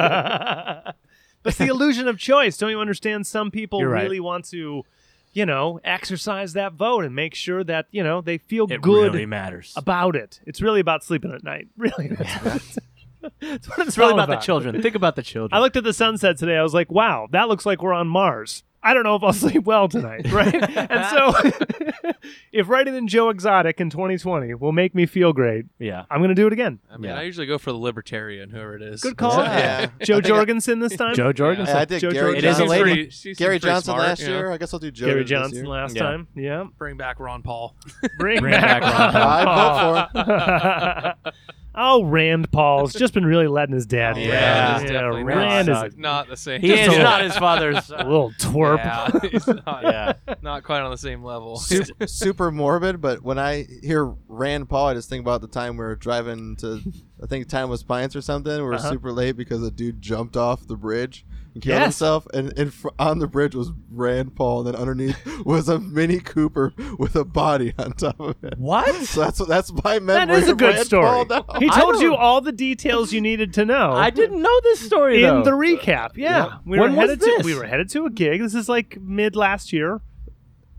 [SPEAKER 2] That's the illusion of choice. Don't you understand? Some people
[SPEAKER 1] You're right.
[SPEAKER 2] really want to, you know, exercise that vote and make sure that you know they feel
[SPEAKER 1] It
[SPEAKER 2] good
[SPEAKER 1] really matters.
[SPEAKER 2] about it. It's really about sleeping at night. Really, that's it's what
[SPEAKER 1] It's really
[SPEAKER 2] all
[SPEAKER 1] about the children. Think about the children.
[SPEAKER 2] I looked at the sunset today. I was like, wow, that looks like we're on Mars. I don't know if I'll sleep well tonight, right? and so, if writing in Joe Exotic in 2020 will make me feel great,
[SPEAKER 1] yeah,
[SPEAKER 2] I'm going to do it again.
[SPEAKER 3] I mean,
[SPEAKER 1] Yeah.
[SPEAKER 3] I usually go for the libertarian, whoever it is.
[SPEAKER 2] Good call.
[SPEAKER 4] Yeah.
[SPEAKER 2] Joe Jorgensen this time.
[SPEAKER 1] Joe
[SPEAKER 3] Jorgensen.
[SPEAKER 1] Jorgensen.
[SPEAKER 4] Yeah, I did
[SPEAKER 2] Joe
[SPEAKER 4] Gary
[SPEAKER 2] Jordan.
[SPEAKER 1] It is a
[SPEAKER 4] Johnson.
[SPEAKER 3] She's
[SPEAKER 1] lady.
[SPEAKER 3] pretty- she's
[SPEAKER 4] Gary
[SPEAKER 3] pretty
[SPEAKER 4] Johnson
[SPEAKER 3] smart,
[SPEAKER 4] last
[SPEAKER 3] you know.
[SPEAKER 4] year. I guess I'll do Joe
[SPEAKER 2] Gary
[SPEAKER 4] this year.
[SPEAKER 2] Johnson last
[SPEAKER 1] Yeah.
[SPEAKER 2] time. Yeah.
[SPEAKER 3] Bring back Ron Paul.
[SPEAKER 2] Bring,
[SPEAKER 1] back Ron Paul.
[SPEAKER 4] I'd vote
[SPEAKER 2] oh, Rand Paul's just been really letting his
[SPEAKER 1] Oh,
[SPEAKER 2] dad.
[SPEAKER 4] Yeah,
[SPEAKER 2] down.
[SPEAKER 3] he's
[SPEAKER 2] Yeah,
[SPEAKER 3] definitely
[SPEAKER 2] Rand
[SPEAKER 1] not-
[SPEAKER 2] is
[SPEAKER 3] not the same.
[SPEAKER 1] He is
[SPEAKER 2] Just a-
[SPEAKER 1] not his father's.
[SPEAKER 2] a little twerp.
[SPEAKER 3] Yeah, he's not,
[SPEAKER 1] yeah.
[SPEAKER 3] not quite on the same level.
[SPEAKER 4] super, super morbid, but when I hear Rand Paul, I just think about the time we were driving to, I think Timeless Pines or something. We were
[SPEAKER 2] Uh-huh.
[SPEAKER 4] super late because a dude jumped off the bridge and killed
[SPEAKER 2] Yes.
[SPEAKER 4] himself. And, and fr- on the bridge was Rand Paul, and then underneath was a Mini Cooper with a body on top of it.
[SPEAKER 1] What?
[SPEAKER 4] So that's that's my memory.
[SPEAKER 2] That is a
[SPEAKER 4] of
[SPEAKER 2] good
[SPEAKER 4] Rand
[SPEAKER 2] story.
[SPEAKER 4] Paul now.
[SPEAKER 2] He
[SPEAKER 1] I
[SPEAKER 2] told you
[SPEAKER 1] don't-
[SPEAKER 2] all the details you needed to know.
[SPEAKER 1] I didn't know this story
[SPEAKER 2] in
[SPEAKER 1] though.
[SPEAKER 2] the recap. Yeah, we
[SPEAKER 1] When was
[SPEAKER 2] were headed to
[SPEAKER 1] this?
[SPEAKER 2] we were headed to a gig. This is like mid last year.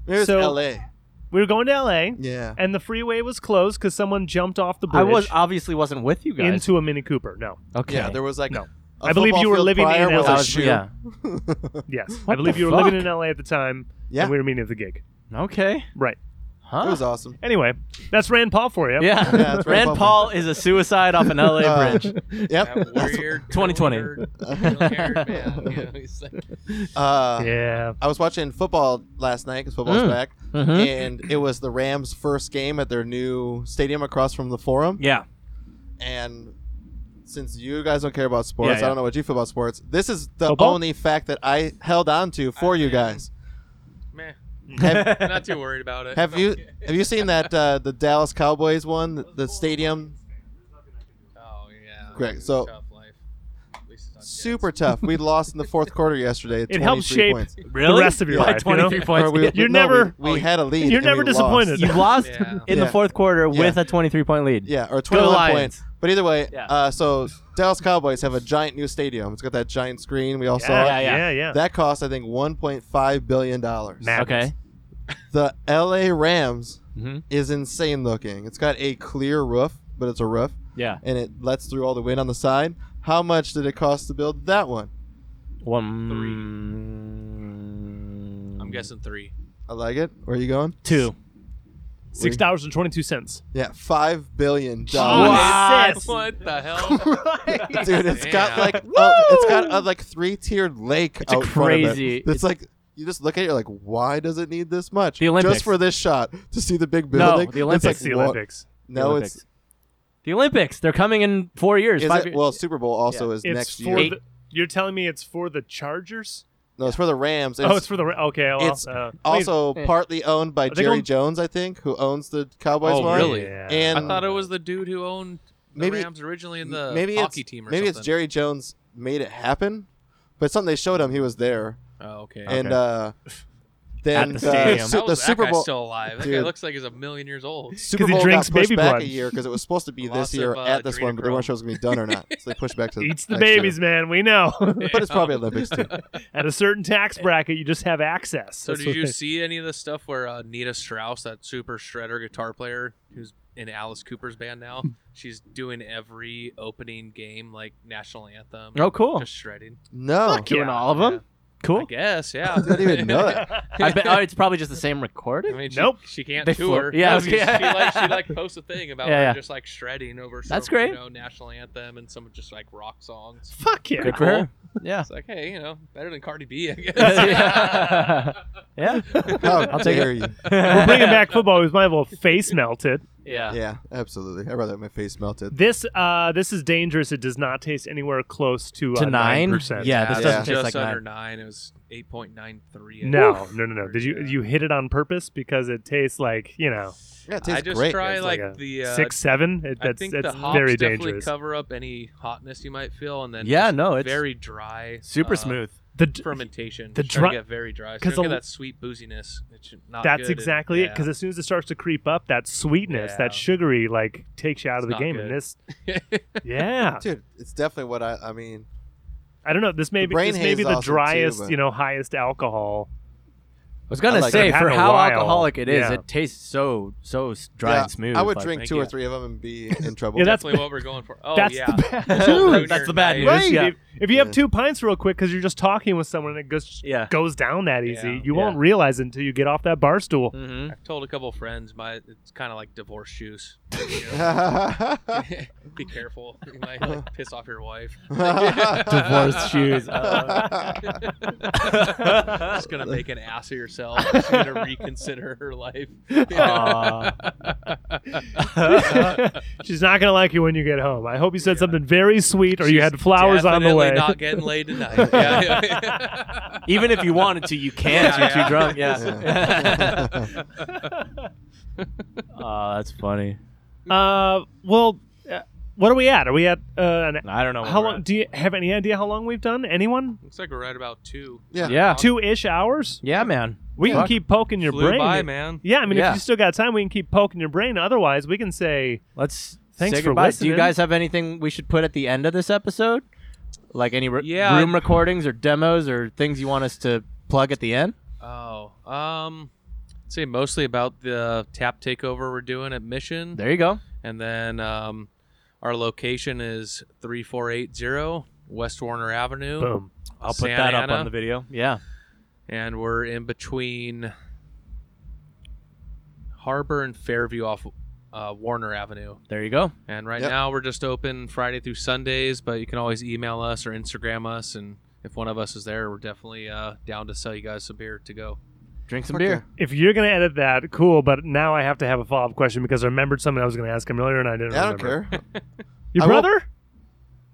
[SPEAKER 4] It was
[SPEAKER 2] so-
[SPEAKER 4] L.A.
[SPEAKER 2] We were going to L.A.
[SPEAKER 4] Yeah.
[SPEAKER 2] and the freeway was closed because someone jumped off the bridge
[SPEAKER 1] I was obviously wasn't with you guys.
[SPEAKER 2] into a Mini Cooper. No,
[SPEAKER 1] okay.
[SPEAKER 4] Yeah, there was like.
[SPEAKER 2] No.
[SPEAKER 4] I
[SPEAKER 2] I believe you were living in
[SPEAKER 1] That
[SPEAKER 4] with a
[SPEAKER 2] LA.
[SPEAKER 1] was-
[SPEAKER 4] shoe.
[SPEAKER 1] yeah.
[SPEAKER 2] yes, I
[SPEAKER 1] What
[SPEAKER 2] believe
[SPEAKER 1] the
[SPEAKER 2] you were living
[SPEAKER 1] fuck?
[SPEAKER 2] in L.A. at the time.
[SPEAKER 4] Yeah.
[SPEAKER 2] and we were meeting at the gig.
[SPEAKER 1] Okay.
[SPEAKER 2] Right.
[SPEAKER 1] Huh.
[SPEAKER 4] It was awesome.
[SPEAKER 2] Anyway, that's Rand Paul for you.
[SPEAKER 1] Yeah.
[SPEAKER 4] that's right,
[SPEAKER 1] Rand
[SPEAKER 4] Bubba.
[SPEAKER 1] Paul is a suicide off an LA
[SPEAKER 4] Uh,
[SPEAKER 1] bridge.
[SPEAKER 4] Yep.
[SPEAKER 3] That warrior,
[SPEAKER 1] 2020.
[SPEAKER 3] curly-haired man, you know, he's like-
[SPEAKER 4] Uh,
[SPEAKER 2] Yeah.
[SPEAKER 4] I was watching football last night because football's
[SPEAKER 1] Mm.
[SPEAKER 4] back,
[SPEAKER 2] Mm-hmm.
[SPEAKER 4] and it was the Rams' first game at their new stadium across from the Forum.
[SPEAKER 1] Yeah.
[SPEAKER 4] And since you guys don't care about sports,
[SPEAKER 1] Yeah, yeah.
[SPEAKER 4] I don't know what you feel about sports. This is the
[SPEAKER 2] Football?
[SPEAKER 4] only fact that I held on to for
[SPEAKER 3] I
[SPEAKER 4] you
[SPEAKER 3] mean-
[SPEAKER 4] guys.
[SPEAKER 3] Meh,
[SPEAKER 4] Have,
[SPEAKER 3] not too worried about it.
[SPEAKER 4] have you have you seen that uh, the Dallas Cowboys one, the, the stadium?
[SPEAKER 3] Oh yeah.
[SPEAKER 4] Correct, so-
[SPEAKER 3] Tough life. At least it's not
[SPEAKER 4] Super tough. We lost in the fourth quarter yesterday.
[SPEAKER 2] It helps
[SPEAKER 4] 23
[SPEAKER 2] shape-
[SPEAKER 4] Points.
[SPEAKER 1] Really?
[SPEAKER 2] rest of your
[SPEAKER 1] By
[SPEAKER 2] life, you
[SPEAKER 1] 23
[SPEAKER 2] know?
[SPEAKER 1] points.
[SPEAKER 4] Or we-
[SPEAKER 2] You're
[SPEAKER 4] no, we-
[SPEAKER 2] never-
[SPEAKER 4] We, had a lead.
[SPEAKER 2] you're
[SPEAKER 4] and
[SPEAKER 2] never
[SPEAKER 4] we lost.
[SPEAKER 2] disappointed.
[SPEAKER 1] you lost
[SPEAKER 3] Yeah.
[SPEAKER 1] in the
[SPEAKER 4] Yeah.
[SPEAKER 1] fourth quarter
[SPEAKER 4] Yeah.
[SPEAKER 1] with a 23 point lead.
[SPEAKER 4] Yeah, or 21
[SPEAKER 1] Lions.
[SPEAKER 4] points. But either way,
[SPEAKER 1] Yeah.
[SPEAKER 4] uh, so Dallas Cowboys have a giant new stadium. It's got that giant screen. We all saw it.
[SPEAKER 2] Yeah, yeah,
[SPEAKER 1] yeah.
[SPEAKER 2] yeah.
[SPEAKER 4] That cost, I think, 1.5 billion dollars.
[SPEAKER 2] Madness.
[SPEAKER 1] Okay.
[SPEAKER 4] The L.A. Rams
[SPEAKER 1] Mhm.
[SPEAKER 4] is insane looking. It's got a clear roof, but it's a roof,
[SPEAKER 1] Yeah.
[SPEAKER 4] and it lets through all the wind on the side. How much did it cost to build that one?
[SPEAKER 1] One.
[SPEAKER 3] I'm guessing three.
[SPEAKER 4] I like it. Where are you going?
[SPEAKER 1] two.
[SPEAKER 2] Six dollars and twenty-two cents.
[SPEAKER 4] Yeah, five billion dollars.
[SPEAKER 1] Wow.
[SPEAKER 2] Jesus.
[SPEAKER 3] What the hell?
[SPEAKER 4] dude. It's got
[SPEAKER 3] Damn.
[SPEAKER 4] like a, it's got a like three tiered lake.
[SPEAKER 1] a
[SPEAKER 4] out front of it.
[SPEAKER 1] crazy-
[SPEAKER 4] It's, like you just look at it. You're like, why does it need this much?
[SPEAKER 1] The Olympics.
[SPEAKER 4] just for this shot to see the big
[SPEAKER 1] No,
[SPEAKER 4] building.
[SPEAKER 1] the Olympics.
[SPEAKER 4] It's
[SPEAKER 2] It's
[SPEAKER 4] like,
[SPEAKER 2] the
[SPEAKER 4] what-
[SPEAKER 2] Olympics.
[SPEAKER 1] The
[SPEAKER 4] No,
[SPEAKER 1] Olympics.
[SPEAKER 4] it's
[SPEAKER 1] the Olympics. They're coming in four years.
[SPEAKER 4] is
[SPEAKER 1] five
[SPEAKER 4] it,
[SPEAKER 1] years.
[SPEAKER 4] well Super Bowl also is
[SPEAKER 2] It's
[SPEAKER 4] next
[SPEAKER 2] for
[SPEAKER 4] year.
[SPEAKER 2] the. You're telling me it's for the Chargers?
[SPEAKER 4] no, it's for the Rams.
[SPEAKER 2] oh, it's for the. Okay. Well,
[SPEAKER 4] it's
[SPEAKER 2] uh,
[SPEAKER 4] also partly owned by
[SPEAKER 2] Are they
[SPEAKER 4] Jerry
[SPEAKER 2] going-
[SPEAKER 4] Jones, I think, who owns the Cowboys.
[SPEAKER 3] Oh,
[SPEAKER 4] one.
[SPEAKER 3] really?
[SPEAKER 2] Yeah.
[SPEAKER 4] And
[SPEAKER 3] I thought it was the dude who owned the
[SPEAKER 4] Maybe-
[SPEAKER 3] Rams originally in the
[SPEAKER 4] maybe
[SPEAKER 3] hockey
[SPEAKER 4] it's
[SPEAKER 3] team or
[SPEAKER 4] maybe
[SPEAKER 3] something.
[SPEAKER 4] it's Jerry Jones made it happen, but something they showed him he was there
[SPEAKER 3] Oh, okay.
[SPEAKER 4] and uh, then
[SPEAKER 1] the stadium.
[SPEAKER 4] su-
[SPEAKER 3] How
[SPEAKER 4] the
[SPEAKER 3] is that
[SPEAKER 4] Super
[SPEAKER 3] guy
[SPEAKER 4] Bowl.
[SPEAKER 3] still alive? That guy
[SPEAKER 4] Dude.
[SPEAKER 3] looks like he's a million years old.
[SPEAKER 4] Super
[SPEAKER 2] 'Cause he
[SPEAKER 4] Bowl
[SPEAKER 2] drinks
[SPEAKER 4] got pushed
[SPEAKER 2] baby
[SPEAKER 4] back
[SPEAKER 2] blood.
[SPEAKER 4] a year because it was supposed to be
[SPEAKER 3] Lots
[SPEAKER 4] this year
[SPEAKER 3] of, uh,
[SPEAKER 4] at this one, but we
[SPEAKER 3] adrenochrome.
[SPEAKER 4] weren't sure it was going to be done or not. So they pushed back to
[SPEAKER 2] eats the
[SPEAKER 4] next year.
[SPEAKER 2] babies, man. We know.
[SPEAKER 4] But it's probably Olympics too.
[SPEAKER 2] At a certain tax bracket, you just have access.
[SPEAKER 3] So
[SPEAKER 2] That's
[SPEAKER 3] did
[SPEAKER 2] what
[SPEAKER 3] you
[SPEAKER 2] they-
[SPEAKER 3] see any of the stuff where uh, Nita Strauss, that super shredder guitar player who's in Alice Cooper's band now,
[SPEAKER 1] Hmm.
[SPEAKER 3] she's doing every opening game like national anthem,
[SPEAKER 1] Oh, cool.
[SPEAKER 3] just shredding.
[SPEAKER 4] No,
[SPEAKER 2] Fuck
[SPEAKER 1] Doing
[SPEAKER 2] Yeah.
[SPEAKER 1] all of them.
[SPEAKER 3] I
[SPEAKER 2] Cool.
[SPEAKER 3] guess, yeah.
[SPEAKER 4] I didn't even know that.
[SPEAKER 1] I bet, oh, it's probably just the same
[SPEAKER 3] I
[SPEAKER 1] recording.
[SPEAKER 3] mean, she,
[SPEAKER 2] Nope.
[SPEAKER 3] she can't
[SPEAKER 1] They
[SPEAKER 3] tour.
[SPEAKER 1] flew- yeah, I
[SPEAKER 3] No,
[SPEAKER 1] was
[SPEAKER 3] she, she
[SPEAKER 1] gonna-
[SPEAKER 3] like she like posts a thing about
[SPEAKER 1] Yeah,
[SPEAKER 3] her
[SPEAKER 1] yeah.
[SPEAKER 3] just like shredding over. some,
[SPEAKER 1] That's great.
[SPEAKER 3] You know, national anthem and some just like rock songs.
[SPEAKER 2] Fuck yeah.
[SPEAKER 1] Good for her. Yeah.
[SPEAKER 3] It's like, hey, you know, better than Cardi B, I guess.
[SPEAKER 1] yeah. Yeah.
[SPEAKER 4] How
[SPEAKER 1] I'll take
[SPEAKER 4] dare you?
[SPEAKER 2] We're bringing back football because my little face melted.
[SPEAKER 4] Yeah, absolutely. I'd rather have my face melted.
[SPEAKER 2] This uh, this is dangerous. It does not taste anywhere close to, uh,
[SPEAKER 1] To nine?
[SPEAKER 2] 9%.
[SPEAKER 1] Yeah,
[SPEAKER 3] it
[SPEAKER 1] this
[SPEAKER 3] was
[SPEAKER 4] doesn't
[SPEAKER 1] taste
[SPEAKER 3] just
[SPEAKER 1] like
[SPEAKER 3] under nine. It was eight point nine three.
[SPEAKER 2] No, no, no, no. Did you you hit it on purpose because it tastes like you know
[SPEAKER 4] Yeah, it
[SPEAKER 3] I
[SPEAKER 4] tastes
[SPEAKER 3] just
[SPEAKER 4] great.
[SPEAKER 3] try
[SPEAKER 2] It's
[SPEAKER 3] like,
[SPEAKER 2] like a
[SPEAKER 3] the uh,
[SPEAKER 2] six seven? It,
[SPEAKER 3] I
[SPEAKER 2] that's
[SPEAKER 3] think
[SPEAKER 2] that's
[SPEAKER 3] the hops
[SPEAKER 2] very
[SPEAKER 3] definitely
[SPEAKER 2] dangerous.
[SPEAKER 3] cover up any hotness you might feel, and then
[SPEAKER 1] Yeah,
[SPEAKER 3] just
[SPEAKER 1] no, it's
[SPEAKER 3] very dry,
[SPEAKER 1] super
[SPEAKER 3] uh,
[SPEAKER 1] smooth.
[SPEAKER 2] the d-
[SPEAKER 3] fermentation.
[SPEAKER 2] The
[SPEAKER 3] The dry
[SPEAKER 2] dry-
[SPEAKER 3] get very dry. So
[SPEAKER 2] 'cause
[SPEAKER 3] you don't
[SPEAKER 2] a-
[SPEAKER 3] get that sweet booziness. It's not.
[SPEAKER 2] that's
[SPEAKER 3] good, and-
[SPEAKER 2] exactly it.
[SPEAKER 3] yeah.
[SPEAKER 2] Because as soon as it starts to creep up, that sweetness,
[SPEAKER 3] Yeah.
[SPEAKER 2] that sugary, like takes you out of
[SPEAKER 3] It's
[SPEAKER 2] the
[SPEAKER 3] not
[SPEAKER 2] game.
[SPEAKER 3] good.
[SPEAKER 2] And this, yeah,
[SPEAKER 4] Dude, it's definitely what I I mean.
[SPEAKER 2] I don't know. This may be
[SPEAKER 4] brain
[SPEAKER 2] this may be
[SPEAKER 4] haze
[SPEAKER 2] the
[SPEAKER 4] awesome too,
[SPEAKER 2] driest,
[SPEAKER 4] but-
[SPEAKER 2] you know, highest alcohol.
[SPEAKER 1] I was gonna
[SPEAKER 4] I like
[SPEAKER 1] say
[SPEAKER 2] it. Had
[SPEAKER 1] for
[SPEAKER 2] in a
[SPEAKER 1] how
[SPEAKER 2] while.
[SPEAKER 1] alcoholic it is,
[SPEAKER 2] Yeah.
[SPEAKER 1] it tastes so so s- dry
[SPEAKER 4] Yeah,
[SPEAKER 1] and smooth.
[SPEAKER 4] I would
[SPEAKER 1] like-
[SPEAKER 4] drink
[SPEAKER 3] Thank
[SPEAKER 4] two or
[SPEAKER 3] you.
[SPEAKER 4] three of them and be in trouble.
[SPEAKER 2] Yeah, that's
[SPEAKER 3] Definitely what we're going for. Oh
[SPEAKER 2] that's
[SPEAKER 3] yeah,
[SPEAKER 2] the bad.
[SPEAKER 3] Dude,
[SPEAKER 1] Dude, that's the bad news.
[SPEAKER 3] Right?
[SPEAKER 1] Yeah.
[SPEAKER 2] If, if you have
[SPEAKER 4] Yeah.
[SPEAKER 2] two pints real quick because you're just talking with someone and it goes
[SPEAKER 1] Yeah.
[SPEAKER 2] goes down that easy,
[SPEAKER 3] Yeah.
[SPEAKER 2] you won't realize it until you get off that bar stool.
[SPEAKER 1] Mhm.
[SPEAKER 3] I've told a couple friends my it's kind of like divorce juice. Be careful, you might like, piss off your wife.
[SPEAKER 1] Divorce shoes. Uh,
[SPEAKER 3] Just gonna make an ass of yourself. She's gonna reconsider her life.
[SPEAKER 2] She's not gonna like you when you get home. I hope you said something very sweet or you
[SPEAKER 3] She's
[SPEAKER 2] had flowers on the
[SPEAKER 3] definitely
[SPEAKER 2] way.
[SPEAKER 3] Not getting laid tonight. Yeah.
[SPEAKER 1] Even if you wanted to, you can't.
[SPEAKER 3] Yeah,
[SPEAKER 1] You're too
[SPEAKER 3] yeah.
[SPEAKER 1] drunk. Yeah.
[SPEAKER 4] Yeah.
[SPEAKER 1] oh, that's funny.
[SPEAKER 2] uh, well, uh, what are we at? Are we at uh, an?
[SPEAKER 1] I don't know. when
[SPEAKER 2] How
[SPEAKER 1] we're
[SPEAKER 2] long?
[SPEAKER 1] at.
[SPEAKER 2] Do you have any idea how long we've done? Anyone?
[SPEAKER 3] Looks like we're right about two.
[SPEAKER 4] yeah.
[SPEAKER 1] Yeah.
[SPEAKER 2] Two ish hours.
[SPEAKER 1] Yeah, man.
[SPEAKER 2] We can
[SPEAKER 1] Fuck.
[SPEAKER 2] keep poking your
[SPEAKER 3] Flew
[SPEAKER 2] brain.
[SPEAKER 3] by, man.
[SPEAKER 2] Yeah, I mean,
[SPEAKER 1] Yeah.
[SPEAKER 2] if you still got time, we can keep poking your brain. Otherwise, we can say
[SPEAKER 1] Let's
[SPEAKER 2] Thanks
[SPEAKER 1] say
[SPEAKER 2] for
[SPEAKER 1] goodbye. Do
[SPEAKER 2] listening.
[SPEAKER 1] you guys have anything we should put at the end of this episode? Like any re-
[SPEAKER 3] Yeah.
[SPEAKER 1] room recordings or demos or things you want us to plug at the end?
[SPEAKER 3] Oh, um, I'd say mostly about the tap takeover we're doing at Mission,
[SPEAKER 1] There you go.
[SPEAKER 3] and then um, our location is three four eight zero West Warner Avenue.
[SPEAKER 2] boom.
[SPEAKER 1] I'll put
[SPEAKER 3] Santa
[SPEAKER 1] that up
[SPEAKER 3] Ana.
[SPEAKER 1] on the video. Yeah.
[SPEAKER 3] and we're in between Harbor and Fairview off uh, Warner Avenue.
[SPEAKER 1] There you go.
[SPEAKER 3] And right
[SPEAKER 4] Yep.
[SPEAKER 3] now we're just open Friday through Sundays, but you can always email us or Instagram us. And if one of us is there, we're definitely uh, down to sell you guys some beer to go.
[SPEAKER 1] Drink some
[SPEAKER 4] Okay.
[SPEAKER 1] beer.
[SPEAKER 2] If you're gonna edit that, cool. But now I have to have a follow up question because I remembered something I was gonna ask him earlier and I didn't.
[SPEAKER 4] Yeah, I don't
[SPEAKER 2] remember.
[SPEAKER 4] care.
[SPEAKER 2] Your
[SPEAKER 4] I will-
[SPEAKER 2] brother?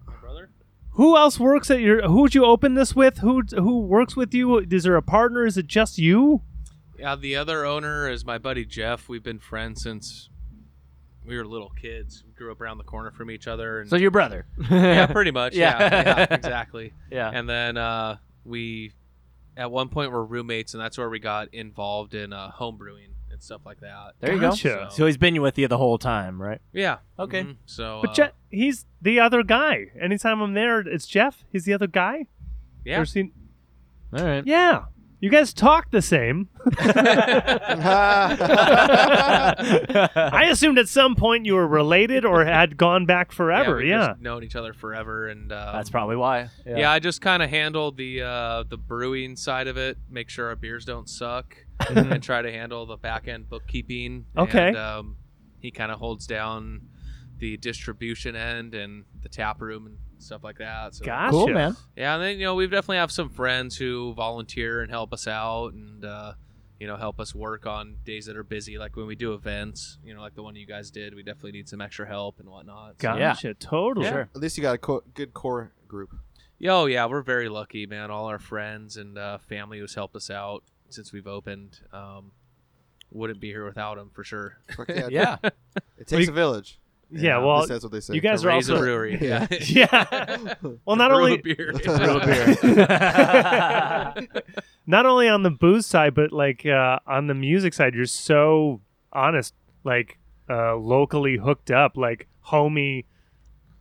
[SPEAKER 3] My brother?
[SPEAKER 2] Who else works at your? Who'd you open this with? Who who works with you? Is there a partner? Is it just you?
[SPEAKER 3] Yeah, the other owner is my buddy Jeff. We've been friends since we were little kids. We grew up around the corner from each other. And
[SPEAKER 1] So your brother.
[SPEAKER 3] yeah, pretty much.
[SPEAKER 1] Yeah.
[SPEAKER 3] yeah, yeah exactly.
[SPEAKER 1] yeah.
[SPEAKER 3] and then uh, we at one point were roommates and that's where we got involved in uh, home brewing and stuff like that
[SPEAKER 1] There you
[SPEAKER 2] Gotcha.
[SPEAKER 1] go.
[SPEAKER 2] Yeah.
[SPEAKER 1] So he's been with you the whole time, right?
[SPEAKER 3] yeah
[SPEAKER 1] Okay.
[SPEAKER 3] Mhm. so
[SPEAKER 2] But
[SPEAKER 3] uh,
[SPEAKER 2] Je- he's the other guy. Anytime I'm there, it's Jeff. He's the other guy.
[SPEAKER 3] yeah
[SPEAKER 2] Or seen-
[SPEAKER 1] All right.
[SPEAKER 2] yeah. You guys talk the same. I assumed at some point you were related or had gone back forever.
[SPEAKER 3] we've
[SPEAKER 2] Yeah.
[SPEAKER 3] just known each other forever and uh,
[SPEAKER 1] That's probably why.
[SPEAKER 3] yeah. I just kind of handled the uh, the brewing side of it, make sure our beers don't suck, and try to handle the back end bookkeeping.
[SPEAKER 2] Okay.
[SPEAKER 3] And, um, he kind of holds down the distribution end and the tap room and stuff like that. So
[SPEAKER 2] Gotcha.
[SPEAKER 1] Cool, man.
[SPEAKER 3] Yeah, and then you know we definitely have some friends who volunteer and help us out, and uh, you know help us work on days that are busy, like when we do events. You know, like the one you guys did, we definitely need some extra help and whatnot. So-
[SPEAKER 2] Gotcha. Totally.
[SPEAKER 1] Sure.
[SPEAKER 4] At least you got a co- good core group.
[SPEAKER 3] Yeah, oh yeah, we're very lucky, man. All our friends and uh, family who's helped us out since we've opened. Um, wouldn't be here without them for sure.
[SPEAKER 4] Fuck yeah.
[SPEAKER 1] Yeah.
[SPEAKER 4] It takes a village.
[SPEAKER 2] Yeah.
[SPEAKER 4] At
[SPEAKER 2] Well,
[SPEAKER 4] least that's what they say.
[SPEAKER 2] you guys
[SPEAKER 3] To
[SPEAKER 2] are
[SPEAKER 3] raise
[SPEAKER 2] also.
[SPEAKER 3] a brewery.
[SPEAKER 4] Yeah.
[SPEAKER 2] yeah. Well, not
[SPEAKER 3] Brew a
[SPEAKER 2] only
[SPEAKER 3] beer.
[SPEAKER 4] Brew a beer.
[SPEAKER 2] not only on the booze side, but like uh, on the music side, you're so honest, like uh, locally hooked up, like homie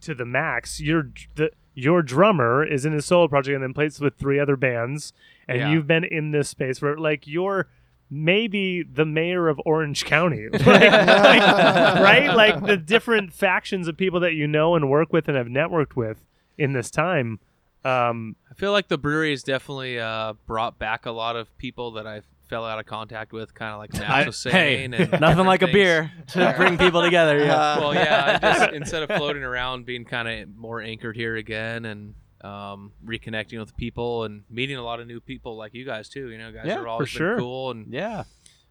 [SPEAKER 2] to the max. Your the your drummer is in his solo project and then plays with three other bands, and
[SPEAKER 3] Yeah.
[SPEAKER 2] you've been in this space where like you're maybe the mayor of Orange County, like, like, right? Like the different factions of people that you know and work with and have networked with in this time. Um,
[SPEAKER 3] I feel like the brewery has definitely uh, brought back a lot of people that I fell out of contact with, kind of like Max
[SPEAKER 1] I-
[SPEAKER 3] was
[SPEAKER 1] hey,
[SPEAKER 3] saying. and Uh,
[SPEAKER 1] Nothing like a
[SPEAKER 3] things.
[SPEAKER 1] beer to bring people together. Yeah.
[SPEAKER 3] Well, yeah, I just instead of floating around, being kind of more anchored here again and um, reconnecting with people and meeting a lot of new people like you guys too. You know, guys
[SPEAKER 1] Yeah,
[SPEAKER 3] are
[SPEAKER 2] for
[SPEAKER 3] always been
[SPEAKER 2] sure.
[SPEAKER 3] cool and
[SPEAKER 1] yeah.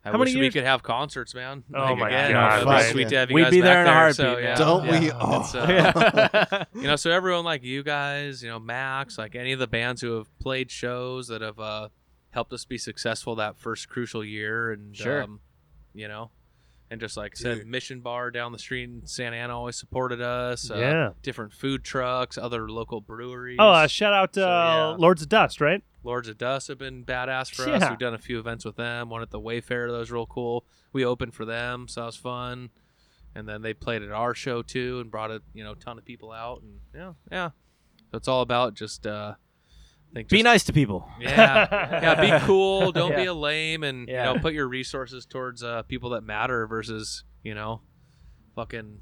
[SPEAKER 3] I
[SPEAKER 2] How
[SPEAKER 3] wish
[SPEAKER 2] many
[SPEAKER 3] we
[SPEAKER 2] years-
[SPEAKER 3] could have concerts, man.
[SPEAKER 2] Oh
[SPEAKER 3] Like,
[SPEAKER 2] my
[SPEAKER 3] again,
[SPEAKER 2] God,
[SPEAKER 3] It'd be
[SPEAKER 2] right.
[SPEAKER 3] sweet to have you
[SPEAKER 1] We'd
[SPEAKER 3] guys
[SPEAKER 1] be there
[SPEAKER 3] back
[SPEAKER 1] in a
[SPEAKER 3] there. So,
[SPEAKER 1] heartbeat, man.
[SPEAKER 3] yeah,
[SPEAKER 4] Don't
[SPEAKER 3] yeah.
[SPEAKER 4] we all?
[SPEAKER 3] It's, uh, you know, so everyone like you guys, you know, Max, like any of the bands who have played shows that have uh, helped us be successful that first crucial year, and
[SPEAKER 1] Sure.
[SPEAKER 3] um, you know, and just like I said,
[SPEAKER 4] Dude.
[SPEAKER 3] Mission Bar down the street in Santa Ana always supported us. Uh,
[SPEAKER 2] Yeah.
[SPEAKER 3] different food trucks, other local breweries.
[SPEAKER 2] oh, uh, shout out to
[SPEAKER 3] So, yeah.
[SPEAKER 2] uh, Lords of Dust, right?
[SPEAKER 3] Lords of Dust have been badass for us.
[SPEAKER 2] Yeah.
[SPEAKER 3] We've done a few events with them. One at the Wayfair that was real cool. We opened for them, so that was fun. And then they played at our show too, and brought a you know ton of people out. And yeah, yeah. So it's all about just uh, I think
[SPEAKER 1] Be
[SPEAKER 3] just-
[SPEAKER 1] nice to people.
[SPEAKER 3] Yeah, yeah. Be cool. Don't be
[SPEAKER 1] Yeah.
[SPEAKER 3] a lame, and
[SPEAKER 1] Yeah.
[SPEAKER 3] you know put your resources towards uh, people that matter versus you know fucking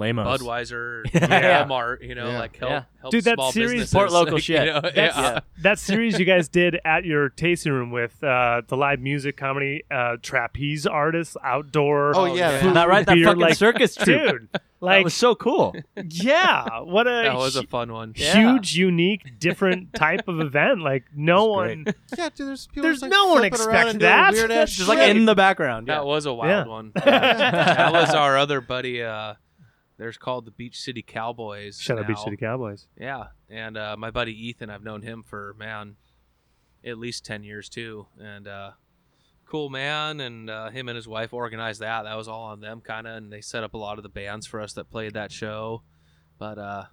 [SPEAKER 1] Lame
[SPEAKER 3] Budweiser, or
[SPEAKER 1] Yeah.
[SPEAKER 3] Walmart. You know,
[SPEAKER 4] Yeah.
[SPEAKER 3] like help
[SPEAKER 1] Yeah.
[SPEAKER 3] help
[SPEAKER 2] Dude, that
[SPEAKER 3] small
[SPEAKER 2] series-
[SPEAKER 3] businesses.
[SPEAKER 1] Support local
[SPEAKER 3] like, you
[SPEAKER 1] shit.
[SPEAKER 3] know,
[SPEAKER 2] That's-
[SPEAKER 3] yeah.
[SPEAKER 2] that series you guys did at your tasting room with uh, the live music comedy uh, trapeze artists outdoor.
[SPEAKER 4] Oh, yeah.
[SPEAKER 2] food,
[SPEAKER 1] Not right, that
[SPEAKER 2] beer,
[SPEAKER 1] fucking
[SPEAKER 2] like,
[SPEAKER 1] circus troupe.
[SPEAKER 2] dude.
[SPEAKER 1] That
[SPEAKER 2] Like,
[SPEAKER 1] was so cool.
[SPEAKER 2] yeah, what a,
[SPEAKER 3] that was a fun one.
[SPEAKER 2] hu- huge, unique, different type of event. Like, no
[SPEAKER 1] It was great.
[SPEAKER 2] one.
[SPEAKER 4] Yeah, dude, there's people.
[SPEAKER 2] There's
[SPEAKER 4] just, like,
[SPEAKER 2] no one
[SPEAKER 4] flipping around
[SPEAKER 2] expects
[SPEAKER 4] and doing
[SPEAKER 2] that.
[SPEAKER 4] Weird ass
[SPEAKER 2] That's
[SPEAKER 1] Just
[SPEAKER 4] shit.
[SPEAKER 1] like in the background. Yeah.
[SPEAKER 3] That was a wild
[SPEAKER 2] Yeah.
[SPEAKER 3] one. that was our other buddy. Uh, there's called the Beach City Cowboys.
[SPEAKER 2] Shout out Beach
[SPEAKER 3] now.
[SPEAKER 2] City Cowboys.
[SPEAKER 3] Yeah, and uh, my buddy Ethan, I've known him for man, at least ten years too, and uh, cool man. And uh, him and his wife organized that. That was all on them, kind of, and they set up a lot of the bands for us that played that show. But uh, a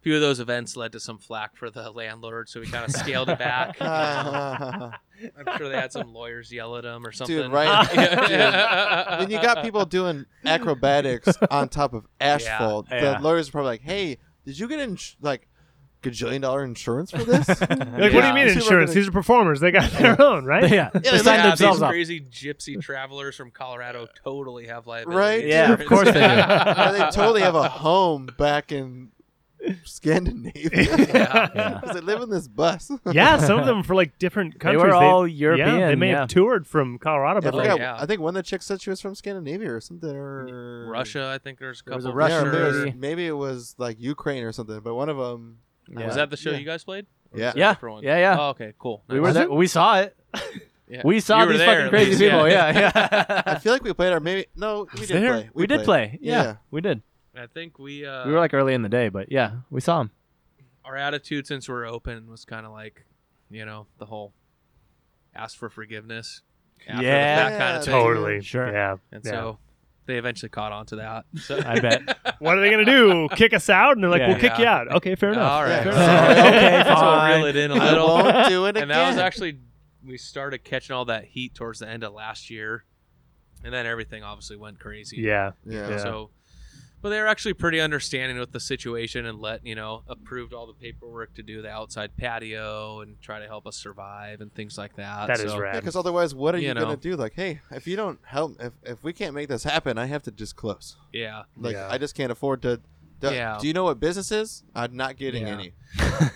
[SPEAKER 3] few of those events led to some flack for the landlord, so we kind of scaled it back. I'm sure they had some lawyers yell at him or something.
[SPEAKER 4] right.
[SPEAKER 3] Yeah.
[SPEAKER 4] Then you got people doing acrobatics on top of asphalt.
[SPEAKER 1] yeah.
[SPEAKER 4] The lawyers are probably like, "Hey, did you get ins- like gajillion dollar insurance for this?"
[SPEAKER 2] Like, what do you
[SPEAKER 3] Yeah.
[SPEAKER 2] mean
[SPEAKER 4] Super
[SPEAKER 2] insurance?
[SPEAKER 4] gonna-
[SPEAKER 2] These are performers. They got their own, right?
[SPEAKER 1] yeah. They
[SPEAKER 4] they
[SPEAKER 1] signed
[SPEAKER 4] have
[SPEAKER 1] themselves
[SPEAKER 3] these
[SPEAKER 1] up.
[SPEAKER 3] crazy gypsy travelers from Colorado totally have liability.
[SPEAKER 4] Right?
[SPEAKER 1] Yeah, of course they do.
[SPEAKER 4] Yeah, they totally have a home back in Scandinavia.
[SPEAKER 1] Yeah.
[SPEAKER 4] 'Cause they live in this bus.
[SPEAKER 2] yeah, some of them for like different
[SPEAKER 1] They
[SPEAKER 2] countries.
[SPEAKER 1] were all European.
[SPEAKER 2] yeah, they may
[SPEAKER 1] yeah.
[SPEAKER 2] have toured from Colorado,
[SPEAKER 4] I,
[SPEAKER 2] but
[SPEAKER 4] forgot,
[SPEAKER 2] like,
[SPEAKER 3] yeah.
[SPEAKER 4] I think one of the chicks said she was from Scandinavia or something. Or
[SPEAKER 3] Russia, I think there's a
[SPEAKER 1] There was
[SPEAKER 3] couple.
[SPEAKER 1] a Russia
[SPEAKER 3] of
[SPEAKER 4] Yeah, maybe, it was,
[SPEAKER 1] maybe.
[SPEAKER 4] maybe it was like Ukraine or something. But one of them,
[SPEAKER 1] Yeah.
[SPEAKER 3] Was that the show
[SPEAKER 4] Yeah.
[SPEAKER 3] you guys played? Or was
[SPEAKER 4] Yeah.
[SPEAKER 3] that a
[SPEAKER 1] Yeah.
[SPEAKER 3] different one?
[SPEAKER 1] Yeah, yeah.
[SPEAKER 3] Oh, okay, cool.
[SPEAKER 1] We
[SPEAKER 3] Nice.
[SPEAKER 1] were there. We saw it.
[SPEAKER 3] Yeah.
[SPEAKER 1] We saw
[SPEAKER 3] You were
[SPEAKER 1] these
[SPEAKER 3] there,
[SPEAKER 1] fucking
[SPEAKER 3] at
[SPEAKER 1] crazy
[SPEAKER 3] least,
[SPEAKER 1] people. Yeah, yeah.
[SPEAKER 4] I feel like we played our maybe no, we
[SPEAKER 1] Was
[SPEAKER 4] did
[SPEAKER 1] there?
[SPEAKER 4] play.
[SPEAKER 1] We, did play. Yeah,
[SPEAKER 4] Yeah.
[SPEAKER 1] we did.
[SPEAKER 3] I think we uh,
[SPEAKER 1] We were like early in the day, but yeah, we saw him.
[SPEAKER 3] our attitude since we're open was kind of like, you know, the whole ask for forgiveness. After
[SPEAKER 1] Yeah.
[SPEAKER 3] that kind of thing.
[SPEAKER 2] totally.
[SPEAKER 1] Sure.
[SPEAKER 2] Yeah.
[SPEAKER 3] And
[SPEAKER 2] yeah.
[SPEAKER 3] so they eventually caught on to that. So,
[SPEAKER 1] I bet.
[SPEAKER 2] what are they gonna do? Kick us out? And they're like,
[SPEAKER 1] Yeah.
[SPEAKER 2] we'll kick you
[SPEAKER 3] Yeah.
[SPEAKER 2] out. Okay, fair enough.
[SPEAKER 3] all right,
[SPEAKER 4] Yeah.
[SPEAKER 3] sorry.
[SPEAKER 1] Okay,
[SPEAKER 3] So we'll
[SPEAKER 1] fine.
[SPEAKER 3] reel it in a
[SPEAKER 4] I
[SPEAKER 3] little.
[SPEAKER 4] won't do it again.
[SPEAKER 3] and that was actually we started catching all that heat towards the end of last year, and then everything obviously went crazy.
[SPEAKER 2] Yeah.
[SPEAKER 4] yeah.
[SPEAKER 2] Yeah.
[SPEAKER 3] So, but they were actually pretty understanding with the situation and let you know approved all the paperwork to do the outside patio and try to help us survive and things like that.
[SPEAKER 2] That is
[SPEAKER 3] So-
[SPEAKER 2] rad.
[SPEAKER 4] because otherwise, what are you,
[SPEAKER 3] You know.
[SPEAKER 4] gonna do? Like, hey, if you don't help, if, if we can't make this happen, I have to just close.
[SPEAKER 3] Yeah,
[SPEAKER 4] Like,
[SPEAKER 2] Yeah.
[SPEAKER 4] I just can't afford to. Do,
[SPEAKER 3] Yeah.
[SPEAKER 4] do you know what business is? I'm not getting
[SPEAKER 3] Yeah.
[SPEAKER 4] any.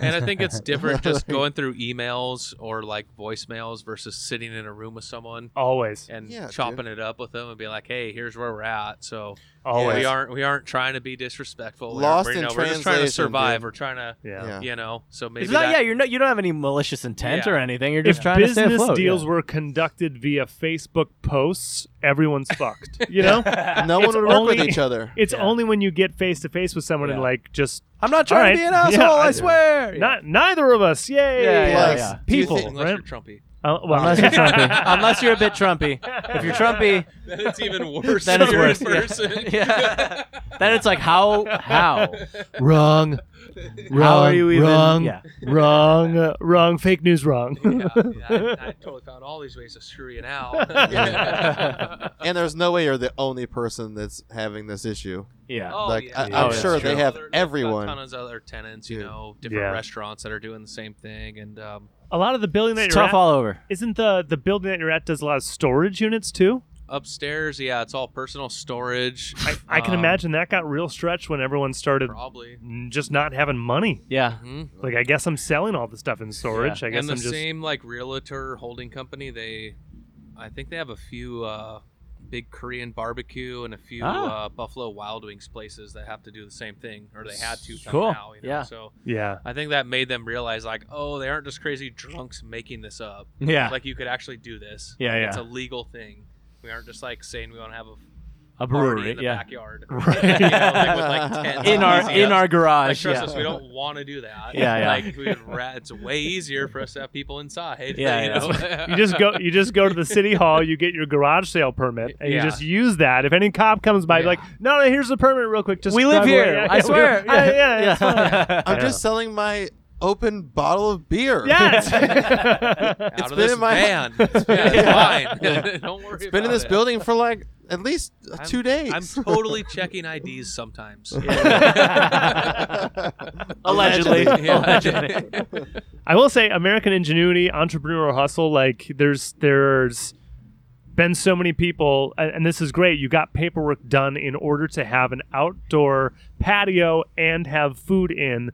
[SPEAKER 3] and I think it's different just going through emails or like voicemails versus sitting in a room with someone
[SPEAKER 2] Always.
[SPEAKER 3] and
[SPEAKER 4] Yeah, dude.
[SPEAKER 3] chopping it up with them and be like, "Hey, here's where we're at." So
[SPEAKER 2] Always.
[SPEAKER 3] Oh, we
[SPEAKER 4] Yeah.
[SPEAKER 3] aren't we aren't trying to be disrespectful. We
[SPEAKER 4] Lost
[SPEAKER 3] aren't-
[SPEAKER 4] in
[SPEAKER 3] we're, We're just trying to
[SPEAKER 4] translation,
[SPEAKER 3] survive.
[SPEAKER 4] dude.
[SPEAKER 3] We're trying to,
[SPEAKER 2] Yeah.
[SPEAKER 4] Yeah.
[SPEAKER 3] you know. So maybe
[SPEAKER 1] it's not.
[SPEAKER 3] that-
[SPEAKER 1] yeah, you're no, you don't have any malicious intent
[SPEAKER 3] Yeah.
[SPEAKER 1] or anything. You're just
[SPEAKER 2] If
[SPEAKER 1] trying to stay
[SPEAKER 2] business
[SPEAKER 1] afloat.
[SPEAKER 2] deals
[SPEAKER 1] yeah.
[SPEAKER 2] were conducted via Facebook posts, everyone's fucked. You know?
[SPEAKER 4] No
[SPEAKER 2] It's
[SPEAKER 4] one would work with
[SPEAKER 2] only-
[SPEAKER 4] each other.
[SPEAKER 2] It's
[SPEAKER 1] Yeah.
[SPEAKER 2] only when you get face to face with someone and
[SPEAKER 1] Yeah.
[SPEAKER 2] like just
[SPEAKER 1] I'm not trying to be an
[SPEAKER 2] Alright.
[SPEAKER 1] asshole.
[SPEAKER 2] Yeah,
[SPEAKER 1] I
[SPEAKER 2] I-
[SPEAKER 1] swear. Yeah.
[SPEAKER 2] not neither of us. Yay!
[SPEAKER 1] Yeah, yeah,
[SPEAKER 2] Like,
[SPEAKER 1] yeah.
[SPEAKER 4] Do you
[SPEAKER 2] People,
[SPEAKER 4] think-
[SPEAKER 3] unless
[SPEAKER 2] right?
[SPEAKER 3] you're Trumpy.
[SPEAKER 2] Uh, well,
[SPEAKER 1] Unless you're Trumpy. Unless you're a bit Trumpy. If you're Trumpy,
[SPEAKER 3] Then it's even worse.
[SPEAKER 1] Then
[SPEAKER 3] when
[SPEAKER 1] it's
[SPEAKER 3] you're in
[SPEAKER 1] worse, yeah.
[SPEAKER 3] person.
[SPEAKER 1] Yeah. then it's like how how
[SPEAKER 6] Wrong. Wrong.
[SPEAKER 1] how are you even?
[SPEAKER 6] wrong.
[SPEAKER 1] Yeah.
[SPEAKER 2] wrong, uh, wrong, fake news, wrong.
[SPEAKER 3] yeah, I, I totally found all these ways to screw you now.
[SPEAKER 4] Yeah. And there's no way you're the only person that's having this issue.
[SPEAKER 1] Yeah.
[SPEAKER 3] Oh,
[SPEAKER 4] Like,
[SPEAKER 3] yeah.
[SPEAKER 4] I- I'm
[SPEAKER 1] Oh, yeah.
[SPEAKER 4] sure they have
[SPEAKER 3] There's
[SPEAKER 4] everyone.
[SPEAKER 3] A ton of other tenants, you
[SPEAKER 4] Yeah.
[SPEAKER 3] know, different
[SPEAKER 2] Yeah.
[SPEAKER 3] restaurants that are doing the same thing, and um,
[SPEAKER 2] A lot of the building that
[SPEAKER 1] It's
[SPEAKER 2] you're
[SPEAKER 1] tough
[SPEAKER 2] at,
[SPEAKER 1] all over.
[SPEAKER 2] isn't the the building that you're at does a lot of storage units too?
[SPEAKER 3] upstairs, yeah, it's all personal storage.
[SPEAKER 2] I, I can
[SPEAKER 3] Um,
[SPEAKER 2] imagine that got real stretched when everyone started
[SPEAKER 3] Probably.
[SPEAKER 2] n- just not having money.
[SPEAKER 1] Yeah.
[SPEAKER 3] hmm
[SPEAKER 2] Like, I guess I'm selling all the stuff in storage. I guess
[SPEAKER 3] and the
[SPEAKER 2] I'm just.
[SPEAKER 3] same like realtor holding company they i think they have a few uh big korean barbecue and a few
[SPEAKER 1] Ah.
[SPEAKER 3] uh, buffalo wild wings places that have to do the same thing or they had to
[SPEAKER 1] Cool.
[SPEAKER 3] somehow you know?
[SPEAKER 1] Yeah.
[SPEAKER 3] so
[SPEAKER 2] Yeah.
[SPEAKER 3] i think that made them realize like oh they aren't just crazy drunks making this up
[SPEAKER 1] Mm, Yeah.
[SPEAKER 3] like you could actually do this
[SPEAKER 1] Yeah,
[SPEAKER 3] Like, it's
[SPEAKER 1] yeah.
[SPEAKER 3] a legal thing we aren't just like saying we want to have a
[SPEAKER 1] a
[SPEAKER 3] party
[SPEAKER 1] brewery.
[SPEAKER 3] in the
[SPEAKER 1] yeah.
[SPEAKER 3] backyard
[SPEAKER 2] Right.
[SPEAKER 3] you know, like, with, like, tents
[SPEAKER 1] In
[SPEAKER 3] and
[SPEAKER 1] our
[SPEAKER 3] easy
[SPEAKER 1] in our
[SPEAKER 3] like,
[SPEAKER 1] garage.
[SPEAKER 3] trust
[SPEAKER 1] yeah.
[SPEAKER 3] us, we don't want to do that.
[SPEAKER 1] Yeah, yeah.
[SPEAKER 3] Like, we would ra- it's way easier for us to have people inside.
[SPEAKER 1] Yeah,
[SPEAKER 3] you
[SPEAKER 1] yeah.
[SPEAKER 3] know?
[SPEAKER 2] You just go. You just go to the city hall. You get your garage sale permit, and
[SPEAKER 3] Yeah.
[SPEAKER 2] you just use that. If any cop comes by, be
[SPEAKER 3] Yeah.
[SPEAKER 2] like, no, no, here's the permit, real quick. Just
[SPEAKER 1] we live
[SPEAKER 2] drive away."
[SPEAKER 1] here.
[SPEAKER 2] Yeah,
[SPEAKER 1] I
[SPEAKER 2] yeah, we-
[SPEAKER 1] swear.
[SPEAKER 2] Yeah, yeah, yeah, it's fine.
[SPEAKER 4] I'm just selling my open bottle of beer.
[SPEAKER 2] Yes.
[SPEAKER 3] Out
[SPEAKER 4] It's
[SPEAKER 3] of
[SPEAKER 4] been
[SPEAKER 3] this
[SPEAKER 4] in my-
[SPEAKER 3] van. It's been- it's
[SPEAKER 4] Yeah.
[SPEAKER 3] fine. Don't worry.
[SPEAKER 4] It's been in
[SPEAKER 3] about
[SPEAKER 4] this
[SPEAKER 3] it.
[SPEAKER 4] building for like at least uh,
[SPEAKER 3] I'm-
[SPEAKER 4] two days.
[SPEAKER 3] I'm totally checking IDs sometimes.
[SPEAKER 1] Allegedly.
[SPEAKER 3] Yeah.
[SPEAKER 1] Allegedly.
[SPEAKER 2] I will say American ingenuity, entrepreneurial hustle, like there's there's been so many people and, and this is great. You got paperwork done in order to have an outdoor patio and have food in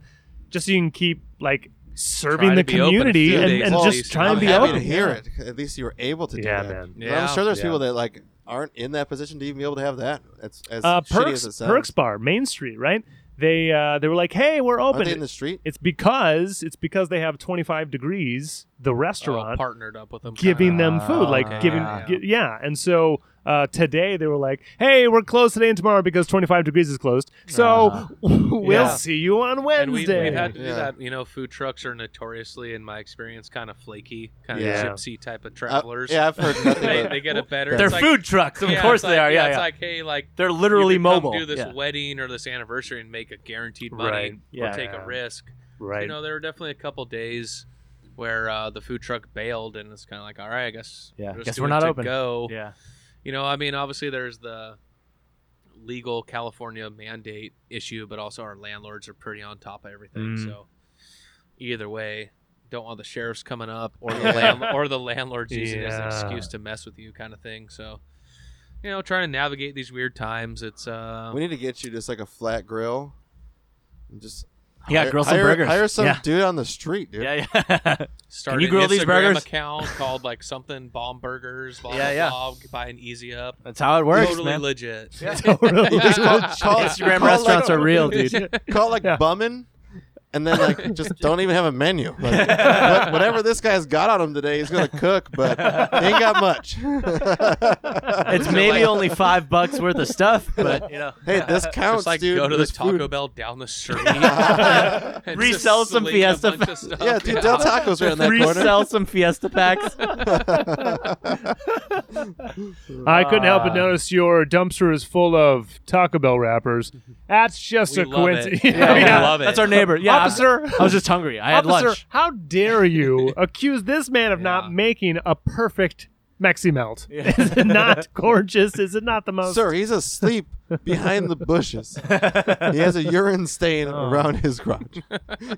[SPEAKER 2] just so you can keep like serving
[SPEAKER 3] Try
[SPEAKER 2] the
[SPEAKER 3] to be open a
[SPEAKER 2] community
[SPEAKER 3] few
[SPEAKER 2] and,
[SPEAKER 3] days
[SPEAKER 2] and
[SPEAKER 3] at
[SPEAKER 2] just
[SPEAKER 3] least.
[SPEAKER 2] try
[SPEAKER 4] I'm
[SPEAKER 2] and be
[SPEAKER 4] happy
[SPEAKER 2] open.
[SPEAKER 4] to hear
[SPEAKER 2] yeah.
[SPEAKER 4] it. At least you were able to do
[SPEAKER 2] Yeah,
[SPEAKER 4] that.
[SPEAKER 2] man.
[SPEAKER 4] I'm
[SPEAKER 3] Yeah.
[SPEAKER 4] sure there's
[SPEAKER 5] Yeah.
[SPEAKER 4] people that like aren't in that position to even be able to have that. As, as
[SPEAKER 2] Uh,
[SPEAKER 4] shitty
[SPEAKER 2] perks,
[SPEAKER 4] as it sounds.
[SPEAKER 2] perks bar, Main Street, right? They uh, they were like, hey, we're
[SPEAKER 4] Aren't
[SPEAKER 2] open.
[SPEAKER 4] they in the street?
[SPEAKER 2] it's because it's because they have 25 degrees. The
[SPEAKER 3] Oh,
[SPEAKER 2] restaurant
[SPEAKER 3] partnered up with them.
[SPEAKER 2] giving
[SPEAKER 3] kinda.
[SPEAKER 2] them food,
[SPEAKER 1] Ah,
[SPEAKER 2] like
[SPEAKER 1] okay,
[SPEAKER 2] giving,
[SPEAKER 3] Oh, yeah,
[SPEAKER 2] yeah. yeah. And so uh, today they were like, "Hey, we're closed today and tomorrow because 25 degrees is closed. So
[SPEAKER 1] Ah.
[SPEAKER 2] we'll
[SPEAKER 3] Uh-huh. Yeah.
[SPEAKER 2] see you on Wednesday."
[SPEAKER 3] And we, we've had to do
[SPEAKER 4] Yeah.
[SPEAKER 3] that. You know, food trucks are notoriously, in my experience, kind of flaky, kind of
[SPEAKER 2] Yeah.
[SPEAKER 3] gypsy type of
[SPEAKER 4] Uh,
[SPEAKER 3] travelers.
[SPEAKER 4] yeah, I've heard nothing.
[SPEAKER 3] they,
[SPEAKER 4] but-
[SPEAKER 3] they get it better.
[SPEAKER 1] They're
[SPEAKER 3] It's like-
[SPEAKER 1] food trucks. Of
[SPEAKER 3] yeah,
[SPEAKER 1] course
[SPEAKER 3] it's
[SPEAKER 1] they
[SPEAKER 3] like-
[SPEAKER 1] are. Yeah,
[SPEAKER 3] It's
[SPEAKER 1] yeah.
[SPEAKER 3] like, hey, like
[SPEAKER 1] They're literally
[SPEAKER 3] you could come
[SPEAKER 1] mobile.
[SPEAKER 3] do this
[SPEAKER 1] yeah.
[SPEAKER 3] wedding or this anniversary and make a guaranteed money
[SPEAKER 2] Right.
[SPEAKER 1] Yeah.
[SPEAKER 3] or take a risk.
[SPEAKER 2] right.
[SPEAKER 3] You know, there were definitely a couple days where uh, the food truck bailed, and it's kind of like, all right, I guess
[SPEAKER 1] Yeah.
[SPEAKER 3] just
[SPEAKER 1] Guess
[SPEAKER 3] do
[SPEAKER 1] we're
[SPEAKER 3] it
[SPEAKER 1] not
[SPEAKER 3] to
[SPEAKER 1] open."
[SPEAKER 3] Go.
[SPEAKER 1] Yeah.
[SPEAKER 3] You know, I mean, obviously there's the legal California mandate issue, but also our landlords are pretty on top of everything.
[SPEAKER 1] Mm.
[SPEAKER 3] So either way, don't want the sheriffs coming up or the land- or the landlords using it as an
[SPEAKER 2] Yeah.
[SPEAKER 3] excuse to mess with you, kind of thing. So. You know, trying to navigate these weird times. It's uh,
[SPEAKER 4] we need to get you just like a flat grill. And just
[SPEAKER 1] Yeah,
[SPEAKER 4] hire,
[SPEAKER 1] grill some
[SPEAKER 4] hire-
[SPEAKER 1] burgers.
[SPEAKER 4] Hire some
[SPEAKER 1] Yeah.
[SPEAKER 4] dude on the street, dude.
[SPEAKER 1] Yeah, yeah.
[SPEAKER 3] start
[SPEAKER 1] Can you
[SPEAKER 3] an
[SPEAKER 1] grill these
[SPEAKER 3] Instagram
[SPEAKER 1] burgers?
[SPEAKER 3] account called like something bomb burgers, blah
[SPEAKER 1] Yeah,
[SPEAKER 3] blah
[SPEAKER 1] yeah.
[SPEAKER 3] blah. Buy an easy up.
[SPEAKER 1] That's how it works,
[SPEAKER 3] totally
[SPEAKER 1] man.
[SPEAKER 3] legit.
[SPEAKER 4] You just call, call,
[SPEAKER 1] Instagram
[SPEAKER 4] call
[SPEAKER 1] restaurants
[SPEAKER 4] like,
[SPEAKER 1] are real, dude.
[SPEAKER 4] Call like
[SPEAKER 2] Yeah.
[SPEAKER 4] Bummin, and then like just don't even have a menu. Like, what- whatever this guy's got on him today, he's gonna cook, but he ain't got much.
[SPEAKER 1] It's maybe only five bucks worth of stuff, but you know,
[SPEAKER 4] hey, this counts,
[SPEAKER 3] Just like
[SPEAKER 4] dude.
[SPEAKER 3] go to the
[SPEAKER 4] this
[SPEAKER 3] Taco
[SPEAKER 4] food.
[SPEAKER 3] Bell down the street, and just
[SPEAKER 1] Resell some
[SPEAKER 3] sleeve a
[SPEAKER 1] Fiesta
[SPEAKER 3] bunch of stuff.
[SPEAKER 4] Yeah, dude, Del Taco's right in that corner.
[SPEAKER 1] resell some Fiesta packs.
[SPEAKER 2] I couldn't help but
[SPEAKER 1] Uh,
[SPEAKER 2] notice your dumpster is full of Taco Bell wrappers. That's just
[SPEAKER 3] We
[SPEAKER 2] a
[SPEAKER 3] love
[SPEAKER 2] coincidence.
[SPEAKER 3] it. Yeah, we love it.
[SPEAKER 1] That's our neighbor. Yeah, I-
[SPEAKER 2] Officer,
[SPEAKER 1] I was just hungry. I had
[SPEAKER 2] officer,
[SPEAKER 1] lunch.
[SPEAKER 2] how dare you accuse this man of
[SPEAKER 3] Yeah.
[SPEAKER 2] not making a perfect Mexi melt?
[SPEAKER 1] Yeah.
[SPEAKER 2] Is it not gorgeous? Is it not the most?
[SPEAKER 4] Sir, he's asleep behind the bushes. He has a urine stain
[SPEAKER 2] Oh.
[SPEAKER 4] around his crotch.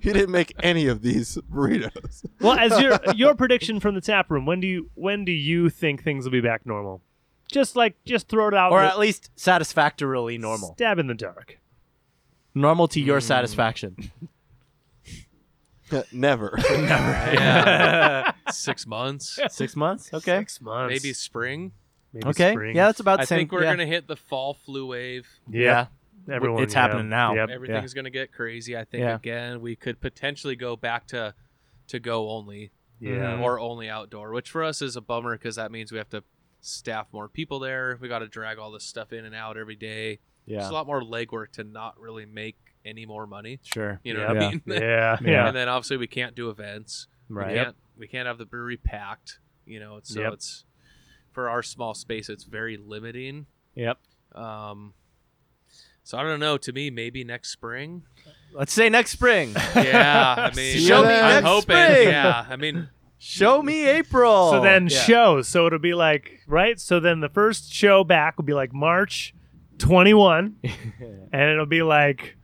[SPEAKER 4] He didn't make any of these burritos.
[SPEAKER 2] well, as your your prediction from the tap room, when do you when do you think things will be back normal? Just like just throw it out,
[SPEAKER 1] Or
[SPEAKER 2] in
[SPEAKER 1] at
[SPEAKER 2] the-
[SPEAKER 1] least satisfactorily normal. Hmm.
[SPEAKER 2] stab in the dark.
[SPEAKER 1] Normal to your satisfaction.
[SPEAKER 4] Never.
[SPEAKER 3] Yeah. six months,
[SPEAKER 1] Six months? Okay.
[SPEAKER 2] Six months,
[SPEAKER 3] maybe spring.
[SPEAKER 2] maybe
[SPEAKER 1] okay.
[SPEAKER 2] spring.
[SPEAKER 1] Yeah, that's about the
[SPEAKER 3] I
[SPEAKER 1] same.
[SPEAKER 3] think we're
[SPEAKER 1] yeah.
[SPEAKER 3] gonna hit the fall flu wave.
[SPEAKER 2] yeah. Everyone,
[SPEAKER 1] It's
[SPEAKER 2] yeah.
[SPEAKER 1] happening now.
[SPEAKER 2] Yep.
[SPEAKER 3] Everything's gonna get crazy. I think
[SPEAKER 1] Yeah.
[SPEAKER 3] again, we could potentially go back to to go only.
[SPEAKER 1] Mm-hmm.
[SPEAKER 2] Yeah.
[SPEAKER 3] or only outdoor, which for us is a bummer because that means we have to staff more people there. We got to drag all this stuff in and out every day. It's
[SPEAKER 1] Yeah.
[SPEAKER 3] a lot more legwork to not really make any more money.
[SPEAKER 1] Sure.
[SPEAKER 3] You know
[SPEAKER 2] Yeah.
[SPEAKER 3] what I
[SPEAKER 1] Yeah.
[SPEAKER 3] mean?
[SPEAKER 2] Yeah, yeah.
[SPEAKER 3] and then obviously we can't do events. We
[SPEAKER 1] Right.
[SPEAKER 3] can't, we can't have the brewery packed. You know, it's, so
[SPEAKER 2] Yep.
[SPEAKER 3] it's for our small space. It's very limiting.
[SPEAKER 1] Yep.
[SPEAKER 3] Um, so I don't know. To me, maybe next spring.
[SPEAKER 1] Let's say next spring.
[SPEAKER 3] Yeah, I mean,
[SPEAKER 4] Show me
[SPEAKER 3] I'm
[SPEAKER 1] next
[SPEAKER 3] hoping.
[SPEAKER 1] spring.
[SPEAKER 3] Yeah, I mean,
[SPEAKER 1] Show me April.
[SPEAKER 2] So then
[SPEAKER 1] Yeah.
[SPEAKER 2] shows. So it'll be like right. So then the first show back will be like March twenty one, and it'll be like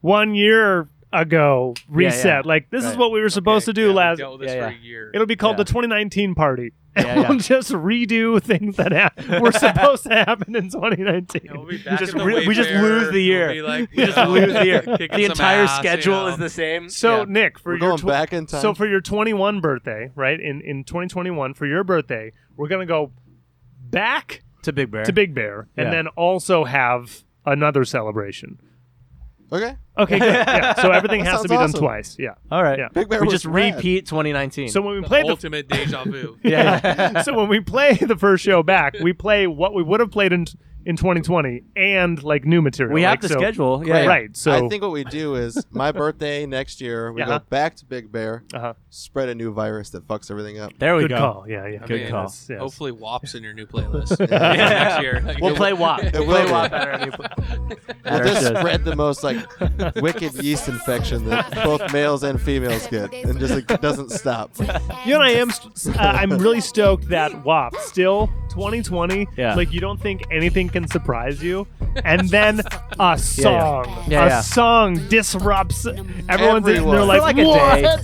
[SPEAKER 2] one year ago reset.
[SPEAKER 1] yeah.
[SPEAKER 2] Like this is
[SPEAKER 1] Right.
[SPEAKER 2] what we were supposed to do last.
[SPEAKER 3] Dealt with this
[SPEAKER 1] yeah,
[SPEAKER 3] for
[SPEAKER 1] yeah.
[SPEAKER 3] a year.
[SPEAKER 2] It'll be called
[SPEAKER 1] Yeah.
[SPEAKER 2] the 2019 party.
[SPEAKER 1] Yeah,
[SPEAKER 2] And we'll
[SPEAKER 1] yeah.
[SPEAKER 2] just redo things that hap- were supposed to happen in 2019.
[SPEAKER 3] Yeah, we'll be back
[SPEAKER 1] just
[SPEAKER 3] at the
[SPEAKER 1] re- we just
[SPEAKER 3] Wayfair.
[SPEAKER 1] lose the
[SPEAKER 3] We'll
[SPEAKER 1] year.
[SPEAKER 3] be like,
[SPEAKER 1] We just
[SPEAKER 3] you know,
[SPEAKER 1] lose the year.
[SPEAKER 3] kicking
[SPEAKER 1] The
[SPEAKER 3] some
[SPEAKER 1] entire
[SPEAKER 3] ass, you
[SPEAKER 1] schedule
[SPEAKER 3] know.
[SPEAKER 1] is the same.
[SPEAKER 2] so
[SPEAKER 1] Yeah.
[SPEAKER 2] Nick, for
[SPEAKER 4] We're
[SPEAKER 2] your
[SPEAKER 4] going
[SPEAKER 2] tw-
[SPEAKER 4] back in time.
[SPEAKER 2] so for your 21 birthday, right in in 2021, for your birthday, we're gonna go back
[SPEAKER 1] to Big Bear.
[SPEAKER 2] to Big Bear and
[SPEAKER 1] Yeah.
[SPEAKER 2] then also have another celebration.
[SPEAKER 4] okay.
[SPEAKER 2] Okay, good. yeah. So everything has to
[SPEAKER 4] sounds
[SPEAKER 2] be done
[SPEAKER 4] awesome.
[SPEAKER 2] twice. Yeah.
[SPEAKER 1] All right.
[SPEAKER 2] Yeah.
[SPEAKER 4] Big Bear
[SPEAKER 1] We
[SPEAKER 4] was
[SPEAKER 1] just
[SPEAKER 4] rad.
[SPEAKER 1] repeat 2019.
[SPEAKER 2] So when we
[SPEAKER 3] The
[SPEAKER 2] play the
[SPEAKER 3] ultimate deja vu.
[SPEAKER 1] yeah.
[SPEAKER 2] so when we play the first show back, we play what we would have played in in 2020 and like new material.
[SPEAKER 1] we
[SPEAKER 2] Like,
[SPEAKER 1] have the
[SPEAKER 2] so-
[SPEAKER 1] schedule. Yeah. yeah.
[SPEAKER 2] Right. So
[SPEAKER 4] I think what we do is my birthday next year, we
[SPEAKER 1] Uh-huh.
[SPEAKER 2] Yeah.
[SPEAKER 4] go back to Big Bear,
[SPEAKER 2] Uh-huh.
[SPEAKER 4] spread a new virus that fucks everything up.
[SPEAKER 1] There we
[SPEAKER 2] good
[SPEAKER 1] go.
[SPEAKER 2] call. Yeah, yeah.
[SPEAKER 3] I
[SPEAKER 1] Good
[SPEAKER 3] mean,
[SPEAKER 1] call.
[SPEAKER 2] Yes, yes.
[SPEAKER 3] Hopefully, WAP's in your new playlist
[SPEAKER 1] Yeah.
[SPEAKER 3] next year. Like,
[SPEAKER 1] We'll play WAP. We'll
[SPEAKER 4] will
[SPEAKER 1] play
[SPEAKER 4] be.
[SPEAKER 1] WAP better.
[SPEAKER 4] We'll
[SPEAKER 1] There it
[SPEAKER 4] just
[SPEAKER 1] is.
[SPEAKER 4] spread the most like wicked yeast infection that both males and females get, and just it doesn't stop.
[SPEAKER 2] You know, what I am. St- uh, I'm really stoked that WAP still 2020.
[SPEAKER 1] Yeah.
[SPEAKER 2] Like you don't think anything can surprise you, and then a song,
[SPEAKER 1] Yeah,
[SPEAKER 2] a
[SPEAKER 1] yeah.
[SPEAKER 2] song disrupts everyone's. in- They're
[SPEAKER 4] Everyone.
[SPEAKER 2] like,
[SPEAKER 1] For like a
[SPEAKER 2] what?
[SPEAKER 1] day.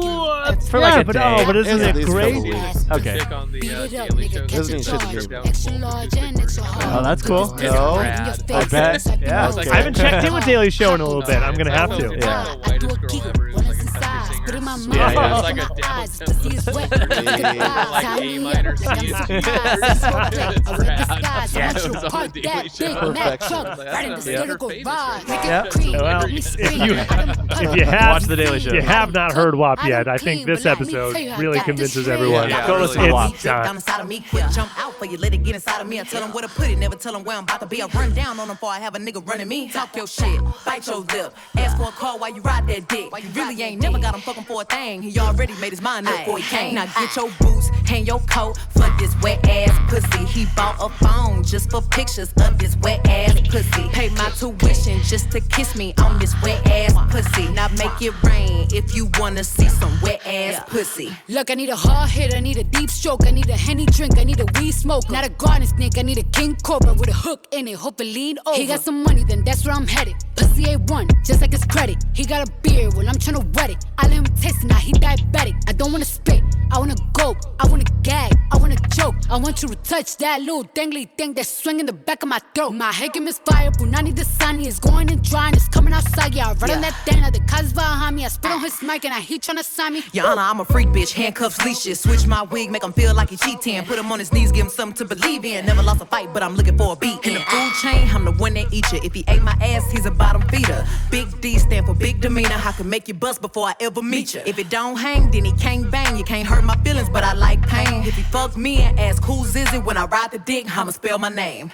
[SPEAKER 2] What?
[SPEAKER 1] For
[SPEAKER 2] yeah,
[SPEAKER 1] like a
[SPEAKER 2] but,
[SPEAKER 1] day.
[SPEAKER 2] Oh, but isn't
[SPEAKER 4] It's at
[SPEAKER 2] it
[SPEAKER 4] least a
[SPEAKER 2] great?
[SPEAKER 4] couple weeks.
[SPEAKER 1] Okay.
[SPEAKER 3] Pick on the, uh,
[SPEAKER 7] Beat it up,
[SPEAKER 3] Daily
[SPEAKER 7] nigga,
[SPEAKER 3] Show
[SPEAKER 7] catch
[SPEAKER 4] Disney
[SPEAKER 7] a
[SPEAKER 4] should've
[SPEAKER 7] charge.
[SPEAKER 4] given
[SPEAKER 7] Extra large and extra hard.
[SPEAKER 1] Oh, that's cool.
[SPEAKER 7] It's
[SPEAKER 4] No.
[SPEAKER 7] in your
[SPEAKER 1] I
[SPEAKER 7] face,
[SPEAKER 1] bet.
[SPEAKER 7] it's like
[SPEAKER 1] Yeah.
[SPEAKER 7] balls.
[SPEAKER 2] I haven't checked in with Daily Show in a little bit. I'm gonna have to.
[SPEAKER 1] Yeah.
[SPEAKER 7] I do a kick when it's inside. Put it in my mouth,
[SPEAKER 1] Yeah, yeah.
[SPEAKER 7] look in my eyes. The sea is wet. Look at the
[SPEAKER 3] Like
[SPEAKER 7] clouds. I
[SPEAKER 3] A
[SPEAKER 7] need
[SPEAKER 3] minor
[SPEAKER 7] it. Like I'm
[SPEAKER 3] C.
[SPEAKER 7] surprised. I read the skies. I
[SPEAKER 3] Yeah.
[SPEAKER 7] want you
[SPEAKER 3] It's
[SPEAKER 7] to
[SPEAKER 3] on
[SPEAKER 7] park
[SPEAKER 3] the Daily
[SPEAKER 7] that
[SPEAKER 3] Show.
[SPEAKER 7] big Mac
[SPEAKER 4] Perfection.
[SPEAKER 7] truck
[SPEAKER 3] That's
[SPEAKER 7] right in
[SPEAKER 3] not
[SPEAKER 7] the
[SPEAKER 3] the other
[SPEAKER 7] lyrical
[SPEAKER 3] famous
[SPEAKER 7] vibe.
[SPEAKER 3] right
[SPEAKER 7] Make
[SPEAKER 1] Yeah.
[SPEAKER 7] it cream,
[SPEAKER 2] Well,
[SPEAKER 7] let me scream.
[SPEAKER 2] you- If you have
[SPEAKER 1] Watch the Daily Show.
[SPEAKER 2] You have not heard WAP yet. I think this episode really convinces everyone.
[SPEAKER 3] Yeah.
[SPEAKER 1] Go listen to
[SPEAKER 2] It's- uh,
[SPEAKER 1] WAP.
[SPEAKER 2] time.
[SPEAKER 8] Down inside of me, quick. Jump out for you, let it get inside of me. I tell them where to put it, never tell them where I'm about to be. I run down on them before I have a nigga running me. Talk your shit, bite your lip. Ask for a call while you ride that dick. You really ain't never got him fucking for a thing. He already made his mind up before he came. Now get your boots, hang your coat for this wet ass pussy. He bought a phone just for pictures of this wet ass pussy. Pay my tuition just to kiss me on this wet ass pussy. Now make it rain if you wanna see some wet ass pussy.
[SPEAKER 7] Look, I need a hard hit, I need a deep stroke, I need a henny drink, I need a weed smoke. Not a garden snake, I need a king cobra with a hook in it, hope it lean over. He got some money, then that's where I'm headed. Pussy A1, just like his credit. He got a beard, well, I'm tryna wet it. I let him taste it, now he diabetic. I don't wanna spit, I wanna go, I wanna gag, I wanna choke. I want you to touch that little dangly thing that's swinging the back of my throat. My hickam is fire, Punani the sunny is going and drying, it's coming outside, yeah. I run on that thing, now the cuz behind me. I spit on his mic, and I he tryna sign me.
[SPEAKER 8] Your honor, I'm a freak bitch. Handcuffs, leashes. Switch my wig, make him feel like he cheating. Put him on his knees, give him something to believe in. Never lost a fight, but I'm looking for a beat. In the food chain, I'm the one that eat you. If he ate my ass, he's a bottom feeder. Big D stand for big demeanor. I can make you bust before I ever meet you. If it don't hang, then he can't bang. You can't hurt my feelings, but I like pain. If he fuck me and ask who's is it when I ride the dick, I'ma spell my name.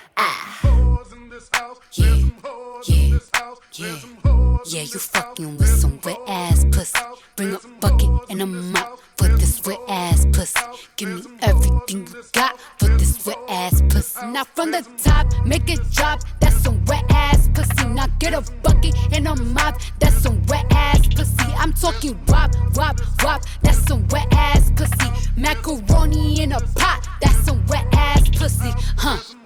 [SPEAKER 7] Yeah, yeah, yeah, yeah. You fucking with some wet ass pussy. Bring a bucket and a mop for this wet ass pussy. Give me everything you got for this wet ass pussy. Now from the top, make it drop. That's some wet ass pussy. Now get a bucket and a mop. That's some wet ass pussy. I'm talking wop, wop, wop. That's some wet ass pussy. Macaroni in a pot. That's some wet ass pussy. Huh?